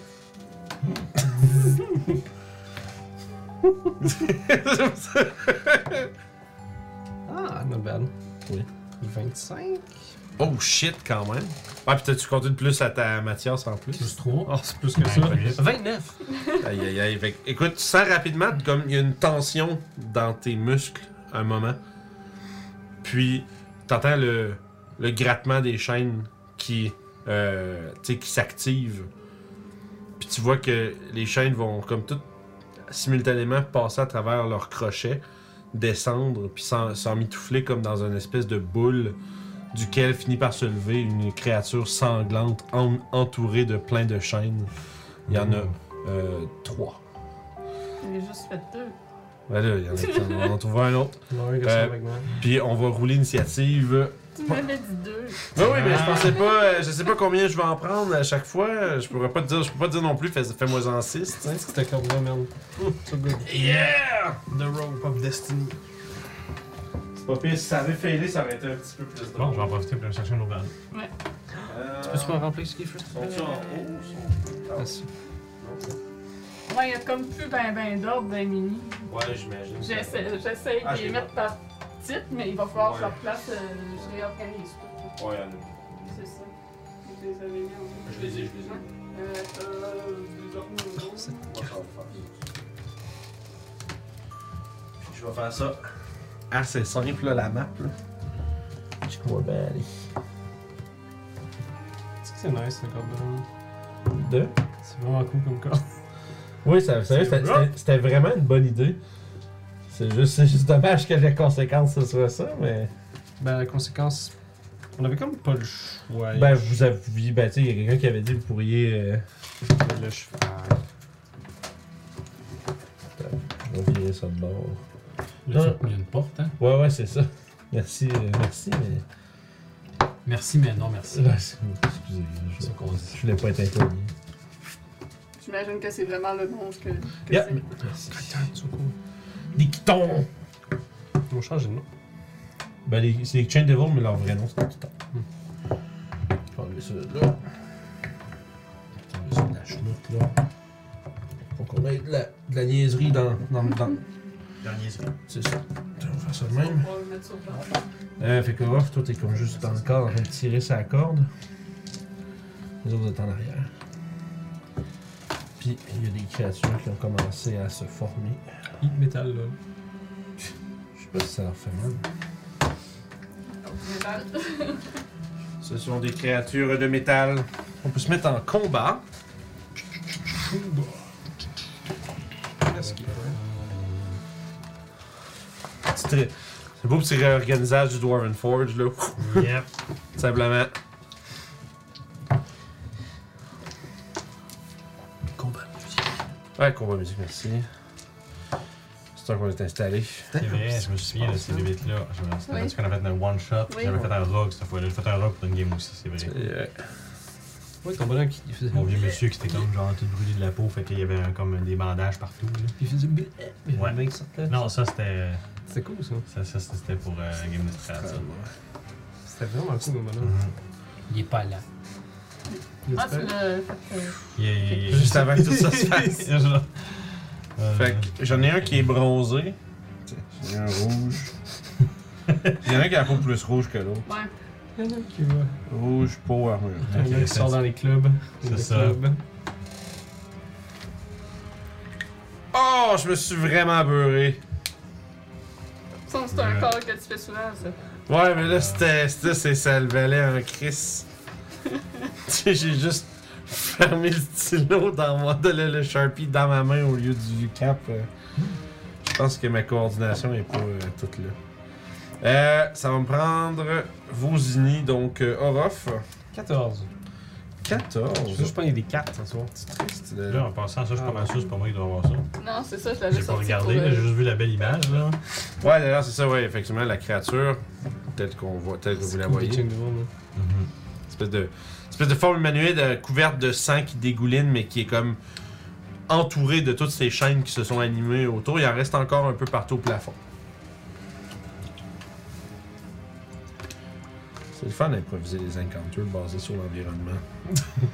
[SPEAKER 2] Ah, not bad.
[SPEAKER 1] Oui.
[SPEAKER 2] 25.
[SPEAKER 1] Oh shit, quand même. Ouais, puis t'as-tu compté de plus à ta Mathias en plus?
[SPEAKER 4] Plus 3.
[SPEAKER 2] Oh, c'est plus que ça. 29.
[SPEAKER 1] Aïe, aïe, aïe. Fait que, écoute, tu sens rapidement comme il y a une tension dans tes muscles un moment. Puis, t'entends le, le grattement des chaînes qui, euh, tu sais, qui s'active. Puis tu vois que les chaînes vont comme toutes simultanément passer à travers leurs crochets, descendre, puis s'en s'en mitoufler comme dans une espèce de boule duquel finit par se lever une créature sanglante en- entourée de plein de chaînes. Il y en a euh, trois.
[SPEAKER 3] J'en ai juste fait deux.
[SPEAKER 1] Ouais, là, il y en a qui en- on en trouve un autre.
[SPEAKER 2] Non, il reste
[SPEAKER 1] Euh,
[SPEAKER 2] avec moi.
[SPEAKER 1] Puis on va rouler l'initiative.
[SPEAKER 3] Tu m'avais dit deux.
[SPEAKER 1] Oui, Ah oui, mais je pensais pas, euh, je sais pas combien je vais en prendre à chaque fois. Euh, Je pourrais pas te dire, je peux pas te dire non plus, fais- fais-moi en 6,
[SPEAKER 2] Tiens, c'est ta corde là, merde. So good.
[SPEAKER 1] Yeah! The Rope of Destiny. C'est pas pire, si ça avait failé, ça aurait été un petit peu plus
[SPEAKER 5] Bon, je vais en profiter pour aller chercher nos balles.
[SPEAKER 1] Tu
[SPEAKER 2] Peux-tu me remplir ce qui est first?
[SPEAKER 1] Sont-ils en haut?
[SPEAKER 2] Merci.
[SPEAKER 3] Ouais, il y a comme plus ben ben d'ordre d'un mini.
[SPEAKER 1] Ouais, j'imagine.
[SPEAKER 3] J'essaie j'essaie
[SPEAKER 1] Ah,
[SPEAKER 3] de
[SPEAKER 1] je
[SPEAKER 3] les
[SPEAKER 1] les
[SPEAKER 3] mettre par titre, mais il va falloir que je
[SPEAKER 1] Ouais.
[SPEAKER 3] replace, euh, je réorganise tout.
[SPEAKER 1] Ouais,
[SPEAKER 3] C'est ça. Je les avais mis en
[SPEAKER 1] je les ai, je les
[SPEAKER 3] Euh, euh, je les ai remis en haut.
[SPEAKER 1] Je vais faire ça. Assez Ah, simple, là, la map. Là. Je crois bien aller.
[SPEAKER 2] Est-ce que c'est nice, la corde là?
[SPEAKER 1] Deux.
[SPEAKER 2] C'est vraiment cool comme corde.
[SPEAKER 1] Oui, ça- sérieux, c'était- c'était c'était vraiment une bonne idée. C'est juste, c'est juste dommage que les conséquences ce soit ça, mais.
[SPEAKER 2] Ben, la conséquence, on avait comme pas le choix.
[SPEAKER 1] Ben, vous aviez. Ben, tu sais, il y a quelqu'un qui avait dit que vous pourriez. euh,
[SPEAKER 2] Mais le cheval.
[SPEAKER 1] On va virer ça de bord.
[SPEAKER 4] Il y
[SPEAKER 1] Non.
[SPEAKER 4] a une porte, hein?
[SPEAKER 1] Ouais, ouais, c'est ça. Merci, euh, merci, mais.
[SPEAKER 4] Merci, mais non, merci.
[SPEAKER 1] Ouais, c'est- Excusez,
[SPEAKER 4] C'est
[SPEAKER 1] je,
[SPEAKER 4] ça qu'on dit.
[SPEAKER 1] je voulais pas être intervenu.
[SPEAKER 3] J'imagine que c'est vraiment le monstre que, que
[SPEAKER 1] Yep.
[SPEAKER 3] c'est.
[SPEAKER 1] Merci.
[SPEAKER 2] Putain, so cool.
[SPEAKER 1] Des quitons!
[SPEAKER 2] Ils vont changer de nom.
[SPEAKER 1] Ben, les- c'est les Chain Devil, mais leur vrai nom, c'est les quitons. Je vais enlever ça de là. Je vais enlever ça de la chenoute, là. Faut qu'on ait de la, de la niaiserie dans, dans, dans,
[SPEAKER 5] Dernier ça.
[SPEAKER 1] C'est ça. On va faire ça de
[SPEAKER 3] On
[SPEAKER 1] même.
[SPEAKER 3] va le mettre sur place.
[SPEAKER 1] Euh, fait que Ruff, toi, t'es comme juste dans le cadre en train de tirer sa corde. Les autres, vous êtes en arrière. Puis, il y a des créatures qui ont commencé à se former.
[SPEAKER 2] Hit metal là.
[SPEAKER 1] Je sais pas si ça leur fait mal. Ce sont des créatures de métal. On peut se mettre en combat.
[SPEAKER 2] Qu'est-ce qu'il
[SPEAKER 1] Petit ré- C'est beau petit réorganisage du Dwarven Forge, là.
[SPEAKER 5] Yep.
[SPEAKER 1] Simplement.
[SPEAKER 4] Combat.
[SPEAKER 1] Ouais, combat musique, merci. C'est un qu'on est installé.
[SPEAKER 5] C'est vrai, je me souviens de ces bébites-là. Je me souviens
[SPEAKER 3] Oui.
[SPEAKER 5] de ce qu'on avait fait un one-shot.
[SPEAKER 3] Oui.
[SPEAKER 5] J'avais fait un rogue cette fois-là. J'ai fait un rogue pour une game aussi, c'est vrai.
[SPEAKER 1] Euh,
[SPEAKER 2] Ouais, ton bonhomme qui il faisait.
[SPEAKER 5] Mon vieux monsieur qui était comme genre tout brûlé de la peau, fait qu'il y avait un- comme des bandages partout. là.
[SPEAKER 2] Il faisait. bleh, mais le
[SPEAKER 5] Ouais.
[SPEAKER 2] mec sortait.
[SPEAKER 5] Non, ça c'était.
[SPEAKER 2] C'était cool ça.
[SPEAKER 5] Ça, ça, c'était pour euh, la game de strat, ça.
[SPEAKER 1] euh,
[SPEAKER 2] C'était vraiment cool comme bonhomme.
[SPEAKER 5] Mhm.
[SPEAKER 4] Il est pas là.
[SPEAKER 2] Il
[SPEAKER 3] Ah,
[SPEAKER 2] a
[SPEAKER 3] tu
[SPEAKER 2] dit,
[SPEAKER 3] l'as fait. euh,
[SPEAKER 5] Yeah, yeah, yeah.
[SPEAKER 1] Juste avant que tout ça se fasse.
[SPEAKER 5] Genre, euh,
[SPEAKER 1] Fait que j'en ai un qui est bronzé. J'en ai un rouge. Il y en a un qui a la peau plus rouge que l'autre.
[SPEAKER 3] Ouais.
[SPEAKER 2] Il y en a qui va.
[SPEAKER 1] Rouge, peau, armure.
[SPEAKER 5] Ok,
[SPEAKER 2] Il y en a qui
[SPEAKER 5] ça,
[SPEAKER 2] sort dans les clubs.
[SPEAKER 5] C'est
[SPEAKER 2] Les
[SPEAKER 5] ça.
[SPEAKER 2] clubs.
[SPEAKER 1] Oh, je me suis vraiment beurré.
[SPEAKER 3] Ça, c'est un
[SPEAKER 5] Ouais.
[SPEAKER 3] corps que tu fais souvent, ça.
[SPEAKER 1] Ouais, mais là, c'était, c'était, c'est- ça le valait en crise. Tu sais, J'ai juste fermé le stylo dans moi, de le, le Sharpie dans ma main au lieu du cap. euh. Je pense que ma coordination est pas euh, toute là. Euh, ça va me prendre vos unis, donc euh, Orof.
[SPEAKER 2] 14.
[SPEAKER 1] 14.
[SPEAKER 2] Je vais juste prendre des cartes ce soir.
[SPEAKER 1] C'est triste. là.
[SPEAKER 5] Là, en passant, ça, je suis pas mal sûr, c'est pas moi qui dois avoir ça.
[SPEAKER 3] Non, c'est Ah, ça, je l'avais
[SPEAKER 5] J'ai pas
[SPEAKER 3] sorti
[SPEAKER 5] regardé,
[SPEAKER 3] pour,
[SPEAKER 5] là,
[SPEAKER 3] euh,
[SPEAKER 5] j'ai juste vu la belle image, là.
[SPEAKER 1] Ouais, d'ailleurs, c'est ça, ouais, effectivement, la créature, telle qu'on voit, telle que vous la voyez.
[SPEAKER 2] Check de voir, là.
[SPEAKER 1] espèce de espèce de forme humanoïde euh, couverte de sang qui dégouline mais qui est comme entourée de toutes ces chaînes qui se sont animées autour. Il en reste encore un peu partout au plafond. C'est le fun d'improviser les encounters basés sur l'environnement.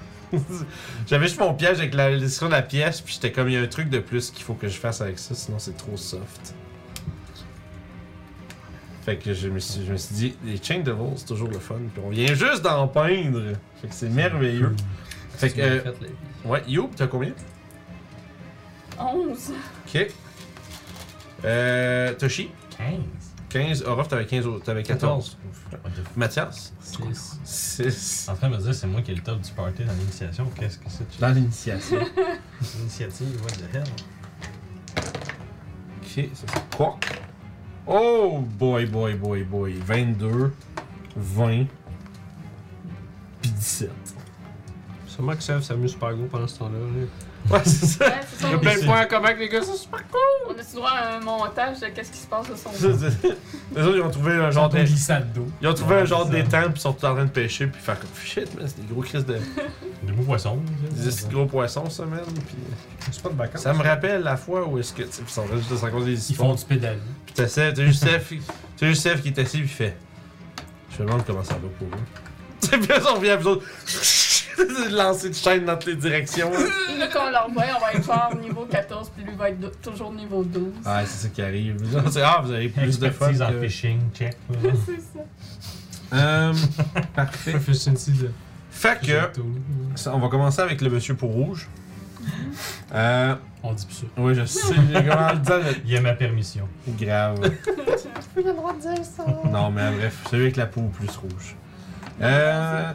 [SPEAKER 1] J'avais juste mon piège avec la description de la pièce, puis j'étais comme il y a un truc de plus qu'il faut que je fasse avec ça, sinon c'est trop soft. Fait que je me suis, je me suis dit, les Chain Devils, c'est toujours le fun. Puis on vient juste d'en peindre. Fait que c'est merveilleux. Fait que,
[SPEAKER 2] Tu m'as
[SPEAKER 1] euh,
[SPEAKER 2] fait, là.
[SPEAKER 1] ouais, Youp, t'as combien
[SPEAKER 3] 11.
[SPEAKER 1] Ok. Euh, Toshi,
[SPEAKER 5] 15.
[SPEAKER 1] 15. Orof, t'avais 15 autres. T'avais 14. Mathias,
[SPEAKER 2] Six.
[SPEAKER 1] 6.
[SPEAKER 5] En train de me dire, c'est moi qui ai le top du party dans l'initiation. Qu'est-ce que c'est? tu-
[SPEAKER 1] Dans l'initiation.
[SPEAKER 5] L'initiative, what the hell?
[SPEAKER 1] Ok, ça c'est quoi? Oh boy, boy, boy, boy. 22, 20, puis 17.
[SPEAKER 2] Sûrement que Sev s'amuse super gros pendant ce temps-là. là.
[SPEAKER 1] Ouais, c'est ça.
[SPEAKER 3] Ouais, c'est ça,
[SPEAKER 2] Il y a
[SPEAKER 3] on-
[SPEAKER 2] plein de points en Ben, commun avec les gars, ça, c'est super cool.
[SPEAKER 3] on a souvent un montage de qu'est-ce qui se passe de son
[SPEAKER 1] C'est- c'est- Les autres, ils ont trouvé un genre de.
[SPEAKER 4] glissade d'eau.
[SPEAKER 1] Ils ont trouvé un
[SPEAKER 5] Ouais,
[SPEAKER 1] genre
[SPEAKER 5] c'est ça.
[SPEAKER 1] d'étang, puis ils sont tout en train de pêcher, puis faire comme shit, man, c'est des gros crises de.
[SPEAKER 5] Des beaux poissons.
[SPEAKER 1] des petits gros poissons, ça, man. Puis...
[SPEAKER 2] C'est pas de vacances.
[SPEAKER 1] Ça me rappelle la fois où est-ce que. tu sais, Puis ils sont restés juste à cause des
[SPEAKER 4] Ils
[SPEAKER 1] histoires.
[SPEAKER 4] font du pédale.
[SPEAKER 1] Puis t'as Sèvres- t'as juste Sèvres qui- t'as juste Sèvres qui est assis, puis il fait. Je me demande comment ça va pour eux. Tu sais, puis là, on revient à vous autres. Lancer de chaîne dans toutes les directions. là.
[SPEAKER 3] Là, quand on l'envoie, on va être genre niveau 14, puis lui va être do- toujours niveau 12.
[SPEAKER 1] Ouais, c'est ça qui arrive. Là, c'est- Ah, vous avez plus de fun.
[SPEAKER 5] Expertise en
[SPEAKER 1] Que...
[SPEAKER 5] fishing, check.
[SPEAKER 3] c'est ça.
[SPEAKER 1] Euh, parfait.
[SPEAKER 2] Proficiency de.
[SPEAKER 1] Fait que.
[SPEAKER 2] de tout.
[SPEAKER 1] ça, On va commencer avec le monsieur pour rouge. Euh.
[SPEAKER 4] On dit plus ça.
[SPEAKER 1] Oui, je sais, j'ai comment le dire,
[SPEAKER 5] Il y a ma permission.
[SPEAKER 1] mais- grave.
[SPEAKER 3] Tu peux le droit de dire ça.
[SPEAKER 1] Non, mais bref, celui avec la peau plus rouge. Euh.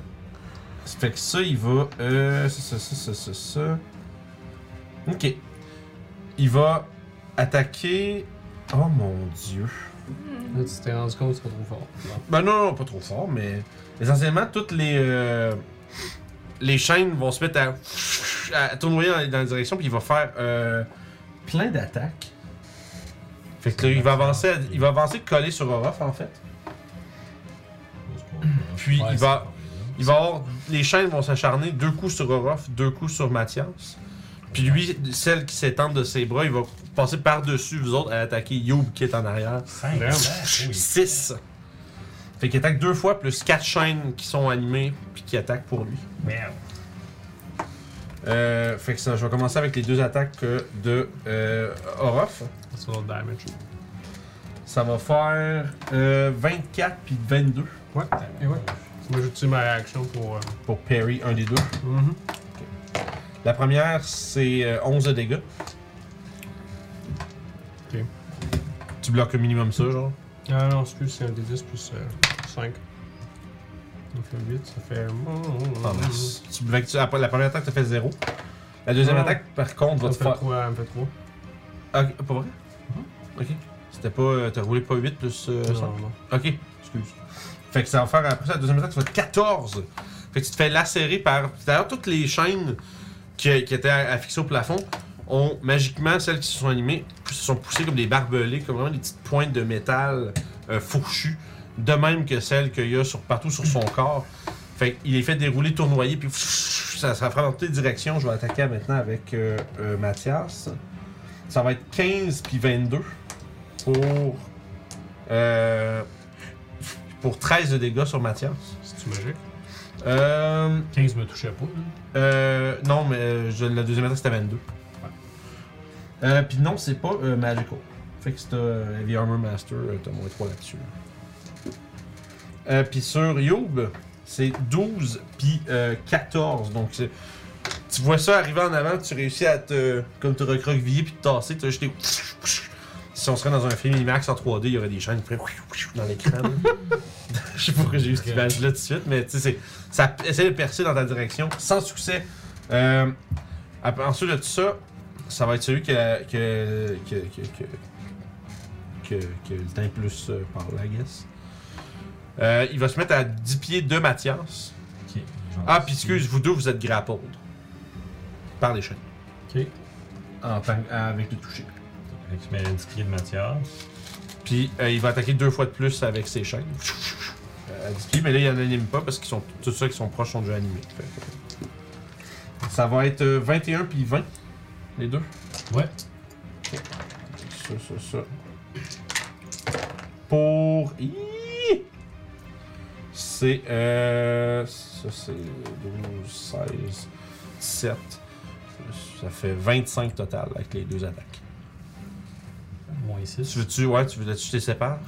[SPEAKER 1] Ça fait que ça, il va. Euh. Ça, ça, ça, ça, ça, ça. Ok. Il va attaquer. Oh mon dieu.
[SPEAKER 2] Là, tu t'es rendu compte que c'est pas trop fort.
[SPEAKER 1] Ben non, non, pas trop fort, mais essentiellement, toutes les euh, les chaînes vont se mettre à, à tournoyer dans, dans la direction, puis il va faire euh, plein d'attaques. Fait que là, il va avancer, à- il va avancer coller sur Orof, en fait. Puis il va, il va avoir, les chaînes vont s'acharner deux coups sur Orof, deux coups sur Mathias. Puis lui, celle qui s'étend de ses bras, il va passer par-dessus vous autres à attaquer Youb qui est en arrière.
[SPEAKER 5] 5,
[SPEAKER 2] Damn.
[SPEAKER 1] 6. Fait qu'il attaque deux fois plus quatre chaînes qui sont animées puis qui attaquent pour lui.
[SPEAKER 5] Merde.
[SPEAKER 1] Euh, fait que ça, je vais commencer avec les deux attaques euh, de euh, Orof.
[SPEAKER 2] C'est l'autre damage.
[SPEAKER 1] Ça va faire euh, 24 puis 22
[SPEAKER 2] Ouais. Et ouais. Moi, j'utilise ma réaction pour. Euh...
[SPEAKER 1] pour parry un des deux.
[SPEAKER 2] Mhm.
[SPEAKER 1] La première, c'est euh, 11 de dégâts.
[SPEAKER 2] Ok.
[SPEAKER 1] Tu bloques au minimum ça, genre.
[SPEAKER 2] Ah non, excuse, c'est un des 10 plus euh, 5. Ça fait 8, ça fait.
[SPEAKER 1] Ah, mince. Tu, fait que tu- après, la première attaque, t'as fait 0. La deuxième
[SPEAKER 2] Non.
[SPEAKER 1] attaque, par contre, va
[SPEAKER 2] Ah. Ça
[SPEAKER 1] te
[SPEAKER 2] fait
[SPEAKER 1] faire.
[SPEAKER 2] 3, un peu 3.
[SPEAKER 1] Ah, ok, pas vrai? Ok. C'était pas. euh, T'as roulé pas 8 plus euh, cinq?
[SPEAKER 2] non.
[SPEAKER 1] Ok, excuse. Fait que ça va faire après ça, la deuxième attaque, ça va être 14. Fait que tu te fais lacérer par. D'ailleurs, toutes les chaînes qui, qui étaient affixées au plafond ont magiquement, celles qui se sont animées, se sont poussées comme des barbelés, comme vraiment des petites pointes de métal euh, fourchues, de même que celles qu'il y a sur, partout sur son corps. Fait qu'il les fait dérouler, tournoyer, puis ça, ça frappe dans toutes les directions. Je vais attaquer maintenant avec euh, euh, Mathias. Ça va être 15 puis 22 pour. Euh, pour 13 de dégâts sur Mathias.
[SPEAKER 2] C'est-tu magique?
[SPEAKER 1] Euh,
[SPEAKER 4] 15 me touchait pas. là.
[SPEAKER 1] euh, non, mais euh, je- la deuxième attaque c'était 22. Euh, Puis non, c'est pas euh, Magical. Fait que c'est euh, Heavy Armor Master, euh, t'as moins 3 là-dessus. Euh, Puis sur Youb, c'est 12 puis euh, 14. Donc c'est- tu vois ça arriver en avant, tu réussis à te, comme te recroqueviller puis te tasser, tu jeté. Si on serait dans un film IMAX en 3D, il y aurait des chaînes qui feraient dans l'écran. là. Je sais pas pourquoi j'ai eu cette image-là tout de suite, mais tu sais, c'est- ça essaie de percer dans ta direction sans succès. Euh, après- ensuite de tout ça, ça va être celui qui a, qui a- qui a- qui a- qui a- qui a, qui a eu le temps plus euh, par là, I guess. Euh, il va se mettre à 10 pieds de Mathias.
[SPEAKER 5] Ok. genre,
[SPEAKER 1] Ah, puis excuse, vous deux, vous êtes grappled. Par les chaînes.
[SPEAKER 5] Ok.
[SPEAKER 6] En tant- avec le toucher.
[SPEAKER 5] Fait que tu mets un petit pied de Mathias.
[SPEAKER 1] Puis euh, il va attaquer deux fois de plus avec ses chaînes. Euh, À 10 pieds, mais là, il n'en anime pas parce que sont, tous ceux qui sont proches sont déjà animés. Fait que- Ça va être euh, 21 puis 20, les deux.
[SPEAKER 4] Ouais.
[SPEAKER 1] Ok. Ça, ça, ça. Pour. Iiii! C'est. Euh... Ça, c'est 12, 16, 17. Ça fait 25 total avec les deux attaques.
[SPEAKER 4] Moins
[SPEAKER 1] Tu
[SPEAKER 4] 6.
[SPEAKER 1] veux-tu. Ouais, tu veux-tu tu te sépares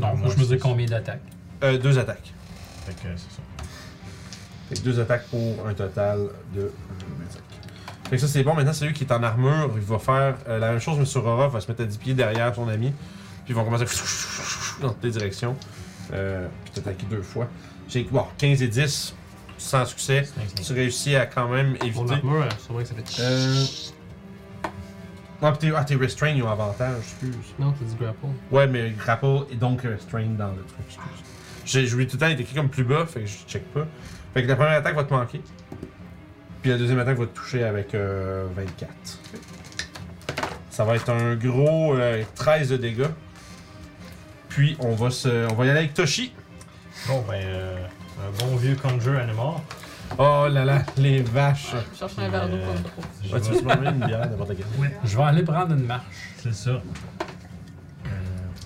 [SPEAKER 4] Non, moi, je me dis combien d'attaques.
[SPEAKER 1] Euh, Deux attaques.
[SPEAKER 5] Fait que c'est ça.
[SPEAKER 1] Fait que deux attaques pour un total de 25. Fait que ça, c'est bon. Maintenant, celui qui est en armure, il va faire euh, la même chose, mais sur Aura, va se mettre à 10 pieds derrière son ami. Puis ils vont commencer à dans toutes les directions. Euh, puis t'attaquer deux fois. J'ai bon, 15 et 10, sans succès. Tu réussis à quand même
[SPEAKER 2] Mon
[SPEAKER 1] éviter.
[SPEAKER 2] armure, c'est vrai que ça fait tch-
[SPEAKER 1] Euh... Ah, puis t'es- ah, t'es restrained, ils ont avantage, excuse.
[SPEAKER 2] Non, t'as dit grapple.
[SPEAKER 1] Ouais, mais grapple est donc restrained dans le truc, excuse. J'ai joué tout le temps, il est écrit comme plus bas, fait que je check pas. Fait que la première attaque va te manquer. Puis la deuxième attaque va te toucher avec euh, 24. Ça va être un gros euh, 13 de dégâts. Puis on va se. On va y aller avec Toshi.
[SPEAKER 5] Bon, ben, euh, un bon vieux Conjure Animal.
[SPEAKER 1] Oh là là, les vaches.
[SPEAKER 3] Je cherche un verre d'eau
[SPEAKER 5] Euh,
[SPEAKER 3] pour le
[SPEAKER 5] Je
[SPEAKER 1] Ouais, tu
[SPEAKER 5] vais-
[SPEAKER 1] vas se prendre une bière n'importe quelle.
[SPEAKER 4] Je vais aller prendre une marche.
[SPEAKER 5] C'est ça. Euh,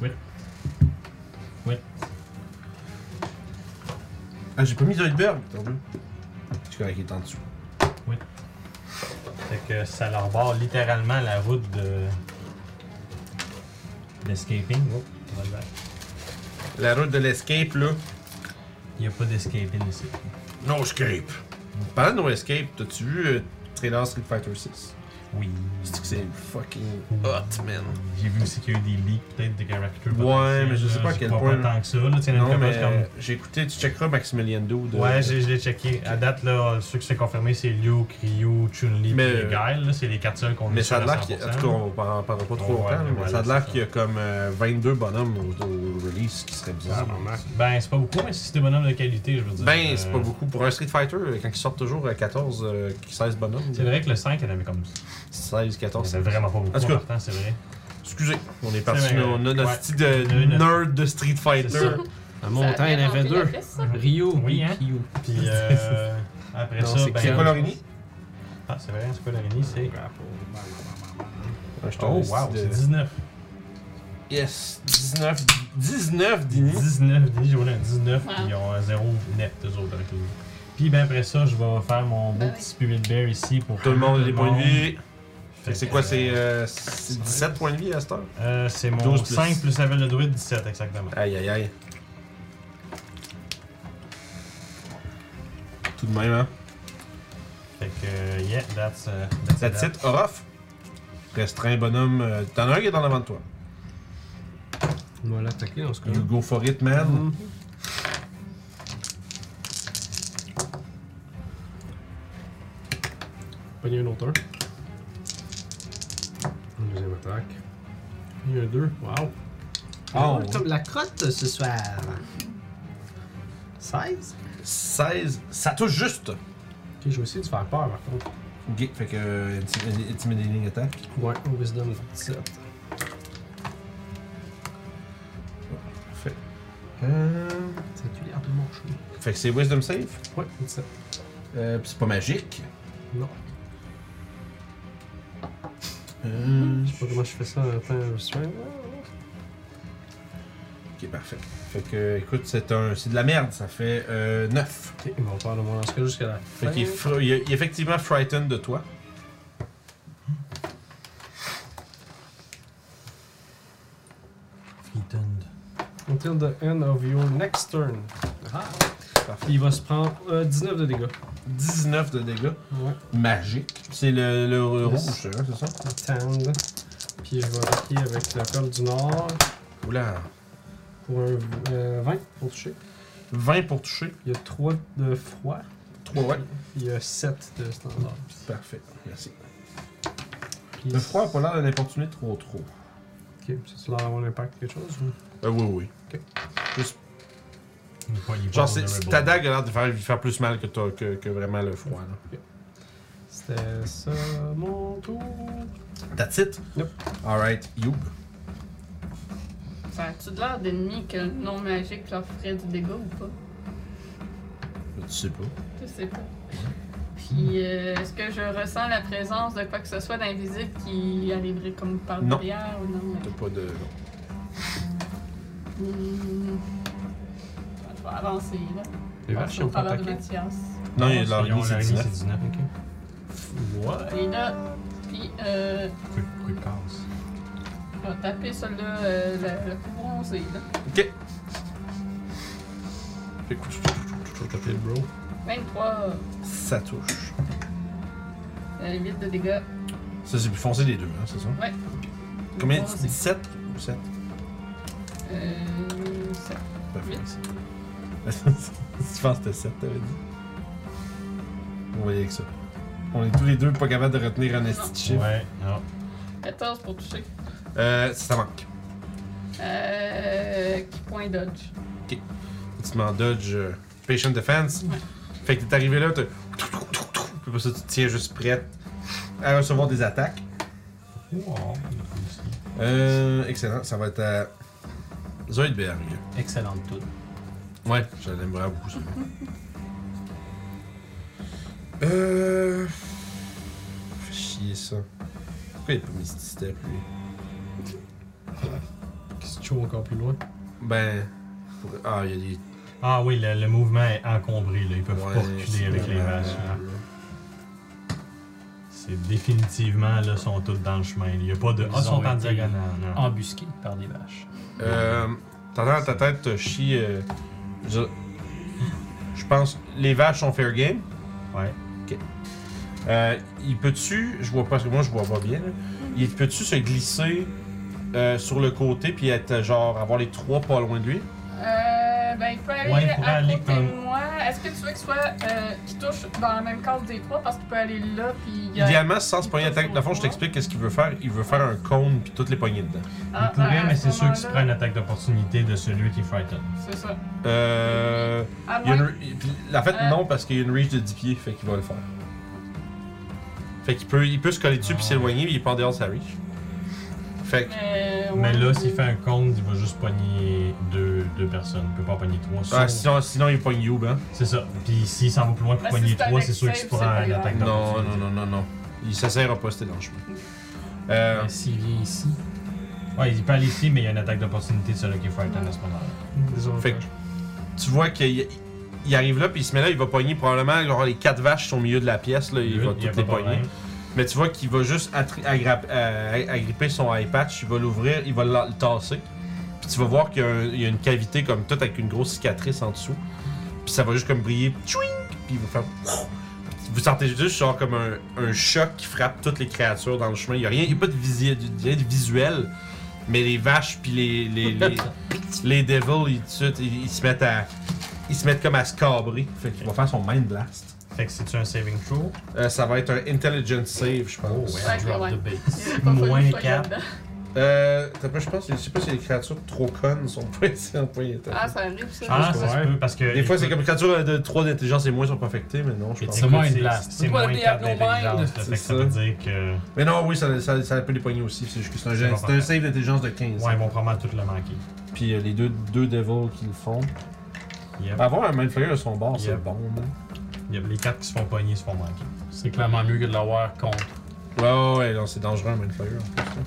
[SPEAKER 5] oui.
[SPEAKER 1] Ah j'ai pas mis Zoidberg, tant mieux. Tu crois qu'il est en dessous.
[SPEAKER 5] Fait que ça leur barre littéralement la route de. d'escaping. Oh, on va le faire.
[SPEAKER 1] La route de l'escape là.
[SPEAKER 5] Il n'y a pas d'escaping ici.
[SPEAKER 1] No escape. Parlant de No escape, t'as-tu vu euh, trailer Street Fighter 6?
[SPEAKER 5] Oui.
[SPEAKER 1] C'est que c'est fucking hot, man.
[SPEAKER 5] J'ai vu aussi qu'il y a eu des leaks, peut-être des characters.
[SPEAKER 1] Ouais,
[SPEAKER 5] potentiels,
[SPEAKER 1] mais je sais
[SPEAKER 5] là.
[SPEAKER 1] pas à
[SPEAKER 5] Je
[SPEAKER 1] quel
[SPEAKER 5] crois
[SPEAKER 1] point.
[SPEAKER 5] Pas tant que ça, là. Tiens, il y en a
[SPEAKER 1] Non,
[SPEAKER 5] une
[SPEAKER 1] mais
[SPEAKER 5] capable comme.
[SPEAKER 1] j'ai écouté, tu checkeras Maximilian Do de...
[SPEAKER 5] Ouais, j'ai- je l'ai checké. À date, là, ceux qui s'est confirmé, c'est Liu, Ryu, Chun-Li,
[SPEAKER 1] Mais,
[SPEAKER 5] et
[SPEAKER 1] euh,
[SPEAKER 5] Guile. là. C'est les quatre seuls qu'on
[SPEAKER 1] Mais
[SPEAKER 5] est
[SPEAKER 1] ça a
[SPEAKER 5] sûr à
[SPEAKER 1] l'air qu'il y a... En
[SPEAKER 5] 100%.
[SPEAKER 1] tout cas, on parle pas trop
[SPEAKER 5] Ouais,
[SPEAKER 1] longtemps, mais
[SPEAKER 5] voilà,
[SPEAKER 1] ça a
[SPEAKER 5] c'est
[SPEAKER 1] l'air
[SPEAKER 5] ça.
[SPEAKER 1] qu'il y a comme euh, 22 bonhommes au, au release, ce qui serait bizarre.
[SPEAKER 5] Ben, c'est pas beaucoup, mais si c'est des bonhommes de qualité, je veux dire.
[SPEAKER 1] ben, c'est
[SPEAKER 5] euh,
[SPEAKER 1] pas beaucoup. Pour un Street Fighter, quand ils sortent toujours euh, 14, euh, 16 bonhommes.
[SPEAKER 5] C'est vrai que le 5, il y en avait comme ça.
[SPEAKER 1] 16, 14,
[SPEAKER 5] C'est vraiment pas beaucoup.
[SPEAKER 1] En tout cas,
[SPEAKER 5] en partant, c'est vrai.
[SPEAKER 1] Excusez, on est parti,
[SPEAKER 5] C'est vrai.
[SPEAKER 1] on a notre
[SPEAKER 5] Ouais.
[SPEAKER 1] style de
[SPEAKER 5] Une-
[SPEAKER 1] nerd de Street
[SPEAKER 5] C'est ça.
[SPEAKER 1] Fighter.
[SPEAKER 2] À mon temps, il y en avait deux. Rio,
[SPEAKER 5] Oui,
[SPEAKER 2] oui,
[SPEAKER 5] hein.
[SPEAKER 2] Rio.
[SPEAKER 5] Puis euh, après
[SPEAKER 2] Non,
[SPEAKER 5] ça,
[SPEAKER 2] c'est
[SPEAKER 5] ben.
[SPEAKER 1] C'est quoi l'origine?
[SPEAKER 5] Ah, c'est vrai, c'est quoi l'origine C'est.
[SPEAKER 1] Ah, je t'en
[SPEAKER 5] Oh,
[SPEAKER 1] ai
[SPEAKER 5] wow,
[SPEAKER 1] style
[SPEAKER 5] c'est
[SPEAKER 1] de-
[SPEAKER 5] 19.
[SPEAKER 1] Yes, 19, 19 Dini.
[SPEAKER 5] 19, Denis, j'ai roulé un 19,
[SPEAKER 3] Wow.
[SPEAKER 5] puis ils ont un 0 net, eux autres, avec les- Puis ben après ça, je vais faire mon beau
[SPEAKER 3] Ben
[SPEAKER 5] petit
[SPEAKER 3] oui.
[SPEAKER 5] Spirit Bear ici pour.
[SPEAKER 1] Tout le monde a des
[SPEAKER 5] le
[SPEAKER 1] points de
[SPEAKER 5] monde.
[SPEAKER 1] vie. Fait
[SPEAKER 5] Fait
[SPEAKER 1] que c'est
[SPEAKER 5] que,
[SPEAKER 1] quoi,
[SPEAKER 5] euh,
[SPEAKER 1] c'est euh, c'est 17 points de vie à cette heure?
[SPEAKER 5] Euh, c'est mon
[SPEAKER 1] 12 plus.
[SPEAKER 5] 5 plus level de druide, 17 exactement.
[SPEAKER 1] Aïe aïe aïe. Tout de même, hein?
[SPEAKER 5] Fait que, euh, yeah, that's, uh, that's,
[SPEAKER 1] That's it, Orof. Restreint bonhomme. euh, T'en as un qui est en avant de toi.
[SPEAKER 2] On va l'attaquer dans ce cas-là.
[SPEAKER 1] You go for it, man.
[SPEAKER 2] Pogner un autre un. Une deuxième attaque. Il y a un deux. Wow.
[SPEAKER 4] Ah,
[SPEAKER 1] Oh,
[SPEAKER 2] Comme la crotte ce soir. 16.
[SPEAKER 1] 16. Ça touche juste.
[SPEAKER 2] Ok, je vais essayer de te faire peur par contre.
[SPEAKER 1] Ok, fait que. euh, inti- Intimidating attack.
[SPEAKER 2] Ouais, au Wisdom 17.
[SPEAKER 1] Fait. Euh,
[SPEAKER 2] Ça a-tu l'air de mon chou?
[SPEAKER 1] Fait que c'est Wisdom Save.
[SPEAKER 2] Ouais, 17.
[SPEAKER 1] Euh, pis c'est pas magique.
[SPEAKER 2] Non.
[SPEAKER 1] Euh,
[SPEAKER 2] Je sais pas comment je fais ça en temps restraint.
[SPEAKER 1] Ok, parfait. Fait que, écoute, c'est un, c'est de la merde. Ça fait euh, 9.
[SPEAKER 2] Ok, ils vont faire le moins dans ce cas jusqu'à la
[SPEAKER 1] Fait
[SPEAKER 2] fin.
[SPEAKER 1] qu'il est, fr- il est- il est effectivement frightened de toi.
[SPEAKER 5] Frightened.
[SPEAKER 2] Until the end of your next turn.
[SPEAKER 1] Parfait.
[SPEAKER 2] Il va se prendre euh, 19 de dégâts.
[SPEAKER 1] 19 de dégâts.
[SPEAKER 2] Ouais.
[SPEAKER 1] Magique. C'est le, le
[SPEAKER 2] Yes.
[SPEAKER 1] rouge, hein, c'est ça?
[SPEAKER 2] Attendre. Puis je vais attaquer avec la colle du Nord
[SPEAKER 1] Oula.
[SPEAKER 2] pour un euh, 20 pour toucher.
[SPEAKER 1] 20 pour toucher.
[SPEAKER 2] Il y a 3 de froid.
[SPEAKER 1] 3, ouais.
[SPEAKER 2] Il y a 7 de standard.
[SPEAKER 1] Parfait. Merci.
[SPEAKER 2] Puis
[SPEAKER 1] Le froid a pas l'air d'une opportunité trop trop.
[SPEAKER 2] Ok, Ok, ça a l'air d'avoir un impact quelque chose hein. ou...
[SPEAKER 1] Euh, oui, oui.
[SPEAKER 5] Il est pas- il est pas
[SPEAKER 1] Genre, c'est- c'est-
[SPEAKER 5] vulnerable.
[SPEAKER 1] ta dague a l'air de faire, lui faire plus mal que, toi- que, que vraiment le froid. Là.
[SPEAKER 2] C'était ça mon tour.
[SPEAKER 1] That's it?
[SPEAKER 2] Yep.
[SPEAKER 1] Alright, you.
[SPEAKER 3] Ça a-tu de l'air d'ennemis que le nom magique leur ferait du dégât ou pas?
[SPEAKER 1] Tu sais pas.
[SPEAKER 3] Je sais pas. Puis, euh, est-ce que je ressens la présence de quoi que ce soit d'invisible qui arriverait comme par
[SPEAKER 1] Non.
[SPEAKER 3] derrière ou non?
[SPEAKER 1] T'as pas de.
[SPEAKER 3] Hmm. Je vais avancer, là.
[SPEAKER 5] Les
[SPEAKER 3] Passer
[SPEAKER 5] vaches, ils
[SPEAKER 3] au
[SPEAKER 5] ont pas
[SPEAKER 3] travers de
[SPEAKER 5] attaqué.
[SPEAKER 3] Mathias.
[SPEAKER 1] Non, il y a de
[SPEAKER 5] Ils ont
[SPEAKER 1] l'araignée, c'est
[SPEAKER 5] l'araignée,
[SPEAKER 1] 19.
[SPEAKER 5] c'est 19. What?
[SPEAKER 3] Et là, puis euh,
[SPEAKER 5] Coup de- coup de passe.
[SPEAKER 3] je vais taper celui-là, euh, le, le plus bronzé, là.
[SPEAKER 1] Ok. Écoute, je vais taper le bro.
[SPEAKER 3] 23,
[SPEAKER 1] Ça touche.
[SPEAKER 3] euh, 8 de dégâts.
[SPEAKER 1] Ça, c'est plus foncé des deux, hein, c'est ça?
[SPEAKER 3] Ouais.
[SPEAKER 1] Combien?
[SPEAKER 3] Bronzé.
[SPEAKER 1] 17? 7?
[SPEAKER 3] Euh, ça-
[SPEAKER 1] Parfait.
[SPEAKER 3] Huit.
[SPEAKER 1] tu penses que c'était 7, t'avais dit? On voyait que ça. On est tous les deux pas capables de retenir un esti de chiffre.
[SPEAKER 5] Ouais, ah. non.
[SPEAKER 3] 14 pour toucher.
[SPEAKER 1] Euh, ça manque.
[SPEAKER 3] Euh, qui point dodge.
[SPEAKER 1] Tu m'en dodge euh, Patient Defense. Fait que t'es arrivé là, t'as. Puis pour ça, tu te tiens juste prête à recevoir des attaques.
[SPEAKER 5] Wow.
[SPEAKER 1] Euh, excellent, ça va être à. Zoidberg.
[SPEAKER 4] Excellente toute.
[SPEAKER 1] Ouais, je l'aime vraiment beaucoup, celui-là. euh. Fais chier ça. Pourquoi il a pas mis ce step, lui
[SPEAKER 2] Qui se tue encore plus loin.
[SPEAKER 1] Ben. pour- Ah, il y a des.
[SPEAKER 5] Ah oui, le, le mouvement est encombré, là. Ils peuvent pas reculer
[SPEAKER 1] c'est
[SPEAKER 5] avec les
[SPEAKER 1] vraiment-
[SPEAKER 5] vaches. là. C'est définitivement, là, sont tous dans le chemin. Il n'y a pas de.
[SPEAKER 4] Ils
[SPEAKER 5] Ah, ils
[SPEAKER 4] ont
[SPEAKER 5] sont en
[SPEAKER 4] été-
[SPEAKER 5] diagonale, non.
[SPEAKER 4] Embusquée par des vaches.
[SPEAKER 1] Euh, T'entends dans ta tête, t'as chié. euh, je, je pense. Les vaches sont fair game.
[SPEAKER 5] Ouais.
[SPEAKER 1] Euh, il peut-tu. Je vois pas, parce que moi je vois pas bien. là. Il peut-tu se glisser euh, sur le côté puis être euh, genre. avoir les trois pas loin de lui
[SPEAKER 3] Euh, ben, il peut aller
[SPEAKER 5] Ouais, il pourrait
[SPEAKER 3] à
[SPEAKER 5] aller
[SPEAKER 3] côté
[SPEAKER 5] comme-
[SPEAKER 3] de moi. Est-ce que tu veux qu'il soit, euh, qu'il touche dans la même case des trois parce qu'il peut aller là, puis... il y a-
[SPEAKER 1] Idéalement, sans se pogner la tête. Dans le fond, je
[SPEAKER 3] Ouais.
[SPEAKER 1] t'explique qu'est-ce qu'il veut faire. Il veut faire un cône puis toutes les poignées dedans.
[SPEAKER 3] Ah,
[SPEAKER 5] il pourrait,
[SPEAKER 3] à
[SPEAKER 5] mais
[SPEAKER 3] ce
[SPEAKER 5] c'est sûr qu'il se
[SPEAKER 3] moment-là,
[SPEAKER 5] prend une attaque d'opportunité de celui qui est frightened.
[SPEAKER 3] C'est ça.
[SPEAKER 1] Euh.
[SPEAKER 3] À
[SPEAKER 1] Il y a une
[SPEAKER 3] moins...
[SPEAKER 1] re- il- puis la fait,
[SPEAKER 3] Euh.
[SPEAKER 1] non, parce qu'il y a une reach de 10 pieds, fait qu'il va le faire. Fait qu'il peut, il peut se coller dessus puis
[SPEAKER 5] Ah.
[SPEAKER 1] s'éloigner, mais il est pas en dehors de sa reach. Fait que.
[SPEAKER 3] Mais,
[SPEAKER 5] Mais
[SPEAKER 3] ouais.
[SPEAKER 5] là, s'il fait un compte, il va juste pogner deux, deux personnes. Il peut pas en pogner trois.
[SPEAKER 1] Ah,
[SPEAKER 5] sauf-
[SPEAKER 1] sinon, sinon, il pogne Youb, hein.
[SPEAKER 5] C'est ça. Puis s'il s'en va plus loin pour
[SPEAKER 3] Mais
[SPEAKER 5] pogner
[SPEAKER 3] si c'est
[SPEAKER 5] trois,
[SPEAKER 3] avec
[SPEAKER 5] c'est sûr qu'il se
[SPEAKER 3] save,
[SPEAKER 5] prend
[SPEAKER 3] c'est pas
[SPEAKER 5] une
[SPEAKER 3] grave.
[SPEAKER 5] attaque
[SPEAKER 1] Non,
[SPEAKER 5] d'opportunité.
[SPEAKER 1] non, non, non, non. Il s'assère pas, c'était dans le chemin.
[SPEAKER 2] Ah.
[SPEAKER 1] Euh,
[SPEAKER 4] Mais S'il vient ici,
[SPEAKER 5] Ouais, il peut aller ici, mais il y a une attaque d'opportunité de celui qui est frightened à ce moment-là.
[SPEAKER 2] Désolé.
[SPEAKER 1] Fait que- tu vois qu'il il arrive là, puis il se met là, il va pogner probablement genre, les quatre vaches qui sont au milieu de la pièce, là, il va
[SPEAKER 5] y a
[SPEAKER 1] toutes
[SPEAKER 5] pas
[SPEAKER 1] les
[SPEAKER 5] de problème.
[SPEAKER 1] pogner. Mais tu vois qu'il va juste attri- aggra- euh, agripper son eye patch, il va l'ouvrir, il va la- le tasser. Puis tu vas voir qu'il y a, un- il y a une cavité comme toute avec une grosse cicatrice en dessous. Puis ça va juste comme briller, tchouing, puis il va faire. Vous sentez juste genre comme un, un choc qui frappe toutes les créatures dans le chemin. Il n'y a rien, il y a pas de, visi- de- rien de visuel, mais les vaches puis les les, les, les devils ils, tuent- ils, ils se mettent à ils se mettent comme à se cabrer. Fait qu'il va faire son mind blast.
[SPEAKER 5] Fait que c'est-tu un saving throw?
[SPEAKER 1] Euh, ça va être un intelligent save, je pense.
[SPEAKER 3] Ouais,
[SPEAKER 4] drop
[SPEAKER 3] ouais.
[SPEAKER 4] the base.
[SPEAKER 3] Il y a pas fallu que je sois
[SPEAKER 5] quatre.
[SPEAKER 3] là-dedans.
[SPEAKER 1] Euh, t'as pas, je pense, je sais pas si les créatures trop connes sont pas ici en point d'état.
[SPEAKER 3] Ah, ça arrive, ça.
[SPEAKER 5] Ah,
[SPEAKER 1] pense
[SPEAKER 5] ça se
[SPEAKER 1] ouais.
[SPEAKER 5] peut, parce que...
[SPEAKER 1] Des fois, c'est comme les créatures euh, de 3 d'intelligence et moins sont perfectées, mais non, je pense.
[SPEAKER 4] C'est
[SPEAKER 5] Écoute,
[SPEAKER 4] moins une
[SPEAKER 5] c'est-
[SPEAKER 4] blast.
[SPEAKER 5] C'est
[SPEAKER 2] C'est
[SPEAKER 5] moins
[SPEAKER 2] pas le
[SPEAKER 5] 4
[SPEAKER 2] Diablo
[SPEAKER 5] d'intelligence,
[SPEAKER 2] Mind.
[SPEAKER 5] fait que
[SPEAKER 1] C'est
[SPEAKER 5] ça veut
[SPEAKER 1] ça.
[SPEAKER 5] dire que...
[SPEAKER 1] Mais non, oui, ça, ça, ça peut les pogner aussi, c'est juste que c'est un,
[SPEAKER 5] C'est
[SPEAKER 1] geste-
[SPEAKER 5] pas
[SPEAKER 1] c'est un
[SPEAKER 5] parfait.
[SPEAKER 1] save d'intelligence de 15.
[SPEAKER 5] Ouais, ils vont probablement tout le manquer.
[SPEAKER 1] Puis euh, les deux, deux devils qui le font.
[SPEAKER 5] Yep.
[SPEAKER 1] Avoir un mind flayer à son bord, c'est
[SPEAKER 5] Yep.
[SPEAKER 1] bon, hein.
[SPEAKER 5] Yep, Les 4 qui se font pogner se font manquer.
[SPEAKER 4] C'est clairement mieux que de l'avoir contre.
[SPEAKER 1] Ouais, ouais, ouais, non, c'est dangereux un mind flayer en plus. hein.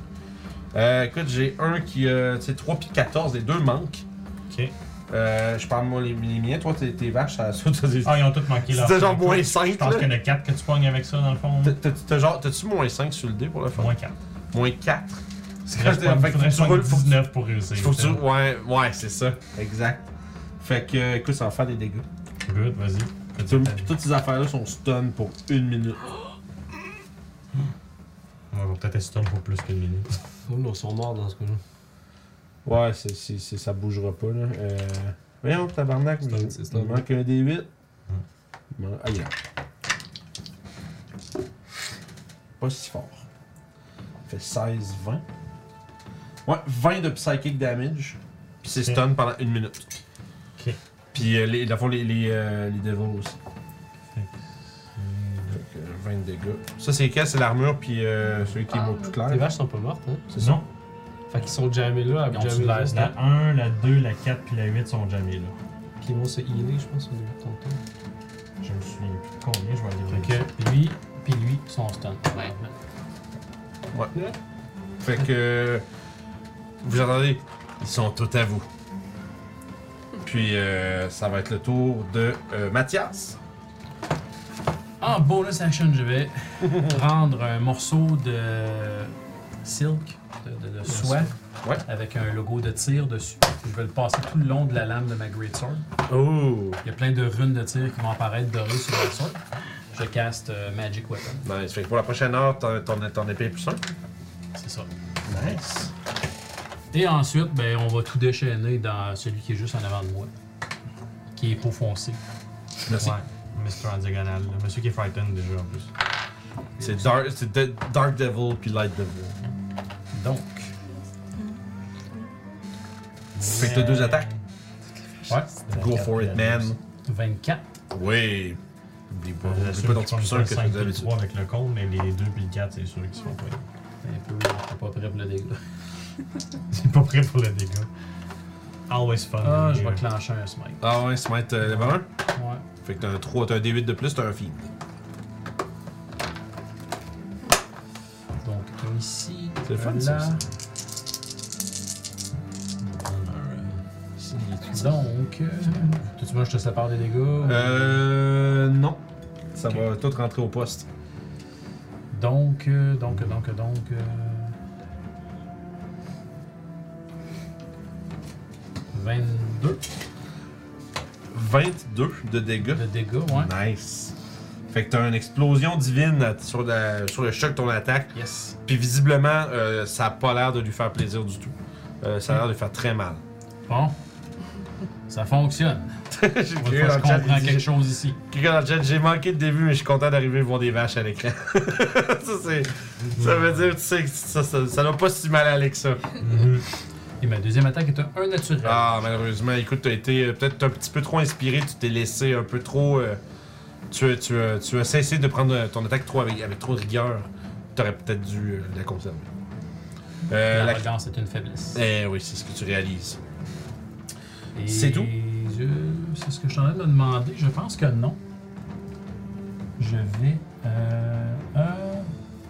[SPEAKER 1] Euh, écoute, j'ai un qui, euh, tu sais, 3 puis 14, les deux manquent.
[SPEAKER 5] Ok.
[SPEAKER 1] Euh, je parle, moi, les, les miens. Toi, tes, tes vaches, ça saute.
[SPEAKER 5] Ah, ils ont tous manqué leur...
[SPEAKER 1] C'était genre
[SPEAKER 5] saving throw.
[SPEAKER 1] moins
[SPEAKER 5] Je
[SPEAKER 1] 5,
[SPEAKER 5] pense
[SPEAKER 1] là.
[SPEAKER 5] qu'il y en a 4 que tu pognes avec ça, dans le fond.
[SPEAKER 1] T'as- t'as- t'as genre- T'as-tu moins 5 sur le dé pour le faire?
[SPEAKER 5] Moins 4.
[SPEAKER 1] Moins 4.
[SPEAKER 5] Il faudrait
[SPEAKER 1] Fait que
[SPEAKER 5] faudrait euh.
[SPEAKER 1] tu
[SPEAKER 5] soigner
[SPEAKER 1] roules- faut que tu-
[SPEAKER 5] 19 pour réussir.
[SPEAKER 1] Faut que tu... Ouais, ouais, c'est ça. Exact. Fait que, euh, écoute, ça va faire des dégâts.
[SPEAKER 5] Good, vas-y.
[SPEAKER 1] Puis tout- puis toutes ces affaires-là sont stun pour une minute.
[SPEAKER 5] On va peut-être essayer pour plus qu'une minute.
[SPEAKER 2] Oh non, ils sont morts dans ce cas-là.
[SPEAKER 1] Ouais, c'est, c'est, c'est- ça bougera pas, là. Euh... Voyons, tabarnak,
[SPEAKER 2] C'est un-
[SPEAKER 1] il-
[SPEAKER 2] c'est
[SPEAKER 1] il
[SPEAKER 2] un-
[SPEAKER 1] manque un des 8.
[SPEAKER 5] Hum.
[SPEAKER 1] Ah, il est là. Pas si fort. Il fait 16, 20.
[SPEAKER 6] Ouais, 20 de psychic damage.
[SPEAKER 1] Puis c'est stun pendant une minute.
[SPEAKER 5] Ok.
[SPEAKER 1] Puis, euh, les, dans le fond, les, les, euh, les devils aussi. Fait
[SPEAKER 5] Hmm,
[SPEAKER 1] que, euh, 20 de dégâts. Ça, c'est quel C'est l'armure, puis euh, celui
[SPEAKER 2] Ah,
[SPEAKER 1] qui est mot tout
[SPEAKER 2] Les
[SPEAKER 1] clair.
[SPEAKER 2] vaches sont pas mortes, hein?
[SPEAKER 1] C'est ça
[SPEAKER 2] Fait qu'ils sont jamais là,
[SPEAKER 4] Ils
[SPEAKER 2] avec
[SPEAKER 4] ont
[SPEAKER 2] jamais
[SPEAKER 4] du
[SPEAKER 2] là.
[SPEAKER 4] blast.
[SPEAKER 5] La 1, la 2, la 4 puis la 8 sont jamais là.
[SPEAKER 2] Puis ils vont se healer, je pense, au début de ton tour.
[SPEAKER 5] Je me souviens plus de combien, je vais aller
[SPEAKER 4] Fait
[SPEAKER 5] vérifier.
[SPEAKER 4] que lui, puis lui, sont stun.
[SPEAKER 3] Ouais.
[SPEAKER 1] Fait que. euh, Vous entendez Ils sont tous à vous. Puis, euh, ça va être le tour de euh, Mathias.
[SPEAKER 4] En bonus action, je vais prendre un morceau de silk, de, de- de soie,
[SPEAKER 1] Ouais.
[SPEAKER 4] avec un logo de tir dessus. Je vais le passer tout le long de la lame de ma Great Sword.
[SPEAKER 1] Oh
[SPEAKER 4] Il y a plein de runes de tir qui vont apparaître dorées sur la sword. Je caste euh, Magic Weapon.
[SPEAKER 1] Nice. Fait que pour la prochaine heure, ton, ton, ton épée est plus simple.
[SPEAKER 4] C'est ça.
[SPEAKER 1] Nice.
[SPEAKER 4] Et ensuite, ben, on va tout déchaîner dans celui qui est juste en avant de moi, qui est peau foncée.
[SPEAKER 1] Merci.
[SPEAKER 5] Ouais, Mr. en diagonale, là. monsieur qui est frightened déjà en plus.
[SPEAKER 1] C'est Dark, c'est de- Dark Devil puis Light Devil.
[SPEAKER 4] Donc,
[SPEAKER 1] Fait que t'as deux attaques.
[SPEAKER 4] ouais,
[SPEAKER 1] Go for it, man.
[SPEAKER 4] 24.
[SPEAKER 1] Oui. Oublie pas,
[SPEAKER 5] Je
[SPEAKER 1] oublie pas ton petit plus simple que tu
[SPEAKER 5] le
[SPEAKER 1] d'habitude.
[SPEAKER 5] 3 avec le compte, mais les 2 puis le 4, c'est sûr qu'ils se font pas.
[SPEAKER 4] Un peu, je suis pas prêt pour le dégât.
[SPEAKER 5] C'est pas prêt pour le dégât. Always fun.
[SPEAKER 4] Ah,
[SPEAKER 5] les
[SPEAKER 4] je vais
[SPEAKER 5] gars.
[SPEAKER 4] clencher un smite.
[SPEAKER 1] Ah ouais, Smite euh, level 1.
[SPEAKER 4] Ouais.
[SPEAKER 1] Fait que t'as un 3, t'as un D8 de plus, t'as un feed.
[SPEAKER 4] Donc, un ici.
[SPEAKER 1] C'est le
[SPEAKER 4] un
[SPEAKER 1] fun,
[SPEAKER 4] là.
[SPEAKER 1] ça, ça.
[SPEAKER 4] Donc, euh, tout de suite, je te sépare des dégâts.
[SPEAKER 1] Euh. Non. Ça
[SPEAKER 4] Ok.
[SPEAKER 1] va tout rentrer au poste.
[SPEAKER 4] Donc, euh, donc, donc, donc. euh, 22
[SPEAKER 1] 22 de dégâts.
[SPEAKER 4] de dégâts, ouais.
[SPEAKER 1] Nice. Fait que t'as une explosion divine à- sur, la- sur le choc de ton attaque.
[SPEAKER 4] Yes.
[SPEAKER 1] Puis visiblement, euh, ça a pas l'air de lui faire plaisir du tout. Euh, ça a l'air de lui faire très mal.
[SPEAKER 4] Bon. Ça fonctionne.
[SPEAKER 1] J'ai
[SPEAKER 4] Faut
[SPEAKER 1] crié
[SPEAKER 4] que
[SPEAKER 1] dans
[SPEAKER 4] je
[SPEAKER 1] le chat,
[SPEAKER 4] comprends
[SPEAKER 1] il dit-
[SPEAKER 4] quelque chose ici.
[SPEAKER 1] Quelqu'un dans le chat, j'ai manqué le début, mais je suis content d'arriver voir des vaches à l'écran. ça, c'est- ça veut dire, tu sais, que ça, ça, ça doit pas si mal aller que ça.
[SPEAKER 5] Mm-hmm.
[SPEAKER 4] Et ma deuxième attaque est un 1 naturel.
[SPEAKER 1] Ah, malheureusement, écoute, t'as été euh, peut-être un petit peu trop inspiré, tu t'es laissé un peu trop. euh, tu, as- tu as- tu as cessé de prendre euh, ton attaque trop avec, avec trop de rigueur. T'aurais peut-être dû euh, la conserver. Euh, la-
[SPEAKER 4] L'arrogance est une faiblesse.
[SPEAKER 1] Eh oui, c'est ce que tu réalises.
[SPEAKER 4] Et
[SPEAKER 1] C'est tout?
[SPEAKER 4] je- C'est ce que je t'en ai demandé. Je pense que non. Je vais. euh, euh,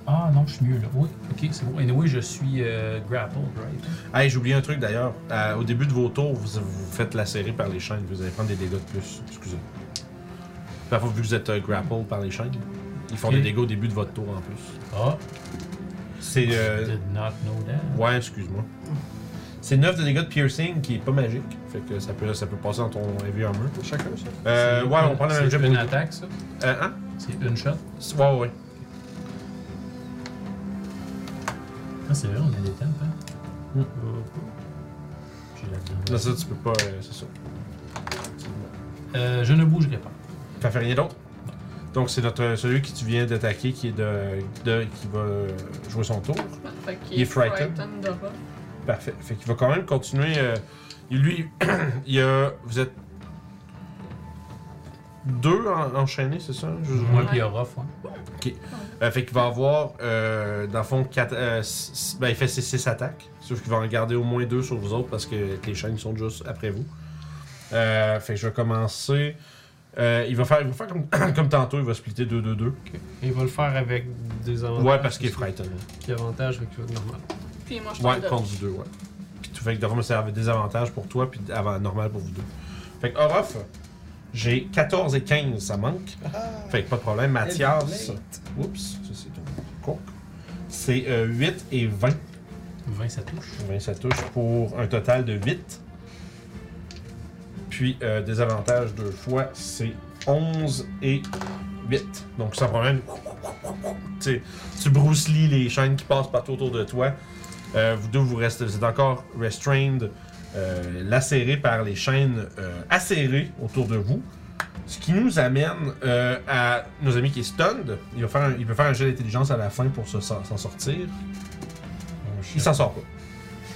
[SPEAKER 4] Ah non, je suis mieux là. Oui, ok, c'est bon. Anyway, je suis euh, grappled, right?
[SPEAKER 1] Hey, j'ai oublié un truc d'ailleurs. Euh, au début de vos tours, vous vous faites lacérer par les chaînes. Vous allez prendre des dégâts de plus. Excusez. Parfois, vu que vous êtes euh, grapple par les chaînes, ils font
[SPEAKER 4] Ok.
[SPEAKER 1] des dégâts au début de votre tour en plus.
[SPEAKER 4] Ah,
[SPEAKER 1] C'est.
[SPEAKER 4] I
[SPEAKER 1] euh,
[SPEAKER 4] did not know that.
[SPEAKER 1] Ouais, excuse-moi. C'est 9 de dégâts de piercing qui est pas magique. Fait que ça peut, ça peut passer dans ton heavy armor.
[SPEAKER 2] Chacun, ça?
[SPEAKER 1] Euh,
[SPEAKER 4] C'est
[SPEAKER 1] ouais, on
[SPEAKER 4] une-
[SPEAKER 1] prend le même jet
[SPEAKER 4] C'est
[SPEAKER 1] pour
[SPEAKER 4] une
[SPEAKER 1] les deux.
[SPEAKER 4] attaque, ça.
[SPEAKER 1] Euh, hein?
[SPEAKER 4] C'est une shot.
[SPEAKER 1] C'est- Ouais, ouais, ouais.
[SPEAKER 4] Ah, c'est vrai, on a des temps, hein.
[SPEAKER 1] Mm.
[SPEAKER 4] J'ai la
[SPEAKER 1] Là,
[SPEAKER 4] viande.
[SPEAKER 1] ça, tu peux pas. euh, c'est ça.
[SPEAKER 4] Euh, je ne bougerai pas.
[SPEAKER 1] Ça fait rien d'autre. Donc, c'est notre celui qui tu viens d'attaquer qui est de, de- qui va jouer son tour.
[SPEAKER 3] Fait qu'il
[SPEAKER 1] Il est frightened.
[SPEAKER 3] frightened de rat.
[SPEAKER 1] Parfait. Fait qu'il va quand même continuer. euh, lui, il y a. Vous êtes. Deux en- enchaînés, c'est ça? Je- je-
[SPEAKER 4] Moi, puis Orof, ouais.
[SPEAKER 1] Euh, fait qu'il va avoir, euh, dans le fond, quatre, euh, six- six- ben, il fait ses 6 attaques. Sauf qu'il va en garder au moins deux sur vous autres parce que les chaînes sont juste après vous. Euh, fait que je vais commencer. Euh, il va faire, il va faire comme, comme tantôt, il va splitter 2-2-2.
[SPEAKER 2] Il va le faire avec des avantages.
[SPEAKER 1] Ouais, parce qu'il est frightened.
[SPEAKER 2] Puis avantages, fait qu'il va être normal.
[SPEAKER 3] Puis moi, je
[SPEAKER 1] Ouais,
[SPEAKER 3] tombe de
[SPEAKER 1] contre vous deux, ouais. Puis tout fait que dans le fond, ça avait des avantages pour toi, puis avant, normal pour vous deux. Fait que Orof, j'ai 14 et 15, ça manque. Fait que pas de problème. Mathias, oups, ça c'est ton coke. C'est euh, 8 et 20.
[SPEAKER 4] 20, ça touche.
[SPEAKER 1] 20, ça touche pour un total de 8. Puis euh, des avantages deux fois, c'est 11 et 8. Donc sans problème, tu sais, tu Bruce Lee les chaînes qui passent partout autour de toi. Euh, vous deux, vous restez, vous êtes encore restrained, euh, lacérés par les chaînes euh, acérées autour de vous. Ce qui nous amène euh, à nos amis qui est stunned. Il, va faire un, il peut faire un jeu d'intelligence à la fin pour se- s'en s'en sortir.
[SPEAKER 5] Oh,
[SPEAKER 1] Il
[SPEAKER 5] shit.
[SPEAKER 1] s'en sort pas.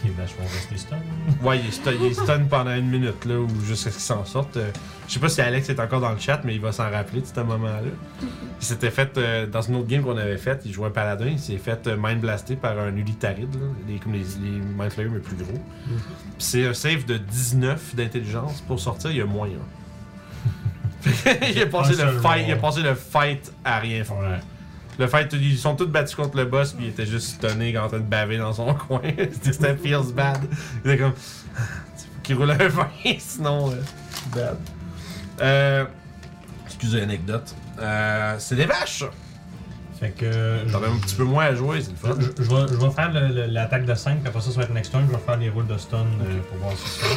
[SPEAKER 5] Les vaches vont rester stun.
[SPEAKER 1] Ouais, il est stun, il est stun pendant une minute, là, ou jusqu'à ce qu'il s'en sorte. Euh, Je sais pas si Alex est encore dans le chat, mais il va s'en rappeler de ce moment-là. Il s'était fait, euh, dans une autre game qu'on avait faite, il jouait un paladin, il s'est fait euh, mind blaster par un ulitaride, là, les- comme les, les mind flayers, mais plus gros. Puis
[SPEAKER 5] Mm-hmm.
[SPEAKER 1] c'est un save de 19 d'intelligence. Pour sortir, il y a moyen. il, a passé
[SPEAKER 5] Un
[SPEAKER 1] le
[SPEAKER 5] seul
[SPEAKER 1] fight, il a
[SPEAKER 5] mort.
[SPEAKER 1] passé le fight à rien faire.
[SPEAKER 5] Ouais.
[SPEAKER 1] Le fait, ils sont tous battus contre le boss, puis il était juste stunné en train de baver dans son coin. C'était- C'était feels bad. Il était comme. qu'il roule un vin, sinon. euh, bad. Euh, excusez l'anecdote. Euh, c'est des vaches!
[SPEAKER 5] Fait que.
[SPEAKER 1] J'en ai un petit peu moins à jouer, c'est le
[SPEAKER 5] Euh, Je,
[SPEAKER 1] fun.
[SPEAKER 5] je- je vais, je vais faire le- le- l'attaque de 5, puis après ça, ça va être next turn. Je vais faire les roules de stun euh, pour voir si ça.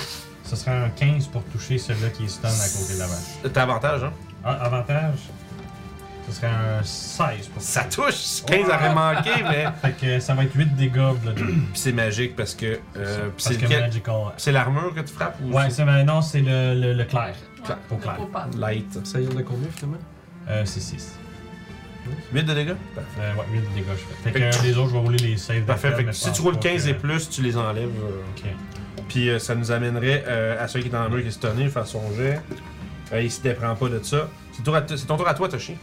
[SPEAKER 5] Ce serait un 15 pour toucher celui-là qui est stun à côté de la vache.
[SPEAKER 1] T'as avantage, hein?
[SPEAKER 5] Ah, avantage, ce serait un 16 pour
[SPEAKER 1] Ça touche! 15 aurait manqué, mais.
[SPEAKER 5] Fait que ça va être 8 dégâts. Là, de-
[SPEAKER 1] Puis c'est magique parce que. euh, puis
[SPEAKER 5] parce
[SPEAKER 1] c'est
[SPEAKER 5] que
[SPEAKER 1] lequel-
[SPEAKER 5] Magical.
[SPEAKER 1] C'est l'armure que tu frappes ou
[SPEAKER 5] Ouais, c'est, ben non, c'est le, le, le clair.
[SPEAKER 3] Ouais,
[SPEAKER 1] Claire.
[SPEAKER 5] Pour
[SPEAKER 3] le
[SPEAKER 5] Claire.
[SPEAKER 3] gros pâle.
[SPEAKER 1] Light.
[SPEAKER 2] Ça y est, on a combien finalement
[SPEAKER 5] Euh, c'est 6.
[SPEAKER 1] 8 de dégâts? Parfait.
[SPEAKER 5] Euh, ouais, 8 dégâts, je fais.
[SPEAKER 1] Fait
[SPEAKER 5] Fait
[SPEAKER 1] que-
[SPEAKER 5] que euh, les autres, je vais rouler les saves.
[SPEAKER 1] Parfait.
[SPEAKER 5] d'appel,
[SPEAKER 1] Fait que
[SPEAKER 5] mais je
[SPEAKER 1] si
[SPEAKER 5] pense
[SPEAKER 1] tu roules
[SPEAKER 5] pas
[SPEAKER 1] 15
[SPEAKER 5] que-
[SPEAKER 1] et plus, tu les enlèves. euh,
[SPEAKER 5] Ok.
[SPEAKER 1] Puis euh, ça nous amènerait euh, à celui qui est dans le mur qui est stunné, faire son jet. Euh, il se déprend pas de ça. C'est tour à t- c'est ton tour à toi, Toshi.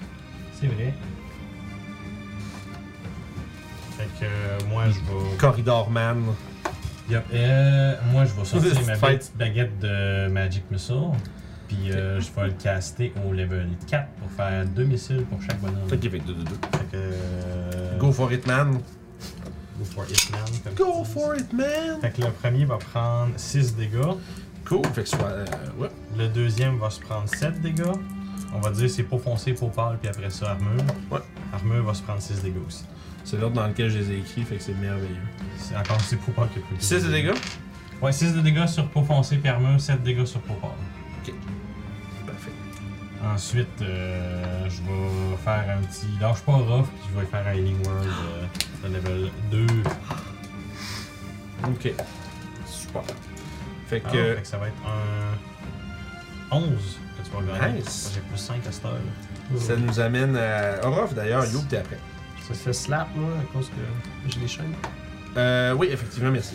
[SPEAKER 5] C'est vrai. Fait que euh, moi, je vais.
[SPEAKER 1] Corridor Man.
[SPEAKER 5] Yup. Euh, moi, je vais sortir ma
[SPEAKER 1] Fight.
[SPEAKER 5] petite baguette de Magic Missile. Puis euh, je vais le caster au level 4 pour faire 2 missiles pour chaque bonhomme.
[SPEAKER 1] Ok, fait 2 2 2.
[SPEAKER 5] Fait que. euh,
[SPEAKER 1] Go for it, man.
[SPEAKER 5] Go for it, man. comme
[SPEAKER 1] Go
[SPEAKER 5] tu dis.
[SPEAKER 1] for it, man.
[SPEAKER 5] Fait que le premier va prendre 6 dégâts.
[SPEAKER 1] Cool. Fait que soit. euh, ouais.
[SPEAKER 5] Le deuxième va se prendre 7 dégâts. On va dire c'est peau foncée, peau pâle, puis après ça, armure.
[SPEAKER 1] Ouais.
[SPEAKER 5] Armure va se prendre 6 dégâts aussi.
[SPEAKER 1] C'est l'ordre dans lequel je les ai écrits, fait que c'est merveilleux.
[SPEAKER 5] C'est encore c'est peau pâle que plus.
[SPEAKER 1] 6 de dégâts.
[SPEAKER 5] Ouais, 6 de dégâts sur peau foncée, puis armure, 7 dégâts sur peau pâle.
[SPEAKER 1] Parfait.
[SPEAKER 5] Ensuite, euh, je vais faire un petit. Lâche pas rough, puis je vais faire un Healing World euh, de level 2.
[SPEAKER 1] Ok. Super. Fait
[SPEAKER 5] Ah,
[SPEAKER 1] que.
[SPEAKER 5] fait que ça va être un. 11 que tu vas gagner.
[SPEAKER 1] Nice.
[SPEAKER 5] J'ai plus 5 à cette heure. là.
[SPEAKER 1] ça nous amène à Orof d'ailleurs. Youp, t'es après.
[SPEAKER 2] Ça fait slap, moi, à cause que j'ai les chaînes.
[SPEAKER 1] Euh, oui, effectivement, merci.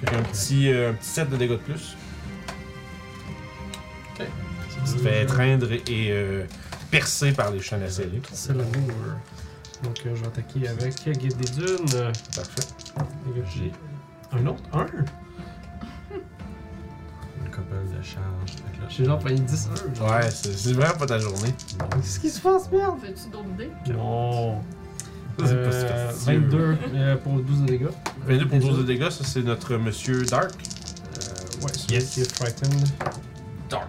[SPEAKER 1] Fait qu'un petit, euh, un petit 7 de dégâts de plus. Tu te
[SPEAKER 2] Mm.
[SPEAKER 1] fais étreindre et euh, percer par les chaînes à scellés.
[SPEAKER 2] C'est l'amour. Donc, euh, je vais attaquer avec euh, Guide des Dunes. Euh,
[SPEAKER 1] Parfait.
[SPEAKER 2] les gars, J'ai un autre, un.
[SPEAKER 5] Une couple de charge. Fait que là,
[SPEAKER 2] J'ai genre payé 10 1 genre.
[SPEAKER 1] Ouais, c'est c'est vraiment pas ta journée.
[SPEAKER 2] Qu'est-ce qui se passe, merde
[SPEAKER 3] Veux-tu d'autres dés?
[SPEAKER 2] Non.
[SPEAKER 1] Ça, c'est pas
[SPEAKER 2] Euh,
[SPEAKER 1] superstitieux.
[SPEAKER 2] 22 euh, pour 12 de dégâts.
[SPEAKER 1] 22 pour 12 de dégâts, ça c'est notre monsieur Dark.
[SPEAKER 2] Euh, ouais, celui
[SPEAKER 5] Yes.
[SPEAKER 2] qui est frightened.
[SPEAKER 1] Dark.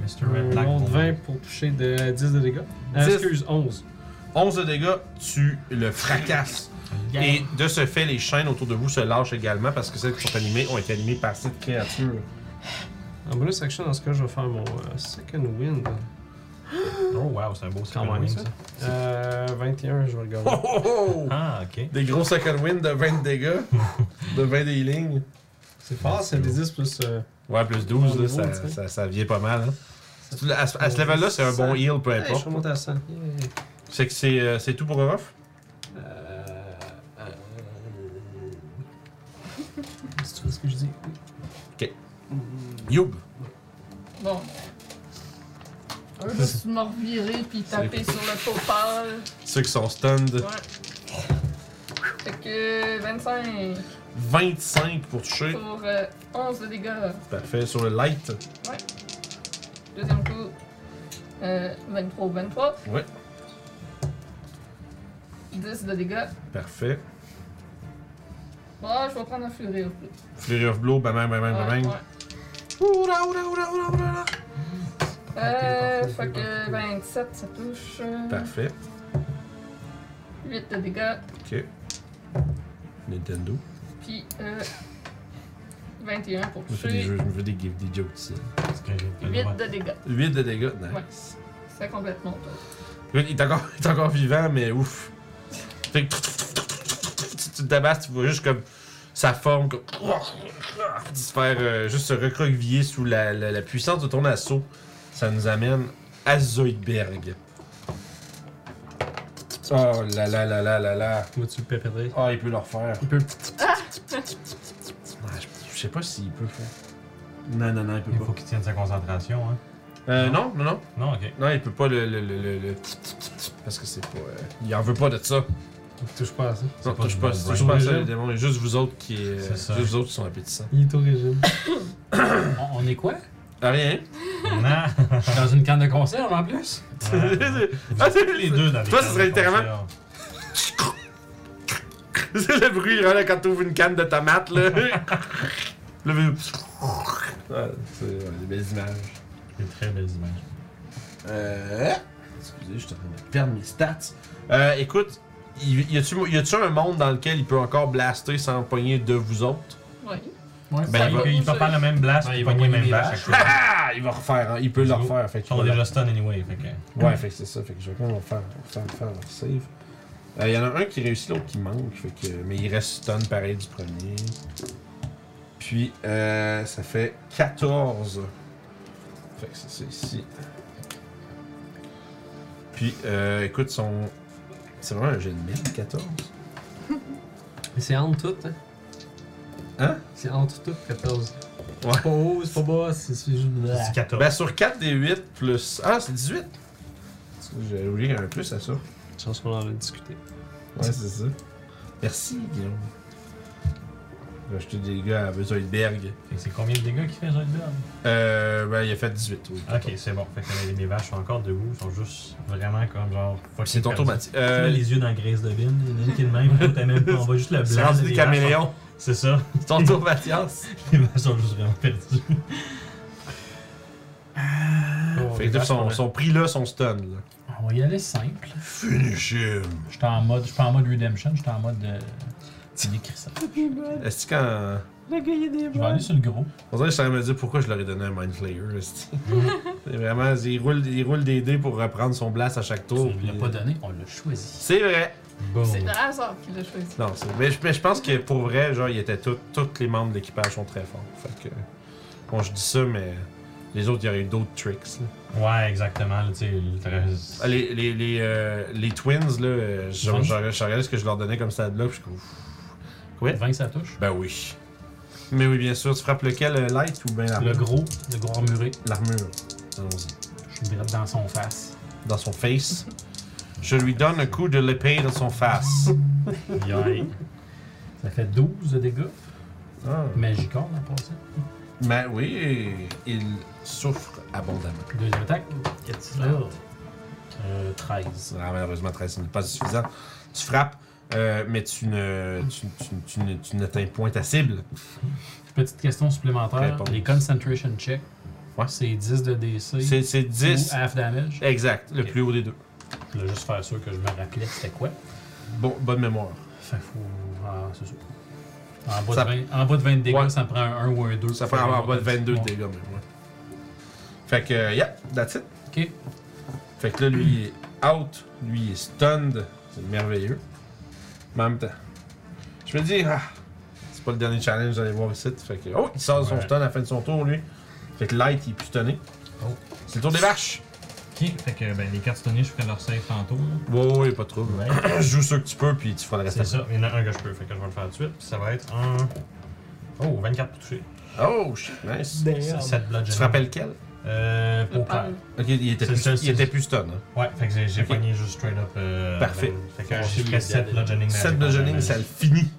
[SPEAKER 5] Mr. Red
[SPEAKER 2] Un
[SPEAKER 5] Black.
[SPEAKER 2] autre
[SPEAKER 5] pour-
[SPEAKER 2] 20 pour toucher de 10 de dégâts. Euh,
[SPEAKER 1] 10.
[SPEAKER 2] excuse, 11.
[SPEAKER 1] 11 de dégâts, tu le fracasses. Et de ce fait, les chaînes autour de vous se lâchent également parce que celles qui sont animées ont été animées par cette créature.
[SPEAKER 2] En bonus action, dans ce cas, je vais faire mon euh, second wind.
[SPEAKER 5] Oh wow, c'est un beau
[SPEAKER 2] Quand
[SPEAKER 5] Halloween,
[SPEAKER 2] même, ça. Euh, 21, je vais le garder.
[SPEAKER 1] Oh oh oh!
[SPEAKER 5] Ah, ok.
[SPEAKER 1] Des gros second win de 20 de dégâts, de 20 de healing.
[SPEAKER 2] C'est fort, c'est des 10 plus. euh,
[SPEAKER 1] Ouais, plus 12,
[SPEAKER 2] Ouais,
[SPEAKER 1] là,
[SPEAKER 2] le gros,
[SPEAKER 1] ça,
[SPEAKER 2] tu sais.
[SPEAKER 1] ça, ça vient pas mal. Hein. Tu- À, ce- à ce level-là, c'est un bon heal, peu
[SPEAKER 2] hey, je suis
[SPEAKER 1] importe.
[SPEAKER 2] remonté à 100. Yeah.
[SPEAKER 1] C'est que c'est euh, c'est tout pour Orof.
[SPEAKER 2] Euh, euh, Si tu vois ce que je dis.
[SPEAKER 1] Ok. Youb.
[SPEAKER 3] Bon. Un, je suis mort viré puis tapé sur le faux pâle.
[SPEAKER 1] Ceux qui sont stunned.
[SPEAKER 3] Ouais. Fait que 25
[SPEAKER 1] 25 pour toucher.
[SPEAKER 3] pour euh, 11 de dégâts.
[SPEAKER 1] Parfait. Sur le light.
[SPEAKER 3] Deuxième coup, euh, 23 23.
[SPEAKER 1] Ouais.
[SPEAKER 3] 10 de dégâts.
[SPEAKER 1] Parfait.
[SPEAKER 3] Bon, je vais prendre un furie au plus.
[SPEAKER 1] Flurry of Blow, bam bam bam bam
[SPEAKER 3] Ouais,
[SPEAKER 1] bam.
[SPEAKER 3] ouais.
[SPEAKER 1] Oula, oula, oula, oula, oula, oula.
[SPEAKER 3] Euh, fait que 27, ça touche.
[SPEAKER 1] Parfait.
[SPEAKER 3] 8 de dégâts.
[SPEAKER 1] Ok. Nintendo.
[SPEAKER 3] Puis euh, 21 pour
[SPEAKER 1] Je me fais des
[SPEAKER 3] toucher.
[SPEAKER 1] jeux, je me fais des, gifs- des jokes ici.
[SPEAKER 5] Parce que j'ai pas le
[SPEAKER 3] 8
[SPEAKER 5] droit.
[SPEAKER 3] de dégâts.
[SPEAKER 1] 8 de dégâts. Nice.
[SPEAKER 3] Ouais. C'est complètement top.
[SPEAKER 1] Il est, encore, il est encore vivant, mais ouf. Fait que tu tu te tabasses, tu vois juste comme sa forme comme, se faire euh, juste se recroqueviller sous la, la- la puissance de ton assaut. Ça nous amène à Zoidberg. Oh là là là là là là.
[SPEAKER 2] Moi, tu le péperais.
[SPEAKER 1] Ah, il peut le refaire.
[SPEAKER 2] Il peut
[SPEAKER 1] Ah, je- Je sais pas s'il peut faire.
[SPEAKER 6] Non, non, non, il peut
[SPEAKER 5] Il
[SPEAKER 6] pas.
[SPEAKER 5] faut qu'il tienne sa concentration, hein.
[SPEAKER 1] Euh, non, non, non.
[SPEAKER 5] Non, ok.
[SPEAKER 1] Non, il peut pas le. le, le, le- le- Parce que c'est pas. euh, Il en veut pas de ça.
[SPEAKER 2] Donc, touche pas à ça.
[SPEAKER 1] Non,
[SPEAKER 5] pas
[SPEAKER 1] touche
[SPEAKER 5] du
[SPEAKER 1] pas,
[SPEAKER 5] bon
[SPEAKER 1] touche
[SPEAKER 5] brain.
[SPEAKER 1] pas à ça, les démons. Il y a juste vous autres qui. euh,
[SPEAKER 5] C'est ça.
[SPEAKER 1] Juste vous autres qui sont appétissants.
[SPEAKER 2] Il est au régime.
[SPEAKER 4] On, on est quoi?
[SPEAKER 1] Ah, rien.
[SPEAKER 5] Non.
[SPEAKER 4] Dans une canne de conserve en plus?
[SPEAKER 1] Ah, c'est
[SPEAKER 5] les deux dans les
[SPEAKER 1] Toi, ce
[SPEAKER 5] cannes
[SPEAKER 1] serait
[SPEAKER 5] de
[SPEAKER 1] littéralement-
[SPEAKER 5] conserve.
[SPEAKER 1] C'est le bruit hein, là, quand t'ouvres une canne de tomate, là. le... Ah, c'est ouais, des belles images.
[SPEAKER 5] Des très belles images.
[SPEAKER 6] Euh. Excusez, je suis en train de perdre mes stats.
[SPEAKER 1] Euh, écoute, y, y a-tu y a-tu un monde dans lequel il peut encore blaster sans pogner de vous autres?
[SPEAKER 3] Oui.
[SPEAKER 4] Ouais,
[SPEAKER 1] Ben, il
[SPEAKER 5] Ben, il,
[SPEAKER 1] va-
[SPEAKER 5] peut- il peut faire la même blast,
[SPEAKER 4] Ouais,
[SPEAKER 5] il
[SPEAKER 4] il
[SPEAKER 5] va
[SPEAKER 4] va
[SPEAKER 5] pogner le
[SPEAKER 4] pogner
[SPEAKER 5] même
[SPEAKER 4] les
[SPEAKER 5] blast.
[SPEAKER 4] vaches.
[SPEAKER 5] chaque fois.
[SPEAKER 1] Ah! Il va refaire, hein. il peut le
[SPEAKER 5] Let's go.
[SPEAKER 1] refaire. Fait que
[SPEAKER 5] Ils sont
[SPEAKER 1] voilà.
[SPEAKER 5] déjà stun anyway, fait que.
[SPEAKER 1] Ouais, fait que c'est ça. Fait que je vais quand même faire, faire, faire leur save. Il y en a un qui réussit, l'autre qui manque. Fait que, mais il reste stun pareil du premier. Puis, euh, ça fait 14. Fait que c'est ça ici. Puis, euh, écoute, son. C'est vraiment un jeu de merde, 14.
[SPEAKER 2] Mais c'est entre toutes, hein.
[SPEAKER 1] Hein?
[SPEAKER 2] C'est entre toutes 14.
[SPEAKER 1] Ouais.
[SPEAKER 2] C'est pas haut, c'est pas bas, c'est c'est juste.
[SPEAKER 5] C'est 14.
[SPEAKER 1] Ben, sur 4 des 8 plus. Ah, c'est 18! J'avais oublié un plus à ça. Ouais,
[SPEAKER 2] Je pense qu'on en a discuté.
[SPEAKER 1] c'est ça. Merci, Guillaume. J'ai acheté des gars à Besoinberg.
[SPEAKER 5] Fait que c'est combien de dégâts qu'il fait, Jacques Bell?
[SPEAKER 1] Euh, ben, il a fait 18, oui.
[SPEAKER 5] Ok, c'est bon. Fait que les- mes vaches sont encore debout, sont juste vraiment comme genre. fucking
[SPEAKER 1] C'est ton tour,
[SPEAKER 5] perdues.
[SPEAKER 1] Mathieu.
[SPEAKER 5] Tu mets
[SPEAKER 1] Euh,
[SPEAKER 5] les yeux dans la graisse de bine, il y en a une qui est de même, l'autre elle même pas, on va juste la
[SPEAKER 1] c'est
[SPEAKER 5] blague.
[SPEAKER 1] rendu des caméléons.
[SPEAKER 5] C'est ça,
[SPEAKER 1] C'est ton tour, Mathias.
[SPEAKER 5] les vaches sont juste vraiment perdues.
[SPEAKER 1] Fait que son, son prix là, son stun. Là.
[SPEAKER 4] On va y aller simple.
[SPEAKER 1] Finish him.
[SPEAKER 4] J'étais en mode, j'étais en mode Redemption, j'étais en mode euh, décrissage.
[SPEAKER 1] Est-ce que quand.
[SPEAKER 4] Je vais aller sur le gros.
[SPEAKER 1] On dirait que je suis en train de me dire pourquoi je leur ai donné un Mind Flayer. esti. C'est vraiment. Il roule, il roule des dés pour reprendre son blast à chaque
[SPEAKER 4] On
[SPEAKER 1] tour.
[SPEAKER 4] ne l'a
[SPEAKER 1] puis- euh,
[SPEAKER 4] pas donné, on l'a choisi.
[SPEAKER 1] C'est vrai.
[SPEAKER 5] Bon.
[SPEAKER 3] C'est le hasard qui l'a choisi.
[SPEAKER 1] Non, c'est- mais, je- mais je pense que pour vrai, genre, ils étaient tous. Tous les membres de l'équipage sont très forts. Fait que. Bon, je dis ça, mais. Les autres, il y aurait eu d'autres tricks. là.
[SPEAKER 5] Ouais, exactement, là, tu sais, le
[SPEAKER 1] Ah, Les, les, les, euh, les twins, là, euh, je
[SPEAKER 4] Twins?
[SPEAKER 1] je- je regardais ce que je leur donnais comme stade là, puis je suis comme, ouf. Oui.
[SPEAKER 4] 20 ça touche.
[SPEAKER 1] Ben oui. Mais oui, bien sûr, tu frappes lequel, euh, light ou bien
[SPEAKER 4] Le
[SPEAKER 1] l'armure
[SPEAKER 4] gros, le gros armuré,
[SPEAKER 1] L'armure. Allons-y.
[SPEAKER 4] je suis direct dans son face.
[SPEAKER 1] Dans son face. Je lui donne un coup de l'épée dans son face.
[SPEAKER 4] Ça fait 12 de dégâts.
[SPEAKER 1] Ah.
[SPEAKER 4] Magicorn en passant.
[SPEAKER 1] Mais oui, il souffre abondamment.
[SPEAKER 4] Deuxième attaque. Euh, 13.
[SPEAKER 1] Ah, malheureusement, 13, ce n'est pas suffisant. Tu frappes, euh, mais tu ne, tu, tu, tu ne- tu n'atteins point ta cible.
[SPEAKER 4] Petite question supplémentaire.
[SPEAKER 1] Réponse.
[SPEAKER 4] Les concentration check.
[SPEAKER 1] Ouais.
[SPEAKER 4] C'est 10 de DC.
[SPEAKER 1] C'est, c'est 10.
[SPEAKER 4] Ou half damage.
[SPEAKER 1] Exact, le
[SPEAKER 4] Ok.
[SPEAKER 1] plus haut des deux.
[SPEAKER 4] Je voulais juste faire sûr que je me rappelais c'était quoi.
[SPEAKER 1] Bon, bonne mémoire.
[SPEAKER 4] Fait que faut. Ah, c'est ça. En bas,
[SPEAKER 1] Ça-
[SPEAKER 4] de 20, en bas de 20 de dégâts,
[SPEAKER 1] Ouais.
[SPEAKER 4] ça me prend un 1 ou un 2.
[SPEAKER 1] Ça fait avoir en bas de 22 de
[SPEAKER 4] Ouais.
[SPEAKER 1] dégâts, même. ouais. Fait que, euh, yeah, that's it.
[SPEAKER 4] Ok.
[SPEAKER 1] Fait que là, lui, il est out, lui, il est stunned. C'est merveilleux. Mais en même temps, je me dis, ah, c'est pas le dernier challenge d'aller voir ici. Fait que, oh, il sort de son
[SPEAKER 5] Ouais.
[SPEAKER 1] stun à la fin de son tour, lui. Fait que Light, il est plus stunné.
[SPEAKER 5] Oh.
[SPEAKER 1] C'est le tour des vaches.
[SPEAKER 5] Ok, fait que ben, les cartes stunnées, je ferai leur save tantôt. là.
[SPEAKER 1] Ouais, ouais, pas trop. trouble. Joue ceux que tu peux, puis tu feras le reste
[SPEAKER 5] Ben, C'est
[SPEAKER 1] après.
[SPEAKER 5] ça, il y en a un que je peux, fait que je vais le faire tout de suite, puis ça va être un. Oh, 24 pour toucher.
[SPEAKER 1] Oh, shit, nice.
[SPEAKER 5] 7 blood
[SPEAKER 1] Tu te
[SPEAKER 5] généraux.
[SPEAKER 1] rappelles lequel
[SPEAKER 5] Euh,
[SPEAKER 3] Le
[SPEAKER 5] pour
[SPEAKER 3] pâle.
[SPEAKER 1] Ok, il était
[SPEAKER 5] C'est
[SPEAKER 1] plus,
[SPEAKER 5] ça,
[SPEAKER 1] il
[SPEAKER 5] c'est
[SPEAKER 1] était
[SPEAKER 5] ça.
[SPEAKER 1] plus stun. Hein.
[SPEAKER 5] Ouais, fait que j'ai j'ai
[SPEAKER 1] Ok.
[SPEAKER 5] pogné juste straight up. euh,
[SPEAKER 1] Parfait.
[SPEAKER 5] ben, Fait
[SPEAKER 4] On
[SPEAKER 5] que
[SPEAKER 4] suit
[SPEAKER 5] j'ai
[SPEAKER 4] les
[SPEAKER 5] fait 7
[SPEAKER 4] dates.
[SPEAKER 5] bludgeoning.
[SPEAKER 1] 7
[SPEAKER 5] ben,
[SPEAKER 1] bludgeoning, ça le finit.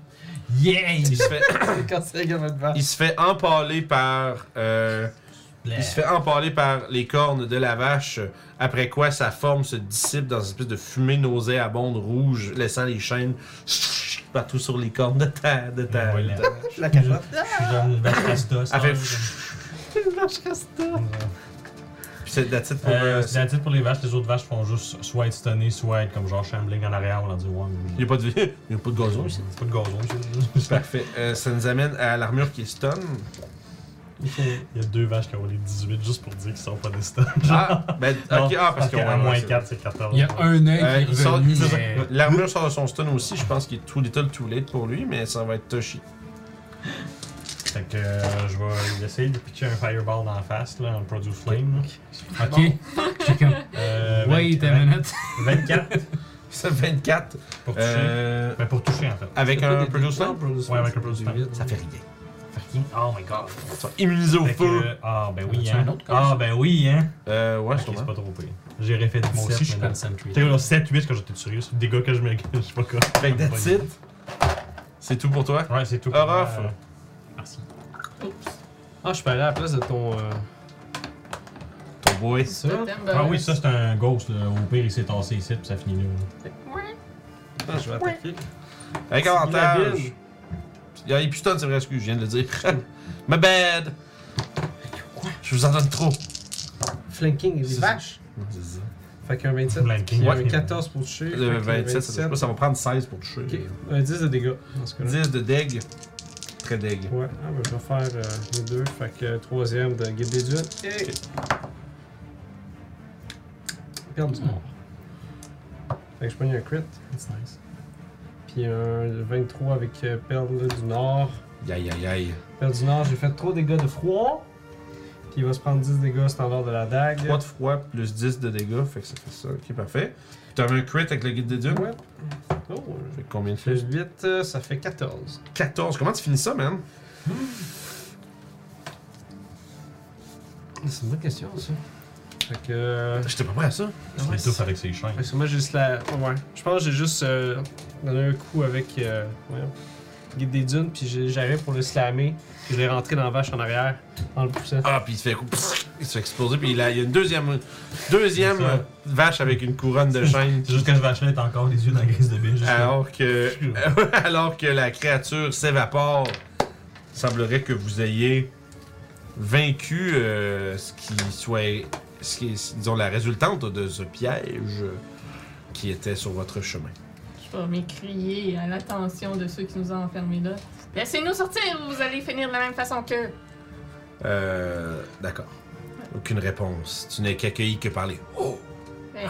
[SPEAKER 5] Yeah!
[SPEAKER 1] Il se fait,
[SPEAKER 2] Quand c'est comme un
[SPEAKER 1] il se fait empaler par. euh, Il se fait empaler par les cornes de la vache, après quoi sa forme se dissipe dans une espèce de fumée nauséabonde rouge, laissant les chaînes partout sur les cornes de ta. De ta,
[SPEAKER 5] Ouais,
[SPEAKER 1] de ta-
[SPEAKER 2] La
[SPEAKER 5] Je je suis dans le
[SPEAKER 1] Elle
[SPEAKER 5] Vastastos.
[SPEAKER 1] Ah, fait Puis c'est that's it pour. euh,
[SPEAKER 5] Euh, c'est la titre pour les vaches, les autres vaches font juste soit être stunnées, soit être comme genre shambling en arrière, on leur dit ouais,
[SPEAKER 1] il n'y
[SPEAKER 5] mais.
[SPEAKER 1] a pas de, il y a pas de gazon ici.
[SPEAKER 5] Pas de gazon, ça.
[SPEAKER 1] Parfait. Euh, ça nous amène à l'armure qui est stun.
[SPEAKER 5] Il y a deux vaches qui ont roulé 18 juste pour dire qu'ils sont pas des stuns.
[SPEAKER 1] Ah, ben, ok, ah, parce qu'on
[SPEAKER 5] qu'à moins 4, c'est 14.
[SPEAKER 4] Il y a un œil
[SPEAKER 1] Euh,
[SPEAKER 4] qui
[SPEAKER 1] il
[SPEAKER 4] est
[SPEAKER 1] sort-
[SPEAKER 4] revenu,
[SPEAKER 1] c'est ça.
[SPEAKER 4] mais-
[SPEAKER 1] L'armure sort de son stun aussi, je pense qu'il est too little too late pour lui, mais ça va être Toshi.
[SPEAKER 5] Fait que euh, je vais essayer de pitcher un fireball dans la face, là, un produce flame. là.
[SPEAKER 4] Ok. J'ai comme.
[SPEAKER 5] Euh,
[SPEAKER 4] Wait a
[SPEAKER 5] 20
[SPEAKER 4] minute.
[SPEAKER 5] 24.
[SPEAKER 1] Ça fait 24.
[SPEAKER 5] Pour toucher.
[SPEAKER 1] Euh,
[SPEAKER 5] Ben, pour toucher, en fait.
[SPEAKER 1] avec
[SPEAKER 2] C'est pas
[SPEAKER 1] un
[SPEAKER 2] des
[SPEAKER 1] peu
[SPEAKER 2] dix points,
[SPEAKER 1] slam?
[SPEAKER 2] Bruce
[SPEAKER 5] Ouais, avec
[SPEAKER 2] Lee,
[SPEAKER 5] un Bruce
[SPEAKER 2] c'est
[SPEAKER 5] Lee.
[SPEAKER 2] du vide,
[SPEAKER 1] Ça
[SPEAKER 2] ouais.
[SPEAKER 1] fait rien.
[SPEAKER 5] Fait que- Oh my god.
[SPEAKER 1] Ils sont immunisés au
[SPEAKER 5] Fait
[SPEAKER 1] feu.
[SPEAKER 5] que- Ah, ben
[SPEAKER 4] En
[SPEAKER 5] oui,
[SPEAKER 4] as-tu
[SPEAKER 5] hein.
[SPEAKER 4] un autre, comme
[SPEAKER 5] Ah,
[SPEAKER 4] ça?
[SPEAKER 5] ben oui, hein.
[SPEAKER 1] Euh, ouais,
[SPEAKER 5] Ok,
[SPEAKER 1] sûrement.
[SPEAKER 5] c'est pas trop pire. J'ai réfait 17.
[SPEAKER 4] Moi aussi, je suis
[SPEAKER 5] maintenant.
[SPEAKER 4] concentré.
[SPEAKER 5] T'as eu 7, 8 quand j'étais sérieux. C'est des gars que je me je suis pas quoi.
[SPEAKER 1] Fait que Ben, that's it. C'est tout pour toi.
[SPEAKER 5] Ouais, c'est tout.
[SPEAKER 1] Orof.
[SPEAKER 5] Euh,
[SPEAKER 4] Merci.
[SPEAKER 2] Ah, je peux aller à la place de ton. euh,
[SPEAKER 1] Ton boy.
[SPEAKER 2] ça.
[SPEAKER 3] Totem, ben,
[SPEAKER 5] Ah oui, ça c'est un ghost. Là. Au pire, il s'est tassé ici, puis ça finit là.
[SPEAKER 3] Ouais.
[SPEAKER 2] Ah, je vais attaquer.
[SPEAKER 1] Avec avantage. Il y a les pistons, c'est vrai, excuse, je viens de le dire. My bad. Je vous en donne trop.
[SPEAKER 2] Flanking, il est
[SPEAKER 1] C'est
[SPEAKER 2] vache. Fait qu'un 27.
[SPEAKER 5] Flanking,
[SPEAKER 2] un
[SPEAKER 5] ouais.
[SPEAKER 2] 14 pour toucher. fait
[SPEAKER 1] Le
[SPEAKER 2] qu'un
[SPEAKER 1] 27, ça touche pas, ça va prendre 16 pour toucher.
[SPEAKER 2] Ok, un 10 de dégâts dans ce cas-là.
[SPEAKER 1] 10 de deg. Très deg.
[SPEAKER 2] Ouais, ah, ben, je vais faire euh, les deux. Fait que euh, troisième de Guide des Dunes. Et.
[SPEAKER 1] Ok.
[SPEAKER 2] Perdre du temps. Fait que je prends un crit.
[SPEAKER 4] That's nice.
[SPEAKER 2] Puis un 23 avec euh, Perle du Nord.
[SPEAKER 1] Aïe, aïe, aïe.
[SPEAKER 2] Perle du Nord, j'ai fait trop dégâts de froid. Puis il va se prendre 10 dégâts standard de la dague.
[SPEAKER 1] 3 de froid plus 10 de dégâts, fait que ça fait ça. Ok, parfait. Puis T'avais un crit avec le guide des dieux.
[SPEAKER 2] Ouais. Oh,
[SPEAKER 1] Fait que combien de flèches
[SPEAKER 2] plus 8, euh, ça fait 14.
[SPEAKER 1] 14. Comment tu finis ça, man
[SPEAKER 2] C'est une bonne question, ça. Fait que. euh,
[SPEAKER 1] J'étais pas prêt à ça.
[SPEAKER 5] Il étouffe avec ses chaînes.
[SPEAKER 2] Parce que moi, j'ai juste la. Ouais. Je pense que j'ai juste euh, donné un coup avec. Euh, voyons, Guide des dunes, puis j'ai- j'arrive pour le slammer, puis je l'ai rentré dans la vache en arrière, en le poussant.
[SPEAKER 1] Ah, puis il se fait coup. pfff, Il se fait exploser, puis il a, il y a une deuxième, deuxième
[SPEAKER 5] C'est ça.
[SPEAKER 1] euh, vache avec une couronne de chaîne.
[SPEAKER 5] C'est juste que ce vachelet est encore les yeux dans la grise de biche.
[SPEAKER 1] Alors que, alors que la créature s'évapore, il semblerait que vous ayez vaincu euh, ce qui soit, ce qui est, disons, la résultante de ce piège qui était sur votre chemin.
[SPEAKER 3] Je vais m'écrier à l'attention de ceux qui nous ont enfermés là. Laissez-nous sortir ou vous allez finir de la même façon qu'eux.
[SPEAKER 1] Euh, D'accord. Aucune réponse. Tu n'es qu'accueilli que par les. Oh!
[SPEAKER 3] Hey.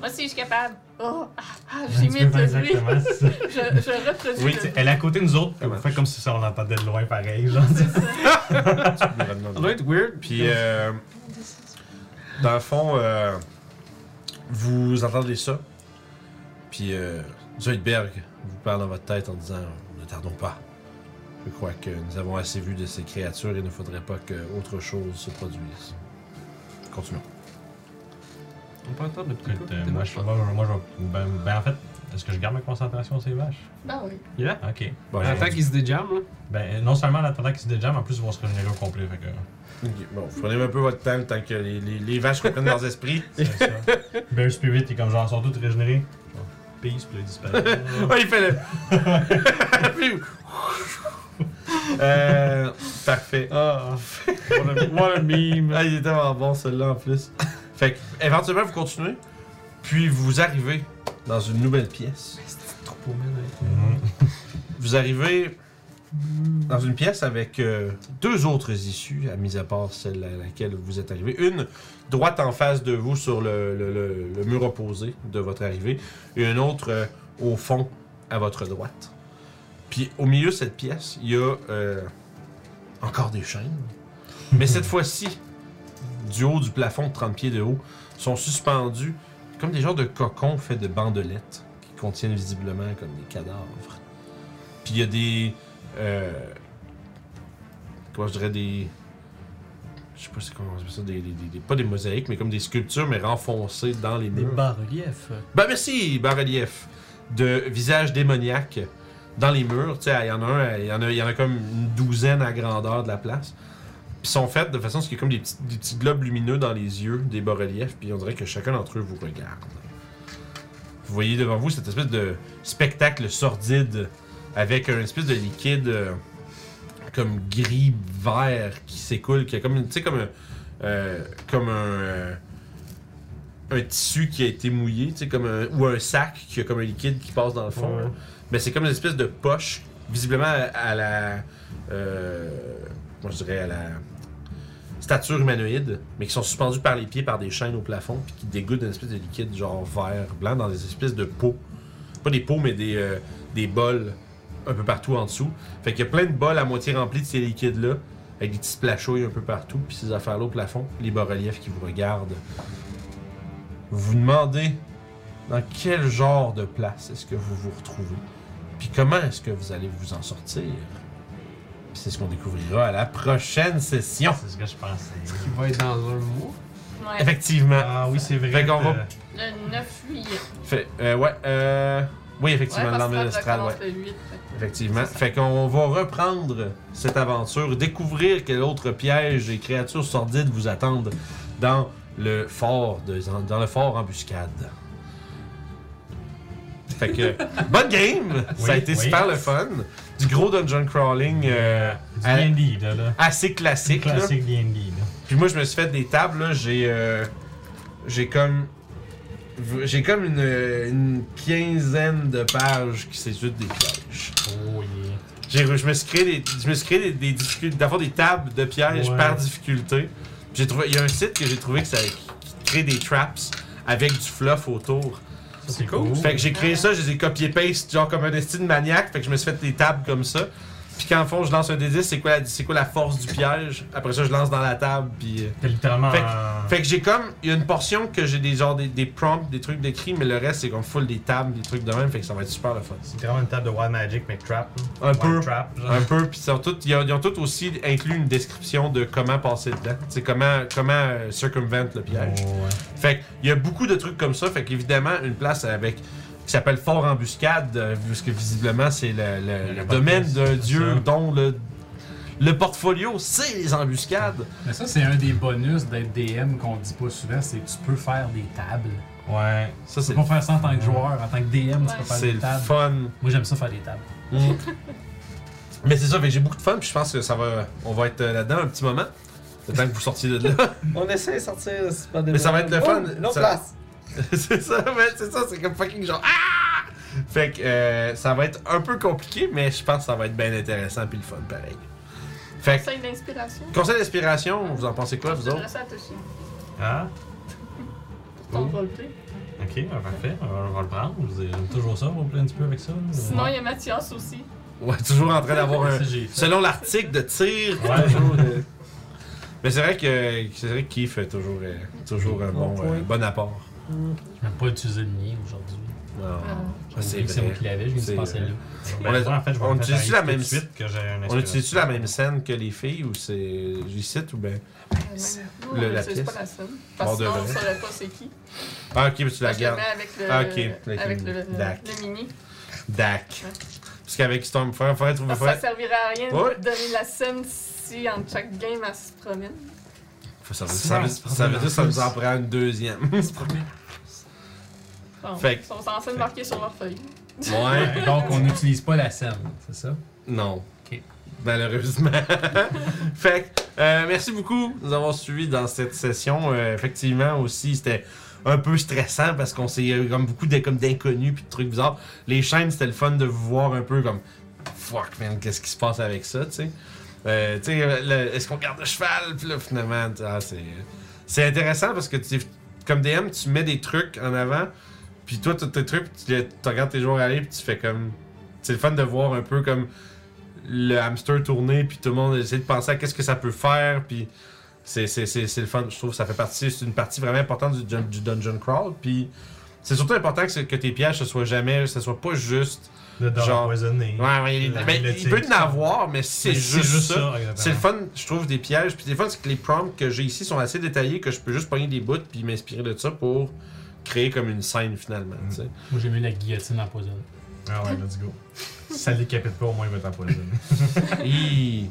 [SPEAKER 3] Moi aussi, je suis capable. Oh, ah, ah,
[SPEAKER 5] Tu peux
[SPEAKER 3] j'imite
[SPEAKER 5] faire
[SPEAKER 3] le bruit.
[SPEAKER 5] exactement ça.
[SPEAKER 3] Je, je reproduis
[SPEAKER 5] Oui,
[SPEAKER 3] le
[SPEAKER 5] t'sais,
[SPEAKER 3] bruit.
[SPEAKER 5] elle est à côté de nous autres, puis
[SPEAKER 1] Ça
[SPEAKER 5] on fait comme si ça on l'entendait de loin pareil, genre.
[SPEAKER 3] C'est ça.
[SPEAKER 2] Ça doit être weird,
[SPEAKER 1] Puis, euh, dans le fond, euh, vous entendez ça. Puis, euh, Zoidberg vous parle dans votre tête en disant Ne tardons pas. Je crois que nous avons assez vu de ces créatures et ne faudrait pas que autre chose se produise. Continuons.
[SPEAKER 2] on peut entendre le petit coup.
[SPEAKER 5] Écoute, euh, moi, je, moi, je- moi, je- ben, ben, en fait, est-ce que je garde ma concentration ces vaches?
[SPEAKER 3] Ben oui.
[SPEAKER 2] Yeah.
[SPEAKER 5] Ok.
[SPEAKER 1] Bon,
[SPEAKER 2] En tant
[SPEAKER 1] aujourd'hui-
[SPEAKER 2] qu'il se déjamme, là.
[SPEAKER 5] Ben, non seulement en attendant qu'ils se déjament, en plus, ils vont se régénérer au complet, fait que... euh,
[SPEAKER 1] Ok, bon, vous prenez un peu votre temps, le temps que les, les- les vaches reprennent leurs esprits.
[SPEAKER 5] C'est ça. Bear Spirit, il est comme genre, ils sont tous régénérés. Genre, peace, puis là, il disparaît.
[SPEAKER 1] Ouais, il fait le. Puis- Euh, parfait.
[SPEAKER 2] Ah, what, a, what a meme.
[SPEAKER 1] Ah, il est tellement bon celui-là en plus. Fait que, éventuellement, vous continuez, puis vous arrivez dans une nouvelle pièce.
[SPEAKER 2] Trop beau, man, avec-
[SPEAKER 1] Mm.
[SPEAKER 5] Mhm.
[SPEAKER 1] Vous arrivez dans une pièce avec euh, deux autres issues, à mis à part celle à laquelle vous êtes arrivé. Une droite en face de vous sur le, le- le- le mur opposé de votre arrivée, et une autre euh, au fond à votre droite. Puis au milieu de cette pièce, il y a euh, encore des chaînes. Mais cette fois-ci, du haut du plafond de 30 pieds de haut, sont suspendus comme des genres de cocons faits de bandelettes qui contiennent visiblement comme des cadavres. Puis il y a des. euh, comment je dirais des. Je sais pas c'est comment on appelle ça, des, des- des- des- pas des mosaïques, mais comme des sculptures, mais renfoncées dans les murs.
[SPEAKER 4] bas-reliefs.
[SPEAKER 1] Ben merci, bas-relief. De visages démoniaques dans les murs. Tu sais, il y en a un, il y en a, il y en a comme une douzaine à grandeur de la place. Puis sont faites de façon à ce qu'il y a comme des petits, des petits globes lumineux dans les yeux des bas-reliefs. Puis on dirait que chacun d'entre eux vous regarde. Vous voyez devant vous cette espèce de spectacle sordide avec un espèce de liquide euh, comme gris-vert qui s'écoule, qui est comme, une- tu sais, comme un. euh, comme un. euh, un tissu qui a été mouillé, tu sais, comme un, ou un sac qui a comme un liquide qui passe dans le fond.
[SPEAKER 2] Ouais.
[SPEAKER 1] là. Mais c'est comme une espèce de poche, visiblement à, à la. euh, comment je dirais, à la stature humanoïde, mais qui sont suspendues par les pieds par des chaînes au plafond, puis qui dégoûtent d'une espèce de liquide genre vert, blanc, dans des espèces de pots. Pas des pots, mais des, euh, des bols un peu partout en dessous. Fait qu'il y a plein de bols à moitié remplis de ces liquides-là, avec des petits splashouilles un peu partout, puis ces affaires-là au plafond, les bas-reliefs qui vous regardent. Vous vous demandez dans quel genre de place est-ce que vous vous retrouvez? Puis comment est-ce que vous allez vous en sortir? Puis C'est ce qu'on découvrira à la prochaine session.
[SPEAKER 5] C'est ce que je pensais.
[SPEAKER 2] Qui va être dans un mois.
[SPEAKER 3] Ouais.
[SPEAKER 1] Effectivement.
[SPEAKER 5] Ah oui, c'est vrai.
[SPEAKER 1] Fait qu'on va-
[SPEAKER 5] euh,
[SPEAKER 3] Le 9 juillet. Ouais,
[SPEAKER 1] Fait, euh, ouais, euh, oui, effectivement, le
[SPEAKER 3] parce que
[SPEAKER 1] lendemain de
[SPEAKER 3] ça
[SPEAKER 1] Strad, ouais.
[SPEAKER 3] recommence le 8. fait que-
[SPEAKER 1] Effectivement.
[SPEAKER 3] C'est ça.
[SPEAKER 1] Fait qu'on va reprendre cette aventure, découvrir quel autre piège et créatures sordides vous attendent dans le fort de, dans le fort embuscade. Fait que bonne game, ça a
[SPEAKER 5] Oui,
[SPEAKER 1] été
[SPEAKER 5] oui.
[SPEAKER 1] super le fun, du gros dungeon crawling euh, à-
[SPEAKER 5] du D&D, là, là.
[SPEAKER 1] assez classique. là.
[SPEAKER 5] Classique D&D, là.
[SPEAKER 1] Puis moi, je me suis fait des tables, là, j'ai. euh, j'ai comme. J'ai comme une, une quinzaine de pages qui s'étudent des pièges.
[SPEAKER 5] Oh yeah.
[SPEAKER 1] J'ai, je me suis créé des, je me suis créé des, des difficultés, d'avoir des tables de pièges
[SPEAKER 5] Ouais.
[SPEAKER 1] par difficulté. J'ai trouvé, il y a un site que j'ai trouvé que ça, qui crée des traps avec du fluff autour.
[SPEAKER 5] Ça, c'est cool.
[SPEAKER 1] Fait que j'ai créé ça, je les ai copié-paste, genre comme un destin de maniaque. Fait que je me suis fait des tables comme ça. Puis qu'en fond, je lance un D10, c'est quoi, la, c'est quoi la force du piège. Après ça, je lance dans la table, puis... euh,
[SPEAKER 5] T'as littéralement.
[SPEAKER 1] Fait que-
[SPEAKER 5] un-
[SPEAKER 1] fait que j'ai comme. Il y a une portion que j'ai des genre des, des prompts, des trucs décrits, mais le reste c'est comme full des tables, des trucs de même, fait que ça va être super le fun.
[SPEAKER 5] C'est vraiment une table de Wild Magic, mais trap. là.
[SPEAKER 1] Un
[SPEAKER 5] Wild
[SPEAKER 1] peu.
[SPEAKER 5] Trap, genre.
[SPEAKER 1] Un peu, puis ils, sont tous- ils ont, ils ont tous aussi inclus une description de comment passer dedans. C'est comment, comment euh, circumvent le piège.
[SPEAKER 5] Oh, ouais.
[SPEAKER 1] Fait qu'il y a beaucoup de trucs comme ça, fait qu'évidemment, une place avec. qui s'appelle Fort Embuscade, euh, puisque visiblement c'est le, le- le
[SPEAKER 5] Le
[SPEAKER 1] domaine
[SPEAKER 5] podcast,
[SPEAKER 1] d'un
[SPEAKER 5] c'est
[SPEAKER 1] dieu
[SPEAKER 5] ça.
[SPEAKER 1] dont le. Le portfolio, c'est les embuscades.
[SPEAKER 4] Mais ça, c'est un des bonus d'être DM qu'on dit pas souvent, c'est que tu peux faire des tables.
[SPEAKER 5] Ouais.
[SPEAKER 1] Ça,
[SPEAKER 4] Tu
[SPEAKER 1] c'est
[SPEAKER 4] peux pas faire ça en tant que joueur, en tant que DM, tu peux faire
[SPEAKER 1] c'est
[SPEAKER 4] des
[SPEAKER 1] le
[SPEAKER 4] tables.
[SPEAKER 1] fun.
[SPEAKER 4] Moi, j'aime ça faire des tables.
[SPEAKER 1] Mm. Mais c'est ça, fait que j'ai beaucoup de fun, puis je pense que ça va, on va être euh, là-dedans un petit moment. Le temps que vous sortiez de là.
[SPEAKER 6] On essaie de sortir de ce pandémie.
[SPEAKER 1] Mais ça va être le fun.
[SPEAKER 6] Oh, une autre
[SPEAKER 1] Ça-
[SPEAKER 6] place.
[SPEAKER 1] c'est ça, mais c'est ça, c'est comme fucking genre ah! Fait que euh, ça va être un peu compliqué, mais je pense que ça va être bien intéressant puis le fun pareil. Fait que
[SPEAKER 3] Conseil d'inspiration.
[SPEAKER 1] conseil d'inspiration, vous en pensez quoi vous autres
[SPEAKER 3] J'adresse à Toshi.
[SPEAKER 5] Ah,
[SPEAKER 3] Pour ton roleplay.
[SPEAKER 5] ok, ben, parfait. On va, on va le prendre. Je veux dire, J'aime toujours ça, on va un petit peu avec ça. là.
[SPEAKER 3] Sinon, il y a Mathias aussi.
[SPEAKER 1] Ouais, toujours en train d'avoir un
[SPEAKER 4] Ça, j'ai fait.
[SPEAKER 1] selon l'article de tir.
[SPEAKER 5] Ouais.
[SPEAKER 1] toujours, euh, Mais c'est vrai que c'est vrai que Keith fait toujours euh, toujours un bon euh, bon apport.
[SPEAKER 4] Je même pas utilisé le mien aujourd'hui.
[SPEAKER 1] Non.
[SPEAKER 3] Ah. Euh,
[SPEAKER 4] J'ai
[SPEAKER 1] C'est
[SPEAKER 4] oublié que C'est
[SPEAKER 1] vrai.
[SPEAKER 4] moi qui l'avais, je me
[SPEAKER 1] C'est
[SPEAKER 4] suis passé
[SPEAKER 1] vrai.
[SPEAKER 4] là.
[SPEAKER 5] Ben,
[SPEAKER 1] On a-
[SPEAKER 5] moi, en fait, je vais
[SPEAKER 1] on
[SPEAKER 5] me faire
[SPEAKER 1] utilise-tu la
[SPEAKER 5] arriver tout
[SPEAKER 1] même-
[SPEAKER 5] de suite que j'ai un
[SPEAKER 1] On
[SPEAKER 5] inspiration.
[SPEAKER 1] utilise-tu la même scène que les filles ou c'est. J'hésite ou ben.
[SPEAKER 3] Non,
[SPEAKER 1] Le- la
[SPEAKER 3] c'est
[SPEAKER 1] pièce.
[SPEAKER 3] pas la seule. Parce
[SPEAKER 1] Bon,
[SPEAKER 3] que
[SPEAKER 1] de
[SPEAKER 3] sinon, on ne
[SPEAKER 1] vrai.
[SPEAKER 3] saurait pas c'est qui.
[SPEAKER 1] Ah, ok, mais tu la
[SPEAKER 3] Moi, je le
[SPEAKER 1] gardes.
[SPEAKER 3] mets avec le,
[SPEAKER 1] Ah, ok. Avec
[SPEAKER 3] avec
[SPEAKER 1] une-
[SPEAKER 3] le, le-
[SPEAKER 1] Dac.
[SPEAKER 3] le mini.
[SPEAKER 1] Dak. Parce qu'avec Stormfire, faudrait trouver.
[SPEAKER 3] Parce que ça
[SPEAKER 1] Faudrait,
[SPEAKER 3] servirait à rien
[SPEAKER 1] Ouais.
[SPEAKER 3] de donner la scène si en chaque game elle se promène.
[SPEAKER 1] Faut- ça, veut, ça, veut, ça veut dire que ça nous en prend une deuxième.
[SPEAKER 3] Bon,
[SPEAKER 1] Fait que-
[SPEAKER 3] Ils sont censés le
[SPEAKER 1] fait-
[SPEAKER 3] marquer sur leur feuille.
[SPEAKER 1] ouais.
[SPEAKER 4] Euh, Donc, on n'utilise pas la scène, c'est ça?
[SPEAKER 1] Non.
[SPEAKER 4] Ok.
[SPEAKER 1] Malheureusement. fait que, euh, merci beaucoup de nous avoir suivis dans cette session. Euh, effectivement, aussi, c'était un peu stressant parce qu'on s'est eu comme beaucoup de- comme d'inconnus puis de trucs bizarres. Les chaînes, c'était le fun de vous voir un peu comme fuck man, qu'est-ce qui se passe avec ça, tu sais. Euh, tu sais, le- est-ce qu'on garde le cheval? Puis là, finalement, t- ah, c'est, c'est intéressant parce que tu, comme DM, tu mets des trucs en avant, puis toi, tous tes trucs, puis tu, les- tu regardes tes joueurs aller, puis tu fais comme. C'est le fun de voir un peu comme le hamster tourner, puis tout le monde essaie de penser à qu'est-ce que ça peut faire, puis c'est, c'est, c'est, c'est le fun. Je trouve que ça fait partie, c'est une partie vraiment importante du, dun- du dungeon crawl, puis c'est surtout important que, ce- que tes pièges, ce soit jamais, ce soit pas juste.
[SPEAKER 5] Le dard
[SPEAKER 1] Genre-
[SPEAKER 5] empoisonné.
[SPEAKER 1] Ouais, ouais, il-
[SPEAKER 5] La
[SPEAKER 1] mais il
[SPEAKER 5] bibliothèque,
[SPEAKER 1] peut y en
[SPEAKER 5] ça.
[SPEAKER 1] avoir, mais si c'est
[SPEAKER 5] Mais
[SPEAKER 1] juste, ça
[SPEAKER 5] exactement.
[SPEAKER 1] c'est le fun, je trouve, des pièges. Puis des fois, c'est que les prompts que j'ai ici sont assez détaillés que je peux juste pogner des bouts puis m'inspirer de ça pour créer comme une scène finalement.
[SPEAKER 5] Mm.
[SPEAKER 1] tu sais.
[SPEAKER 4] Moi, j'ai mis la guillotine empoisonnée.
[SPEAKER 5] Ah ouais, let's go. Si ça le décapite pas, au moins il va t'empoisonner.
[SPEAKER 1] Hi.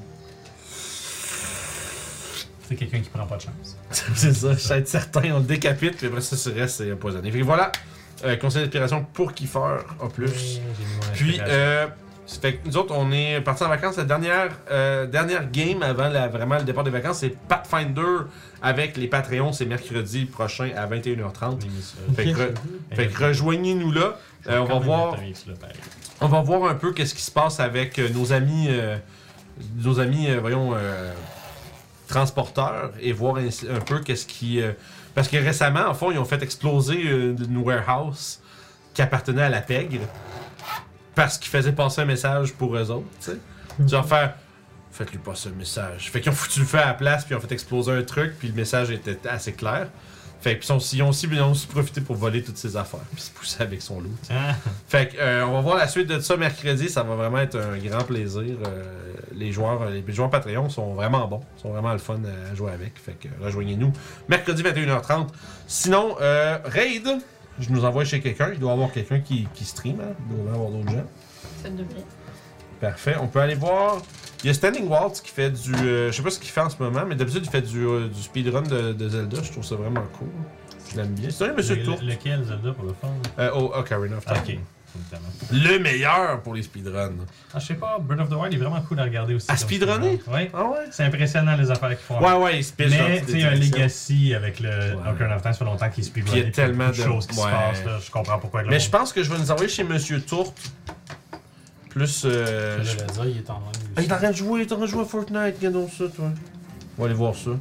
[SPEAKER 4] C'est quelqu'un qui prend pas de chance.
[SPEAKER 1] c'est ça, je suis être certain, on le décapite, puis après ça, ça reste c'est empoisonné. Fait que voilà, euh, conseil d'inspiration pour Kiefer en plus. Puis, euh, ça fait que nous autres, on est partis en vacances. La dernière, euh, dernière game avant la, vraiment le départ des vacances, c'est Pathfinder avec les Patreons. C'est mercredi prochain à 21h30. Fait que, re- fait que rejoignez-nous là. Euh, on va voir. On va voir un peu qu'est-ce qui se passe avec euh, nos amis, euh, nos amis, euh, voyons, euh, transporteurs et voir ainsi- un peu qu'est-ce qui. euh, parce que récemment, en fond, ils ont fait exploser euh, une warehouse qui appartenait à la PEG parce qu'ils faisaient passer un message pour eux autres, tu sais. Genre faire. Faites-lui passer un message. Fait qu'ils ont foutu le feu à la place, puis ils ont fait exploser un truc, puis le message était assez clair. Fait que, puis ils sont- ils ont aussi, ils ont aussi profité pour voler toutes ses affaires, puis se pousser avec son loot.
[SPEAKER 5] Ah,
[SPEAKER 1] Fait que, euh, on va voir la suite de ça mercredi. Ça va vraiment être un grand plaisir. Euh, les joueurs, les joueurs Patreon sont vraiment bons, sont vraiment le fun à jouer avec. Fait que euh, rejoignez-nous mercredi 21h30. Sinon, euh, raid, je nous envoie chez quelqu'un. Il doit y avoir quelqu'un qui, qui stream. hein. Il doit y avoir d'autres gens.
[SPEAKER 3] Ça devient.
[SPEAKER 1] Parfait. On peut aller voir. Il y a Standing Waltz qui fait du. euh, je sais pas ce qu'il fait en ce moment, mais d'habitude il fait du, euh, du speedrun de, de Zelda. Je trouve ça vraiment cool. Je l'aime bien. C'est un monsieur
[SPEAKER 5] le-
[SPEAKER 1] Tour.
[SPEAKER 5] Lequel, Zelda, pour le fond?
[SPEAKER 1] Euh, oh, Ocarina of Time.
[SPEAKER 5] Ah, ok. Évidemment.
[SPEAKER 1] Le meilleur pour les speedruns.
[SPEAKER 5] Ah, je sais pas, Breath of the Wild est vraiment cool à regarder aussi.
[SPEAKER 1] À
[SPEAKER 5] comme
[SPEAKER 1] speedrunner?
[SPEAKER 5] speedrun. Ouais.
[SPEAKER 1] Ah ouais?
[SPEAKER 5] C'est impressionnant les affaires qu'ils font.
[SPEAKER 1] Ouais, ouais, il se pisse dans
[SPEAKER 5] Mais
[SPEAKER 1] toutes
[SPEAKER 5] tu
[SPEAKER 1] les
[SPEAKER 5] sais, il y a un
[SPEAKER 1] directions.
[SPEAKER 5] legacy avec le
[SPEAKER 1] Ouais.
[SPEAKER 5] Ocarina of Time, ça fait longtemps qu'il se
[SPEAKER 1] Puis il y a tellement de-
[SPEAKER 5] choses qui se
[SPEAKER 1] ouais.
[SPEAKER 5] passent. là. Je comprends pourquoi. le
[SPEAKER 1] Mais
[SPEAKER 5] monde-
[SPEAKER 1] je pense que je vais nous envoyer chez Monsieur Tourpe. Plus. euh, je-
[SPEAKER 4] J'allais dire, il est en ligne.
[SPEAKER 1] Ah, il est en train de jouer, il est en train de jouer à Fortnite, regardons ça, toi. On va aller voir ça.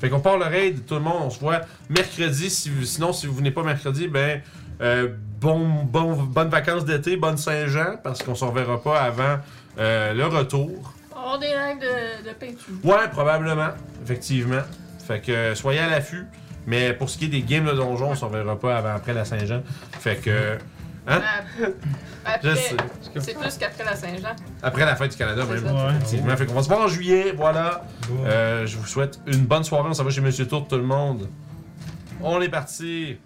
[SPEAKER 1] Fait qu'on part le raid, tout le monde, on se voit mercredi. Si vous- sinon, si vous venez pas mercredi, ben, euh, bon, bon, bonnes vacances d'été, bonne Saint-Jean, parce qu'on se reverra pas avant euh, le retour.
[SPEAKER 3] On des règles de, de peinture.
[SPEAKER 1] Ouais, probablement, effectivement. Fait que euh, soyez à l'affût. Mais pour ce qui est des games de donjon, on se reverra pas avant après la Saint-Jean. Fait que. euh, Hein?
[SPEAKER 3] Après-
[SPEAKER 1] Je
[SPEAKER 3] Après,
[SPEAKER 1] sais. Ah,
[SPEAKER 3] c'est plus qu'après la Saint-Jean.
[SPEAKER 1] Après la fête du Canada,
[SPEAKER 3] C'est
[SPEAKER 1] même.
[SPEAKER 3] ça.
[SPEAKER 5] Ouais,
[SPEAKER 1] Effectivement. Fait qu'on va se voir en juillet, voilà.
[SPEAKER 5] ouais.
[SPEAKER 1] Euh, je vous souhaite une bonne soirée. On s'en va chez Monsieur Tour, tout le monde. On est parti.